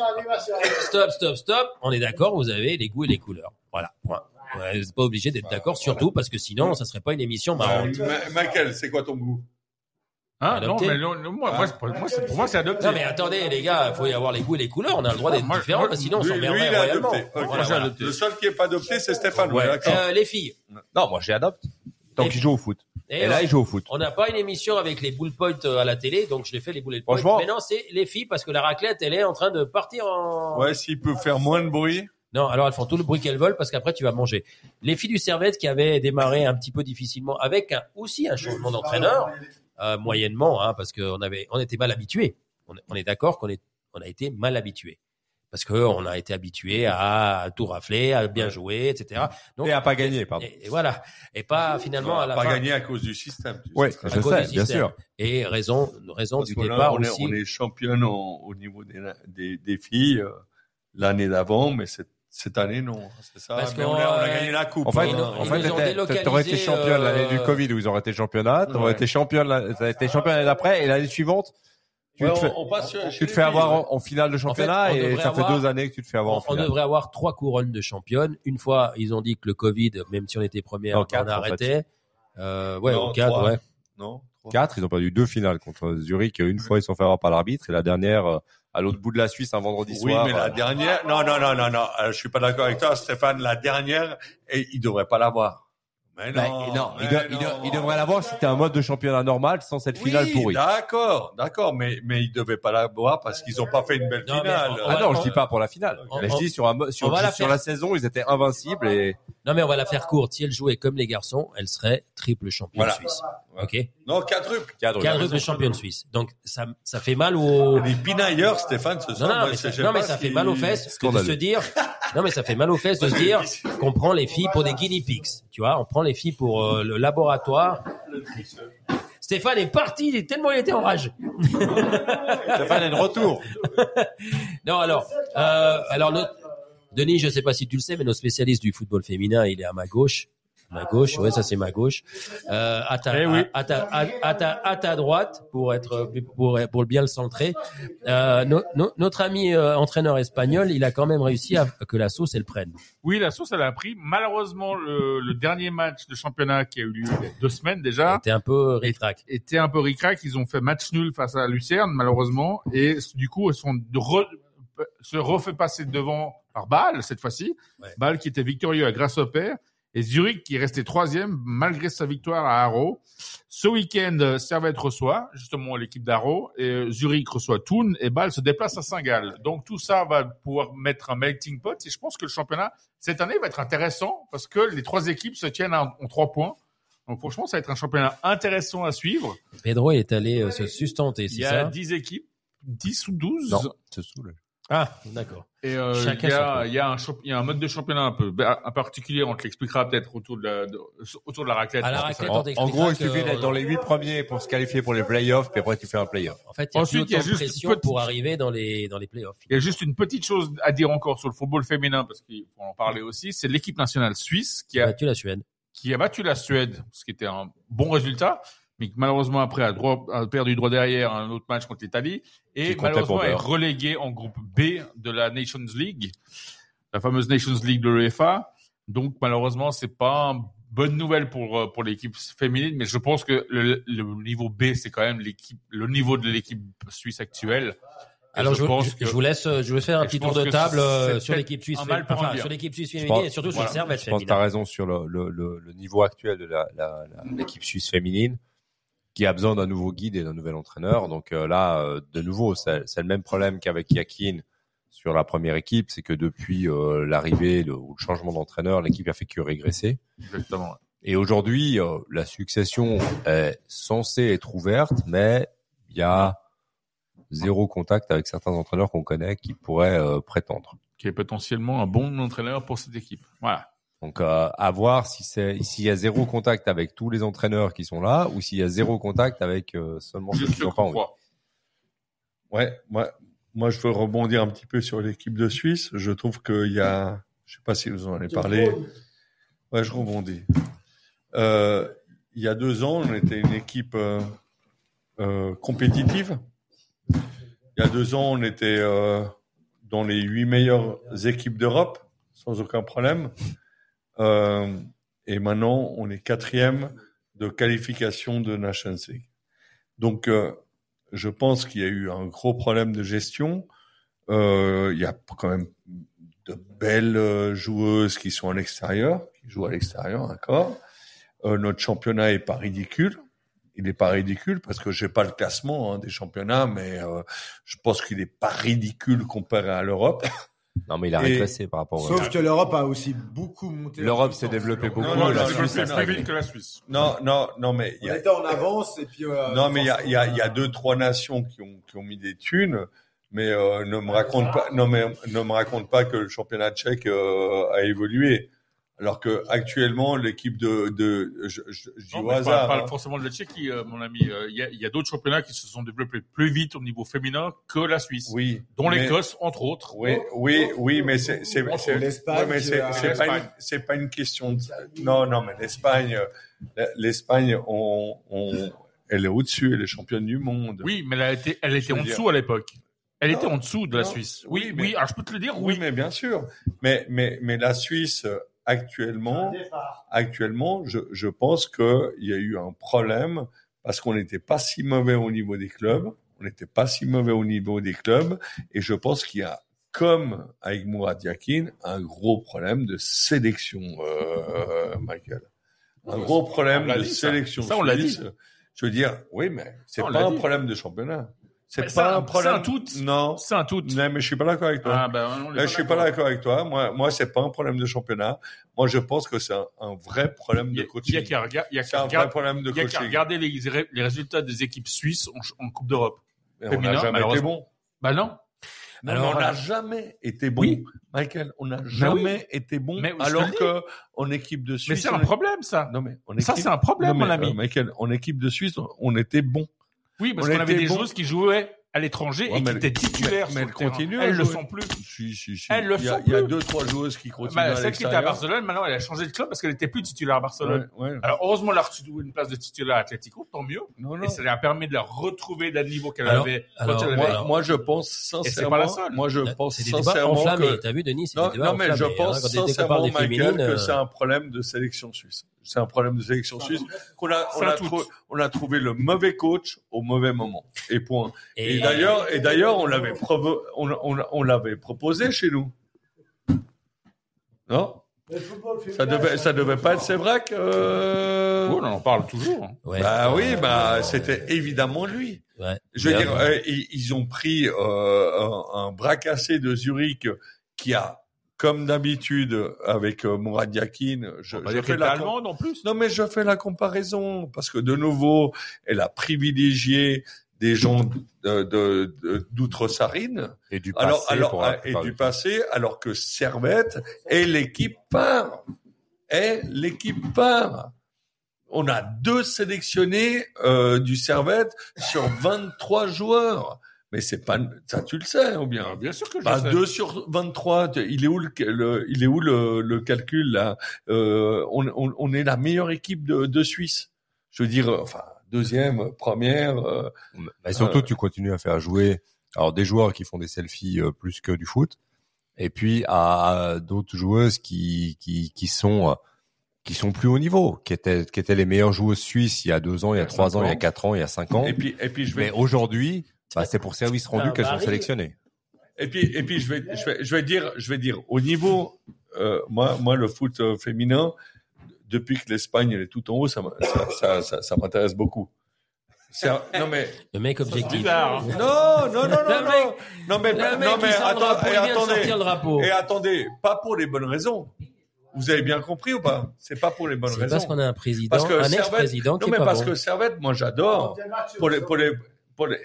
Speaker 2: stop, stop, stop. On est d'accord, vous avez les goûts et les couleurs. Voilà. Point. Ouais, vous n'êtes pas Bah,
Speaker 4: Euh,
Speaker 2: obligé d'être d'accord, surtout parce que sinon, ça serait pas une émission marrante.
Speaker 5: Michael, c'est quoi ton goût Hein, non,
Speaker 2: Adopté.
Speaker 5: mais non, non, moi, moi, c'est pas- moi, c'est- pour moi, c'est adopté.
Speaker 2: Non mais attendez les gars, il faut y avoir les goûts et les couleurs, on a le droit d'être
Speaker 5: Moi,
Speaker 2: différents,
Speaker 5: moi,
Speaker 2: parce que sinon on
Speaker 4: lui, lui, il
Speaker 2: s'emmerderait
Speaker 4: a
Speaker 2: royalement.
Speaker 4: adopté. Ok,
Speaker 2: Voilà,
Speaker 5: j'ai
Speaker 2: voilà.
Speaker 5: adopté.
Speaker 4: Le seul qui est pas adopté, c'est Stéphane. on est d'accord.
Speaker 2: Euh, les filles,
Speaker 3: Non, moi, j'adopte. Tant
Speaker 2: Et-
Speaker 3: qu'il joue au foot.
Speaker 2: Et
Speaker 3: Et, là,
Speaker 2: ouais.
Speaker 3: il joue au foot.
Speaker 2: on n'a pas une émission avec les bullet points euh, à la télé, donc je l'ai fait les bullet points.
Speaker 3: Franchement.
Speaker 2: Mais non, c'est les filles parce que la raclette, elle est en train de partir en.
Speaker 4: Ouais, s'il peut faire moins de bruit.
Speaker 2: Non, alors elles font tout le bruit qu'elles veulent parce qu'après tu vas manger. Les filles du Servette qui avaient démarré un petit peu difficilement avec un, aussi un changement d'entraîneur, euh, moyennement, hein, parce qu'on avait, on était mal habitués. On, on est d'accord qu'on est, on a été mal habitués. Parce que on a été habitué à tout rafler, à bien jouer, etc. Donc,
Speaker 3: Et à pas gagner, pardon.
Speaker 2: et, et voilà. Et pas finalement à la
Speaker 4: pas
Speaker 2: fin.
Speaker 4: gagné à cause du système. tu
Speaker 3: Ouais,
Speaker 4: sais.
Speaker 2: à
Speaker 3: je
Speaker 2: cause
Speaker 3: sais,
Speaker 2: du
Speaker 3: bien
Speaker 2: système.
Speaker 3: sûr.
Speaker 2: Et raison, raison
Speaker 4: Parce
Speaker 2: du
Speaker 4: que là,
Speaker 2: départ
Speaker 4: on est,
Speaker 2: aussi.
Speaker 4: on est championne au, au niveau des, des, des filles euh, l'année d'avant, mais cette, cette année, non. C'est ça.
Speaker 2: Parce
Speaker 4: Mais
Speaker 2: qu'on-
Speaker 4: on, a, on a gagné la coupe.
Speaker 3: En fait,
Speaker 2: Ils nous-
Speaker 4: hein.
Speaker 3: en
Speaker 2: ils
Speaker 3: fait,
Speaker 2: nous ont
Speaker 3: t'étais-
Speaker 2: délocalisé,
Speaker 3: t'aurais été championne l'année du
Speaker 2: euh,
Speaker 3: Covid où ils auraient été championnat, t'aurais
Speaker 4: Ouais.
Speaker 3: été championne, la- t'as été championne l'année d'après et l'année suivante, tu
Speaker 4: Ouais,
Speaker 3: te fais,
Speaker 4: on- on passe chez-
Speaker 3: tu
Speaker 4: chez
Speaker 3: te
Speaker 4: les
Speaker 3: fais
Speaker 4: filles,
Speaker 3: avoir
Speaker 4: ouais.
Speaker 3: en, en finale de championnat
Speaker 2: En fait, on
Speaker 3: et
Speaker 2: devrait
Speaker 3: ça fait
Speaker 2: avoir-
Speaker 3: deux années que tu te fais avoir en
Speaker 2: On, on
Speaker 3: finale.
Speaker 2: devrait avoir trois couronnes de championne. Une fois, ils ont dit que le Covid, même si on était première,
Speaker 3: Non,
Speaker 2: on
Speaker 3: quatre, en
Speaker 2: arrêtait. Euh, ouais,
Speaker 4: Non,
Speaker 2: au quatre,
Speaker 4: trois.
Speaker 2: ouais.
Speaker 4: Non.
Speaker 3: Quatre, ils ont perdu deux finales contre Zurich. Une fois, ils sont fait avoir par l'arbitre et la dernière euh, à l'autre bout de la Suisse un vendredi
Speaker 4: Oui,
Speaker 3: soir. euh,
Speaker 4: mais la dernière, non, non, non, non, non, euh, je suis pas d'accord avec toi, Stéphane, la dernière, et il devrait pas l'avoir. Mais
Speaker 3: Bah,
Speaker 4: non.
Speaker 3: non, il,
Speaker 4: mais
Speaker 3: doit- il doit- il
Speaker 2: oh.
Speaker 3: devrait l'avoir si c'était un mode de championnat normal sans cette finale
Speaker 4: Oui,
Speaker 3: pourrie.
Speaker 4: D'accord, d'accord, mais, mais ils devaient pas l'avoir parce qu'ils ont pas fait une belle
Speaker 2: Non, mais
Speaker 4: finale.
Speaker 2: on- on
Speaker 3: Ah
Speaker 2: va-
Speaker 3: non, je dis pas pour la finale.
Speaker 2: On-
Speaker 3: Mais je
Speaker 2: on-
Speaker 3: dis sur, un, mo- sur,
Speaker 2: on va la
Speaker 3: sur
Speaker 2: faire.
Speaker 3: la saison, ils étaient invincibles et
Speaker 2: Non, mais on va la faire courte. Si elle jouait comme les garçons, elle serait triple championne
Speaker 4: Voilà.
Speaker 2: suisse.
Speaker 4: Voilà.
Speaker 2: Ok.
Speaker 4: Non, quadruple.
Speaker 3: cadre.
Speaker 2: Quadruple championne suisse. Donc, ça, ça fait mal
Speaker 3: Ah,
Speaker 2: au.
Speaker 4: Les pinailleurs, Stéphane, ce
Speaker 2: Non,
Speaker 4: soir,
Speaker 2: non,
Speaker 4: moi,
Speaker 2: mais
Speaker 4: je
Speaker 2: ça,
Speaker 4: sais
Speaker 2: non,
Speaker 4: pas
Speaker 2: mais ça
Speaker 4: si-
Speaker 2: fait mal aux fesses que de
Speaker 3: Scandaleux.
Speaker 2: se dire. Non, mais ça fait mal aux fesses de se dire qu'on prend les filles pour des guinea pigs. Tu vois, on prend les filles pour euh, le laboratoire. Stéphane est parti, il est tellement il était en rage.
Speaker 3: Stéphane est de *laughs* retour.
Speaker 2: Non, alors, euh, alors notre- Denis, je sais pas si tu le sais, mais notre spécialiste du football féminin, il est à ma gauche. Ma gauche, ouais, ça c'est ma gauche. Euh, à, ta,
Speaker 5: Eh oui.
Speaker 2: à, à ta, à, à ta, à ta droite, pour être plus- pour, pour bien le centrer. Euh, no- no- notre ami euh, entraîneur espagnol, il a quand même réussi à que la sauce elle prenne.
Speaker 5: Oui, la source, elle a pris. Malheureusement, le, le dernier match de championnat qui a eu lieu il y a deux semaines déjà
Speaker 2: C'était un peu ric-rac.
Speaker 5: était un peu ricrac. Ils ont fait match nul face à Lucerne, malheureusement. Et du coup, ils sont de re- se refait passer devant par Bâle, cette fois-ci.
Speaker 2: Ouais.
Speaker 5: Bâle qui était victorieux à Grasshopper. Et Zurich qui est resté troisième malgré sa victoire à Haro. Ce week-end, Servette reçoit justement l'équipe d'Haro. Et Zurich reçoit Thun. Et Bâle se déplace à Saint-Gall. Donc tout ça va pouvoir mettre un melting pot. Et je pense que le championnat, cette année, va être intéressant parce que les trois équipes se tiennent en en trois points. Donc franchement, ça va être un championnat intéressant à suivre.
Speaker 2: Pedro il est allé euh, se sustenter,
Speaker 5: Il
Speaker 2: c'est
Speaker 5: y a
Speaker 2: ça
Speaker 5: 10 équipes, 10 ou 12.
Speaker 3: Non, se saoule.
Speaker 2: Ah, d'accord.
Speaker 5: Et euh,
Speaker 2: Chacun
Speaker 5: il, y
Speaker 2: son tour.
Speaker 5: a, il, y a un champ- il y a un mode de championnat un peu bah, un particulier, on te l'expliquera peut-être autour de la, de- autour de la raclette.
Speaker 2: À la
Speaker 5: parce que ça-
Speaker 2: raclette,
Speaker 3: En,
Speaker 2: on t'expliquera
Speaker 3: en gros, il
Speaker 2: que-
Speaker 3: suffit d'être dans les huit premiers pour se qualifier pour les playoffs, puis après tu fais un playoff.
Speaker 2: En fait, il y a
Speaker 5: Ensuite, il
Speaker 2: plus
Speaker 5: y a
Speaker 2: autant de
Speaker 5: juste
Speaker 2: pression
Speaker 5: une petite-
Speaker 2: pour arriver dans les dans les playoffs.
Speaker 5: Il y a juste une petite chose à dire encore sur le football féminin, parce qu'il faut en parler aussi. C'est l'équipe nationale suisse qui a,
Speaker 2: Battu la Suède.
Speaker 5: qui a battu la Suède, ce qui était un bon résultat, mais qui malheureusement après a, droit, a perdu droit derrière un autre match contre l'Italie,
Speaker 3: Qui
Speaker 5: et
Speaker 3: comptait pour
Speaker 5: malheureusement est
Speaker 3: Berne.
Speaker 5: reléguée en groupe B de la Nations League, la fameuse Nations League de l'UEFA. Donc malheureusement, c'est pas une bonne nouvelle pour euh, pour l'équipe féminine, mais je pense que le, le niveau B, c'est quand même l'équipe, le niveau de l'équipe suisse actuelle. Et
Speaker 2: Alors je,
Speaker 5: pense
Speaker 2: je- je vous laisse, euh, je vais faire un
Speaker 5: Et je
Speaker 2: petit tour
Speaker 5: pense
Speaker 2: de
Speaker 5: que
Speaker 2: table
Speaker 5: c'est
Speaker 2: euh,
Speaker 5: peut-être
Speaker 2: sur l'équipe suisse,
Speaker 5: un
Speaker 2: fé-
Speaker 5: mal pour un
Speaker 2: enfin,
Speaker 5: bien.
Speaker 2: sur l'équipe suisse
Speaker 3: Je
Speaker 2: féminine
Speaker 3: pense-
Speaker 2: et surtout
Speaker 5: voilà.
Speaker 2: sur le Servette
Speaker 3: Je pense que
Speaker 2: féminin.
Speaker 3: tu as raison sur le, le, le, le niveau actuel de l'équipe la, la, l'équipe suisse féminine, qui a besoin d'un nouveau guide et d'un nouvel entraîneur. Donc euh, là, euh, de nouveau, c'est c'est le même problème qu'avec Yakin sur la première équipe, c'est que depuis euh, l'arrivée le- ou le changement d'entraîneur, l'équipe a fait que régresser.
Speaker 5: Exactement.
Speaker 3: Et aujourd'hui, euh, la succession est censée être ouverte, mais il y a zéro contact avec certains entraîneurs qu'on connaît qui pourraient euh, prétendre.
Speaker 5: Qui est potentiellement un bon entraîneur pour cette équipe. Voilà.
Speaker 3: Donc euh, à voir si c'est s'il y a zéro contact avec tous les entraîneurs qui sont là ou s'il y a zéro contact avec euh, seulement ceux
Speaker 5: Juste
Speaker 3: qui
Speaker 5: ce
Speaker 3: n'ont
Speaker 5: qu'on
Speaker 3: pas envie.
Speaker 5: croit.
Speaker 4: Ouais, moi, moi, je veux rebondir un petit peu sur l'équipe de Suisse. Je trouve qu'il y a, je sais pas si vous en avez parlé. Ouais, je rebondis. Euh, il y a deux ans, on était une équipe euh, euh, compétitive. Il y a deux ans, on était euh, dans les huit meilleures équipes d'Europe, sans aucun problème. Euh, et maintenant, on est quatrième de qualification de Nations League. Donc, euh, je pense qu'il y a eu un gros problème de gestion. Euh, il y a quand même de belles euh, joueuses qui sont à l'extérieur, qui jouent à l'extérieur encore. Euh, notre championnat est pas ridicule. Il est pas ridicule parce que j'ai pas le classement hein, des championnats, mais euh, je pense qu'il est pas ridicule comparé à l'europe.
Speaker 3: Non, mais il a
Speaker 4: Et-
Speaker 3: régressé par rapport.
Speaker 8: Sauf que l'Europe a aussi beaucoup monté.
Speaker 3: L'Europe s'est développée beaucoup.
Speaker 4: non,
Speaker 5: la
Speaker 4: non,
Speaker 5: Suisse
Speaker 4: non,
Speaker 5: est
Speaker 4: non,
Speaker 5: plus
Speaker 4: non.
Speaker 5: vite que la Suisse.
Speaker 4: Non, non, non, mais il
Speaker 8: On
Speaker 4: y a,
Speaker 8: était en avance et puis. euh,
Speaker 4: non, mais il y a, il y a- il y a deux, trois nations qui ont, qui ont mis des thunes. Mais euh, ne me raconte pas, non mais ne me raconte pas que le championnat tchèque euh, a évolué, alors que actuellement l'équipe de, de je, je, je dis
Speaker 5: Non,
Speaker 4: au
Speaker 5: mais je
Speaker 4: hasard,
Speaker 5: parle, parle
Speaker 4: hein.
Speaker 5: forcément de la Tchéquie, euh, mon ami. Euh, Il y a, il y a d'autres championnats qui se sont développés plus vite au niveau féminin que la Suisse,
Speaker 4: oui,
Speaker 5: dont
Speaker 4: mais-
Speaker 5: l'Écosse, entre autres.
Speaker 4: Oui, oui, oui, mais c'est c'est
Speaker 8: Entre
Speaker 4: c'est-
Speaker 8: l'Espagne,
Speaker 4: ouais, mais c'est
Speaker 8: euh,
Speaker 4: c'est pas une,
Speaker 5: l'Espagne.
Speaker 4: c'est pas une question. De, non, non, mais l'Espagne, euh, l'Espagne, on, on, elle est au-dessus, elle est championne du monde.
Speaker 5: Oui, mais elle, a été- elle était
Speaker 4: veux
Speaker 5: en
Speaker 4: dire-
Speaker 5: dessous à l'époque. Elle était
Speaker 4: Non,
Speaker 5: en dessous de la
Speaker 4: non,
Speaker 5: Suisse.
Speaker 4: oui,
Speaker 5: Oui, oui,
Speaker 4: mais-
Speaker 5: alors je peux te le dire,
Speaker 4: oui,
Speaker 5: oui.
Speaker 4: mais bien sûr. Mais mais mais la Suisse euh, actuellement, actuellement, je je pense que il y a eu un problème parce qu'on n'était pas si mauvais au niveau des clubs, on n'était pas si mauvais au niveau des clubs, et je pense qu'il y a comme avec Mourad Yakin, un gros problème de sélection, euh, Michael. Un gros
Speaker 5: on
Speaker 4: problème
Speaker 5: l'a
Speaker 4: de
Speaker 5: dit, ça.
Speaker 4: sélection.
Speaker 5: Ça, on l'a
Speaker 4: suisse.
Speaker 5: dit.
Speaker 4: Je veux dire, oui, mais c'est
Speaker 5: Ça, on
Speaker 4: pas
Speaker 5: l'a
Speaker 4: un
Speaker 5: dit.
Speaker 4: problème de championnat. C'est
Speaker 5: Mais
Speaker 4: pas
Speaker 5: ça,
Speaker 4: un problème.
Speaker 5: c'est un tout.
Speaker 4: Non.
Speaker 5: C'est un tout.
Speaker 4: Non, mais je suis pas d'accord avec toi.
Speaker 5: Ah, ben, on est
Speaker 4: Là, je suis pas d'accord avec toi. Moi, moi, c'est pas un problème de championnat. Moi, je pense que c'est un, un vrai problème
Speaker 5: Il y
Speaker 4: de
Speaker 5: a- il y a
Speaker 4: coaching.
Speaker 5: qu'à rega- il y a
Speaker 4: C'est
Speaker 5: qu'à
Speaker 4: un vrai
Speaker 5: regarder-
Speaker 4: problème de
Speaker 5: il y a qu'à
Speaker 4: coaching.
Speaker 5: regarder les, les résultats des équipes suisses en, ch- en Coupe d'Europe.
Speaker 4: Et on n'a
Speaker 5: féminin,
Speaker 4: jamais été
Speaker 5: malheureusement.
Speaker 4: bon.
Speaker 5: Bah non.
Speaker 4: Non,
Speaker 2: Alors,
Speaker 4: mais on
Speaker 2: euh,
Speaker 4: n'a jamais été bon.
Speaker 5: oui.
Speaker 4: Michael, on n'a jamais été bon.
Speaker 5: Mais je te le
Speaker 4: alors
Speaker 5: dis.
Speaker 4: que en équipe de Suisse.
Speaker 5: Mais c'est un
Speaker 4: on-
Speaker 5: problème, ça.
Speaker 4: Non, mais en
Speaker 5: Ça,
Speaker 4: équipe-
Speaker 5: c'est un problème,
Speaker 4: Non, mais,
Speaker 5: mon ami.
Speaker 4: euh, Michael, en équipe de Suisse, on- on était bon.
Speaker 5: oui, parce
Speaker 4: on
Speaker 5: qu'on avait
Speaker 4: était
Speaker 5: des
Speaker 4: bon.
Speaker 5: joueuses qui jouaient à l'étranger
Speaker 4: Ouais,
Speaker 5: et
Speaker 4: mais
Speaker 5: qui
Speaker 4: elle-
Speaker 5: étaient titulaires
Speaker 4: mais-
Speaker 5: sur
Speaker 4: mais
Speaker 5: le
Speaker 4: elle continue
Speaker 5: terrain.
Speaker 4: à
Speaker 5: Elles le
Speaker 4: jouer.
Speaker 5: sont plus.
Speaker 4: Si, si, si.
Speaker 5: Elles le
Speaker 4: il, y a,
Speaker 5: font
Speaker 4: il y a
Speaker 5: plus.
Speaker 4: deux, trois joueuses qui continuent
Speaker 5: Bah,
Speaker 4: à
Speaker 5: celle qui était à
Speaker 4: l'extérieur.
Speaker 5: Barcelone, maintenant, elle a changé de club parce qu'elle était plus titulaire à Barcelone.
Speaker 4: Ouais, ouais.
Speaker 5: Alors, heureusement, elle a retrouvé une place de titulaire à Atletico, tant mieux.
Speaker 4: Non, non.
Speaker 5: Et ça lui a permis de la retrouver d'un niveau qu'elle
Speaker 2: Alors,
Speaker 5: avait quand
Speaker 2: alors,
Speaker 5: elle avait.
Speaker 4: Moi,
Speaker 2: Alors-
Speaker 4: moi, je pense
Speaker 5: Ah, euh, Et c'est
Speaker 4: sincèrement.
Speaker 5: pas la seule.
Speaker 4: Moi, je
Speaker 2: Là,
Speaker 4: pense
Speaker 2: c'est des débats
Speaker 4: sincèrement
Speaker 2: enflammés.
Speaker 4: que.
Speaker 2: T'as vu, Denis, c'est
Speaker 4: Non,
Speaker 2: des débats
Speaker 4: non, mais je
Speaker 2: enflammés,
Speaker 4: pense
Speaker 2: hein. Quand- dès qu'on parle
Speaker 4: sincèrement,
Speaker 2: des
Speaker 4: Michael,
Speaker 2: féminines,
Speaker 4: que
Speaker 2: euh,
Speaker 4: c'est un problème de sélection suisse. C'est un problème de sélection suisse. qu'on a, on,
Speaker 5: C'est un
Speaker 4: a
Speaker 5: tout.
Speaker 4: trou- on a trouvé le mauvais coach au mauvais moment. Et point. Et,
Speaker 2: et-
Speaker 4: d'ailleurs, et d'ailleurs, on l'avait provo- on, on, on l'avait proposé chez nous. Non Ça devait, ça devait pas être Sévrac. Euh...
Speaker 5: Oh, on en parle toujours.
Speaker 2: ouais.
Speaker 4: Bah
Speaker 2: Euh,
Speaker 4: oui, bah c'était évidemment lui.
Speaker 2: ouais.
Speaker 4: Je veux
Speaker 2: Mais,
Speaker 4: dire,
Speaker 2: euh,
Speaker 4: euh, ils, ils ont pris euh, un, un bras cassé de Zurich qui a, comme d'habitude, avec euh, Mourad Yakin, je,
Speaker 5: On va
Speaker 4: je
Speaker 5: dire
Speaker 4: fais
Speaker 5: qu'elle
Speaker 4: la
Speaker 5: était
Speaker 4: com-
Speaker 5: allemande en plus.
Speaker 4: non mais je fais la comparaison parce que de nouveau, elle a privilégié des gens de- de- de- d'outre-Sarine
Speaker 3: Et du passé
Speaker 4: alors, alors ah,
Speaker 3: pour la
Speaker 4: et
Speaker 3: plupart
Speaker 4: du
Speaker 3: des-
Speaker 4: passé, alors que Servette est l'équipe part. Est l'équipe part. On a deux sélectionnés euh, du Servette sur 23 joueurs. Mais c'est pas ça, tu le sais ou bien
Speaker 5: Ah, bien sûr que je
Speaker 4: bah,
Speaker 5: sais.
Speaker 4: 2 sur 23, tu- il est où le, le- il est où le, le calcul là Euh, on, on, on est la meilleure équipe de, de Suisse. Je veux dire, euh, enfin deuxième, première. euh,
Speaker 3: Mais surtout, tu continues à faire jouer alors des joueurs qui font des selfies euh, plus que du foot, et puis à d'autres joueuses qui qui qui sont euh, qui sont plus haut niveau, qui étaient qui étaient les meilleures joueuses suisses il y a deux ans, il y a trois
Speaker 5: cinq
Speaker 3: ans, il y a
Speaker 5: ans.
Speaker 3: quatre ans, il y a cinq ans.
Speaker 4: et puis et puis je vais
Speaker 3: Mais aujourd'hui, bah, c'est pour service rendu
Speaker 17: Ah,
Speaker 3: qu'elles
Speaker 17: bah,
Speaker 3: sont
Speaker 17: arrive.
Speaker 3: sélectionnées.
Speaker 4: Et puis, et puis je, vais, je, vais, je vais dire, je vais dire, au niveau, euh, moi, moi, le foot euh, féminin, depuis que l'Espagne elle est tout en haut, ça, m'a- ça, ça, ça, ça m'intéresse beaucoup. C'est un- non mais
Speaker 2: le mec objectif.
Speaker 5: bizarre, hein.
Speaker 4: non non non non
Speaker 2: Le
Speaker 4: non non mais,
Speaker 2: Le mec
Speaker 4: non,
Speaker 2: qui
Speaker 4: mais
Speaker 2: sort le
Speaker 4: attends-
Speaker 2: drapeau,
Speaker 4: et
Speaker 2: il vient de sortir
Speaker 4: attendez
Speaker 2: le drapeau.
Speaker 4: et attendez pas pour les bonnes raisons vous avez bien compris ou pas c'est pas pour les bonnes
Speaker 2: C'est
Speaker 4: raisons
Speaker 2: parce qu'on a un président,
Speaker 4: Parce que
Speaker 2: un
Speaker 4: Servette-
Speaker 2: ex-président qui
Speaker 4: non
Speaker 2: est
Speaker 4: mais
Speaker 2: pas
Speaker 4: parce
Speaker 2: bon.
Speaker 4: que Servette moi j'adore pour les pour les pour les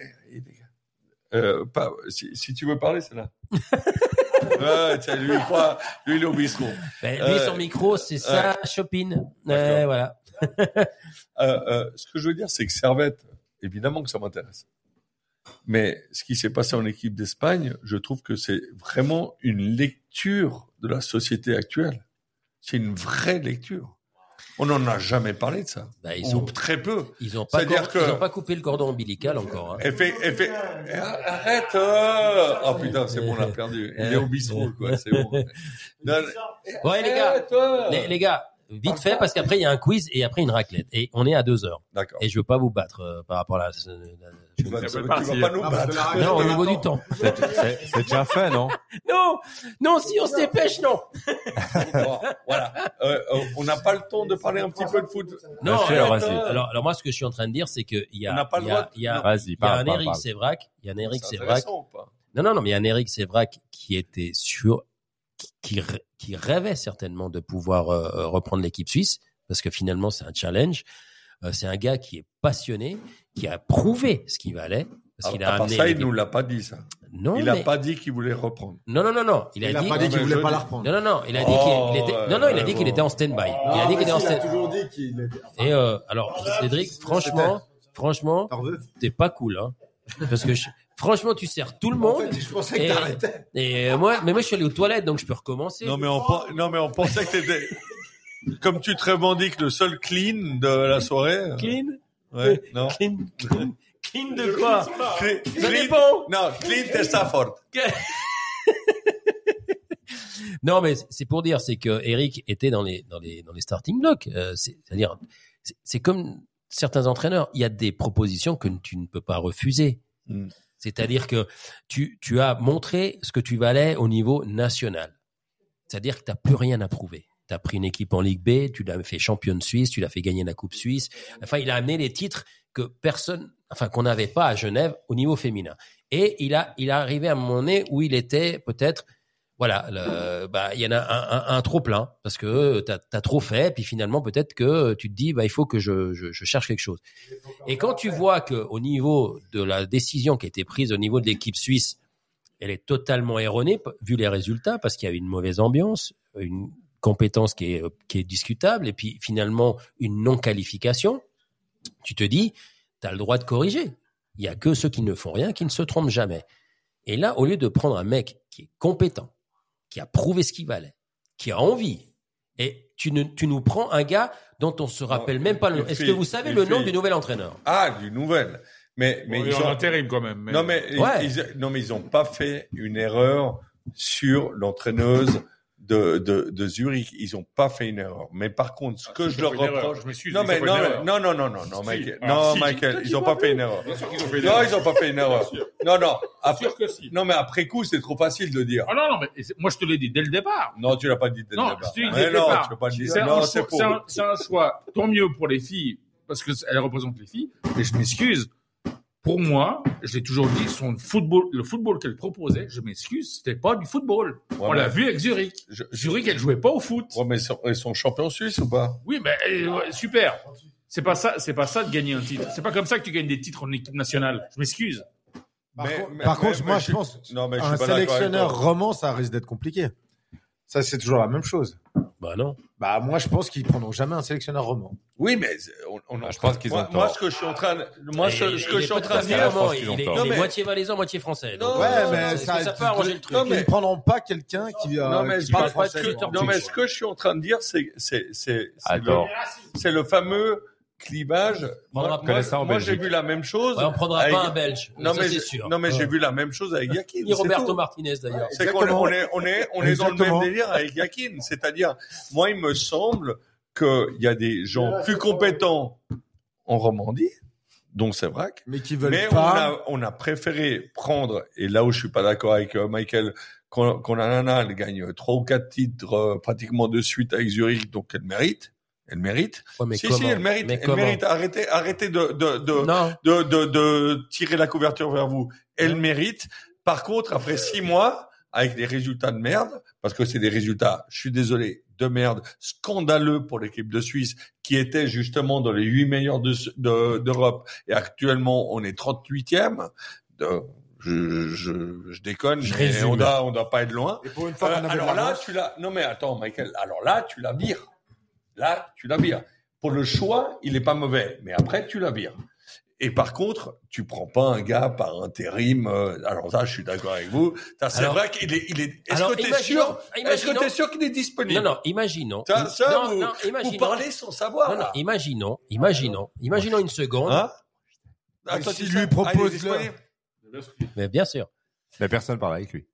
Speaker 4: euh, pas, si, si tu veux parler
Speaker 2: *laughs*
Speaker 4: c'est là ouais, tiens, lui il croit- lui il est au bistrot
Speaker 2: Ben, lui,
Speaker 4: Euh,
Speaker 2: son micro, c'est ça, Chopin. Ouais,
Speaker 4: D'accord.
Speaker 2: voilà.
Speaker 4: Euh, euh, ce que je veux dire c'est que Servette évidemment que ça m'intéresse mais ce qui s'est passé en équipe d'Espagne je trouve que c'est vraiment une lecture de la société actuelle c'est une vraie lecture on n'en a jamais parlé de ça
Speaker 2: Ben, ils
Speaker 4: ou
Speaker 2: sont,
Speaker 4: très peu
Speaker 2: ils ont pas,
Speaker 4: C'est-à-dire
Speaker 2: cor- ils
Speaker 4: que-
Speaker 2: ont pas coupé le cordon ombilical encore, hein.
Speaker 4: Effet, effet. Arrête. euh. Oh putain, c'est bon, on l'a perdu. Il est au bistrot, quoi. C'est bon. Non,
Speaker 2: Ouais, les gars.
Speaker 4: arrête, euh.
Speaker 2: Les, les gars, vite fait parce qu'après il y a un quiz et après une raclette et on est à deux heures.
Speaker 5: D'accord.
Speaker 2: Et je veux pas vous battre euh, par rapport à la.
Speaker 5: Tu vas, tu vas pas nous battre.
Speaker 2: Non, au niveau du temps.
Speaker 3: C'est c'est- c'est déjà fait, non
Speaker 2: Non, non, si on se dépêche, non.
Speaker 5: Bon, voilà. Euh, euh, on n'a pas le temps de parler un petit peu de foot.
Speaker 2: Non.
Speaker 3: Lâchez,
Speaker 2: alors,
Speaker 3: vas-y.
Speaker 2: alors, alors moi, ce que je suis en train de dire, c'est que il y
Speaker 5: On
Speaker 2: a,
Speaker 5: n'a pas le
Speaker 2: il y a-
Speaker 5: droit.
Speaker 2: il y a,
Speaker 3: Ah, Vas-y,
Speaker 2: il y a
Speaker 3: parle,
Speaker 2: un
Speaker 3: parle,
Speaker 2: Eric
Speaker 3: parle.
Speaker 2: Sévrac, il y a un Eric
Speaker 5: C'est
Speaker 2: Sévrac.
Speaker 5: intéressant ou pas
Speaker 2: Non, non, non, mais il y a un Eric Sévrac qui était sur, qui, qui, rê- qui rêvait certainement de pouvoir euh, reprendre l'équipe suisse, parce que finalement, c'est un challenge. Euh, c'est un gars qui est passionné, qui a prouvé ce qu'il valait, parce qu'il
Speaker 5: Ah, À-
Speaker 2: a
Speaker 5: à part
Speaker 2: amené.
Speaker 5: ça, il
Speaker 2: l'équipe-
Speaker 5: nous l'a pas dit ça.
Speaker 2: non,
Speaker 5: il n'a
Speaker 2: mais-
Speaker 5: pas dit qu'il voulait reprendre.
Speaker 2: non, non, non, non. Il a
Speaker 4: Il a
Speaker 2: dit.
Speaker 4: pas dit qu'il
Speaker 5: mais
Speaker 4: voulait
Speaker 5: je
Speaker 4: pas
Speaker 5: dis-
Speaker 4: la reprendre.
Speaker 2: Non, non, non. Il a dit
Speaker 5: Oh,
Speaker 2: qu'il il était. Non, non, il a
Speaker 5: euh,
Speaker 2: dit qu'il était en stand-by. Il
Speaker 18: Ah,
Speaker 2: a dit
Speaker 18: mais
Speaker 2: qu'il était
Speaker 18: si,
Speaker 2: en
Speaker 18: Il a
Speaker 2: stand.
Speaker 18: toujours dit qu'il était.
Speaker 2: Et euh, alors, Cédric, franchement, franchement,
Speaker 4: T'en veux
Speaker 2: t'es pas cool, hein. Parce que je- franchement, tu sers tout le monde.
Speaker 4: En fait, je pensais
Speaker 2: Et-
Speaker 4: que t'arrêtais.
Speaker 2: Et euh, moi, mais moi, je suis allé aux toilettes, donc je peux recommencer.
Speaker 5: Non mais on pen- non mais on pensait
Speaker 2: *laughs*
Speaker 5: que t'étais comme tu te revendiques le seul clean de la soirée. euh.
Speaker 2: Clean, Euh,
Speaker 5: Ouais, non.
Speaker 2: clean, clean, clean de quoi
Speaker 5: Cle-
Speaker 2: Ça
Speaker 5: *laughs* clean-
Speaker 2: dépend.
Speaker 5: Non, clean de Stafford.
Speaker 2: *laughs* Non, mais c'est pour dire, c'est que Eric était dans les dans les dans les starting blocks. Euh, c'est- C'est-à-dire, c'est- c'est comme certains entraîneurs. Il y a des propositions que tu ne peux pas refuser.
Speaker 5: Mm.
Speaker 2: C'est-à-dire que tu tu as montré ce que tu valais au niveau national. C'est-à-dire que tu n'as plus rien à prouver. Tu as pris une équipe en Ligue B, tu l'as fait championne suisse, tu l'as fait gagner la Coupe suisse. Enfin, il a amené les titres que personne, enfin, qu'on n'avait pas à Genève au niveau féminin. Et il a, il est arrivé à un moment donné où il était peut-être, voilà, le- bah, il y en a un, un- un trop plein parce que tu as, trop fait, puis finalement, peut-être que tu te dis, bah, il faut que je, je, je cherche quelque chose. Et quand tu vois que au niveau de la décision qui a été prise au niveau de l'équipe suisse, elle est totalement erronée p- vu les résultats parce qu'il y a eu une mauvaise ambiance, une compétence qui est, euh, qui est discutable et puis finalement une non qualification. Tu te dis, tu as le droit de corriger. Il y a que ceux qui ne font rien qui ne se trompent jamais. Et là, au lieu de prendre un mec qui est compétent, qui a prouvé ce qu'il valait, qui a envie, et tu, ne- tu nous prends un gars dont on se rappelle
Speaker 5: il-
Speaker 2: même pas le nom.
Speaker 5: il
Speaker 2: Est-ce
Speaker 5: fait-
Speaker 2: que vous savez
Speaker 5: il
Speaker 2: le nom
Speaker 5: fait-
Speaker 2: du nouvel entraîneur
Speaker 5: Ah, du nouvel. Mais mais
Speaker 9: Mais
Speaker 5: ils
Speaker 9: en
Speaker 5: ont-
Speaker 9: intérim quand même. mais-
Speaker 5: non mais ils-
Speaker 2: Ouais.
Speaker 5: ils, non mais ils ont pas fait une erreur sur l'entraîneuse de, de de Zurich. Ils ont pas fait une erreur. Mais par contre, ce que je
Speaker 9: Ah, Ils
Speaker 5: leur
Speaker 9: ont fait une erreur,
Speaker 5: reproche.
Speaker 9: Je m'excuse.
Speaker 5: Non
Speaker 9: ils ont
Speaker 5: mais
Speaker 9: fait
Speaker 5: non,
Speaker 9: une erreur.
Speaker 5: non non non non non
Speaker 9: Si.
Speaker 5: Michael.
Speaker 9: Ah,
Speaker 5: non
Speaker 9: si.
Speaker 5: Michael, ils ont pas fait une erreur.
Speaker 9: Bien sûr qu'ils ont fait une
Speaker 5: Non,
Speaker 9: erreur.
Speaker 5: ils ont pas fait une
Speaker 9: Bien
Speaker 5: erreur.
Speaker 9: sûr.
Speaker 5: Non non.
Speaker 9: Bien
Speaker 5: Après,
Speaker 9: sûr que si.
Speaker 5: non mais après coup, c'est trop facile de dire.
Speaker 9: Ah non, non, mais c'est- moi je te l'ai dit dès le départ.
Speaker 5: Non, tu l'as pas dit dès
Speaker 9: Non,
Speaker 5: le départ.
Speaker 9: je te dis dès
Speaker 5: Mais
Speaker 9: le
Speaker 5: non,
Speaker 9: départ.
Speaker 5: tu peux pas dire.
Speaker 9: C'est un,
Speaker 5: Non,
Speaker 9: choix-
Speaker 5: c'est
Speaker 9: c'est un-
Speaker 5: faux.
Speaker 9: c'est un choix. Tant mieux pour les filles, parce que elle représente les filles. Mais je m'excuse. Pour moi, je l'ai toujours dit, son football, le football qu'elle proposait, je m'excuse, c'était pas du football. On
Speaker 5: Ouais,
Speaker 9: l'a
Speaker 5: mais-
Speaker 9: vu avec Zurich.
Speaker 5: Je- je-
Speaker 9: Zurich, elle jouait pas au foot.
Speaker 5: Ouais, mais ils sont- ils sont champions suisses ou pas
Speaker 9: Oui, mais euh, ouais, super. C'est pas ça, c'est pas ça de gagner un titre. C'est pas comme ça que tu gagnes des titres en équipe nationale. Je m'excuse.
Speaker 4: Par,
Speaker 5: Mais-
Speaker 4: con-
Speaker 5: mais-
Speaker 4: par
Speaker 5: mais-
Speaker 4: contre,
Speaker 5: mais
Speaker 4: moi,
Speaker 5: je
Speaker 4: je
Speaker 5: suis-
Speaker 4: pense
Speaker 5: Non, mais je suis
Speaker 4: un
Speaker 5: pas d'accord avec toi.
Speaker 4: sélectionneur roman, ça risque d'être compliqué. Ça, c'est toujours la même chose.
Speaker 2: Bah non.
Speaker 4: Bah, moi, je pense qu'ils prendront jamais un sélectionneur roman.
Speaker 5: Oui, mais c'est- on, on
Speaker 3: Bah,
Speaker 5: en
Speaker 3: je pense
Speaker 5: parle.
Speaker 3: qu'ils
Speaker 5: moi,
Speaker 3: ont
Speaker 5: moi,
Speaker 3: tort.
Speaker 5: ce que je suis en train, de- moi,
Speaker 2: Et
Speaker 5: ce, ce
Speaker 2: Ah, il
Speaker 5: que
Speaker 2: est
Speaker 5: je suis en
Speaker 2: pas
Speaker 5: train
Speaker 2: tout
Speaker 5: de
Speaker 2: à fait
Speaker 5: dire,
Speaker 2: allemand,
Speaker 3: je pense qu'ils
Speaker 2: il
Speaker 3: ont
Speaker 2: est,
Speaker 3: tort.
Speaker 2: il est
Speaker 5: Non, mais-
Speaker 2: moitié valaisan, moitié français.
Speaker 5: Non,
Speaker 2: Donc,
Speaker 5: Ouais,
Speaker 2: euh,
Speaker 5: mais
Speaker 2: est-ce que ça peut arranger le truc.
Speaker 5: Non,
Speaker 4: Ils
Speaker 5: mais-
Speaker 4: ne prendront pas quelqu'un qui, euh,
Speaker 5: non, mais,
Speaker 4: qui
Speaker 5: je
Speaker 4: parle
Speaker 5: pense
Speaker 2: pas de
Speaker 4: français.
Speaker 2: culture
Speaker 5: que- non, mais ce que je suis en train de dire, c'est, c'est, c'est, c'est le,
Speaker 3: Adore.
Speaker 5: c'est le fameux clivage.
Speaker 2: On
Speaker 5: Moi,
Speaker 2: va
Speaker 5: moi,
Speaker 3: connaître ça en
Speaker 5: moi, j'ai
Speaker 3: Belgique.
Speaker 5: vu la même chose.
Speaker 2: Ouais, on prendra
Speaker 5: avec-
Speaker 2: pas un Belge.
Speaker 5: Non,
Speaker 2: ça,
Speaker 5: mais,
Speaker 2: c'est
Speaker 5: j'ai-
Speaker 2: sûr.
Speaker 5: non, mais j'ai
Speaker 2: Ouais.
Speaker 5: vu la même chose avec Yakin.
Speaker 2: Ni
Speaker 5: c'est tout.
Speaker 2: Roberto Martinez d'ailleurs.
Speaker 5: C'est qu'on est,
Speaker 4: Exactement.
Speaker 5: on est, on est, on est dans le
Speaker 4: Exactement.
Speaker 5: même délire avec Yakin. C'est-à-dire, moi, il me semble qu'il y a des gens plus compétents en Romandie, dont c'est vrai,
Speaker 4: Mais qui veulent
Speaker 5: mais
Speaker 4: pas.
Speaker 5: on, a, on a préféré prendre, et là où je suis pas d'accord avec euh, Michael, quand, quand la nana, elle gagne trois ou quatre titres euh, pratiquement de suite avec Zurich, donc elle mérite. Elle mérite.
Speaker 2: Ouais, mais
Speaker 5: si,
Speaker 2: comment
Speaker 5: si, elle mérite.
Speaker 2: Mais
Speaker 5: elle
Speaker 2: comment
Speaker 5: mérite. Arrêtez, arrêtez de, de, de,
Speaker 2: Non.
Speaker 5: de, de, de tirer la couverture vers vous. Elle mérite. Par contre, après six mois, avec des résultats de merde, parce que c'est des résultats, je suis désolé, de merde, scandaleux pour l'équipe de Suisse, qui était justement dans les huit meilleurs de- de- d'Europe, et actuellement on est 38e. De, je, je, je déconne,
Speaker 3: Je
Speaker 5: mais
Speaker 3: résume.
Speaker 5: on doit, on doit pas être loin.
Speaker 4: Et pour une fois
Speaker 5: Euh,
Speaker 4: qu'on avait
Speaker 5: alors
Speaker 4: de la
Speaker 5: là,
Speaker 4: marge,
Speaker 5: tu l'as. Non mais attends, Michael. Alors là, tu la vires. Là, tu la vires. Pour le choix, il est pas mauvais, mais après, tu la vires. Et par contre, tu prends pas un gars par intérim. euh, alors ça, je suis d'accord avec vous. Ça, C'est
Speaker 2: Alors-
Speaker 5: vrai qu'il est. Il est est-ce
Speaker 2: Alors,
Speaker 5: que t'es
Speaker 2: imaginons-
Speaker 5: sûr Est-ce que
Speaker 2: imaginons-
Speaker 5: t'es sûr qu'il est disponible
Speaker 2: Non, non, imaginons.
Speaker 5: Ça, ça,
Speaker 2: non,
Speaker 5: vous-
Speaker 2: non,
Speaker 5: Vous
Speaker 2: imaginons.
Speaker 5: parlez sans savoir.
Speaker 2: Non, non,
Speaker 5: là.
Speaker 2: imaginons, imaginons, imaginons une seconde.
Speaker 5: Hein
Speaker 4: Mais
Speaker 5: Attends,
Speaker 4: si
Speaker 5: tu
Speaker 4: lui
Speaker 5: sais-
Speaker 4: propose
Speaker 5: Ah, il est
Speaker 4: le-
Speaker 5: disponible Hein?
Speaker 2: Mais bien sûr.
Speaker 3: Mais personne parle avec lui.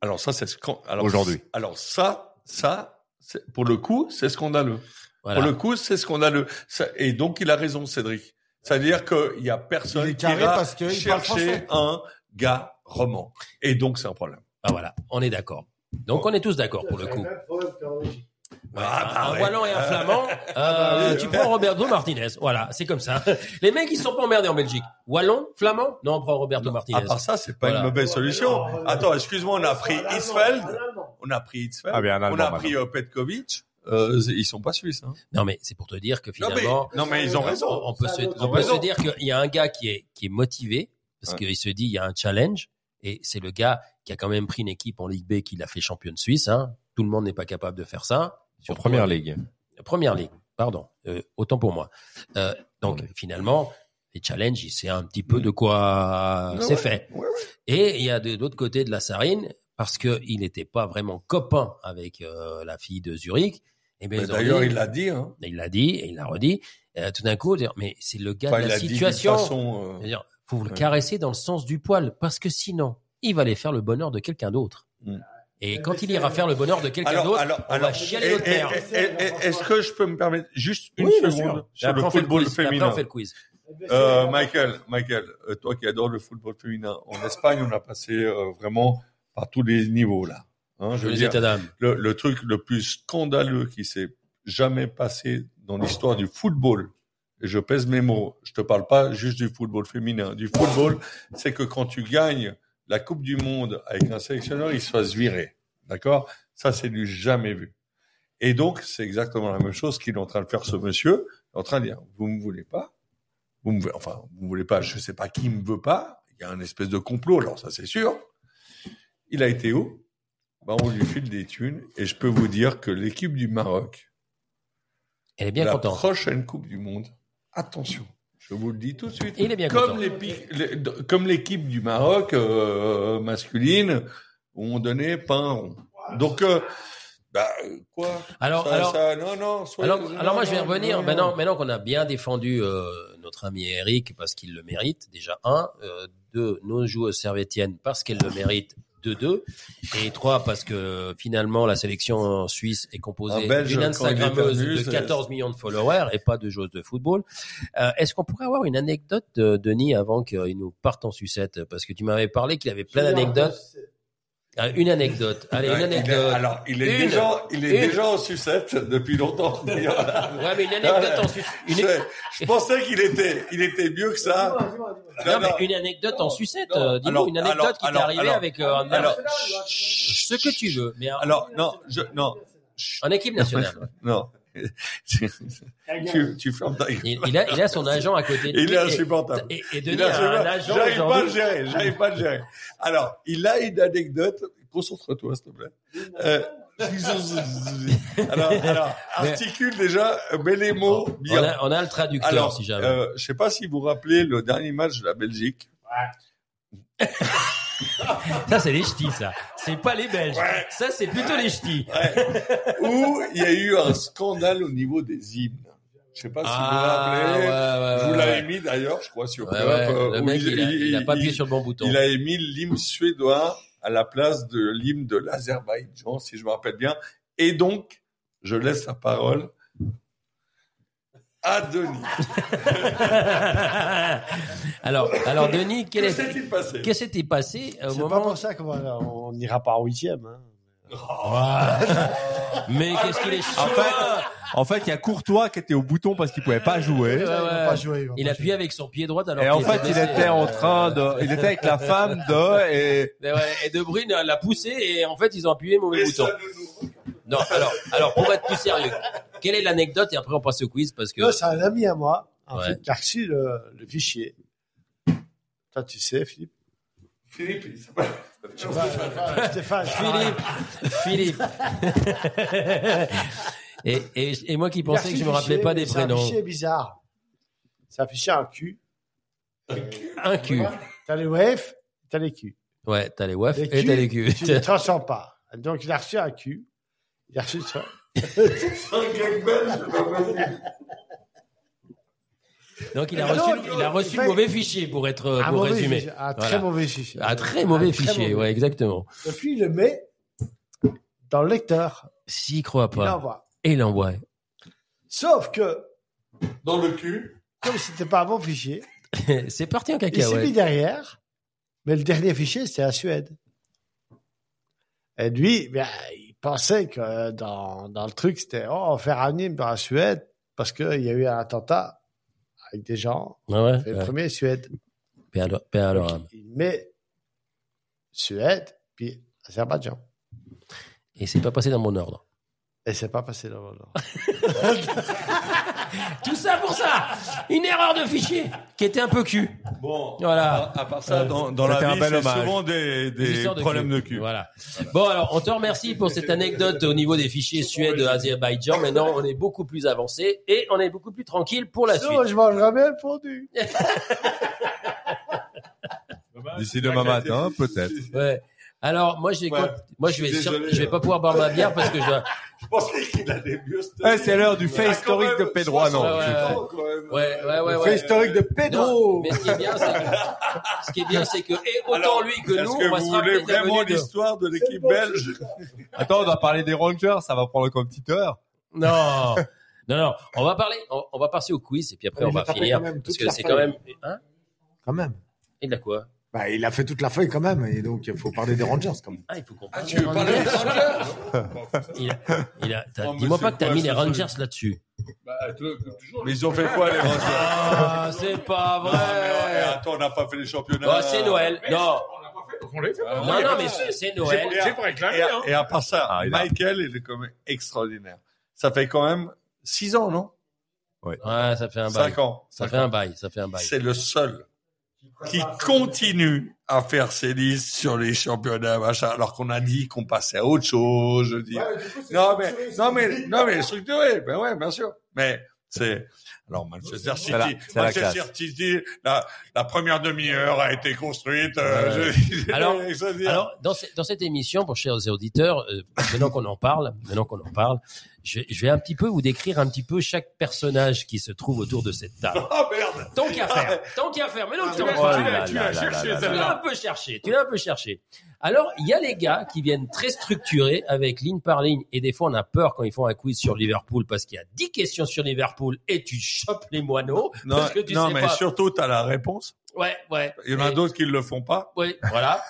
Speaker 5: Alors ça, c'est scan- alors,
Speaker 3: Aujourd'hui.
Speaker 5: Alors ça, ça, C'est- Pour le coup, c'est scandaleux.
Speaker 2: Voilà.
Speaker 5: Pour le coup, c'est scandaleux. Ça- et donc, il a raison, Cédric. C'est-à-dire qu'il y a personne
Speaker 4: Il est
Speaker 5: qui
Speaker 4: carré
Speaker 5: ira
Speaker 4: parce qu'il parle
Speaker 5: chercher
Speaker 4: français.
Speaker 5: un gars roman. Et donc, c'est un problème.
Speaker 2: Ah, voilà, on est d'accord. Donc on est tous d'accord pour le coup.
Speaker 5: Ah, bah
Speaker 2: un
Speaker 5: ouais. Ah, bah
Speaker 2: Wallon et un Flamand,
Speaker 5: *laughs*
Speaker 2: euh, tu prends Roberto Martinez. Voilà, c'est comme ça. Les mecs, ils sont pas emmerdés en Belgique. Wallon, Flamand, non, on prend Roberto
Speaker 5: À
Speaker 2: Martinez.
Speaker 5: part ça, c'est pas
Speaker 2: Voilà.
Speaker 5: une mauvaise solution. Attends, excuse-moi, on a pris Isfeld. On a pris Isfeld.
Speaker 3: Ah, bien, un
Speaker 5: on
Speaker 3: Allemand,
Speaker 5: a pris euh, Petkovic. Euh, ils sont pas suisses. Hein.
Speaker 2: Non, mais c'est pour te dire que
Speaker 5: Non, mais,
Speaker 2: finalement,
Speaker 5: non, mais ils ont raison.
Speaker 2: on peut se,
Speaker 5: Ils ont
Speaker 2: on peut se
Speaker 5: raison.
Speaker 2: dire qu'il y a un gars qui est, qui est motivé parce
Speaker 5: Ouais.
Speaker 2: qu'il se dit il y a un challenge et c'est le gars qui a quand même pris une équipe en Ligue B qui l'a fait championne suisse. Hein. Tout le monde n'est pas capable de faire ça.
Speaker 5: euh,
Speaker 3: Sur
Speaker 2: Surtout
Speaker 3: première ligue.
Speaker 2: Première ligue, pardon. Euh, autant pour moi. Euh, donc
Speaker 3: Attendez.
Speaker 2: finalement, les challenges, il sait un petit peu de quoi
Speaker 5: Ouais,
Speaker 2: c'est
Speaker 5: ouais.
Speaker 2: fait.
Speaker 5: Ouais, ouais.
Speaker 2: Et il y a de, l'autre côté de la sarine, parce que il n'était pas vraiment copain avec euh, la fille de Zurich. Et bien,
Speaker 5: Mais
Speaker 2: ils ont
Speaker 5: D'ailleurs,
Speaker 2: dit-
Speaker 5: il l'a dit. Hein.
Speaker 2: il l'a dit et il l'a redit. Et là, tout d'un coup, dire, mais c'est le gars
Speaker 5: Enfin,
Speaker 2: de
Speaker 5: il
Speaker 2: la
Speaker 5: l'a dit d'une
Speaker 2: situation.
Speaker 5: façon, euh,
Speaker 2: C'est-à-dire, faut le
Speaker 5: Ouais.
Speaker 2: caresser dans le sens du poil, parce que sinon, il va aller faire le bonheur de quelqu'un d'autre.
Speaker 5: Mm.
Speaker 2: Et quand il ira faire le bonheur de quelqu'un d'autre, on va chialer
Speaker 5: et-
Speaker 2: notre
Speaker 5: et-
Speaker 2: mère.
Speaker 5: et- et- et- Est-ce que je peux me permettre juste une
Speaker 2: Oui, bien sûr.
Speaker 5: seconde
Speaker 2: Et
Speaker 5: sur
Speaker 2: après,
Speaker 5: le
Speaker 2: on fait
Speaker 5: football
Speaker 2: quiz. Et
Speaker 5: féminin
Speaker 2: Après, on fait le quiz.
Speaker 5: Euh, Michael, Michael, euh, toi qui adore le football féminin, en Espagne, on a passé euh, vraiment par tous les niveaux là. Hein, je
Speaker 2: Je
Speaker 5: veux
Speaker 2: les
Speaker 5: dire,
Speaker 2: états d'âme.
Speaker 5: le, le truc le plus scandaleux qui s'est jamais passé dans l'histoire du football, et je pèse mes mots, je te parle pas juste du football féminin, du football, c'est que quand tu gagnes la Coupe du Monde avec un sélectionneur, il se fasse virer. D'accord Ça, c'est du jamais vu. Et donc, c'est exactement la même chose qu'il est en train de faire ce monsieur, Il est en train de dire, vous me voulez pas, vous me, enfin, vous me voulez pas, je sais pas qui me veut pas, il y a un espèce de complot, alors ça c'est sûr. Il a été où ben, on lui file des thunes et je peux vous dire que l'équipe du Maroc,
Speaker 2: Elle est bien
Speaker 5: la
Speaker 2: contente.
Speaker 5: prochaine Coupe du Monde, attention, je vous le dis tout de suite.
Speaker 2: Il est bien content.
Speaker 5: comme les pi- les- d- comme l'équipe du Maroc euh, masculine, où on donnait pain rond. Donc, euh, bah, euh, quoi
Speaker 2: Alors,
Speaker 5: Ça-
Speaker 2: alors,
Speaker 5: ça- non, non, soyez-
Speaker 2: Alors,
Speaker 5: non,
Speaker 2: alors moi, je vais
Speaker 5: non,
Speaker 2: revenir.
Speaker 5: non,
Speaker 2: Maintenant,
Speaker 5: non.
Speaker 2: maintenant qu'on a bien défendu euh, notre ami Eric parce qu'il le mérite, déjà, un. Euh, deux, nos joueuses servétiennes parce qu'elles le méritent, deux, deux. Et trois, parce que finalement, la sélection suisse est composée
Speaker 5: Un Belge,
Speaker 2: d'une
Speaker 5: quand il
Speaker 2: Instagrammeuse
Speaker 5: éternue,
Speaker 2: de
Speaker 5: c'est-
Speaker 2: 14 millions de followers et pas de joueuses de football. Euh, Est-ce qu'on pourrait avoir une anecdote, euh, Denis, avant qu'il nous parte en sucette Parce que tu m'avais parlé qu'il avait plein d'anecdotes. Ah, Une anecdote. Allez, une
Speaker 5: Ouais, il est-
Speaker 2: anecdote.
Speaker 5: alors, il est
Speaker 2: Une.
Speaker 5: déjà, il est
Speaker 2: Une.
Speaker 5: déjà en sucette
Speaker 2: *laughs*
Speaker 5: depuis longtemps. d'ailleurs.
Speaker 2: Ouais, mais une anecdote en Suisse.
Speaker 5: Je,
Speaker 2: Une...
Speaker 5: je pensais qu'il était, il était mieux que ça.
Speaker 2: Non, mais une anecdote en sucette,
Speaker 5: non.
Speaker 2: euh, dis-nous,
Speaker 5: Alors,
Speaker 2: une anecdote
Speaker 5: alors,
Speaker 2: qui t'est
Speaker 5: alors,
Speaker 2: arrivée
Speaker 5: alors,
Speaker 2: avec euh, un-
Speaker 5: Alors,
Speaker 2: ce que tu veux, mais un-
Speaker 5: alors non, je, non,
Speaker 2: en équipe
Speaker 5: *laughs*
Speaker 2: nationale.
Speaker 5: non. tu, tu fermes ta gueule.
Speaker 2: Il, il a, il a son agent à côté de
Speaker 5: Il
Speaker 2: lui
Speaker 5: est
Speaker 2: et-
Speaker 5: insupportable.
Speaker 2: Et, et
Speaker 5: Il
Speaker 2: Denis
Speaker 5: est
Speaker 2: a un
Speaker 5: insupportable.
Speaker 2: agent
Speaker 5: J'arrive pas à le
Speaker 2: aujourd'hui.
Speaker 5: gérer. J'arrive pas à le gérer. Alors, il a une anecdote. Concentre-toi, s'il te plaît.
Speaker 2: *laughs*
Speaker 5: Euh, alors, alors,
Speaker 2: Mais-
Speaker 5: articule déjà, euh, mets les
Speaker 2: On,
Speaker 5: mots bien.
Speaker 2: a, on a le traducteur,
Speaker 5: Alors,
Speaker 2: si jamais.
Speaker 5: euh, je sais pas si vous vous rappelez le dernier match de la Belgique.
Speaker 2: Ça, c'est les ch'tis, ça. C'est pas les Belges. Ça, c'est plutôt les ch'tis.
Speaker 5: où il y a eu un scandale au niveau des hymnes. Je sais pas Ah, si vous vous
Speaker 2: Ah, ouais,
Speaker 5: rappelez. Je
Speaker 2: ouais,
Speaker 5: vous
Speaker 2: ouais,
Speaker 5: l'avais
Speaker 2: ouais.
Speaker 5: mis d'ailleurs, je crois, sur
Speaker 2: Ouais,
Speaker 5: Europe,
Speaker 2: ouais,
Speaker 5: euh,
Speaker 2: Le
Speaker 5: où
Speaker 2: mec, il, a, il a pas appuyé
Speaker 5: il-
Speaker 2: sur le bon bouton.
Speaker 5: il a émis l'hymne suédois à la place de l'hymne de l'Azerbaïdjan, si je me rappelle bien. Et donc, je laisse la parole à Denis.
Speaker 2: *laughs* alors, alors, Denis, quel
Speaker 5: Que
Speaker 2: est,
Speaker 5: s'est-il passé
Speaker 2: que s'était passé au
Speaker 8: C'est pas
Speaker 2: moment
Speaker 8: pour ça qu'on va- on n'ira pas en huitième. hein.
Speaker 2: Mais qu'est-ce qu'il est chaud
Speaker 3: En fait, en fait, il y a Courtois qui était au bouton parce qu'il pouvait pas jouer.
Speaker 8: Là, ils vont
Speaker 2: ouais.
Speaker 8: pas jouer, ils vont
Speaker 2: Il
Speaker 8: pas
Speaker 2: appuyait avec son pied droit alors
Speaker 3: Et en
Speaker 2: qu'il
Speaker 3: fait, il
Speaker 2: blessé.
Speaker 3: était en train de, il était avec la femme de, et
Speaker 2: Et ouais, et De Bruyne l'a poussé et en fait, ils ont appuyé mauvais
Speaker 5: Et
Speaker 2: bouton.
Speaker 5: ça ne nous-
Speaker 2: Non, alors, alors pour être plus sérieux, quelle est l'anecdote et après on passe au quiz parce que
Speaker 8: Non, c'est un ami à moi, en
Speaker 2: Ouais.
Speaker 8: fait, qui a reçu le, le fichier. Toi, tu sais, Philippe.
Speaker 5: Philippe, il s'appelle-
Speaker 8: Stéphane.
Speaker 2: Philippe, Philippe. et, et, et moi qui pensais que je me rappelais pas des
Speaker 8: C'est un
Speaker 2: prénoms,
Speaker 8: fichier bizarre. C'est un fichier en cul.
Speaker 2: un cul.
Speaker 8: T'as les waves, t'as les culs.
Speaker 2: Ouais, t'as les wafs
Speaker 8: Les
Speaker 2: et t'as les culs.
Speaker 8: Tu ne les transformes pas. Donc, il a reçu un cul. Il a reçu ça.
Speaker 2: *laughs* Donc il a
Speaker 8: Mais
Speaker 2: reçu,
Speaker 8: non,
Speaker 2: il a reçu
Speaker 8: il fait-
Speaker 2: le mauvais fichier pour être euh,
Speaker 8: un
Speaker 2: pour
Speaker 8: mauvais
Speaker 2: résumer.
Speaker 8: fichier, Un
Speaker 2: Voilà.
Speaker 8: très mauvais fichier.
Speaker 2: Un très mauvais
Speaker 8: Un très
Speaker 2: fichier,
Speaker 8: mauvais.
Speaker 2: ouais, exactement.
Speaker 8: Et puis, il le met dans le lecteur.
Speaker 2: S'il croit
Speaker 8: Il
Speaker 2: pas,
Speaker 8: envoie.
Speaker 2: et il l'envoie.
Speaker 8: Sauf que,
Speaker 5: Dans le cul.
Speaker 8: comme c'était pas un bon fichier,
Speaker 2: *laughs* C'est parti en
Speaker 8: il s'est mis
Speaker 2: cacahuète.
Speaker 8: derrière, mais le dernier fichier, c'était la Suède. Et lui, ben, il pensait que euh, dans, dans le truc, c'était oh, on fait ramener dans la Suède parce qu'il y a eu un attentat avec des gens.
Speaker 2: Ah ouais,
Speaker 8: Fait Le
Speaker 2: ouais.
Speaker 8: premier, Suède.
Speaker 2: Paix à leur- paix à leur
Speaker 8: Donc,
Speaker 2: âme.
Speaker 8: il met Suède, puis Azerbaïdjan.
Speaker 2: Et c'est pas passé dans mon ordre.
Speaker 8: Et c'est pas passé dans l'ordre.
Speaker 2: Tout ça pour ça Une erreur de fichier qui était un peu cul.
Speaker 5: Bon.
Speaker 2: Voilà.
Speaker 5: À part ça, dans, dans
Speaker 3: C'était
Speaker 5: la
Speaker 3: un
Speaker 5: vie,
Speaker 3: bel
Speaker 5: c'est
Speaker 3: hommage.
Speaker 5: souvent
Speaker 2: Des
Speaker 5: des, des
Speaker 2: histoires de
Speaker 5: problèmes de cul.
Speaker 2: Voilà. Bon, alors, on te remercie pour cette anecdote au niveau des fichiers Suède, Azerbaïdjan. Maintenant, on est beaucoup plus avancé et on est beaucoup plus tranquille pour la suite.
Speaker 8: Sinon, je mangerai bien le fondu.
Speaker 5: D'ici demain
Speaker 3: Bah,
Speaker 5: matin, peut-être.
Speaker 2: Ouais. Alors, moi, j'ai,
Speaker 5: Ouais.
Speaker 2: moi, je vais,
Speaker 5: Je suis
Speaker 2: sur-
Speaker 5: désolé,
Speaker 2: je vais
Speaker 5: hein.
Speaker 2: pas pouvoir boire ma bière parce que je, dois-
Speaker 5: *laughs* Je pense qu'il a des mieux.
Speaker 3: Ouais, c'est l'heure du fait historique de Pedro. Ah non,
Speaker 2: Ouais, ouais, ouais. ouais, ouais, ouais,
Speaker 4: Le
Speaker 2: ouais.
Speaker 4: fait historique de
Speaker 2: Non,
Speaker 4: Pedro.
Speaker 2: mais ce qui est bien, c'est que, ce qui est bien, c'est que, et autant
Speaker 5: Alors,
Speaker 2: lui que nous,
Speaker 5: Est-ce
Speaker 2: on
Speaker 5: que
Speaker 2: va se
Speaker 5: vous
Speaker 2: rappeler
Speaker 5: voulez
Speaker 2: de la
Speaker 5: vraiment
Speaker 2: venue de-
Speaker 5: l'histoire de l'équipe belge
Speaker 3: Attends, on doit parler des Rangers, ça va prendre comme petite heure.
Speaker 2: Non. Non, non, on va parler, on, on va passer au quiz et puis après
Speaker 4: Mais
Speaker 2: on
Speaker 4: il
Speaker 2: va
Speaker 4: a tapé
Speaker 2: finir
Speaker 4: quand même
Speaker 2: parce
Speaker 4: toute
Speaker 2: que
Speaker 4: la
Speaker 2: c'est
Speaker 4: feuille.
Speaker 2: quand même. Hein
Speaker 4: Quand même.
Speaker 2: Il a quoi
Speaker 4: Bah, il a fait toute la feuille quand même, et donc il faut parler des Rangers quand même.
Speaker 2: Ah, il faut qu'on
Speaker 5: Ah,
Speaker 2: parle.
Speaker 5: tu veux parler des Rangers
Speaker 2: Il a- il a- t'as-
Speaker 5: Oh, mais
Speaker 2: Dis-moi
Speaker 5: c'est
Speaker 2: pas que t'as
Speaker 5: quoi
Speaker 2: mis
Speaker 5: ce
Speaker 2: les
Speaker 5: truc
Speaker 2: Rangers là-dessus.
Speaker 5: Bah, Mais ils ont fait quoi, les Rangers
Speaker 2: Ah, c'est pas
Speaker 5: Non, mais, eh,
Speaker 2: vrai.
Speaker 5: Attends, on n'a pas fait les championnats.
Speaker 2: Oh, c'est Noël. Non,
Speaker 5: Ah,
Speaker 2: non,
Speaker 5: ouais.
Speaker 2: non, mais c'est c'est Noël.
Speaker 5: J'ai-
Speaker 9: J'ai pas réclamé,
Speaker 5: Et,
Speaker 9: hein.
Speaker 5: à- et à part ça,
Speaker 3: Ah, il a-
Speaker 5: Michael, il est quand même extraordinaire. Ça fait quand même 6 ans, non
Speaker 2: Ouais, ça fait un bail.
Speaker 5: 5 ans.
Speaker 2: Ça
Speaker 5: Ah, bah Cinq
Speaker 2: fait un bail. Ça fait un bail.
Speaker 5: C'est le seul qui continue à faire ses listes sur les championnats, machin, alors qu'on a dit qu'on passait à autre chose, je veux dire. non, mais, non, mais, non, mais structuré, ben ouais, bien sûr. Mais c'est, alors Manchester City,
Speaker 3: la- c'est la
Speaker 5: Manchester
Speaker 3: classe.
Speaker 5: City, la, la première demi-heure a été construite, euh,
Speaker 2: Ouais.
Speaker 5: je-
Speaker 2: Alors-
Speaker 5: *laughs* je veux dire.
Speaker 2: Alors, dans, ce- dans cette émission, pour chers auditeurs, euh, maintenant qu'on en parle, maintenant qu'on en parle, je, je vais un petit peu vous décrire un petit peu chaque personnage qui se trouve autour de cette table.
Speaker 5: oh merde!
Speaker 2: Tant qu'à
Speaker 3: Ah,
Speaker 2: faire, tant qu'à faire, mais non,
Speaker 9: Tu
Speaker 2: tu
Speaker 9: l'as-
Speaker 2: en parles.
Speaker 9: tu l'as-
Speaker 3: Oh
Speaker 9: tu
Speaker 3: là
Speaker 9: l'as
Speaker 3: là là
Speaker 9: cherché,
Speaker 3: là
Speaker 2: Tu l'as un
Speaker 9: celle-là.
Speaker 2: peu cherché, tu l'as un peu cherché. Alors, il y a les gars qui viennent très structurés avec ligne par ligne et des fois on a peur quand ils font un quiz sur Liverpool parce qu'il y a 10 questions sur Liverpool et tu chopes les moineaux
Speaker 5: Non,
Speaker 2: parce que tu
Speaker 5: non
Speaker 2: sais
Speaker 5: mais
Speaker 2: pas.
Speaker 5: surtout, t'as la réponse.
Speaker 2: Ouais, ouais.
Speaker 5: Il y en a
Speaker 2: Et-
Speaker 5: d'autres qui ne le font pas.
Speaker 2: Ouais, voilà.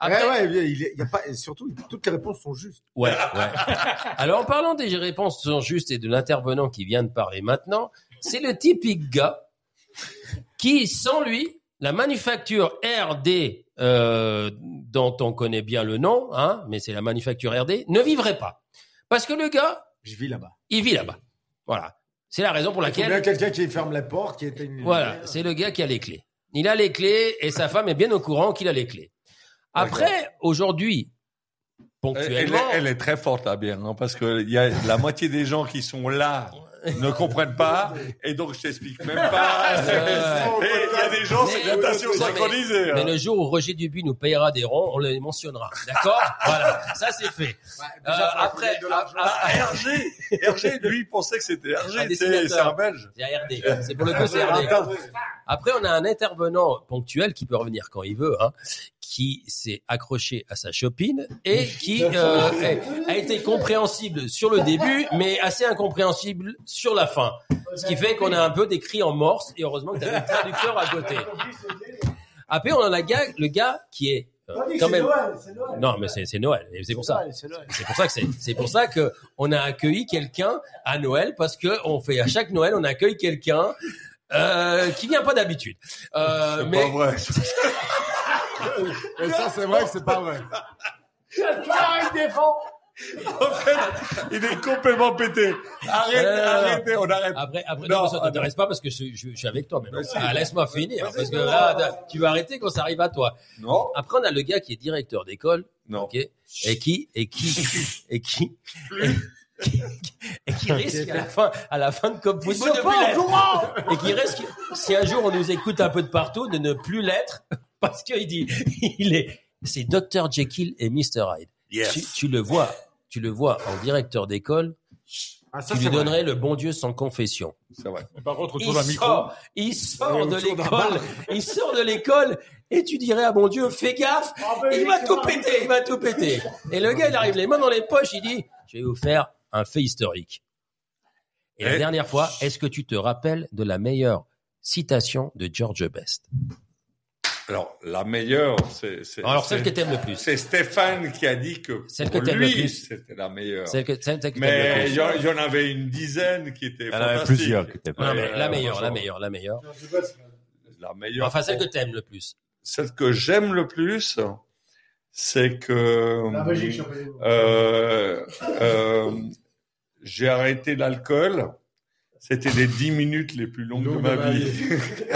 Speaker 2: Après-
Speaker 4: Ouais, ouais, il y a- il y a- il y a pas, et surtout, toutes les réponses sont justes.
Speaker 2: Ouais, ouais. Alors, en parlant des réponses sont justes et de l'intervenant qui vient de parler maintenant, c'est le typique gars qui, sans lui, la manufacture RD, euh, dont on connaît bien le nom, hein, mais c'est la manufacture RD, ne vivrait pas. Parce que le gars,
Speaker 4: Je vis là-bas.
Speaker 2: il vit là-bas. Voilà. C'est la raison pour
Speaker 4: Il faut bien
Speaker 2: laquelle,
Speaker 4: quelqu'un qui ferme la porte, qui éteint une
Speaker 2: voilà,
Speaker 4: lumière.
Speaker 2: c'est le gars qui a les clés. Il a les clés et sa femme est bien au courant qu'il a les clés. Après, aujourd'hui,
Speaker 5: Euh, Elle,
Speaker 2: ponctuellement,
Speaker 5: elle est, elle est très forte, la bière, hein, parce que il y a la moitié des gens qui sont là ne comprennent pas, et donc je t'explique même pas.
Speaker 3: *laughs*
Speaker 5: Et
Speaker 2: euh,
Speaker 5: Il y a des gens, Oh, c'est de la natation
Speaker 2: Mais-
Speaker 5: synchronisée. hein.
Speaker 2: Mais le jour où Roger Dubuis nous payera des ronds, on les mentionnera. D'accord Voilà, ça c'est fait. Euh, après,
Speaker 5: Ah, RG, RG, lui, il pensait que c'était
Speaker 2: Un
Speaker 5: RG, tu sais, c'est
Speaker 2: dessinateur.
Speaker 5: un Belge.
Speaker 2: c'est *laughs* RD. C'est pour le coup, c'est RD. Après, on a un intervenant ponctuel qui peut revenir quand il veut, hein, qui s'est accroché à sa chopine et qui *laughs* euh, est- a été compréhensible sur le début, mais assez incompréhensible sur la fin. Ce qui fait qu'on a un peu des cris en morse et heureusement que tu as le traducteur à côté. Après, on a la gars- le gars qui est euh, quand même. Non, mais c'est c'est Noël. et C'est pour ça. C'est pour ça que c'est, c'est pour ça que on a accueilli quelqu'un à Noël parce que on fait à chaque Noël on accueille quelqu'un euh, qui vient pas d'habitude. Euh,
Speaker 5: Pas
Speaker 2: mais
Speaker 5: vrai. *laughs*
Speaker 4: Et ça, c'est vrai que c'est pas vrai.
Speaker 5: En fait, il est complètement pété. Arrête,
Speaker 2: Non, non, non, non.
Speaker 5: arrêtez, on arrête.
Speaker 2: Euh, après après
Speaker 5: Non,
Speaker 2: non, mais ça
Speaker 5: ah,
Speaker 2: t'intéresse pas parce que je, je- je suis avec toi maintenant.
Speaker 5: Vas-y.
Speaker 2: Ah, laisse-moi finir
Speaker 5: Vas-y,
Speaker 2: parce que
Speaker 5: non,
Speaker 2: là
Speaker 5: non,
Speaker 2: t'as- tu vas arrêter quand ça arrive à toi.
Speaker 5: Non,
Speaker 2: Après on a le gars qui est directeur d'école,
Speaker 5: non.
Speaker 2: ok, et qui et
Speaker 5: *laughs*
Speaker 2: qui et qui *laughs* et qui risque à la fin à la fin de Coupe Football de plus l'être. et qui reste si un jour on nous écoute un peu de partout de ne plus l'être *laughs* parce qu'il dit il est c'est Dr Jekyll et Mr Hyde. Tu,
Speaker 5: Yes.
Speaker 2: tu le vois, tu le vois en directeur d'école,
Speaker 4: Ah, ça,
Speaker 2: Tu
Speaker 4: c'est
Speaker 2: lui
Speaker 4: vrai.
Speaker 2: donnerais le bon Dieu sans confession.
Speaker 5: C'est vrai.
Speaker 19: Mais par contre, autour
Speaker 2: Il
Speaker 19: d'un micro.
Speaker 2: sort, il sort
Speaker 4: Et
Speaker 2: de
Speaker 4: autour d'un
Speaker 2: l'école, il sort de l'école et tu dirais à mon Dieu, fais gaffe,
Speaker 5: Ah, ben,
Speaker 2: il va tout péter, il va tout péter. Et le gars, il arrive les mains dans les poches, il dit, je vais vous faire un fait historique. Et la
Speaker 5: Eh.
Speaker 2: dernière fois, est-ce que tu te rappelles de la meilleure citation de George Best
Speaker 5: Alors, la meilleure, c'est, c'est,
Speaker 2: Alors
Speaker 5: Euh, c'est,
Speaker 2: celle que t'aimes le plus,
Speaker 5: c'est Stéphane qui a dit que
Speaker 2: Celle
Speaker 5: pour
Speaker 2: que t'aimes le
Speaker 5: lui,
Speaker 2: plus.
Speaker 5: c'était la meilleure.
Speaker 2: celle que celle- celle que t'aimes le
Speaker 5: Mais
Speaker 2: plus.
Speaker 5: il y, en- il y en avait une dizaine qui étaient
Speaker 3: Il y en avait
Speaker 5: fantastiques.
Speaker 3: plusieurs qui étaient
Speaker 2: Non,
Speaker 3: pas-
Speaker 2: mais
Speaker 5: Euh,
Speaker 2: la meilleure, la
Speaker 5: franchement.
Speaker 2: meilleure, la meilleure.
Speaker 5: La meilleure.
Speaker 2: Enfin celle que t'aimes le plus.
Speaker 5: Celle que j'aime le plus, c'est que
Speaker 8: La Belgique, championnat du monde.
Speaker 5: euh, euh, j'ai arrêté l'alcool. C'était les dix minutes les plus longues de
Speaker 8: Longue
Speaker 5: ma vie. *laughs*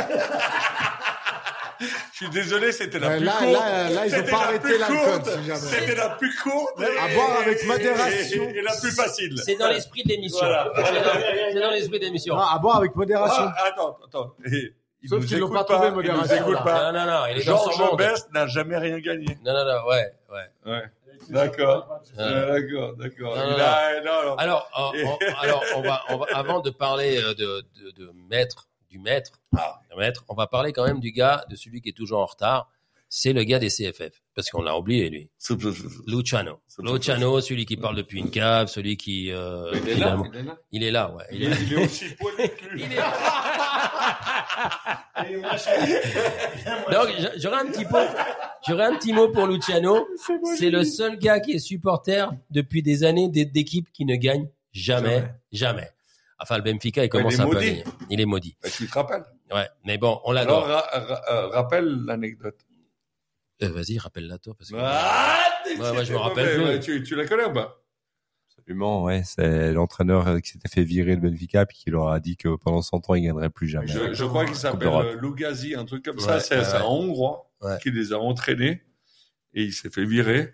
Speaker 5: Je suis désolé, c'était la
Speaker 4: Euh,
Speaker 5: plus
Speaker 4: là,
Speaker 5: courte.
Speaker 4: là, là, ils ont
Speaker 5: C'était
Speaker 4: pas
Speaker 5: la
Speaker 4: arrêté
Speaker 5: plus
Speaker 4: l'alcool,
Speaker 5: courte.
Speaker 4: si jamais.
Speaker 5: C'était la plus courte.
Speaker 4: À
Speaker 5: et-
Speaker 4: boire avec
Speaker 5: et-
Speaker 4: modération.
Speaker 5: Et, et la plus facile.
Speaker 2: C'est dans l'esprit de l'émission.
Speaker 5: Voilà.
Speaker 2: C'est dans- C'est dans l'esprit de l'émission.
Speaker 4: Non, à boire avec modération.
Speaker 5: Ah, attends, attends. Et Ils
Speaker 4: Sauf
Speaker 5: nous
Speaker 4: qu'ils l'ont
Speaker 5: écoutent
Speaker 4: pas trouvé,
Speaker 5: ils nous
Speaker 4: modération,
Speaker 5: écoutent
Speaker 4: là.
Speaker 5: pas.
Speaker 2: Non, non, non, il est dans son
Speaker 5: Georges
Speaker 2: monde.
Speaker 5: Best n'a jamais rien gagné.
Speaker 2: Non, non, non, ouais, ouais.
Speaker 5: D'accord.
Speaker 2: Euh,
Speaker 5: Euh, D'accord, d'accord.
Speaker 2: Non, non,
Speaker 5: Il a- non, non.
Speaker 2: Alors, euh, on, alors on va, on va- avant de parler euh, de, de, de maître, du maître,
Speaker 5: Ah.
Speaker 2: du maître, on va parler quand même du gars, de celui qui est toujours en retard. C'est le gars des CFF, parce qu'on l'a oublié lui. Luciano, Luciano, celui qui parle depuis une cave, celui qui euh,
Speaker 5: il est là.
Speaker 2: finalement-
Speaker 5: Il est là.
Speaker 2: il est là, ouais. Il
Speaker 5: Il
Speaker 2: est
Speaker 5: est,
Speaker 2: là.
Speaker 5: il est aussi poilu que lui.
Speaker 2: Il est Donc j'a- j'aurais un petit mot, j'aurais un petit mot pour Luciano. C'est le seul gars qui est supporter depuis des années d'é- d'équipes qui ne gagnent jamais, jamais. Enfin, le Benfica, il commence
Speaker 5: est
Speaker 2: un peu à
Speaker 5: maudit.
Speaker 2: venir. Il est maudit.
Speaker 5: Bah, tu te rappelles
Speaker 2: Ouais. Mais bon, on l'adore.
Speaker 5: Alors, ra- ra- euh, rappelle l'anecdote.
Speaker 2: Euh, Vas-y, rappelle-la toi parce que.
Speaker 5: Ah, t'es-
Speaker 2: Ouais, moi, je me
Speaker 5: t'es
Speaker 2: rappelle
Speaker 5: mauvais,
Speaker 2: plus.
Speaker 5: ouais, Tu, tu la connais ou pas
Speaker 3: Absolument, ouais. C'est l'entraîneur euh, qui s'était fait virer de Benfica puis qui leur a dit que pendant 100 ans, ils gagneraient plus jamais.
Speaker 5: je, je crois qu'il s'appelle
Speaker 3: d'Europe.
Speaker 5: euh, Lugazi, un truc comme
Speaker 2: Ouais,
Speaker 5: ça. C'est
Speaker 2: ouais,
Speaker 5: c'est un
Speaker 2: ouais.
Speaker 5: Hongrois
Speaker 2: Ouais.
Speaker 5: qui les a entraînés et il s'est fait virer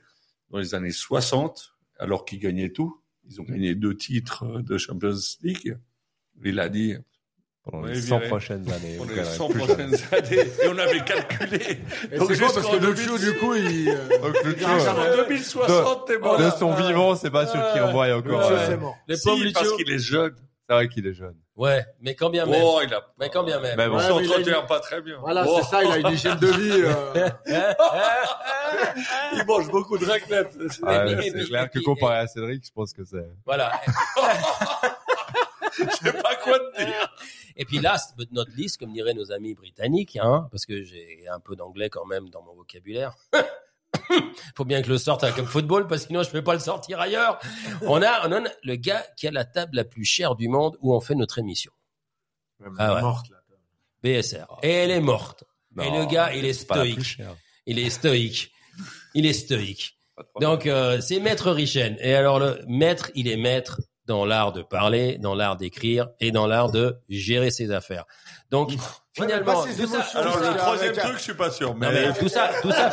Speaker 5: dans les années 60 alors qu'il gagnait tout. Ils ont gagné deux titres euh, de Champions League. Il a dit
Speaker 3: Pendant
Speaker 5: Ouais,
Speaker 3: les
Speaker 5: viré.
Speaker 3: 100 prochaines années.
Speaker 5: pour
Speaker 3: vous
Speaker 5: les
Speaker 3: gagnerez
Speaker 5: 100
Speaker 3: plus jamais.
Speaker 5: prochaines années et on avait
Speaker 2: *laughs*
Speaker 5: calculé.
Speaker 4: Et
Speaker 5: Donc,
Speaker 4: c'est quoi
Speaker 5: jusqu'en
Speaker 4: parce que le Lucio,
Speaker 5: 2006,
Speaker 4: du coup, il. euh,
Speaker 5: Donc, le
Speaker 4: il
Speaker 5: Lucio,
Speaker 4: a jamais-
Speaker 5: en 2060, t'es mort.
Speaker 3: De son vivant, c'est pas sûr qu'il revoie
Speaker 4: Lucio,
Speaker 3: encore.
Speaker 2: Ouais.
Speaker 4: c'est mort.
Speaker 2: Le
Speaker 5: Ah. Si,
Speaker 2: pauvre
Speaker 5: parce
Speaker 2: Lucio.
Speaker 5: qu'il est jeune.
Speaker 3: C'est vrai qu'il est jeune.
Speaker 2: Ouais, mais quand bien même.
Speaker 5: Oh, il a. Bah,
Speaker 2: Mais quand bien même. *laughs*
Speaker 3: Mais bon.
Speaker 5: On
Speaker 4: Ouais, mais il a
Speaker 5: s'entretient
Speaker 4: une-
Speaker 5: pas très bien.
Speaker 4: Voilà,
Speaker 5: Oh,
Speaker 4: c'est ça, il a une hygiène de vie.
Speaker 5: *laughs*
Speaker 4: euh,
Speaker 2: Hein
Speaker 5: Il mange beaucoup de raclette.
Speaker 2: Ouais,
Speaker 3: Ouais,
Speaker 2: mais- mais-
Speaker 3: c'est clair que
Speaker 2: mais-
Speaker 3: comparé à Cédric, je pense que c'est.
Speaker 2: voilà.
Speaker 5: Je sais pas quoi te dire.
Speaker 2: Et puis last but not least, comme diraient nos amis britanniques, hein, parce que j'ai un peu d'anglais quand même dans mon vocabulaire. *coughs* Faut bien que je le sorte hein, comme football, parce que sinon je peux pas le sortir ailleurs. On a, on a le gars qui a la table la plus chère du monde où on fait notre émission. Ah ouais.
Speaker 4: Morte, là.
Speaker 2: BSR. Et elle est morte. Et le gars, il est
Speaker 3: c'est pas la plus
Speaker 2: stoïque. Euh,
Speaker 3: chère.
Speaker 2: Il est stoïque. Il est stoïque. Donc euh, c'est Maître Richen. Et alors le maître, il est maître dans l'art de parler, dans l'art d'écrire et dans l'art de gérer ses affaires. Donc
Speaker 4: mais
Speaker 2: finalement,
Speaker 4: pas ses
Speaker 2: tout ça-
Speaker 4: émotions,
Speaker 5: Alors,
Speaker 4: c'est
Speaker 5: le
Speaker 4: la-
Speaker 5: troisième
Speaker 4: la-
Speaker 5: truc, je suis pas sûr.
Speaker 2: non,
Speaker 5: Mais
Speaker 2: mais tout ça, tout ça,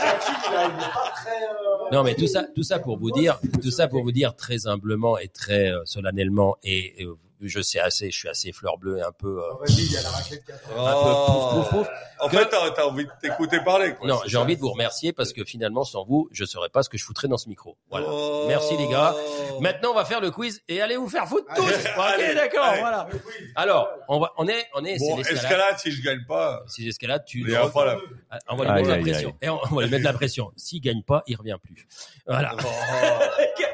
Speaker 2: non mais tout ça, tout ça pour vous dire, tout ça pour vous dire très humblement et très euh, solennellement et, et, euh, je sais assez, je suis assez fleur bleue et un peu. euh,
Speaker 4: Vas-y, il y a la raclette qui attend.
Speaker 5: Oh.
Speaker 2: pouf, pouf, pouf.
Speaker 5: En fait, t'as t'as envie de t'écouter parler. Quoi.
Speaker 2: non,
Speaker 5: C'est
Speaker 2: j'ai
Speaker 5: ça.
Speaker 2: envie de vous remercier parce que finalement sans vous, je saurais pas ce que je foutrais dans ce micro. Voilà.
Speaker 5: Oh.
Speaker 2: Merci, les gars. Maintenant, on va faire le quiz et allez vous faire foutre tous.
Speaker 5: Allez,
Speaker 2: ok,
Speaker 5: allez,
Speaker 2: d'accord,
Speaker 5: allez.
Speaker 2: voilà. Alors, on va, on est, on est,
Speaker 5: Bon,
Speaker 2: c'est l'escalade.
Speaker 5: escalade, si je gagne pas,
Speaker 2: Si j'escalade, tu.
Speaker 5: il y a pas la-
Speaker 2: Ah, On va lui mettre
Speaker 3: Aïe,
Speaker 2: la
Speaker 3: aïe,
Speaker 2: pression. Et on, on va lui mettre la pression. S'il gagne pas, il revient plus. Voilà.
Speaker 5: Oh.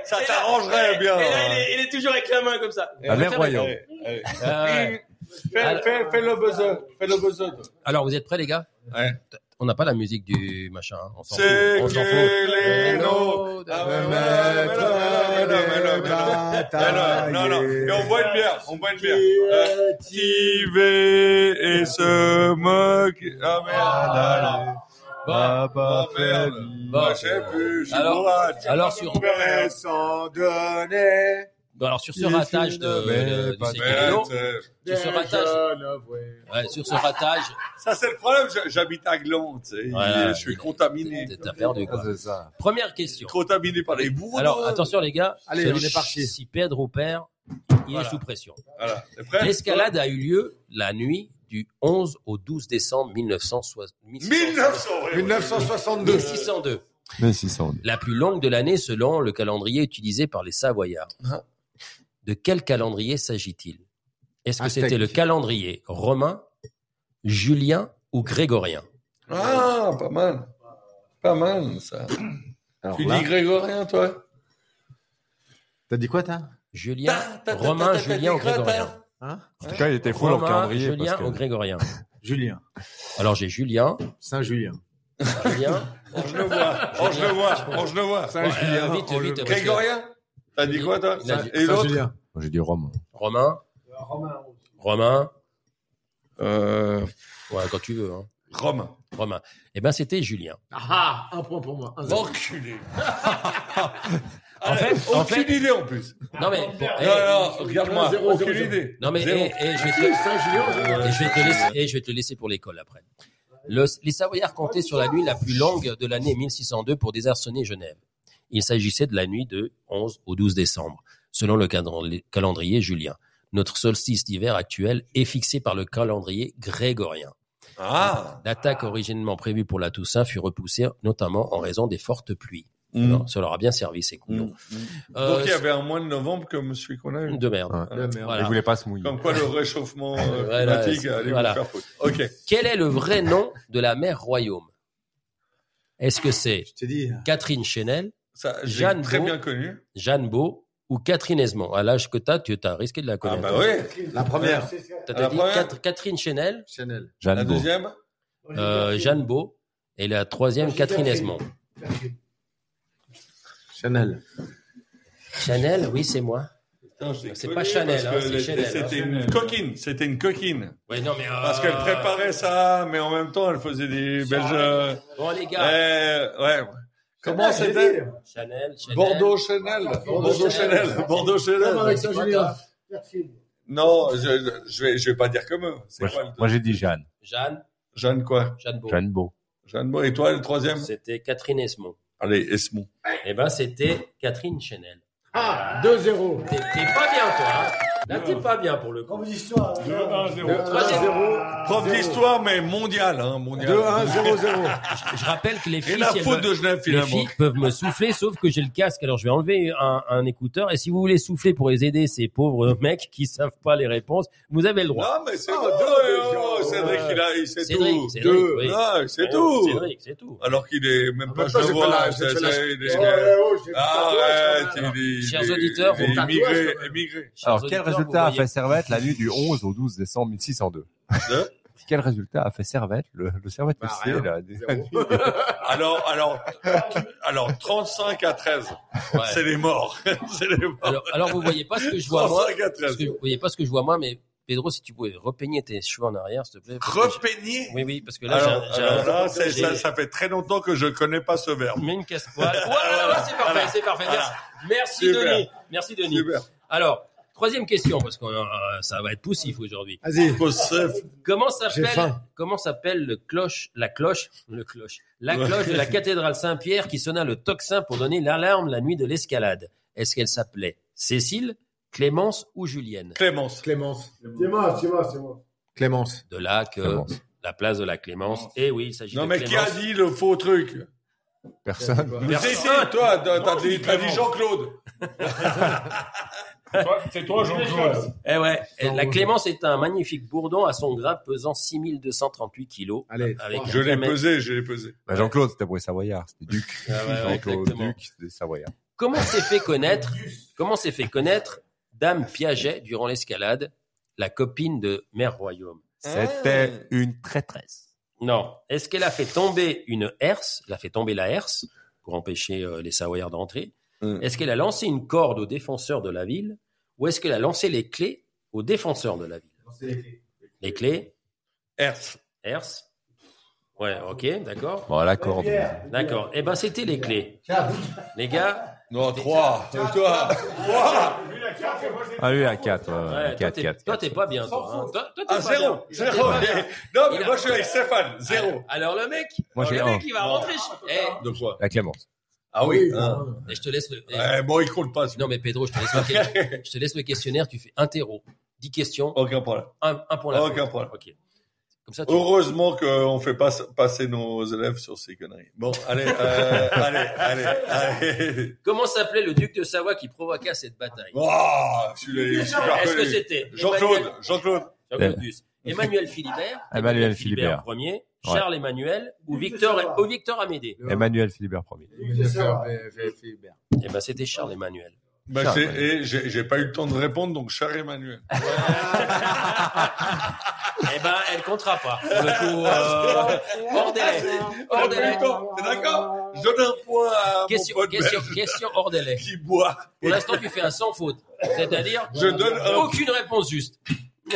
Speaker 5: Ça t'arrangerait bien.
Speaker 2: il est toujours avec la main comme ça.
Speaker 3: La mère royale.
Speaker 5: Allez, allez.
Speaker 2: Alors-
Speaker 5: Fais, fais- fais le buzzer. Fais le buzzer.
Speaker 2: Alors, vous êtes prêts, les gars
Speaker 5: Ouais.
Speaker 2: On n'a pas la musique du machin. hein. On s'en fout.
Speaker 5: C'est
Speaker 2: On s'en fout.
Speaker 5: que les noms- Ah,
Speaker 4: Euh,
Speaker 5: ouais, ouais, ouais, ouais, ouais, ouais, ouais, ouais, ouais, ouais, ouais. Mais non, non, non. Et on boit une bière, on boit une bière. Euh, Activer et se moquer. Ah merde,
Speaker 2: Bon,
Speaker 5: ah merde. Bah, je sais plus, je suis
Speaker 2: Alors-
Speaker 5: bourrage.
Speaker 2: alors sur,
Speaker 4: Sans donner.
Speaker 2: bon, alors sur ce ratage de, de, du Séguélo,
Speaker 5: Merde, euh,
Speaker 2: sur ce ratage,
Speaker 4: euh,
Speaker 2: ouais, sur ce ratage,
Speaker 5: Ça, c'est le problème, je- j'habite à Gland, tu sais. Il-
Speaker 2: Ouais,
Speaker 5: je suis
Speaker 2: il-
Speaker 5: contaminé.
Speaker 2: t'es- t'as perdu quoi.
Speaker 4: C'est ça.
Speaker 2: Première question.
Speaker 5: Contaminé par les bourreaux.
Speaker 2: Alors attention les gars,
Speaker 4: Allez,
Speaker 2: Celui-
Speaker 4: on est parti.
Speaker 2: Si Pedro perd, il
Speaker 5: Voilà.
Speaker 2: est sous pression.
Speaker 5: Voilà. T'es prêt
Speaker 2: L'escalade a eu lieu la nuit du 11 au 12 décembre 1962.
Speaker 5: 1900, ouais, ouais.
Speaker 4: 1962.
Speaker 2: 1602,
Speaker 3: Mais 600.
Speaker 4: Ah.
Speaker 2: la plus longue de l'année selon le calendrier utilisé par les Savoyards. de quel calendrier s'agit-il Est-ce que
Speaker 4: Aztèque.
Speaker 2: c'était le calendrier romain, julien ou grégorien
Speaker 5: Ah, pas mal. Pas mal, ça.
Speaker 4: Alors
Speaker 5: tu
Speaker 4: là,
Speaker 5: dis grégorien, toi
Speaker 4: t'as dit quoi, t'as
Speaker 2: Julien, romain, julien ou grégorien
Speaker 3: En tout cas, il était fou dans le
Speaker 2: Romain,
Speaker 3: calendrier.
Speaker 2: julien
Speaker 3: parce que-
Speaker 2: ou grégorien
Speaker 4: Julien.
Speaker 2: Alors j'ai julien,
Speaker 4: Saint-Julien.
Speaker 2: julien,
Speaker 5: Oh, je le vois. Oh, je le vois. Oh, je le vois.
Speaker 2: Ouais, euh, vite,
Speaker 4: on le-
Speaker 2: vite, parce que-
Speaker 5: Grégorien T'as dit quoi, toi
Speaker 2: Il a dit-
Speaker 5: Et l'autre
Speaker 4: Saint-Julien.
Speaker 3: Moi, J'ai dit Rome.
Speaker 2: *laughs* romain,
Speaker 18: Romain.
Speaker 2: romain,
Speaker 5: euh,
Speaker 2: ouais, quand tu veux, hein.
Speaker 5: Rome.
Speaker 2: romain. Eh ben c'était julien.
Speaker 18: Ah, un point pour moi. Un zéro.
Speaker 5: Enculé.
Speaker 2: En fait,
Speaker 5: Aucune
Speaker 2: en fait,
Speaker 5: idée, en plus.
Speaker 2: non mais, bon, eh,
Speaker 5: non, non, regarde-moi.
Speaker 18: Un zéro,
Speaker 5: Aucune
Speaker 18: zéro,
Speaker 5: idée.
Speaker 2: non mais,
Speaker 5: Zéro. Ah,
Speaker 2: eh, eh, je vais te-
Speaker 18: Saint-Julien.
Speaker 2: Et je vais te laisser, et je vais te laisser pour l'école après. Le- les Savoyards comptaient sur la nuit la plus longue de l'année 1602 pour désarçonner Genève. Il s'agissait de la nuit de 11 au 12 décembre, selon le cadre- calendrier julien. Notre solstice d'hiver actuel est fixé par le calendrier grégorien.
Speaker 5: Ah.
Speaker 2: L'attaque originellement prévue pour la Toussaint fut repoussée, notamment en raison des fortes pluies.
Speaker 5: Mm.
Speaker 2: Alors, ça leur a bien servi, ces couillons. Euh,
Speaker 5: Donc, il y avait un mois de novembre comme celui qu'on a eu. Ah,
Speaker 2: de merde.
Speaker 4: La merde.
Speaker 2: Voilà.
Speaker 3: Il voulait pas se mouiller.
Speaker 5: Comme quoi, le réchauffement euh,
Speaker 2: Voilà,
Speaker 5: climatique,
Speaker 2: c'est-
Speaker 5: allez
Speaker 2: voilà.
Speaker 5: vous faire foutre. OK.
Speaker 2: Quel est le vrai nom de la mère royaume Est-ce que c'est
Speaker 4: Je t'ai dit.
Speaker 2: Catherine Chenel,
Speaker 5: Ça, j'ai
Speaker 2: Jeanne
Speaker 5: très
Speaker 2: Beau.
Speaker 5: bien connu.
Speaker 2: Jeanne Beau ou Catherine Esmond À l'âge que t'as, tu as risqué de la
Speaker 5: Ah,
Speaker 2: connaître. hein.
Speaker 5: bah oui.
Speaker 4: La première.
Speaker 2: T'as-
Speaker 5: La
Speaker 2: T'as dit
Speaker 5: première.
Speaker 2: Cat- Catherine Chenel,
Speaker 4: Chanel.
Speaker 3: Jeanne
Speaker 5: La
Speaker 3: Beau.
Speaker 5: deuxième
Speaker 2: euh, Jeanne Beau et la troisième
Speaker 18: Moi, j'ai
Speaker 2: Catherine
Speaker 18: Catherine.
Speaker 2: Esmond.
Speaker 4: Chanel.
Speaker 2: Chanel, oui, c'est moi. C'est pas Chanel, hein,
Speaker 5: parce que
Speaker 2: c'est
Speaker 5: les-
Speaker 2: Chanel,
Speaker 5: C'était
Speaker 2: hein.
Speaker 5: une coquine. C'était une coquine.
Speaker 2: Ouais, non, mais, euh,
Speaker 5: Parce qu'elle préparait ça, mais en même temps, elle faisait des belges. euh,
Speaker 2: Bon, les gars.
Speaker 5: eh, ouais. Comment c'était
Speaker 2: Chanel, Chanel.
Speaker 5: Bordeaux Chanel. Bordeaux Chanel. Bordeaux Chanel.
Speaker 18: Saint-Julien. Catherine.
Speaker 5: Non, je, je vais, je vais pas dire comme eux. C'est
Speaker 3: Moi,
Speaker 5: quoi le-
Speaker 3: je- moi, j'ai dit Jeanne.
Speaker 2: Jeanne,
Speaker 5: Jeanne quoi
Speaker 2: Jeanne Beau.
Speaker 3: Jeanne Beau.
Speaker 5: Jeanne Beau. Et toi, le troisième
Speaker 2: C'était Catherine Esmond.
Speaker 5: Allez, Esmond.
Speaker 2: Eh ben, c'était Catherine Chanel.
Speaker 18: Ah, 2-0.
Speaker 2: T'es t'es pas bien, toi. hein. Là, t'es pas bien pour le coup. Troisième.
Speaker 9: Ah,
Speaker 18: 2-1-0.
Speaker 5: Prof d'histoire, mais mondial, hein, mondial.
Speaker 4: 2-1-0-0.
Speaker 2: Je rappelle que les filles,
Speaker 5: Et la
Speaker 2: si elles
Speaker 5: faute
Speaker 2: veulent-
Speaker 5: de Genève,
Speaker 2: les
Speaker 5: finalement.
Speaker 2: filles peuvent me souffler, sauf que j'ai le casque, alors je vais enlever un, un écouteur. Et si vous voulez souffler pour les aider, ces pauvres mecs qui savent pas les réponses, vous avez le droit.
Speaker 5: Non, mais c'est
Speaker 18: Ah,
Speaker 5: bon,
Speaker 18: deux,
Speaker 5: ouais,
Speaker 18: deux,
Speaker 5: oh,
Speaker 18: deux.
Speaker 5: Cédric, il a, il sait
Speaker 2: Cédric,
Speaker 5: tout.
Speaker 2: Cédric,
Speaker 5: Deux.
Speaker 2: oui.
Speaker 5: Non, c'est
Speaker 2: Oh,
Speaker 5: tout.
Speaker 2: Cédric, c'est tout. Ah, bah,
Speaker 5: Alors qu'il est même pas
Speaker 4: même temps, j'ai fait la-
Speaker 5: genevois.
Speaker 4: j'ai fait
Speaker 5: c'est-
Speaker 4: la-
Speaker 5: c'est- il est-
Speaker 18: Oh, ouais, oh, j'ai
Speaker 5: Arrête,
Speaker 18: pas de
Speaker 5: il est.
Speaker 2: Ah, Chers
Speaker 5: il est-
Speaker 2: auditeurs,
Speaker 5: il est
Speaker 2: vos
Speaker 5: immigré,
Speaker 18: tatouages,
Speaker 5: immigré.
Speaker 2: Chers
Speaker 3: Alors, quel
Speaker 2: auditeurs, vous
Speaker 3: résultat a
Speaker 2: voyez-
Speaker 3: fait Servette la nuit du 11 au 12 décembre 1602
Speaker 5: Hein
Speaker 3: *laughs* Quel résultat a fait Servette Le, le Servette
Speaker 4: Bah,
Speaker 3: FC,
Speaker 4: rien.
Speaker 3: *laughs* là, des-
Speaker 5: Alors, alors, alors, 35 à 13.
Speaker 2: Ouais.
Speaker 5: C'est les morts. *laughs* C'est les morts.
Speaker 2: Alors, alors, vous voyez pas ce que je vois moi.
Speaker 5: 35 à
Speaker 2: Parce
Speaker 5: 13.
Speaker 2: que vous voyez pas ce que je vois moi, mais Pedro, si tu pouvais repeigner tes cheveux en arrière, s'il te plaît. parce que j'ai-
Speaker 5: Repeigner.
Speaker 2: Oui, oui, parce que là,
Speaker 5: Alors,
Speaker 2: j'ai un-
Speaker 5: alors
Speaker 2: j'ai un-
Speaker 5: là, c'est-
Speaker 2: j'ai-
Speaker 5: ça, ça fait très longtemps que je connais pas ce verbe.
Speaker 2: Mais une casse
Speaker 5: *laughs*
Speaker 2: poêle. Voilà, voilà, c'est parfait, c'est parfait. Merci, Merci,
Speaker 5: Super.
Speaker 2: Denis. Merci, Denis.
Speaker 5: Super.
Speaker 2: Alors, troisième question, parce que euh, ça va être poussif aujourd'hui.
Speaker 4: Vas-y.
Speaker 2: Comment
Speaker 4: J'ai
Speaker 2: s'appelle
Speaker 4: faim.
Speaker 2: comment s'appelle le cloche la cloche le cloche la cloche
Speaker 5: *laughs*
Speaker 2: de la cathédrale Saint-Pierre qui sonna le tocsin pour donner l'alarme la nuit de l'escalade. Est-ce qu'elle s'appelait Cécile, Clémence ou Julienne
Speaker 5: Clémence.
Speaker 4: Clémence.
Speaker 18: C'est moi, c'est moi, c'est moi.
Speaker 4: Clémence.
Speaker 2: De là que
Speaker 3: Clémence.
Speaker 2: la place de la Clémence. Eh oui, il s'agit
Speaker 5: Non,
Speaker 2: de
Speaker 5: mais qui a
Speaker 2: Clémence.
Speaker 5: dit le faux truc?
Speaker 3: Personne.
Speaker 2: *laughs*
Speaker 5: Mais
Speaker 2: Personne.
Speaker 5: c'est si, toi, t'as t'as dit, t'as dit
Speaker 9: Bah. Clémence.
Speaker 5: Jean-Claude.
Speaker 9: *laughs* Toi, C'est toi, Jean-Claude.
Speaker 2: Eh ouais, eh, la Clémence est un magnifique bourdon à son grain pesant 6238 kilos.
Speaker 4: Allez.
Speaker 2: Avec
Speaker 5: Je
Speaker 2: un
Speaker 5: l'ai
Speaker 2: diamètre-
Speaker 5: pesé, je l'ai pesé.
Speaker 3: Bah, Jean-Claude, c'était pour les Savoyards. C'était Duc.
Speaker 2: Ah ouais, ouais,
Speaker 3: Jean-Claude
Speaker 2: exactement.
Speaker 3: Duc des Savoyards.
Speaker 2: Comment s'est fait connaître
Speaker 5: *laughs*
Speaker 2: Comment s'est fait connaître Dame Piaget durant l'escalade, la copine de Mère Royaume Ah.
Speaker 3: C'était une traîtresse.
Speaker 2: Non. Est-ce qu'elle a fait tomber une herse Elle a fait tomber la herse pour empêcher euh, les Savoyards d'entrer.
Speaker 5: Mm.
Speaker 2: Est-ce qu'elle a lancé une corde aux défenseurs de la ville ou est-ce qu'elle a lancé les clés aux défenseurs de la ville Les clés,
Speaker 5: Hertz.
Speaker 2: herse. Ouais, ok, d'accord.
Speaker 3: Bon, à la corde.
Speaker 2: D'accord. Eh ben, c'était les clés. Les gars,
Speaker 5: Non, trois. Toi, trois.
Speaker 3: Ah oui, à 4.
Speaker 2: ouais, toi,
Speaker 3: 4,
Speaker 2: t'es-
Speaker 3: 4.
Speaker 2: toi, t'es pas bien, toi. hein. Toi, toi, t'es
Speaker 5: Ah,
Speaker 2: pas bien.
Speaker 5: zéro.
Speaker 2: Toi, t'es
Speaker 5: Zéro.
Speaker 2: pas bien.
Speaker 5: Non, mais
Speaker 2: Il a- Ah,
Speaker 5: moi, je suis avec Stéphane. Zéro.
Speaker 2: Alors le mec,
Speaker 3: Moi, j'ai
Speaker 2: le
Speaker 3: un.
Speaker 2: mec il va rentrer. Eh,
Speaker 5: De quoi?
Speaker 3: La Clémence.
Speaker 5: Ah oui. hein.
Speaker 2: et je te laisse le. eh,
Speaker 5: Eh, bon, il compte pas. celui-là.
Speaker 2: Non mais Pedro, je te laisse
Speaker 5: *laughs*
Speaker 2: le, je te laisse le questionnaire. Tu fais interro, 10 questions,
Speaker 5: Aucun problème.
Speaker 2: un, un point la
Speaker 5: Aucun Oh.
Speaker 2: faute.
Speaker 5: problème.
Speaker 2: Ok. Comme ça, tu-
Speaker 5: Heureusement qu'on fait pas passer nos élèves sur ces conneries. Bon, allez,
Speaker 2: *laughs*
Speaker 5: euh, allez, allez, allez.
Speaker 2: Comment s'appelait le duc de Savoie qui provoqua cette bataille
Speaker 5: Oh, celui-là, il est super
Speaker 2: Est-ce que
Speaker 5: connu.
Speaker 2: c'était
Speaker 5: Jean-Claude, Euh. Jean-Claude.
Speaker 2: Emmanuel, Jean-Claude Duss, Emmanuel Philibert,
Speaker 5: *laughs*
Speaker 3: Emmanuel Philibert.
Speaker 2: premier,
Speaker 3: Ouais.
Speaker 2: Charles Emmanuel ou
Speaker 20: Duc de
Speaker 2: Victor,
Speaker 20: Savoie.
Speaker 2: ou Victor Amédée
Speaker 3: Emmanuel Philibert premier.
Speaker 2: Eh ben c'était Charles Emmanuel.
Speaker 5: Bah,
Speaker 3: Charles,
Speaker 5: j'ai-
Speaker 3: ouais.
Speaker 5: et j'ai j'ai pas eu le temps de répondre, donc Charles Emmanuel.
Speaker 2: eh ben elle comptera pas. Pour le coup, euh, hors délai. Hors délai.
Speaker 5: Ah, T'es d'accord Je donne un point à
Speaker 2: Question,
Speaker 5: mon pote
Speaker 2: question,
Speaker 5: belge
Speaker 2: question hors délai.
Speaker 5: qui boit.
Speaker 2: Pour l'instant, tu fais un sans faute. C'est-à-dire,
Speaker 5: *laughs* Je donne un-
Speaker 2: aucune réponse juste. *laughs*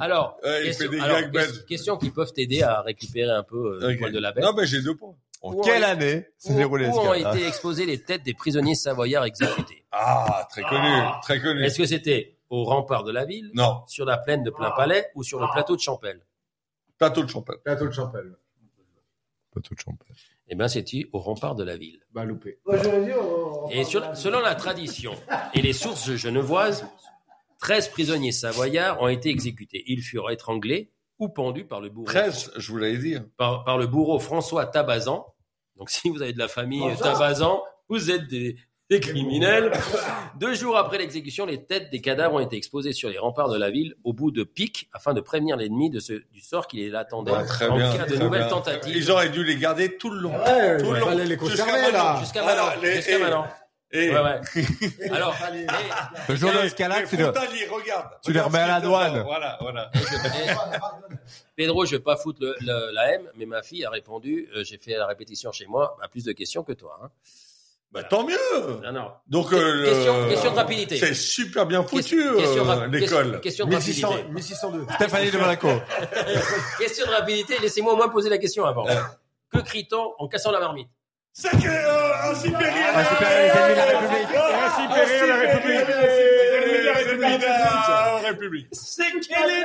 Speaker 2: alors,
Speaker 5: Ouais, Euh, il
Speaker 2: question-
Speaker 5: fait des
Speaker 2: alors,
Speaker 5: gags bah,
Speaker 2: ques-
Speaker 5: belges.
Speaker 2: questions qui peuvent t'aider à récupérer un peu euh, le
Speaker 5: Ok.
Speaker 2: poil de la bête.
Speaker 5: Non, mais Ah ben, j'ai deux points.
Speaker 3: En
Speaker 2: Où
Speaker 3: quelle
Speaker 2: on-
Speaker 3: année
Speaker 2: Où,
Speaker 3: s'est déroulé
Speaker 2: où
Speaker 3: ce
Speaker 2: ont
Speaker 3: gars
Speaker 2: été exposées les têtes des prisonniers savoyards exécutés
Speaker 5: Ah, très connu, très connu.
Speaker 2: Est-ce que c'était au rempart de la ville,
Speaker 5: Non,
Speaker 2: sur la plaine de Plein Palais ou sur le plateau de Champel
Speaker 5: plateau de champagne.
Speaker 8: Plateau de Champel.
Speaker 3: Pas tout de champagne.
Speaker 2: Eh bien, c'était au rempart de la ville.
Speaker 8: Bah, loupé.
Speaker 20: Moi, j'aurais dit, on- on-
Speaker 2: Et sur- selon la tradition et les sources genevoises, 13 prisonniers savoyards ont été exécutés. Ils furent étranglés ou pendus par le bourreau,
Speaker 5: 13, je vous l'avais dit.
Speaker 2: par, par le bourreau François Tabazan. Donc si vous avez de la famille euh, Tabazan, vous êtes des, des criminels. Deux jours après l'exécution, les têtes des cadavres ont été exposées sur les remparts de la ville au bout de piques afin de prévenir l'ennemi de ce, du sort qui les attendait
Speaker 5: Ah, très
Speaker 2: en
Speaker 5: bien.
Speaker 2: cas de
Speaker 5: très
Speaker 2: nouvelles
Speaker 5: bien.
Speaker 2: tentatives.
Speaker 5: Ils auraient dû les garder tout le long.
Speaker 8: Ouais,
Speaker 5: Tout
Speaker 8: il
Speaker 5: le long.
Speaker 8: fallait les
Speaker 5: Jusqu'à
Speaker 8: conserver, là.
Speaker 2: Jusqu'à
Speaker 5: Voilà,
Speaker 2: maintenant.
Speaker 5: Ah, les-
Speaker 2: Jusqu'à
Speaker 5: et-
Speaker 2: maintenant.
Speaker 5: Et,
Speaker 2: Ouais, ouais.
Speaker 5: *laughs*
Speaker 2: Alors, et-
Speaker 3: Le jour de l'escalade, tu le-
Speaker 5: regarde.
Speaker 3: tu les
Speaker 5: Regarde
Speaker 3: remets à
Speaker 5: ce
Speaker 3: la
Speaker 5: qu'il te donne.
Speaker 3: douane.
Speaker 5: Voilà, voilà.
Speaker 2: Et- Pedro, je vais pas foutre le- le- la M, mais ma fille a répondu, euh, j'ai fait la répétition chez moi, à plus de questions que toi. hein.
Speaker 5: Bah, tant mieux.
Speaker 2: Non, non.
Speaker 5: Donc,
Speaker 2: Que-
Speaker 5: euh,
Speaker 2: question-
Speaker 5: le-
Speaker 2: question de rapidité.
Speaker 5: C'est super bien foutu,
Speaker 2: Question- question
Speaker 5: euh,
Speaker 2: rap-
Speaker 5: l'école.
Speaker 2: Question, question de
Speaker 8: 1600,
Speaker 2: rapidité.
Speaker 8: 1602.
Speaker 3: Stéphanie de Monaco.
Speaker 2: Question de rapidité, laissez-moi au moins poser la question avant. Que crie-t-on en cassant la marmite
Speaker 5: C'est que, euh, ainsi périr
Speaker 3: Ainsi périr les ennemis de la République.
Speaker 5: Ainsi périr la République. Ainsi périr les ennemis de la Ah, République.
Speaker 2: C'est quel est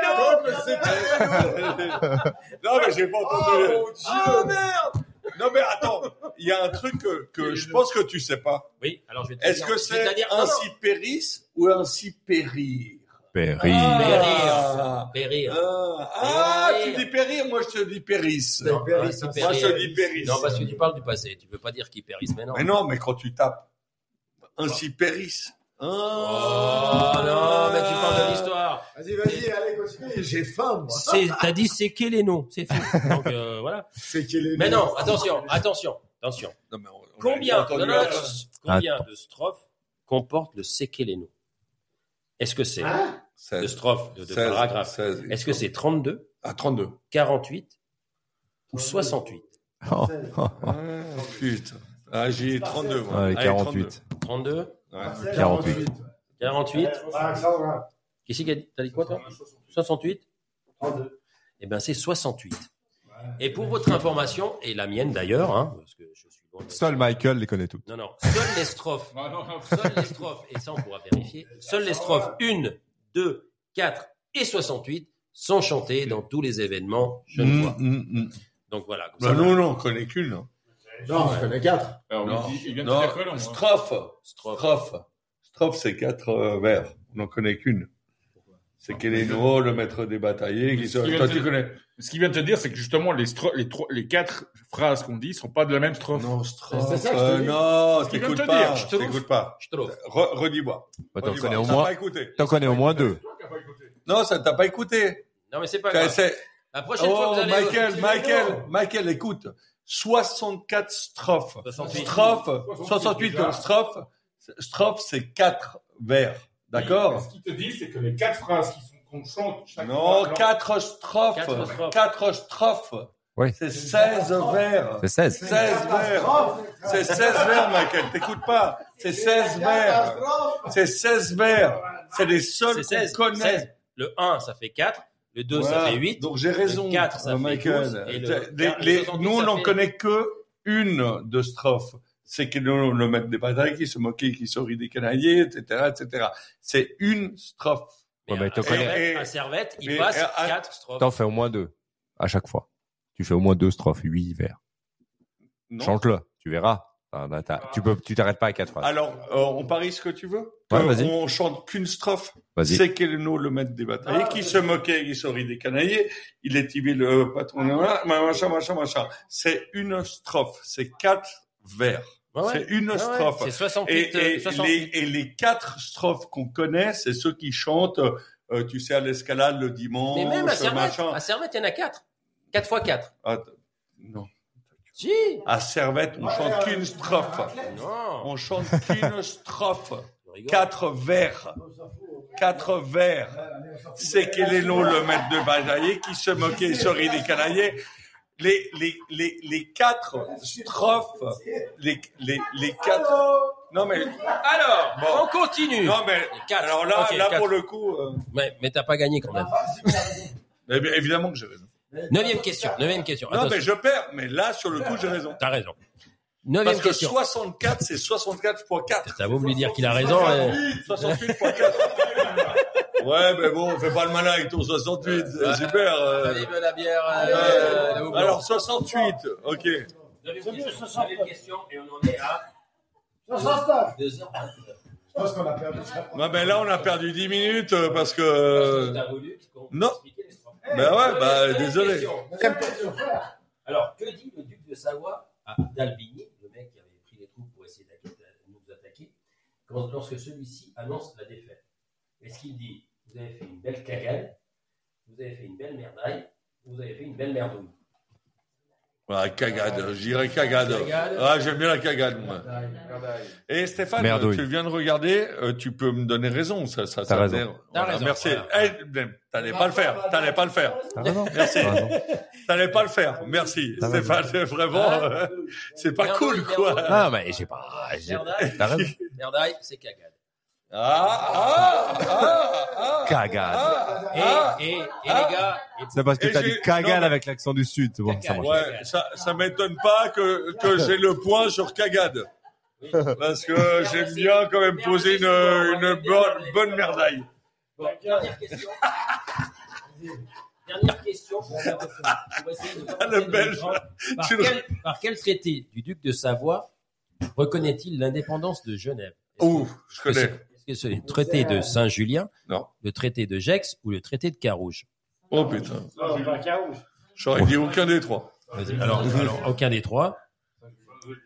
Speaker 5: Non, mais j'ai pas entendu. Ah, merde Non, mais attends, il y a un truc que, que je pense que tu sais pas.
Speaker 2: Oui, alors je vais te
Speaker 5: Est-ce
Speaker 2: dire-
Speaker 5: que
Speaker 2: je vais te
Speaker 5: c'est
Speaker 2: dire- non, non.
Speaker 5: ainsi périsse ou ainsi périr
Speaker 3: Péri.
Speaker 5: Ah.
Speaker 2: Périr.
Speaker 5: Ah, ah,
Speaker 2: Périr.
Speaker 5: tu dis périr, moi je te dis périsse.
Speaker 8: Non,
Speaker 2: Ah,
Speaker 8: Péris,
Speaker 2: c'est
Speaker 8: hein,
Speaker 5: Moi je
Speaker 2: périr.
Speaker 5: te dis périsse.
Speaker 2: Non, parce que tu parles du passé, tu peux pas dire qu'ils périssent maintenant.
Speaker 5: Mais non, mais quand tu tapes ainsi périsse. Ah.
Speaker 2: Oh non, mais tu parles de l'histoire.
Speaker 8: Vas-y, vas-y, allez, continue. J'ai faim, moi.
Speaker 2: C'est- T'as dit c'est quel les noms, c'est tout. Donc euh, voilà.
Speaker 8: C'est qu'il est.
Speaker 2: Mais non, attention, attention, attention.
Speaker 5: Non, mais on- on a
Speaker 2: Combien,
Speaker 5: entendu
Speaker 2: non, non,
Speaker 5: la-
Speaker 2: attends, combien de strophes comporte le séqueléno Est-ce que
Speaker 8: Ah.
Speaker 2: c'est de
Speaker 5: Seize.
Speaker 2: strophes, de, de
Speaker 5: Seize.
Speaker 2: paragraphes
Speaker 5: Seize. Ah,
Speaker 2: Est-ce que c'est 32,
Speaker 5: À 32.
Speaker 2: 48 ou 68
Speaker 3: *laughs*
Speaker 5: Ah, putain. Ah, j'ai 32, moi.
Speaker 3: Ouais,
Speaker 5: Allez,
Speaker 3: 48.
Speaker 2: 32,
Speaker 5: 32. Ouais.
Speaker 3: 48.
Speaker 2: 48
Speaker 20: Alexandre,
Speaker 2: Qu'est-ce qu'il a dit T'as dit quoi, toi 68 Eh bien, c'est 68. Et pour votre information, et la mienne d'ailleurs, hein, parce que je suis loin de-
Speaker 3: Seul Michael les connaît toutes.
Speaker 2: Non, non, seules les strophes
Speaker 4: Ah, non, non.
Speaker 2: Seules les strophes, et ça on pourra vérifier, seules les strophes 1, 2, 4 et 68 sont chantées dans tous les événements genevois. Donc voilà. comme
Speaker 5: Mm, Bah,
Speaker 2: ça,
Speaker 5: non, non, on connaît qu'une. hein.
Speaker 8: Non, je connais quatre.
Speaker 4: Alors,
Speaker 5: Non.
Speaker 4: il dit- il vient de
Speaker 5: Non,
Speaker 4: faire colon, hein.
Speaker 5: strophe.
Speaker 2: strophe.
Speaker 5: Strophe. Strophe, c'est quatre euh, vers. On n'en connaît qu'une. C'est Kéléno, le maître des bataillés, qui se...
Speaker 4: Il vient
Speaker 5: Toi,
Speaker 4: de-
Speaker 5: tu connais.
Speaker 4: Ce qu'il vient de te dire, c'est que justement, les, stro- les, trois- les quatre phrases qu'on dit sont pas de la même strophe.
Speaker 5: Non,
Speaker 20: C'est
Speaker 5: strophe.
Speaker 20: ça que je te
Speaker 5: euh,
Speaker 20: dis.
Speaker 4: qu'il
Speaker 5: non,
Speaker 4: vient de
Speaker 5: t'écoutes
Speaker 4: te
Speaker 5: pas.
Speaker 4: dire, je te
Speaker 5: T'écoutes pas.
Speaker 2: Strophe.
Speaker 5: Re- Redis-moi.
Speaker 3: Bah, T'en
Speaker 5: Redis-moi.
Speaker 3: connais au
Speaker 5: T'as
Speaker 3: moins,
Speaker 5: pas écouté.
Speaker 3: t'en connais au moins deux.
Speaker 5: Non, ça t'a pas écouté.
Speaker 2: Non mais c'est pas
Speaker 5: T'as-
Speaker 2: grave.
Speaker 5: c'est-
Speaker 2: La prochaine fois
Speaker 5: Oh,
Speaker 2: que vous allez...
Speaker 5: Michael, Michael, Michael, écoute. 64 strophes.
Speaker 2: 68.
Speaker 5: Strophe, 68
Speaker 4: déjà.
Speaker 5: strophes. Strophe, c'est quatre vers. D'accord?
Speaker 4: Ce qu'il te dit, c'est que les quatre phrases qui sont- qu'on chante chaque
Speaker 5: Non,
Speaker 4: fois-
Speaker 5: quatre strophes.
Speaker 2: Quatre strophes.
Speaker 5: Quatre strophes.
Speaker 3: Oui.
Speaker 5: C'est 16 vers.
Speaker 3: C'est 16.
Speaker 5: 16 vers. C'est 16 vers, Michael. T'écoutes pas. C'est 16 vers. C'est 16 vers. C'est les seuls
Speaker 2: C'est 16,
Speaker 5: qu'on connaît.
Speaker 2: 16. Le 1 ça fait 4, le 2 ça
Speaker 5: Voilà.
Speaker 2: fait 8.
Speaker 5: Donc j'ai raison.
Speaker 2: Le quatre, ça
Speaker 5: euh,
Speaker 2: fait
Speaker 5: Michael.
Speaker 2: douze, et le
Speaker 5: Les-
Speaker 2: quatre,
Speaker 5: les-
Speaker 2: le soixante-dix,
Speaker 5: nous, on
Speaker 2: ça
Speaker 5: n'en
Speaker 2: fait-
Speaker 5: connaît que une de strophes. C'est que nous, le maître des batailles qui se moquait, qui sourit des Canadiens, etc., etc. C'est une strophe.
Speaker 2: Mais
Speaker 3: Ouais, mais
Speaker 2: un,
Speaker 3: t'en connais-
Speaker 2: servette, un servette, il
Speaker 5: Mais,
Speaker 2: passe
Speaker 5: euh, à-
Speaker 2: 4 strophes.
Speaker 3: T'en fais au moins deux. À chaque fois. Tu fais au moins deux strophes, huit vers.
Speaker 5: Non.
Speaker 3: Chante-le. Tu verras. Ah, là, t'as- tu peux, tu t'arrêtes pas à quatre phrases.
Speaker 5: Alors, euh, on parie ce que tu veux
Speaker 3: Ouais,
Speaker 5: Que
Speaker 3: vas-y.
Speaker 5: On chante qu'une strophe.
Speaker 3: Vas-y.
Speaker 5: C'est Kelno, le maître des
Speaker 2: Ah,
Speaker 5: bataillés, qui se moquait, qui sourit des canaillés. Il est tibé le
Speaker 2: Ah,
Speaker 5: patron, voilà, machin, machin, machin. C'est une strophe. C'est quatre vers.
Speaker 2: Ah Ouais, ouais.
Speaker 5: C'est une
Speaker 2: Ouais, ouais.
Speaker 5: strophe.
Speaker 2: C'est 68.
Speaker 5: Et,
Speaker 2: euh,
Speaker 5: et
Speaker 2: 68.
Speaker 5: les, et les quatre strophes qu'on connaît, c'est ceux qui chantent, euh, tu sais, à l'escalade le dimanche,
Speaker 2: Mais même à Servette,
Speaker 5: machin.
Speaker 2: à Servette, il y en a 4. 4 fois 4.
Speaker 5: Ah, non.
Speaker 2: Si
Speaker 5: À Servette, on chante qu'une strophe.
Speaker 2: Non
Speaker 5: On chante
Speaker 2: *laughs*
Speaker 5: qu'une strophe.
Speaker 2: je rigole.
Speaker 5: Quatre vers. Quatre vers. C'est quel est l'eau, le maître de bataillé, qui se moquait, sourit des canaillés. Les, les, les, les quatre strophes, les, les, les quatre. Non, mais,
Speaker 2: Alors,
Speaker 5: Bon.
Speaker 2: on continue *laughs*
Speaker 5: non, mais,
Speaker 2: Quatre.
Speaker 5: alors là,
Speaker 2: Ok,
Speaker 5: là,
Speaker 2: quatre.
Speaker 5: pour le coup, euh,
Speaker 2: Mais, mais t'as pas gagné quand même.
Speaker 5: eh bien, évidemment que j'ai raison.
Speaker 2: Neuvième question, neuvième question.
Speaker 5: Non,
Speaker 2: Attention,
Speaker 5: mais je perds, mais là, sur le coup, j'ai raison.
Speaker 2: t'as raison.
Speaker 5: Parce
Speaker 2: Neuvième
Speaker 5: que
Speaker 2: question.
Speaker 5: 64, c'est 64.4.
Speaker 2: T'as beau me lui dire qu'il a raison. euh,
Speaker 5: 68.4.
Speaker 2: *laughs*
Speaker 5: Ouais, mais bon, fais pas le malin avec ton 68, c'est super. euh.
Speaker 2: Allez, veux la bière. euh,
Speaker 5: Euh,
Speaker 2: la boucle.
Speaker 5: alors 68, ok.
Speaker 2: neuvième question, neuvième question, et on en est à deux heures.
Speaker 18: Je pense qu'on a perdu ça.
Speaker 5: Ouais, mais là on a perdu 10 minutes euh, parce que. euh,
Speaker 2: T'as voulu qu'on
Speaker 5: Non.
Speaker 2: explique les trois.
Speaker 5: Ben ouais, bah
Speaker 2: Neuvième
Speaker 5: désolé.
Speaker 2: Eh, question. Alors, que dit le duc de Savoie à D'Albini, le mec qui avait pris les troupes pour essayer d'attaquer- euh, de nous attaquer, quand, lorsque celui-ci annonce la défaite Est-ce qu'il dit Vous avez fait une belle cagade, vous avez fait une belle merdaille, vous avez fait une belle merdouille
Speaker 5: Ouais, cagade, j'irai cagade.
Speaker 2: Cagade.
Speaker 5: Ah, j'aime bien la cagade, moi. Et Stéphane,
Speaker 3: Merdouille.
Speaker 5: tu viens de regarder, euh, tu peux me donner raison, ça, ça,
Speaker 3: T'as
Speaker 5: ça
Speaker 3: raison.
Speaker 5: m'énerve.
Speaker 2: T'as
Speaker 5: Voilà,
Speaker 2: raison,
Speaker 5: Merci.
Speaker 2: voilà.
Speaker 5: Eh, ben, T'allais pas le faire, t'allais pas le faire.
Speaker 3: T'as raison.
Speaker 5: Merci.
Speaker 3: T'as raison.
Speaker 5: T'allais pas le faire. Merci.
Speaker 3: T'as raison.
Speaker 5: Stéphane, *laughs* c'est vraiment,
Speaker 2: Hein
Speaker 5: euh, c'est pas cool, quoi.
Speaker 3: Ah, mais j'ai pas. j'ai-
Speaker 2: Merdaille,
Speaker 3: T'as raison.
Speaker 2: merdaille, c'est cagade.
Speaker 5: Ah, ah, ah, ah,
Speaker 3: Cagade.
Speaker 5: ah,
Speaker 2: Et,
Speaker 5: ah.
Speaker 2: et, et les gars, et-
Speaker 3: C'est parce que
Speaker 5: Et
Speaker 3: t'as
Speaker 5: j'ai-
Speaker 3: dit cagade
Speaker 5: non, mais-
Speaker 3: avec l'accent du sud. C'est Bon, ça
Speaker 2: Cagade.
Speaker 3: marche.
Speaker 5: Ouais, ça, ça m'étonne pas que, que j'ai le point sur Cagade. Parce que j'aime bien quand même poser une, une bonne, bonne merdaille.
Speaker 2: Bon, dernière *laughs* question. dernière question. pour faire autre chose. On va essayer de faire
Speaker 5: Ah, Le
Speaker 2: passer les
Speaker 5: Belge.
Speaker 2: gens. Par
Speaker 5: Tu le-
Speaker 2: quel, par quel traité du duc de Savoie reconnaît-il l'indépendance de Genève Est-ce
Speaker 5: Ouh, je
Speaker 2: que- est-ce
Speaker 5: connais.
Speaker 2: que c'est- Est-ce que c'est le traité de Saint-Julien,
Speaker 5: Non.
Speaker 2: le traité de Gex ou le traité de Carouge
Speaker 5: Oh putain.
Speaker 18: Non, c'est pas un carouge.
Speaker 5: J'aurais dit aucun des trois.
Speaker 2: Vas-y, alors, alors, aucun des trois.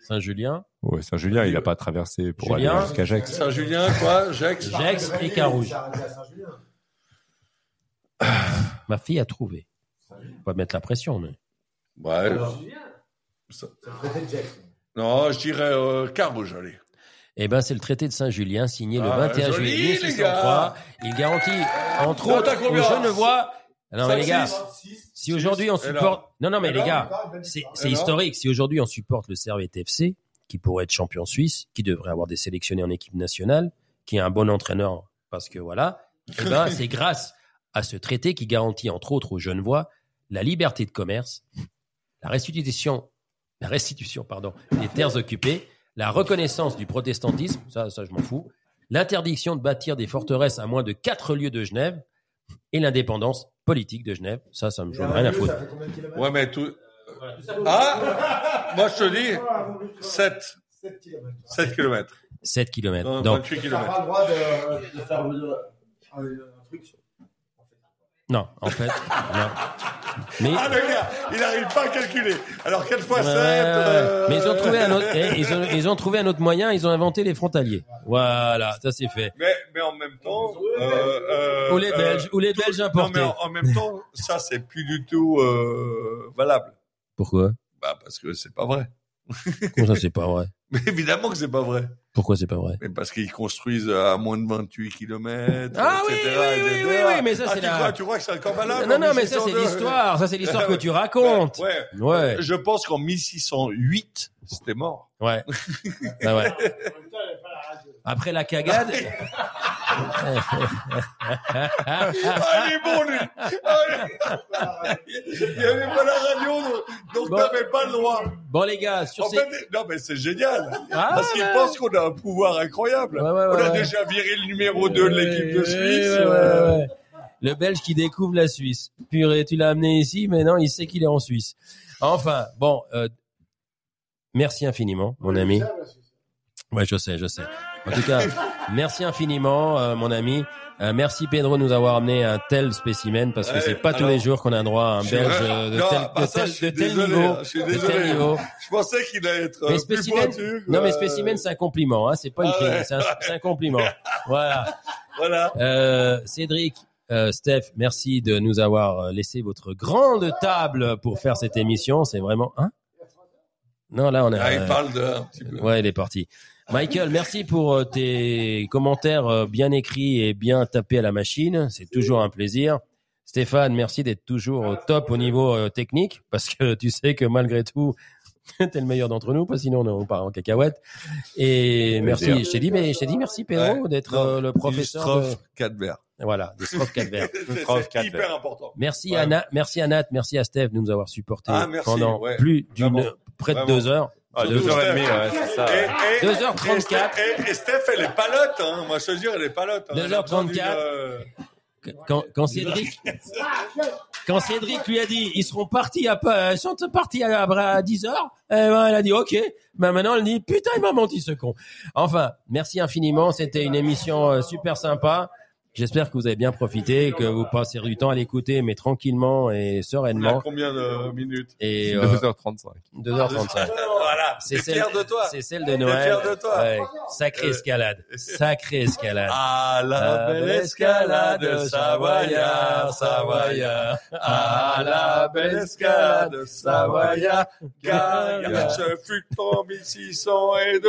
Speaker 2: Saint-Julien,
Speaker 3: Ouais, Saint-Julien, il a pas traversé pour
Speaker 2: Julien.
Speaker 3: aller jusqu'à Gex.
Speaker 5: Saint-Julien, quoi, Jacques
Speaker 2: Gex et Carouge. Ma fille a trouvé. On va mettre la pression, mais.
Speaker 5: Ouais. Ça- Non, je dirais euh, Carouge, allez.
Speaker 2: Eh ben, c'est le traité de Saint-Julien, signé le
Speaker 5: Ah,
Speaker 2: 21
Speaker 5: joli,
Speaker 2: juillet
Speaker 5: les
Speaker 2: 1603. Il garantit, entre
Speaker 5: Non, t'as
Speaker 2: autres, aux
Speaker 5: combien
Speaker 2: Genevois. Non, mais les gars, si aujourd'hui on
Speaker 5: six, et
Speaker 2: supporte, non, non, mais
Speaker 5: Et
Speaker 2: les
Speaker 5: là
Speaker 2: gars, c'est c'est
Speaker 5: Alors
Speaker 2: historique. Si aujourd'hui on supporte le Servette FC, qui pourrait être champion suisse, qui devrait avoir des sélectionnés en équipe nationale, qui est un bon entraîneur, parce que voilà, eh
Speaker 5: *laughs*
Speaker 2: ben, c'est grâce à ce traité qui garantit entre autres aux Genevois la liberté de commerce, la restitution, la restitution pardon, des terres occupées, la reconnaissance du protestantisme, ça, ça je m'en fous, l'interdiction de bâtir des forteresses à moins de quatre lieues de Genève et l'indépendance politique de Genève, ça, ça me joue rien à foutre.
Speaker 5: Ouais, mais tout. Ah Moi, je te dis 7.
Speaker 18: 7 km.
Speaker 5: 7 km.
Speaker 2: 7 km.
Speaker 5: Non,
Speaker 2: Non,
Speaker 5: 28
Speaker 18: T'as pas
Speaker 5: km.
Speaker 18: le droit de, de faire euh, un, un truc.
Speaker 2: non, en fait, non. Mais,
Speaker 5: Ah, le gars, il n'arrive pas à calculer. Alors, quelle fois
Speaker 2: Ouais,
Speaker 5: 7
Speaker 2: ouais, ouais. mais ils
Speaker 5: euh,
Speaker 2: ont trouvé un autre, eh, ils ont, ils ont trouvé un autre moyen, ils ont inventé les frontaliers. Voilà, ça c'est fait.
Speaker 5: Mais, mais en même temps. euh, euh,
Speaker 2: Ou les
Speaker 5: euh,
Speaker 2: Belges, ou les
Speaker 5: tout-
Speaker 2: Belges
Speaker 5: Non,
Speaker 2: importés.
Speaker 5: mais en, en même temps, ça, c'est plus du tout euh, valable.
Speaker 2: Pourquoi
Speaker 5: Bah, parce que c'est pas vrai.
Speaker 2: *laughs* Comment ça c'est pas vrai
Speaker 5: *laughs* Mais évidemment que c'est pas vrai.
Speaker 2: Pourquoi c'est pas vrai
Speaker 5: Mais parce qu'ils construisent à moins de 28 km.
Speaker 2: Ah oui, oui, oui, oui, oui, mais ça, c'est
Speaker 5: Ah, tu
Speaker 2: la-
Speaker 5: crois, tu crois que c'est encore valable
Speaker 2: Non,
Speaker 5: en
Speaker 2: non, mais ça c'est
Speaker 5: 1602?
Speaker 2: l'histoire, ça c'est l'histoire que tu
Speaker 5: *laughs* Ouais,
Speaker 2: racontes.
Speaker 5: ouais.
Speaker 2: Ouais,
Speaker 5: Je pense qu'en 1608, c'était mort.
Speaker 2: *laughs* ouais. Ah ouais. Après la cagade. *laughs*
Speaker 5: Ah, il est bon, lui Ah, Il il y avait pas la radio, donc- donc
Speaker 2: Bon.
Speaker 5: t'avais pas le droit.
Speaker 2: Bon les gars, sur
Speaker 5: En
Speaker 2: ces.
Speaker 5: fait, non, mais c'est génial.
Speaker 2: Ah,
Speaker 5: Parce qu'ils
Speaker 2: ouais.
Speaker 5: pensent qu'on a un pouvoir incroyable.
Speaker 2: Ouais, ouais, ouais,
Speaker 5: On a
Speaker 2: ouais.
Speaker 5: déjà viré le numéro 2 de l'équipe de
Speaker 2: Ouais,
Speaker 5: Suisse.
Speaker 2: ouais, ouais, ouais. Le Belge qui découvre la Suisse. Purée, tu l'as amené ici, mais non, il sait qu'il est en Suisse. Enfin, bon, euh, Merci infiniment, mon ami. Ouais, je sais, je sais. En tout cas, merci infiniment, euh, mon ami. Euh, merci Pedro de nous avoir amené un tel spécimen parce que
Speaker 5: Ouais,
Speaker 2: c'est pas tous
Speaker 5: alors-
Speaker 2: les jours qu'on a droit à un
Speaker 5: Je suis
Speaker 2: belge
Speaker 5: vrai-
Speaker 2: euh, de
Speaker 5: Non,
Speaker 2: tel,
Speaker 5: bah
Speaker 2: de
Speaker 5: ça,
Speaker 2: tel-
Speaker 5: je suis
Speaker 2: de tel
Speaker 5: désolé, hein,
Speaker 2: niveau,
Speaker 5: je suis
Speaker 2: de
Speaker 5: désolé.
Speaker 2: tel niveau.
Speaker 5: Je pensais qu'il allait être
Speaker 2: Mais
Speaker 5: euh, plus
Speaker 2: spécimen-
Speaker 5: pointu.
Speaker 2: Non mais
Speaker 5: euh,
Speaker 2: spécimen c'est un compliment, hein, c'est pas une
Speaker 5: Ah
Speaker 2: critique,
Speaker 5: ouais.
Speaker 2: c'est un, c'est un compliment.
Speaker 5: *laughs*
Speaker 2: voilà.
Speaker 5: Voilà.
Speaker 2: Euh, Cédric, euh, Steph, merci de nous avoir euh, laissé votre grande table pour faire cette émission. C'est vraiment hein Non, là on a.
Speaker 5: Ah, il parle de un petit peu.
Speaker 2: Ouais, il est parti. Michael, merci pour euh, tes commentaires euh, bien écrits et bien tapés à la machine. C'est toujours un plaisir. Stéphane, merci d'être toujours au top au niveau euh, technique, parce que tu sais que malgré tout, *laughs* t'es le meilleur d'entre nous, parce que sinon on part en cacahuète. Et merci,
Speaker 3: Plaisir.
Speaker 2: je t'ai dit, mais je t'ai dit merci Pedro
Speaker 5: Ouais,
Speaker 2: d'être
Speaker 5: non,
Speaker 2: euh, le professeur.
Speaker 5: Du Stroff Cadmer.
Speaker 2: de- Voilà, de Stroff
Speaker 5: *laughs*
Speaker 2: Calvert.
Speaker 5: C'est
Speaker 3: Stroff
Speaker 5: c'est hyper
Speaker 3: Cadmer.
Speaker 5: important.
Speaker 2: Merci
Speaker 5: Ouais.
Speaker 2: à Nat, merci à Nat, merci à Steph de nous avoir supportés
Speaker 5: Ah, merci,
Speaker 2: pendant
Speaker 5: ouais.
Speaker 2: plus d'une,
Speaker 5: Vraiment.
Speaker 2: près de
Speaker 5: Vraiment.
Speaker 2: deux heures.
Speaker 3: Ah,
Speaker 2: Deux
Speaker 3: deux heures et demie, ouais, c'est ça. ouais.
Speaker 5: Et, et,
Speaker 2: 2h34.
Speaker 5: Et, Steph- et- et Steph, elle est palote, hein. Moi, je te jure, elle est palote. Hein.
Speaker 2: 2h34.
Speaker 5: euh,
Speaker 2: quand, quand Cédric, quand Cédric lui a dit, ils seront partis à, pa- ils sont partis à, à 10 heures, eh ben, elle a dit, ok. Ben, maintenant, elle dit, putain, il m'a menti, ce con. Enfin, merci infiniment. C'était une émission euh, super sympa. J'espère que vous avez bien profité, que vous passez du temps à l'écouter, mais tranquillement et
Speaker 5: On a
Speaker 2: sereinement.
Speaker 5: combien de minutes *laughs*
Speaker 2: Et, euh,
Speaker 3: 2h35.
Speaker 2: 2h35.
Speaker 5: Voilà.
Speaker 2: C'est
Speaker 5: C'est
Speaker 2: celle-
Speaker 5: fier de toi.
Speaker 2: C'est celle de
Speaker 5: T'es
Speaker 2: Noël.
Speaker 5: fier de toi. Euh,
Speaker 2: Ouais. Sacrée escalade. Sacrée escalade.
Speaker 5: Ah, la belle escalade, Savoyard, Savoyard. Ah, la belle escalade, Savoyard, gagne. Ce fut en 1602.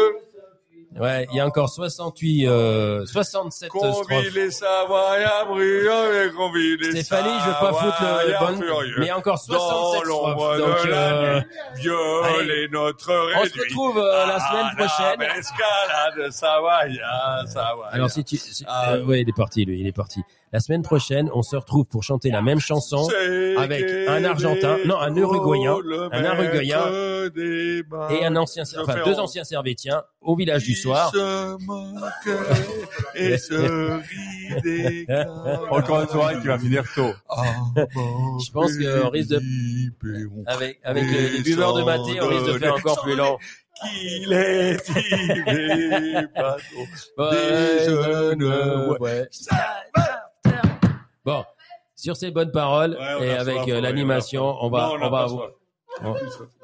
Speaker 2: Ouais, il y a encore 68, euh, 67
Speaker 5: Convie
Speaker 2: strophes.
Speaker 5: les Savoyards brillants et convie les
Speaker 2: Stéphanie, je veux pas foutre le
Speaker 5: Savoyards
Speaker 2: bon,
Speaker 5: furieux.
Speaker 2: mais il y a encore
Speaker 5: Dans
Speaker 2: 67
Speaker 5: l'ombre
Speaker 2: strophes.
Speaker 5: de
Speaker 2: Donc,
Speaker 5: la
Speaker 2: euh,
Speaker 5: nuit, viol
Speaker 2: allez.
Speaker 5: et notre
Speaker 2: on se
Speaker 5: réduit.
Speaker 2: retrouve euh, la semaine
Speaker 5: Ah, la
Speaker 2: prochaine.
Speaker 5: belle escalade, Savoyard, Savoyard.
Speaker 2: Alors si tu, si-
Speaker 5: Ah.
Speaker 2: euh, ouais, il est parti, lui, il est parti. La semaine prochaine, on se retrouve pour chanter la même chanson.
Speaker 5: C'est
Speaker 2: avec
Speaker 5: que
Speaker 2: un Argentin,
Speaker 5: des
Speaker 2: non, un Uruguayen,
Speaker 5: drôles,
Speaker 2: un Uruguayen
Speaker 5: maître des bains.
Speaker 2: Et un ancien,
Speaker 5: Je
Speaker 2: enfin
Speaker 5: fais
Speaker 2: deux
Speaker 5: en-
Speaker 2: anciens servétiens au village du
Speaker 5: Ils
Speaker 2: soir.
Speaker 5: se moquent et se rient des gars.
Speaker 3: *laughs* Encore une soirée qui va finir tôt.
Speaker 5: Ah,
Speaker 2: Je pense qu'on risque de- Avec, avec euh, les, les buveurs de maté, on risque de faire encore plus long.
Speaker 5: Qu'il est il bateau.
Speaker 2: *laughs* Ouais,
Speaker 5: jeunes,
Speaker 2: euh, ouais. Bon, sur ces bonnes paroles
Speaker 5: Ouais, on
Speaker 2: et
Speaker 5: a
Speaker 2: avec
Speaker 5: soif,
Speaker 2: euh,
Speaker 5: ouais,
Speaker 2: l'animation, on va,
Speaker 5: Non,
Speaker 2: on,
Speaker 5: a
Speaker 2: va,
Speaker 5: pas
Speaker 2: vous-
Speaker 5: soif.
Speaker 2: on,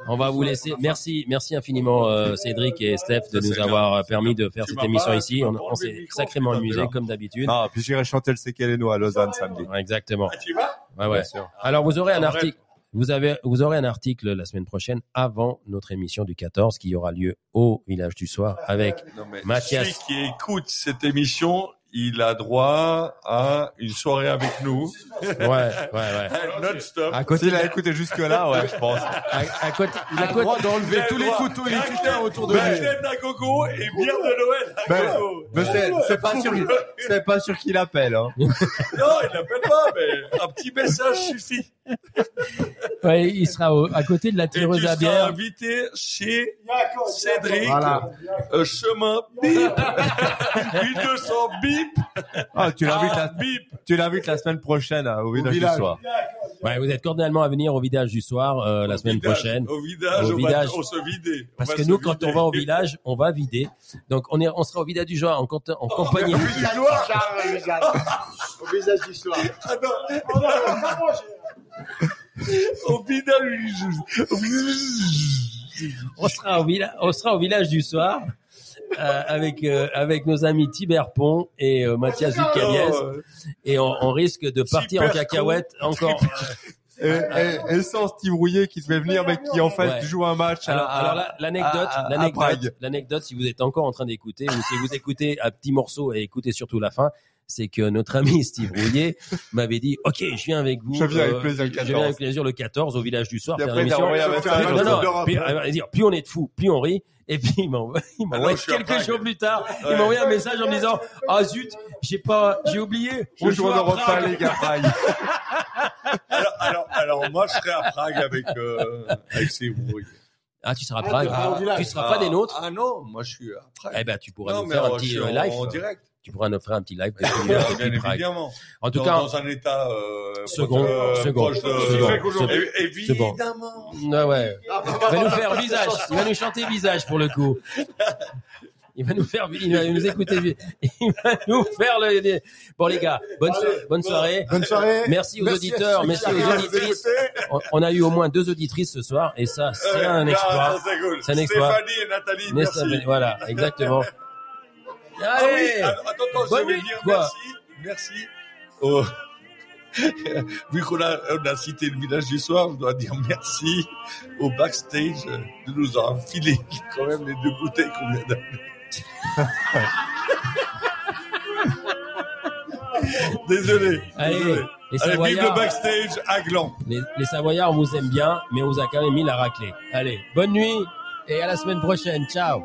Speaker 2: on va vous laisser. Merci, merci infiniment euh, Cédric et Steph de
Speaker 5: Ça,
Speaker 2: nous
Speaker 5: c'est
Speaker 2: avoir euh, permis
Speaker 5: bien.
Speaker 2: de faire
Speaker 5: Tu
Speaker 2: cette
Speaker 5: m'as
Speaker 2: émission
Speaker 5: pas-
Speaker 2: ici.
Speaker 5: tu m'as
Speaker 2: On,
Speaker 5: pas
Speaker 2: on
Speaker 5: enlevé
Speaker 2: s'est
Speaker 5: le micro,
Speaker 2: sacrément
Speaker 5: putain,
Speaker 2: amusé
Speaker 5: déjà.
Speaker 2: comme d'habitude.
Speaker 3: Non, puis j'irai chanter le Sekeleno à Lausanne samedi.
Speaker 2: Ouais, Exactement.
Speaker 5: Ah, tu vas
Speaker 2: Ouais, ouais. Alors vous aurez un
Speaker 5: Ah,
Speaker 2: article. Vous, avez, vous aurez un article la semaine prochaine avant notre émission du 14 qui aura lieu au village du soir
Speaker 5: *laughs*
Speaker 2: avec
Speaker 5: Non, mais
Speaker 2: Mathias.
Speaker 5: Celui qui écoute cette émission, il a droit à une soirée avec nous.
Speaker 2: ouais ouais ouais
Speaker 5: Non-stop.
Speaker 3: À côté, il a écouté jusque-là, ouais, je
Speaker 2: *laughs*
Speaker 3: pense.
Speaker 2: à, à côté
Speaker 5: Ah,
Speaker 4: Il a le droit d'enlever tous les couteaux et les cutters autour de lui.
Speaker 5: Raclette à gogo et bière de Noël à
Speaker 3: Ben,
Speaker 5: gogo.
Speaker 3: mais c'est, c'est pas sûr, c'est pas sûr qu'il appelle, hein.
Speaker 5: Non, il l'appelle pas, mais un petit message suffit.
Speaker 2: Ouais, il sera au- à côté de la
Speaker 5: Et tu
Speaker 2: tireuse à
Speaker 5: seras
Speaker 2: bière.
Speaker 5: invité chez Cédric,
Speaker 4: Voilà.
Speaker 5: euh, chemin, bip, 1200, bip,
Speaker 3: Ah, tu l'invites
Speaker 5: ah,
Speaker 3: la,
Speaker 5: bip.
Speaker 3: tu l'invites la semaine prochaine, hein, au village du
Speaker 4: village.
Speaker 3: soir.
Speaker 2: Ouais, vous êtes cordialement à venir au village du soir euh, la
Speaker 5: Au
Speaker 2: semaine
Speaker 5: vidage,
Speaker 2: prochaine.
Speaker 5: Au vidage,
Speaker 2: Au
Speaker 5: on, va-
Speaker 2: vidage.
Speaker 5: on se vider. On
Speaker 2: Parce
Speaker 5: va
Speaker 2: que
Speaker 5: se
Speaker 2: nous, quand
Speaker 5: vider.
Speaker 2: on va au village, on va vider. Donc, on, est, on sera au village du soir en, compte-
Speaker 5: Oh,
Speaker 2: en compagnie.
Speaker 18: Au visage du soir.
Speaker 5: Ah non, au vidage. au vidage.
Speaker 2: On sera au, villa- on sera au village du soir euh, avec, euh, avec nos amis Tibert Pont et euh, Mathias Ducaliès.
Speaker 5: Oh, euh,
Speaker 2: Et on, on risque de partir en
Speaker 5: Super
Speaker 2: cacahuète encore.
Speaker 3: Et, et, et sans Steve Rouillet qui devait venir, mais qui, en fait,
Speaker 2: Ouais.
Speaker 3: joue un match à-
Speaker 2: Alors,
Speaker 3: à-
Speaker 2: alors là, l'anecdote,
Speaker 3: ah, à- à- à
Speaker 2: l'anecdote,
Speaker 3: Prague.
Speaker 2: l'anecdote, si vous êtes encore en train d'écouter ou si vous écoutez à petits morceaux et écoutez surtout la fin, c'est que notre ami Steve Rouillet m'avait dit, OK, je viens avec vous.
Speaker 3: je viens
Speaker 2: euh,
Speaker 3: avec plaisir le
Speaker 2: je viens avec
Speaker 3: 14.
Speaker 2: plaisir le 14 au village du soir
Speaker 3: Et
Speaker 2: faire
Speaker 3: après, il a
Speaker 2: l'émission.
Speaker 3: envoyé un message
Speaker 2: Non,
Speaker 3: au
Speaker 2: non,
Speaker 3: groupe d'Europe.
Speaker 2: puis, elle va dire, plus on est de fous, plus on rit. Et puis il m'envoie, il
Speaker 3: Ah
Speaker 2: m'envoie
Speaker 5: Alors, je suis à
Speaker 2: quelques
Speaker 5: Prague.
Speaker 2: jours plus tard, il
Speaker 5: Ouais.
Speaker 2: m'a envoyé un message en me disant ah zut, j'ai pas, j'ai oublié.
Speaker 3: Je joue en
Speaker 2: à
Speaker 3: Europe
Speaker 2: Prague.
Speaker 3: pas, les gars. aïe.
Speaker 5: Alors, alors, alors, moi, je serai à Prague avec, euh, avec Steve Rouillet.
Speaker 2: Ah tu seras à Prague,
Speaker 4: Ah,
Speaker 2: tu seras pas des nôtres.
Speaker 5: Ah non, moi, je suis à Prague.
Speaker 2: Eh ben tu pourras
Speaker 5: Non,
Speaker 2: nous
Speaker 5: mais
Speaker 2: faire un
Speaker 5: euh, je
Speaker 2: petit
Speaker 5: suis
Speaker 2: euh,
Speaker 5: en,
Speaker 2: live.
Speaker 5: en direct.
Speaker 2: Tu pourras nous faire un petit live.
Speaker 7: *laughs* Bien, évidemment.
Speaker 2: En tout
Speaker 7: dans,
Speaker 2: cas,
Speaker 7: dans un état euh,
Speaker 2: Second,
Speaker 7: euh,
Speaker 2: second,
Speaker 7: proche de-
Speaker 2: second,
Speaker 7: Euh,
Speaker 2: second.
Speaker 7: é-
Speaker 2: C'est bon.
Speaker 7: Évidemment.
Speaker 2: Ah ouais. Il va nous faire
Speaker 7: *laughs*
Speaker 2: visage. Il va nous chanter visage pour le coup. Il va nous faire, il va nous écouter. *laughs* Il va nous faire le. les- Bon les gars, bonne, so- bonne soirée.
Speaker 4: Bonne soirée.
Speaker 2: Merci aux
Speaker 4: Merci à
Speaker 2: auditeurs,
Speaker 4: ceux
Speaker 2: merci
Speaker 4: qui
Speaker 2: aux
Speaker 4: arrivent à nous
Speaker 2: auditrices. On, on a eu au moins deux auditrices ce soir et ça, c'est un
Speaker 7: Ah,
Speaker 2: exploit.
Speaker 7: ça, c'est cool.
Speaker 2: C'est un exploit.
Speaker 7: Stéphanie et Nathalie,
Speaker 2: Mais
Speaker 7: merci.
Speaker 2: ça- Voilà, exactement.
Speaker 7: Ah oui,
Speaker 2: Allez,
Speaker 7: attends, attends,
Speaker 2: Bonne
Speaker 7: je vais
Speaker 2: nuit.
Speaker 7: dire
Speaker 2: Quoi
Speaker 7: merci, merci. Oh. *laughs* Vu qu'on a, on a cité le village du soir, je dois dire merci au backstage de nous avoir filé quand même les deux bouteilles qu'on vient d'amener. *laughs* Désolé.
Speaker 2: allez.
Speaker 7: désolé.
Speaker 2: Les
Speaker 7: Allez, vive le
Speaker 2: Savoyards,
Speaker 7: backstage à Gland.
Speaker 2: les, les Savoyards, on vous aime bien, mais on vous a quand même mis la raclée. Allez, bonne nuit et à la semaine prochaine. Ciao.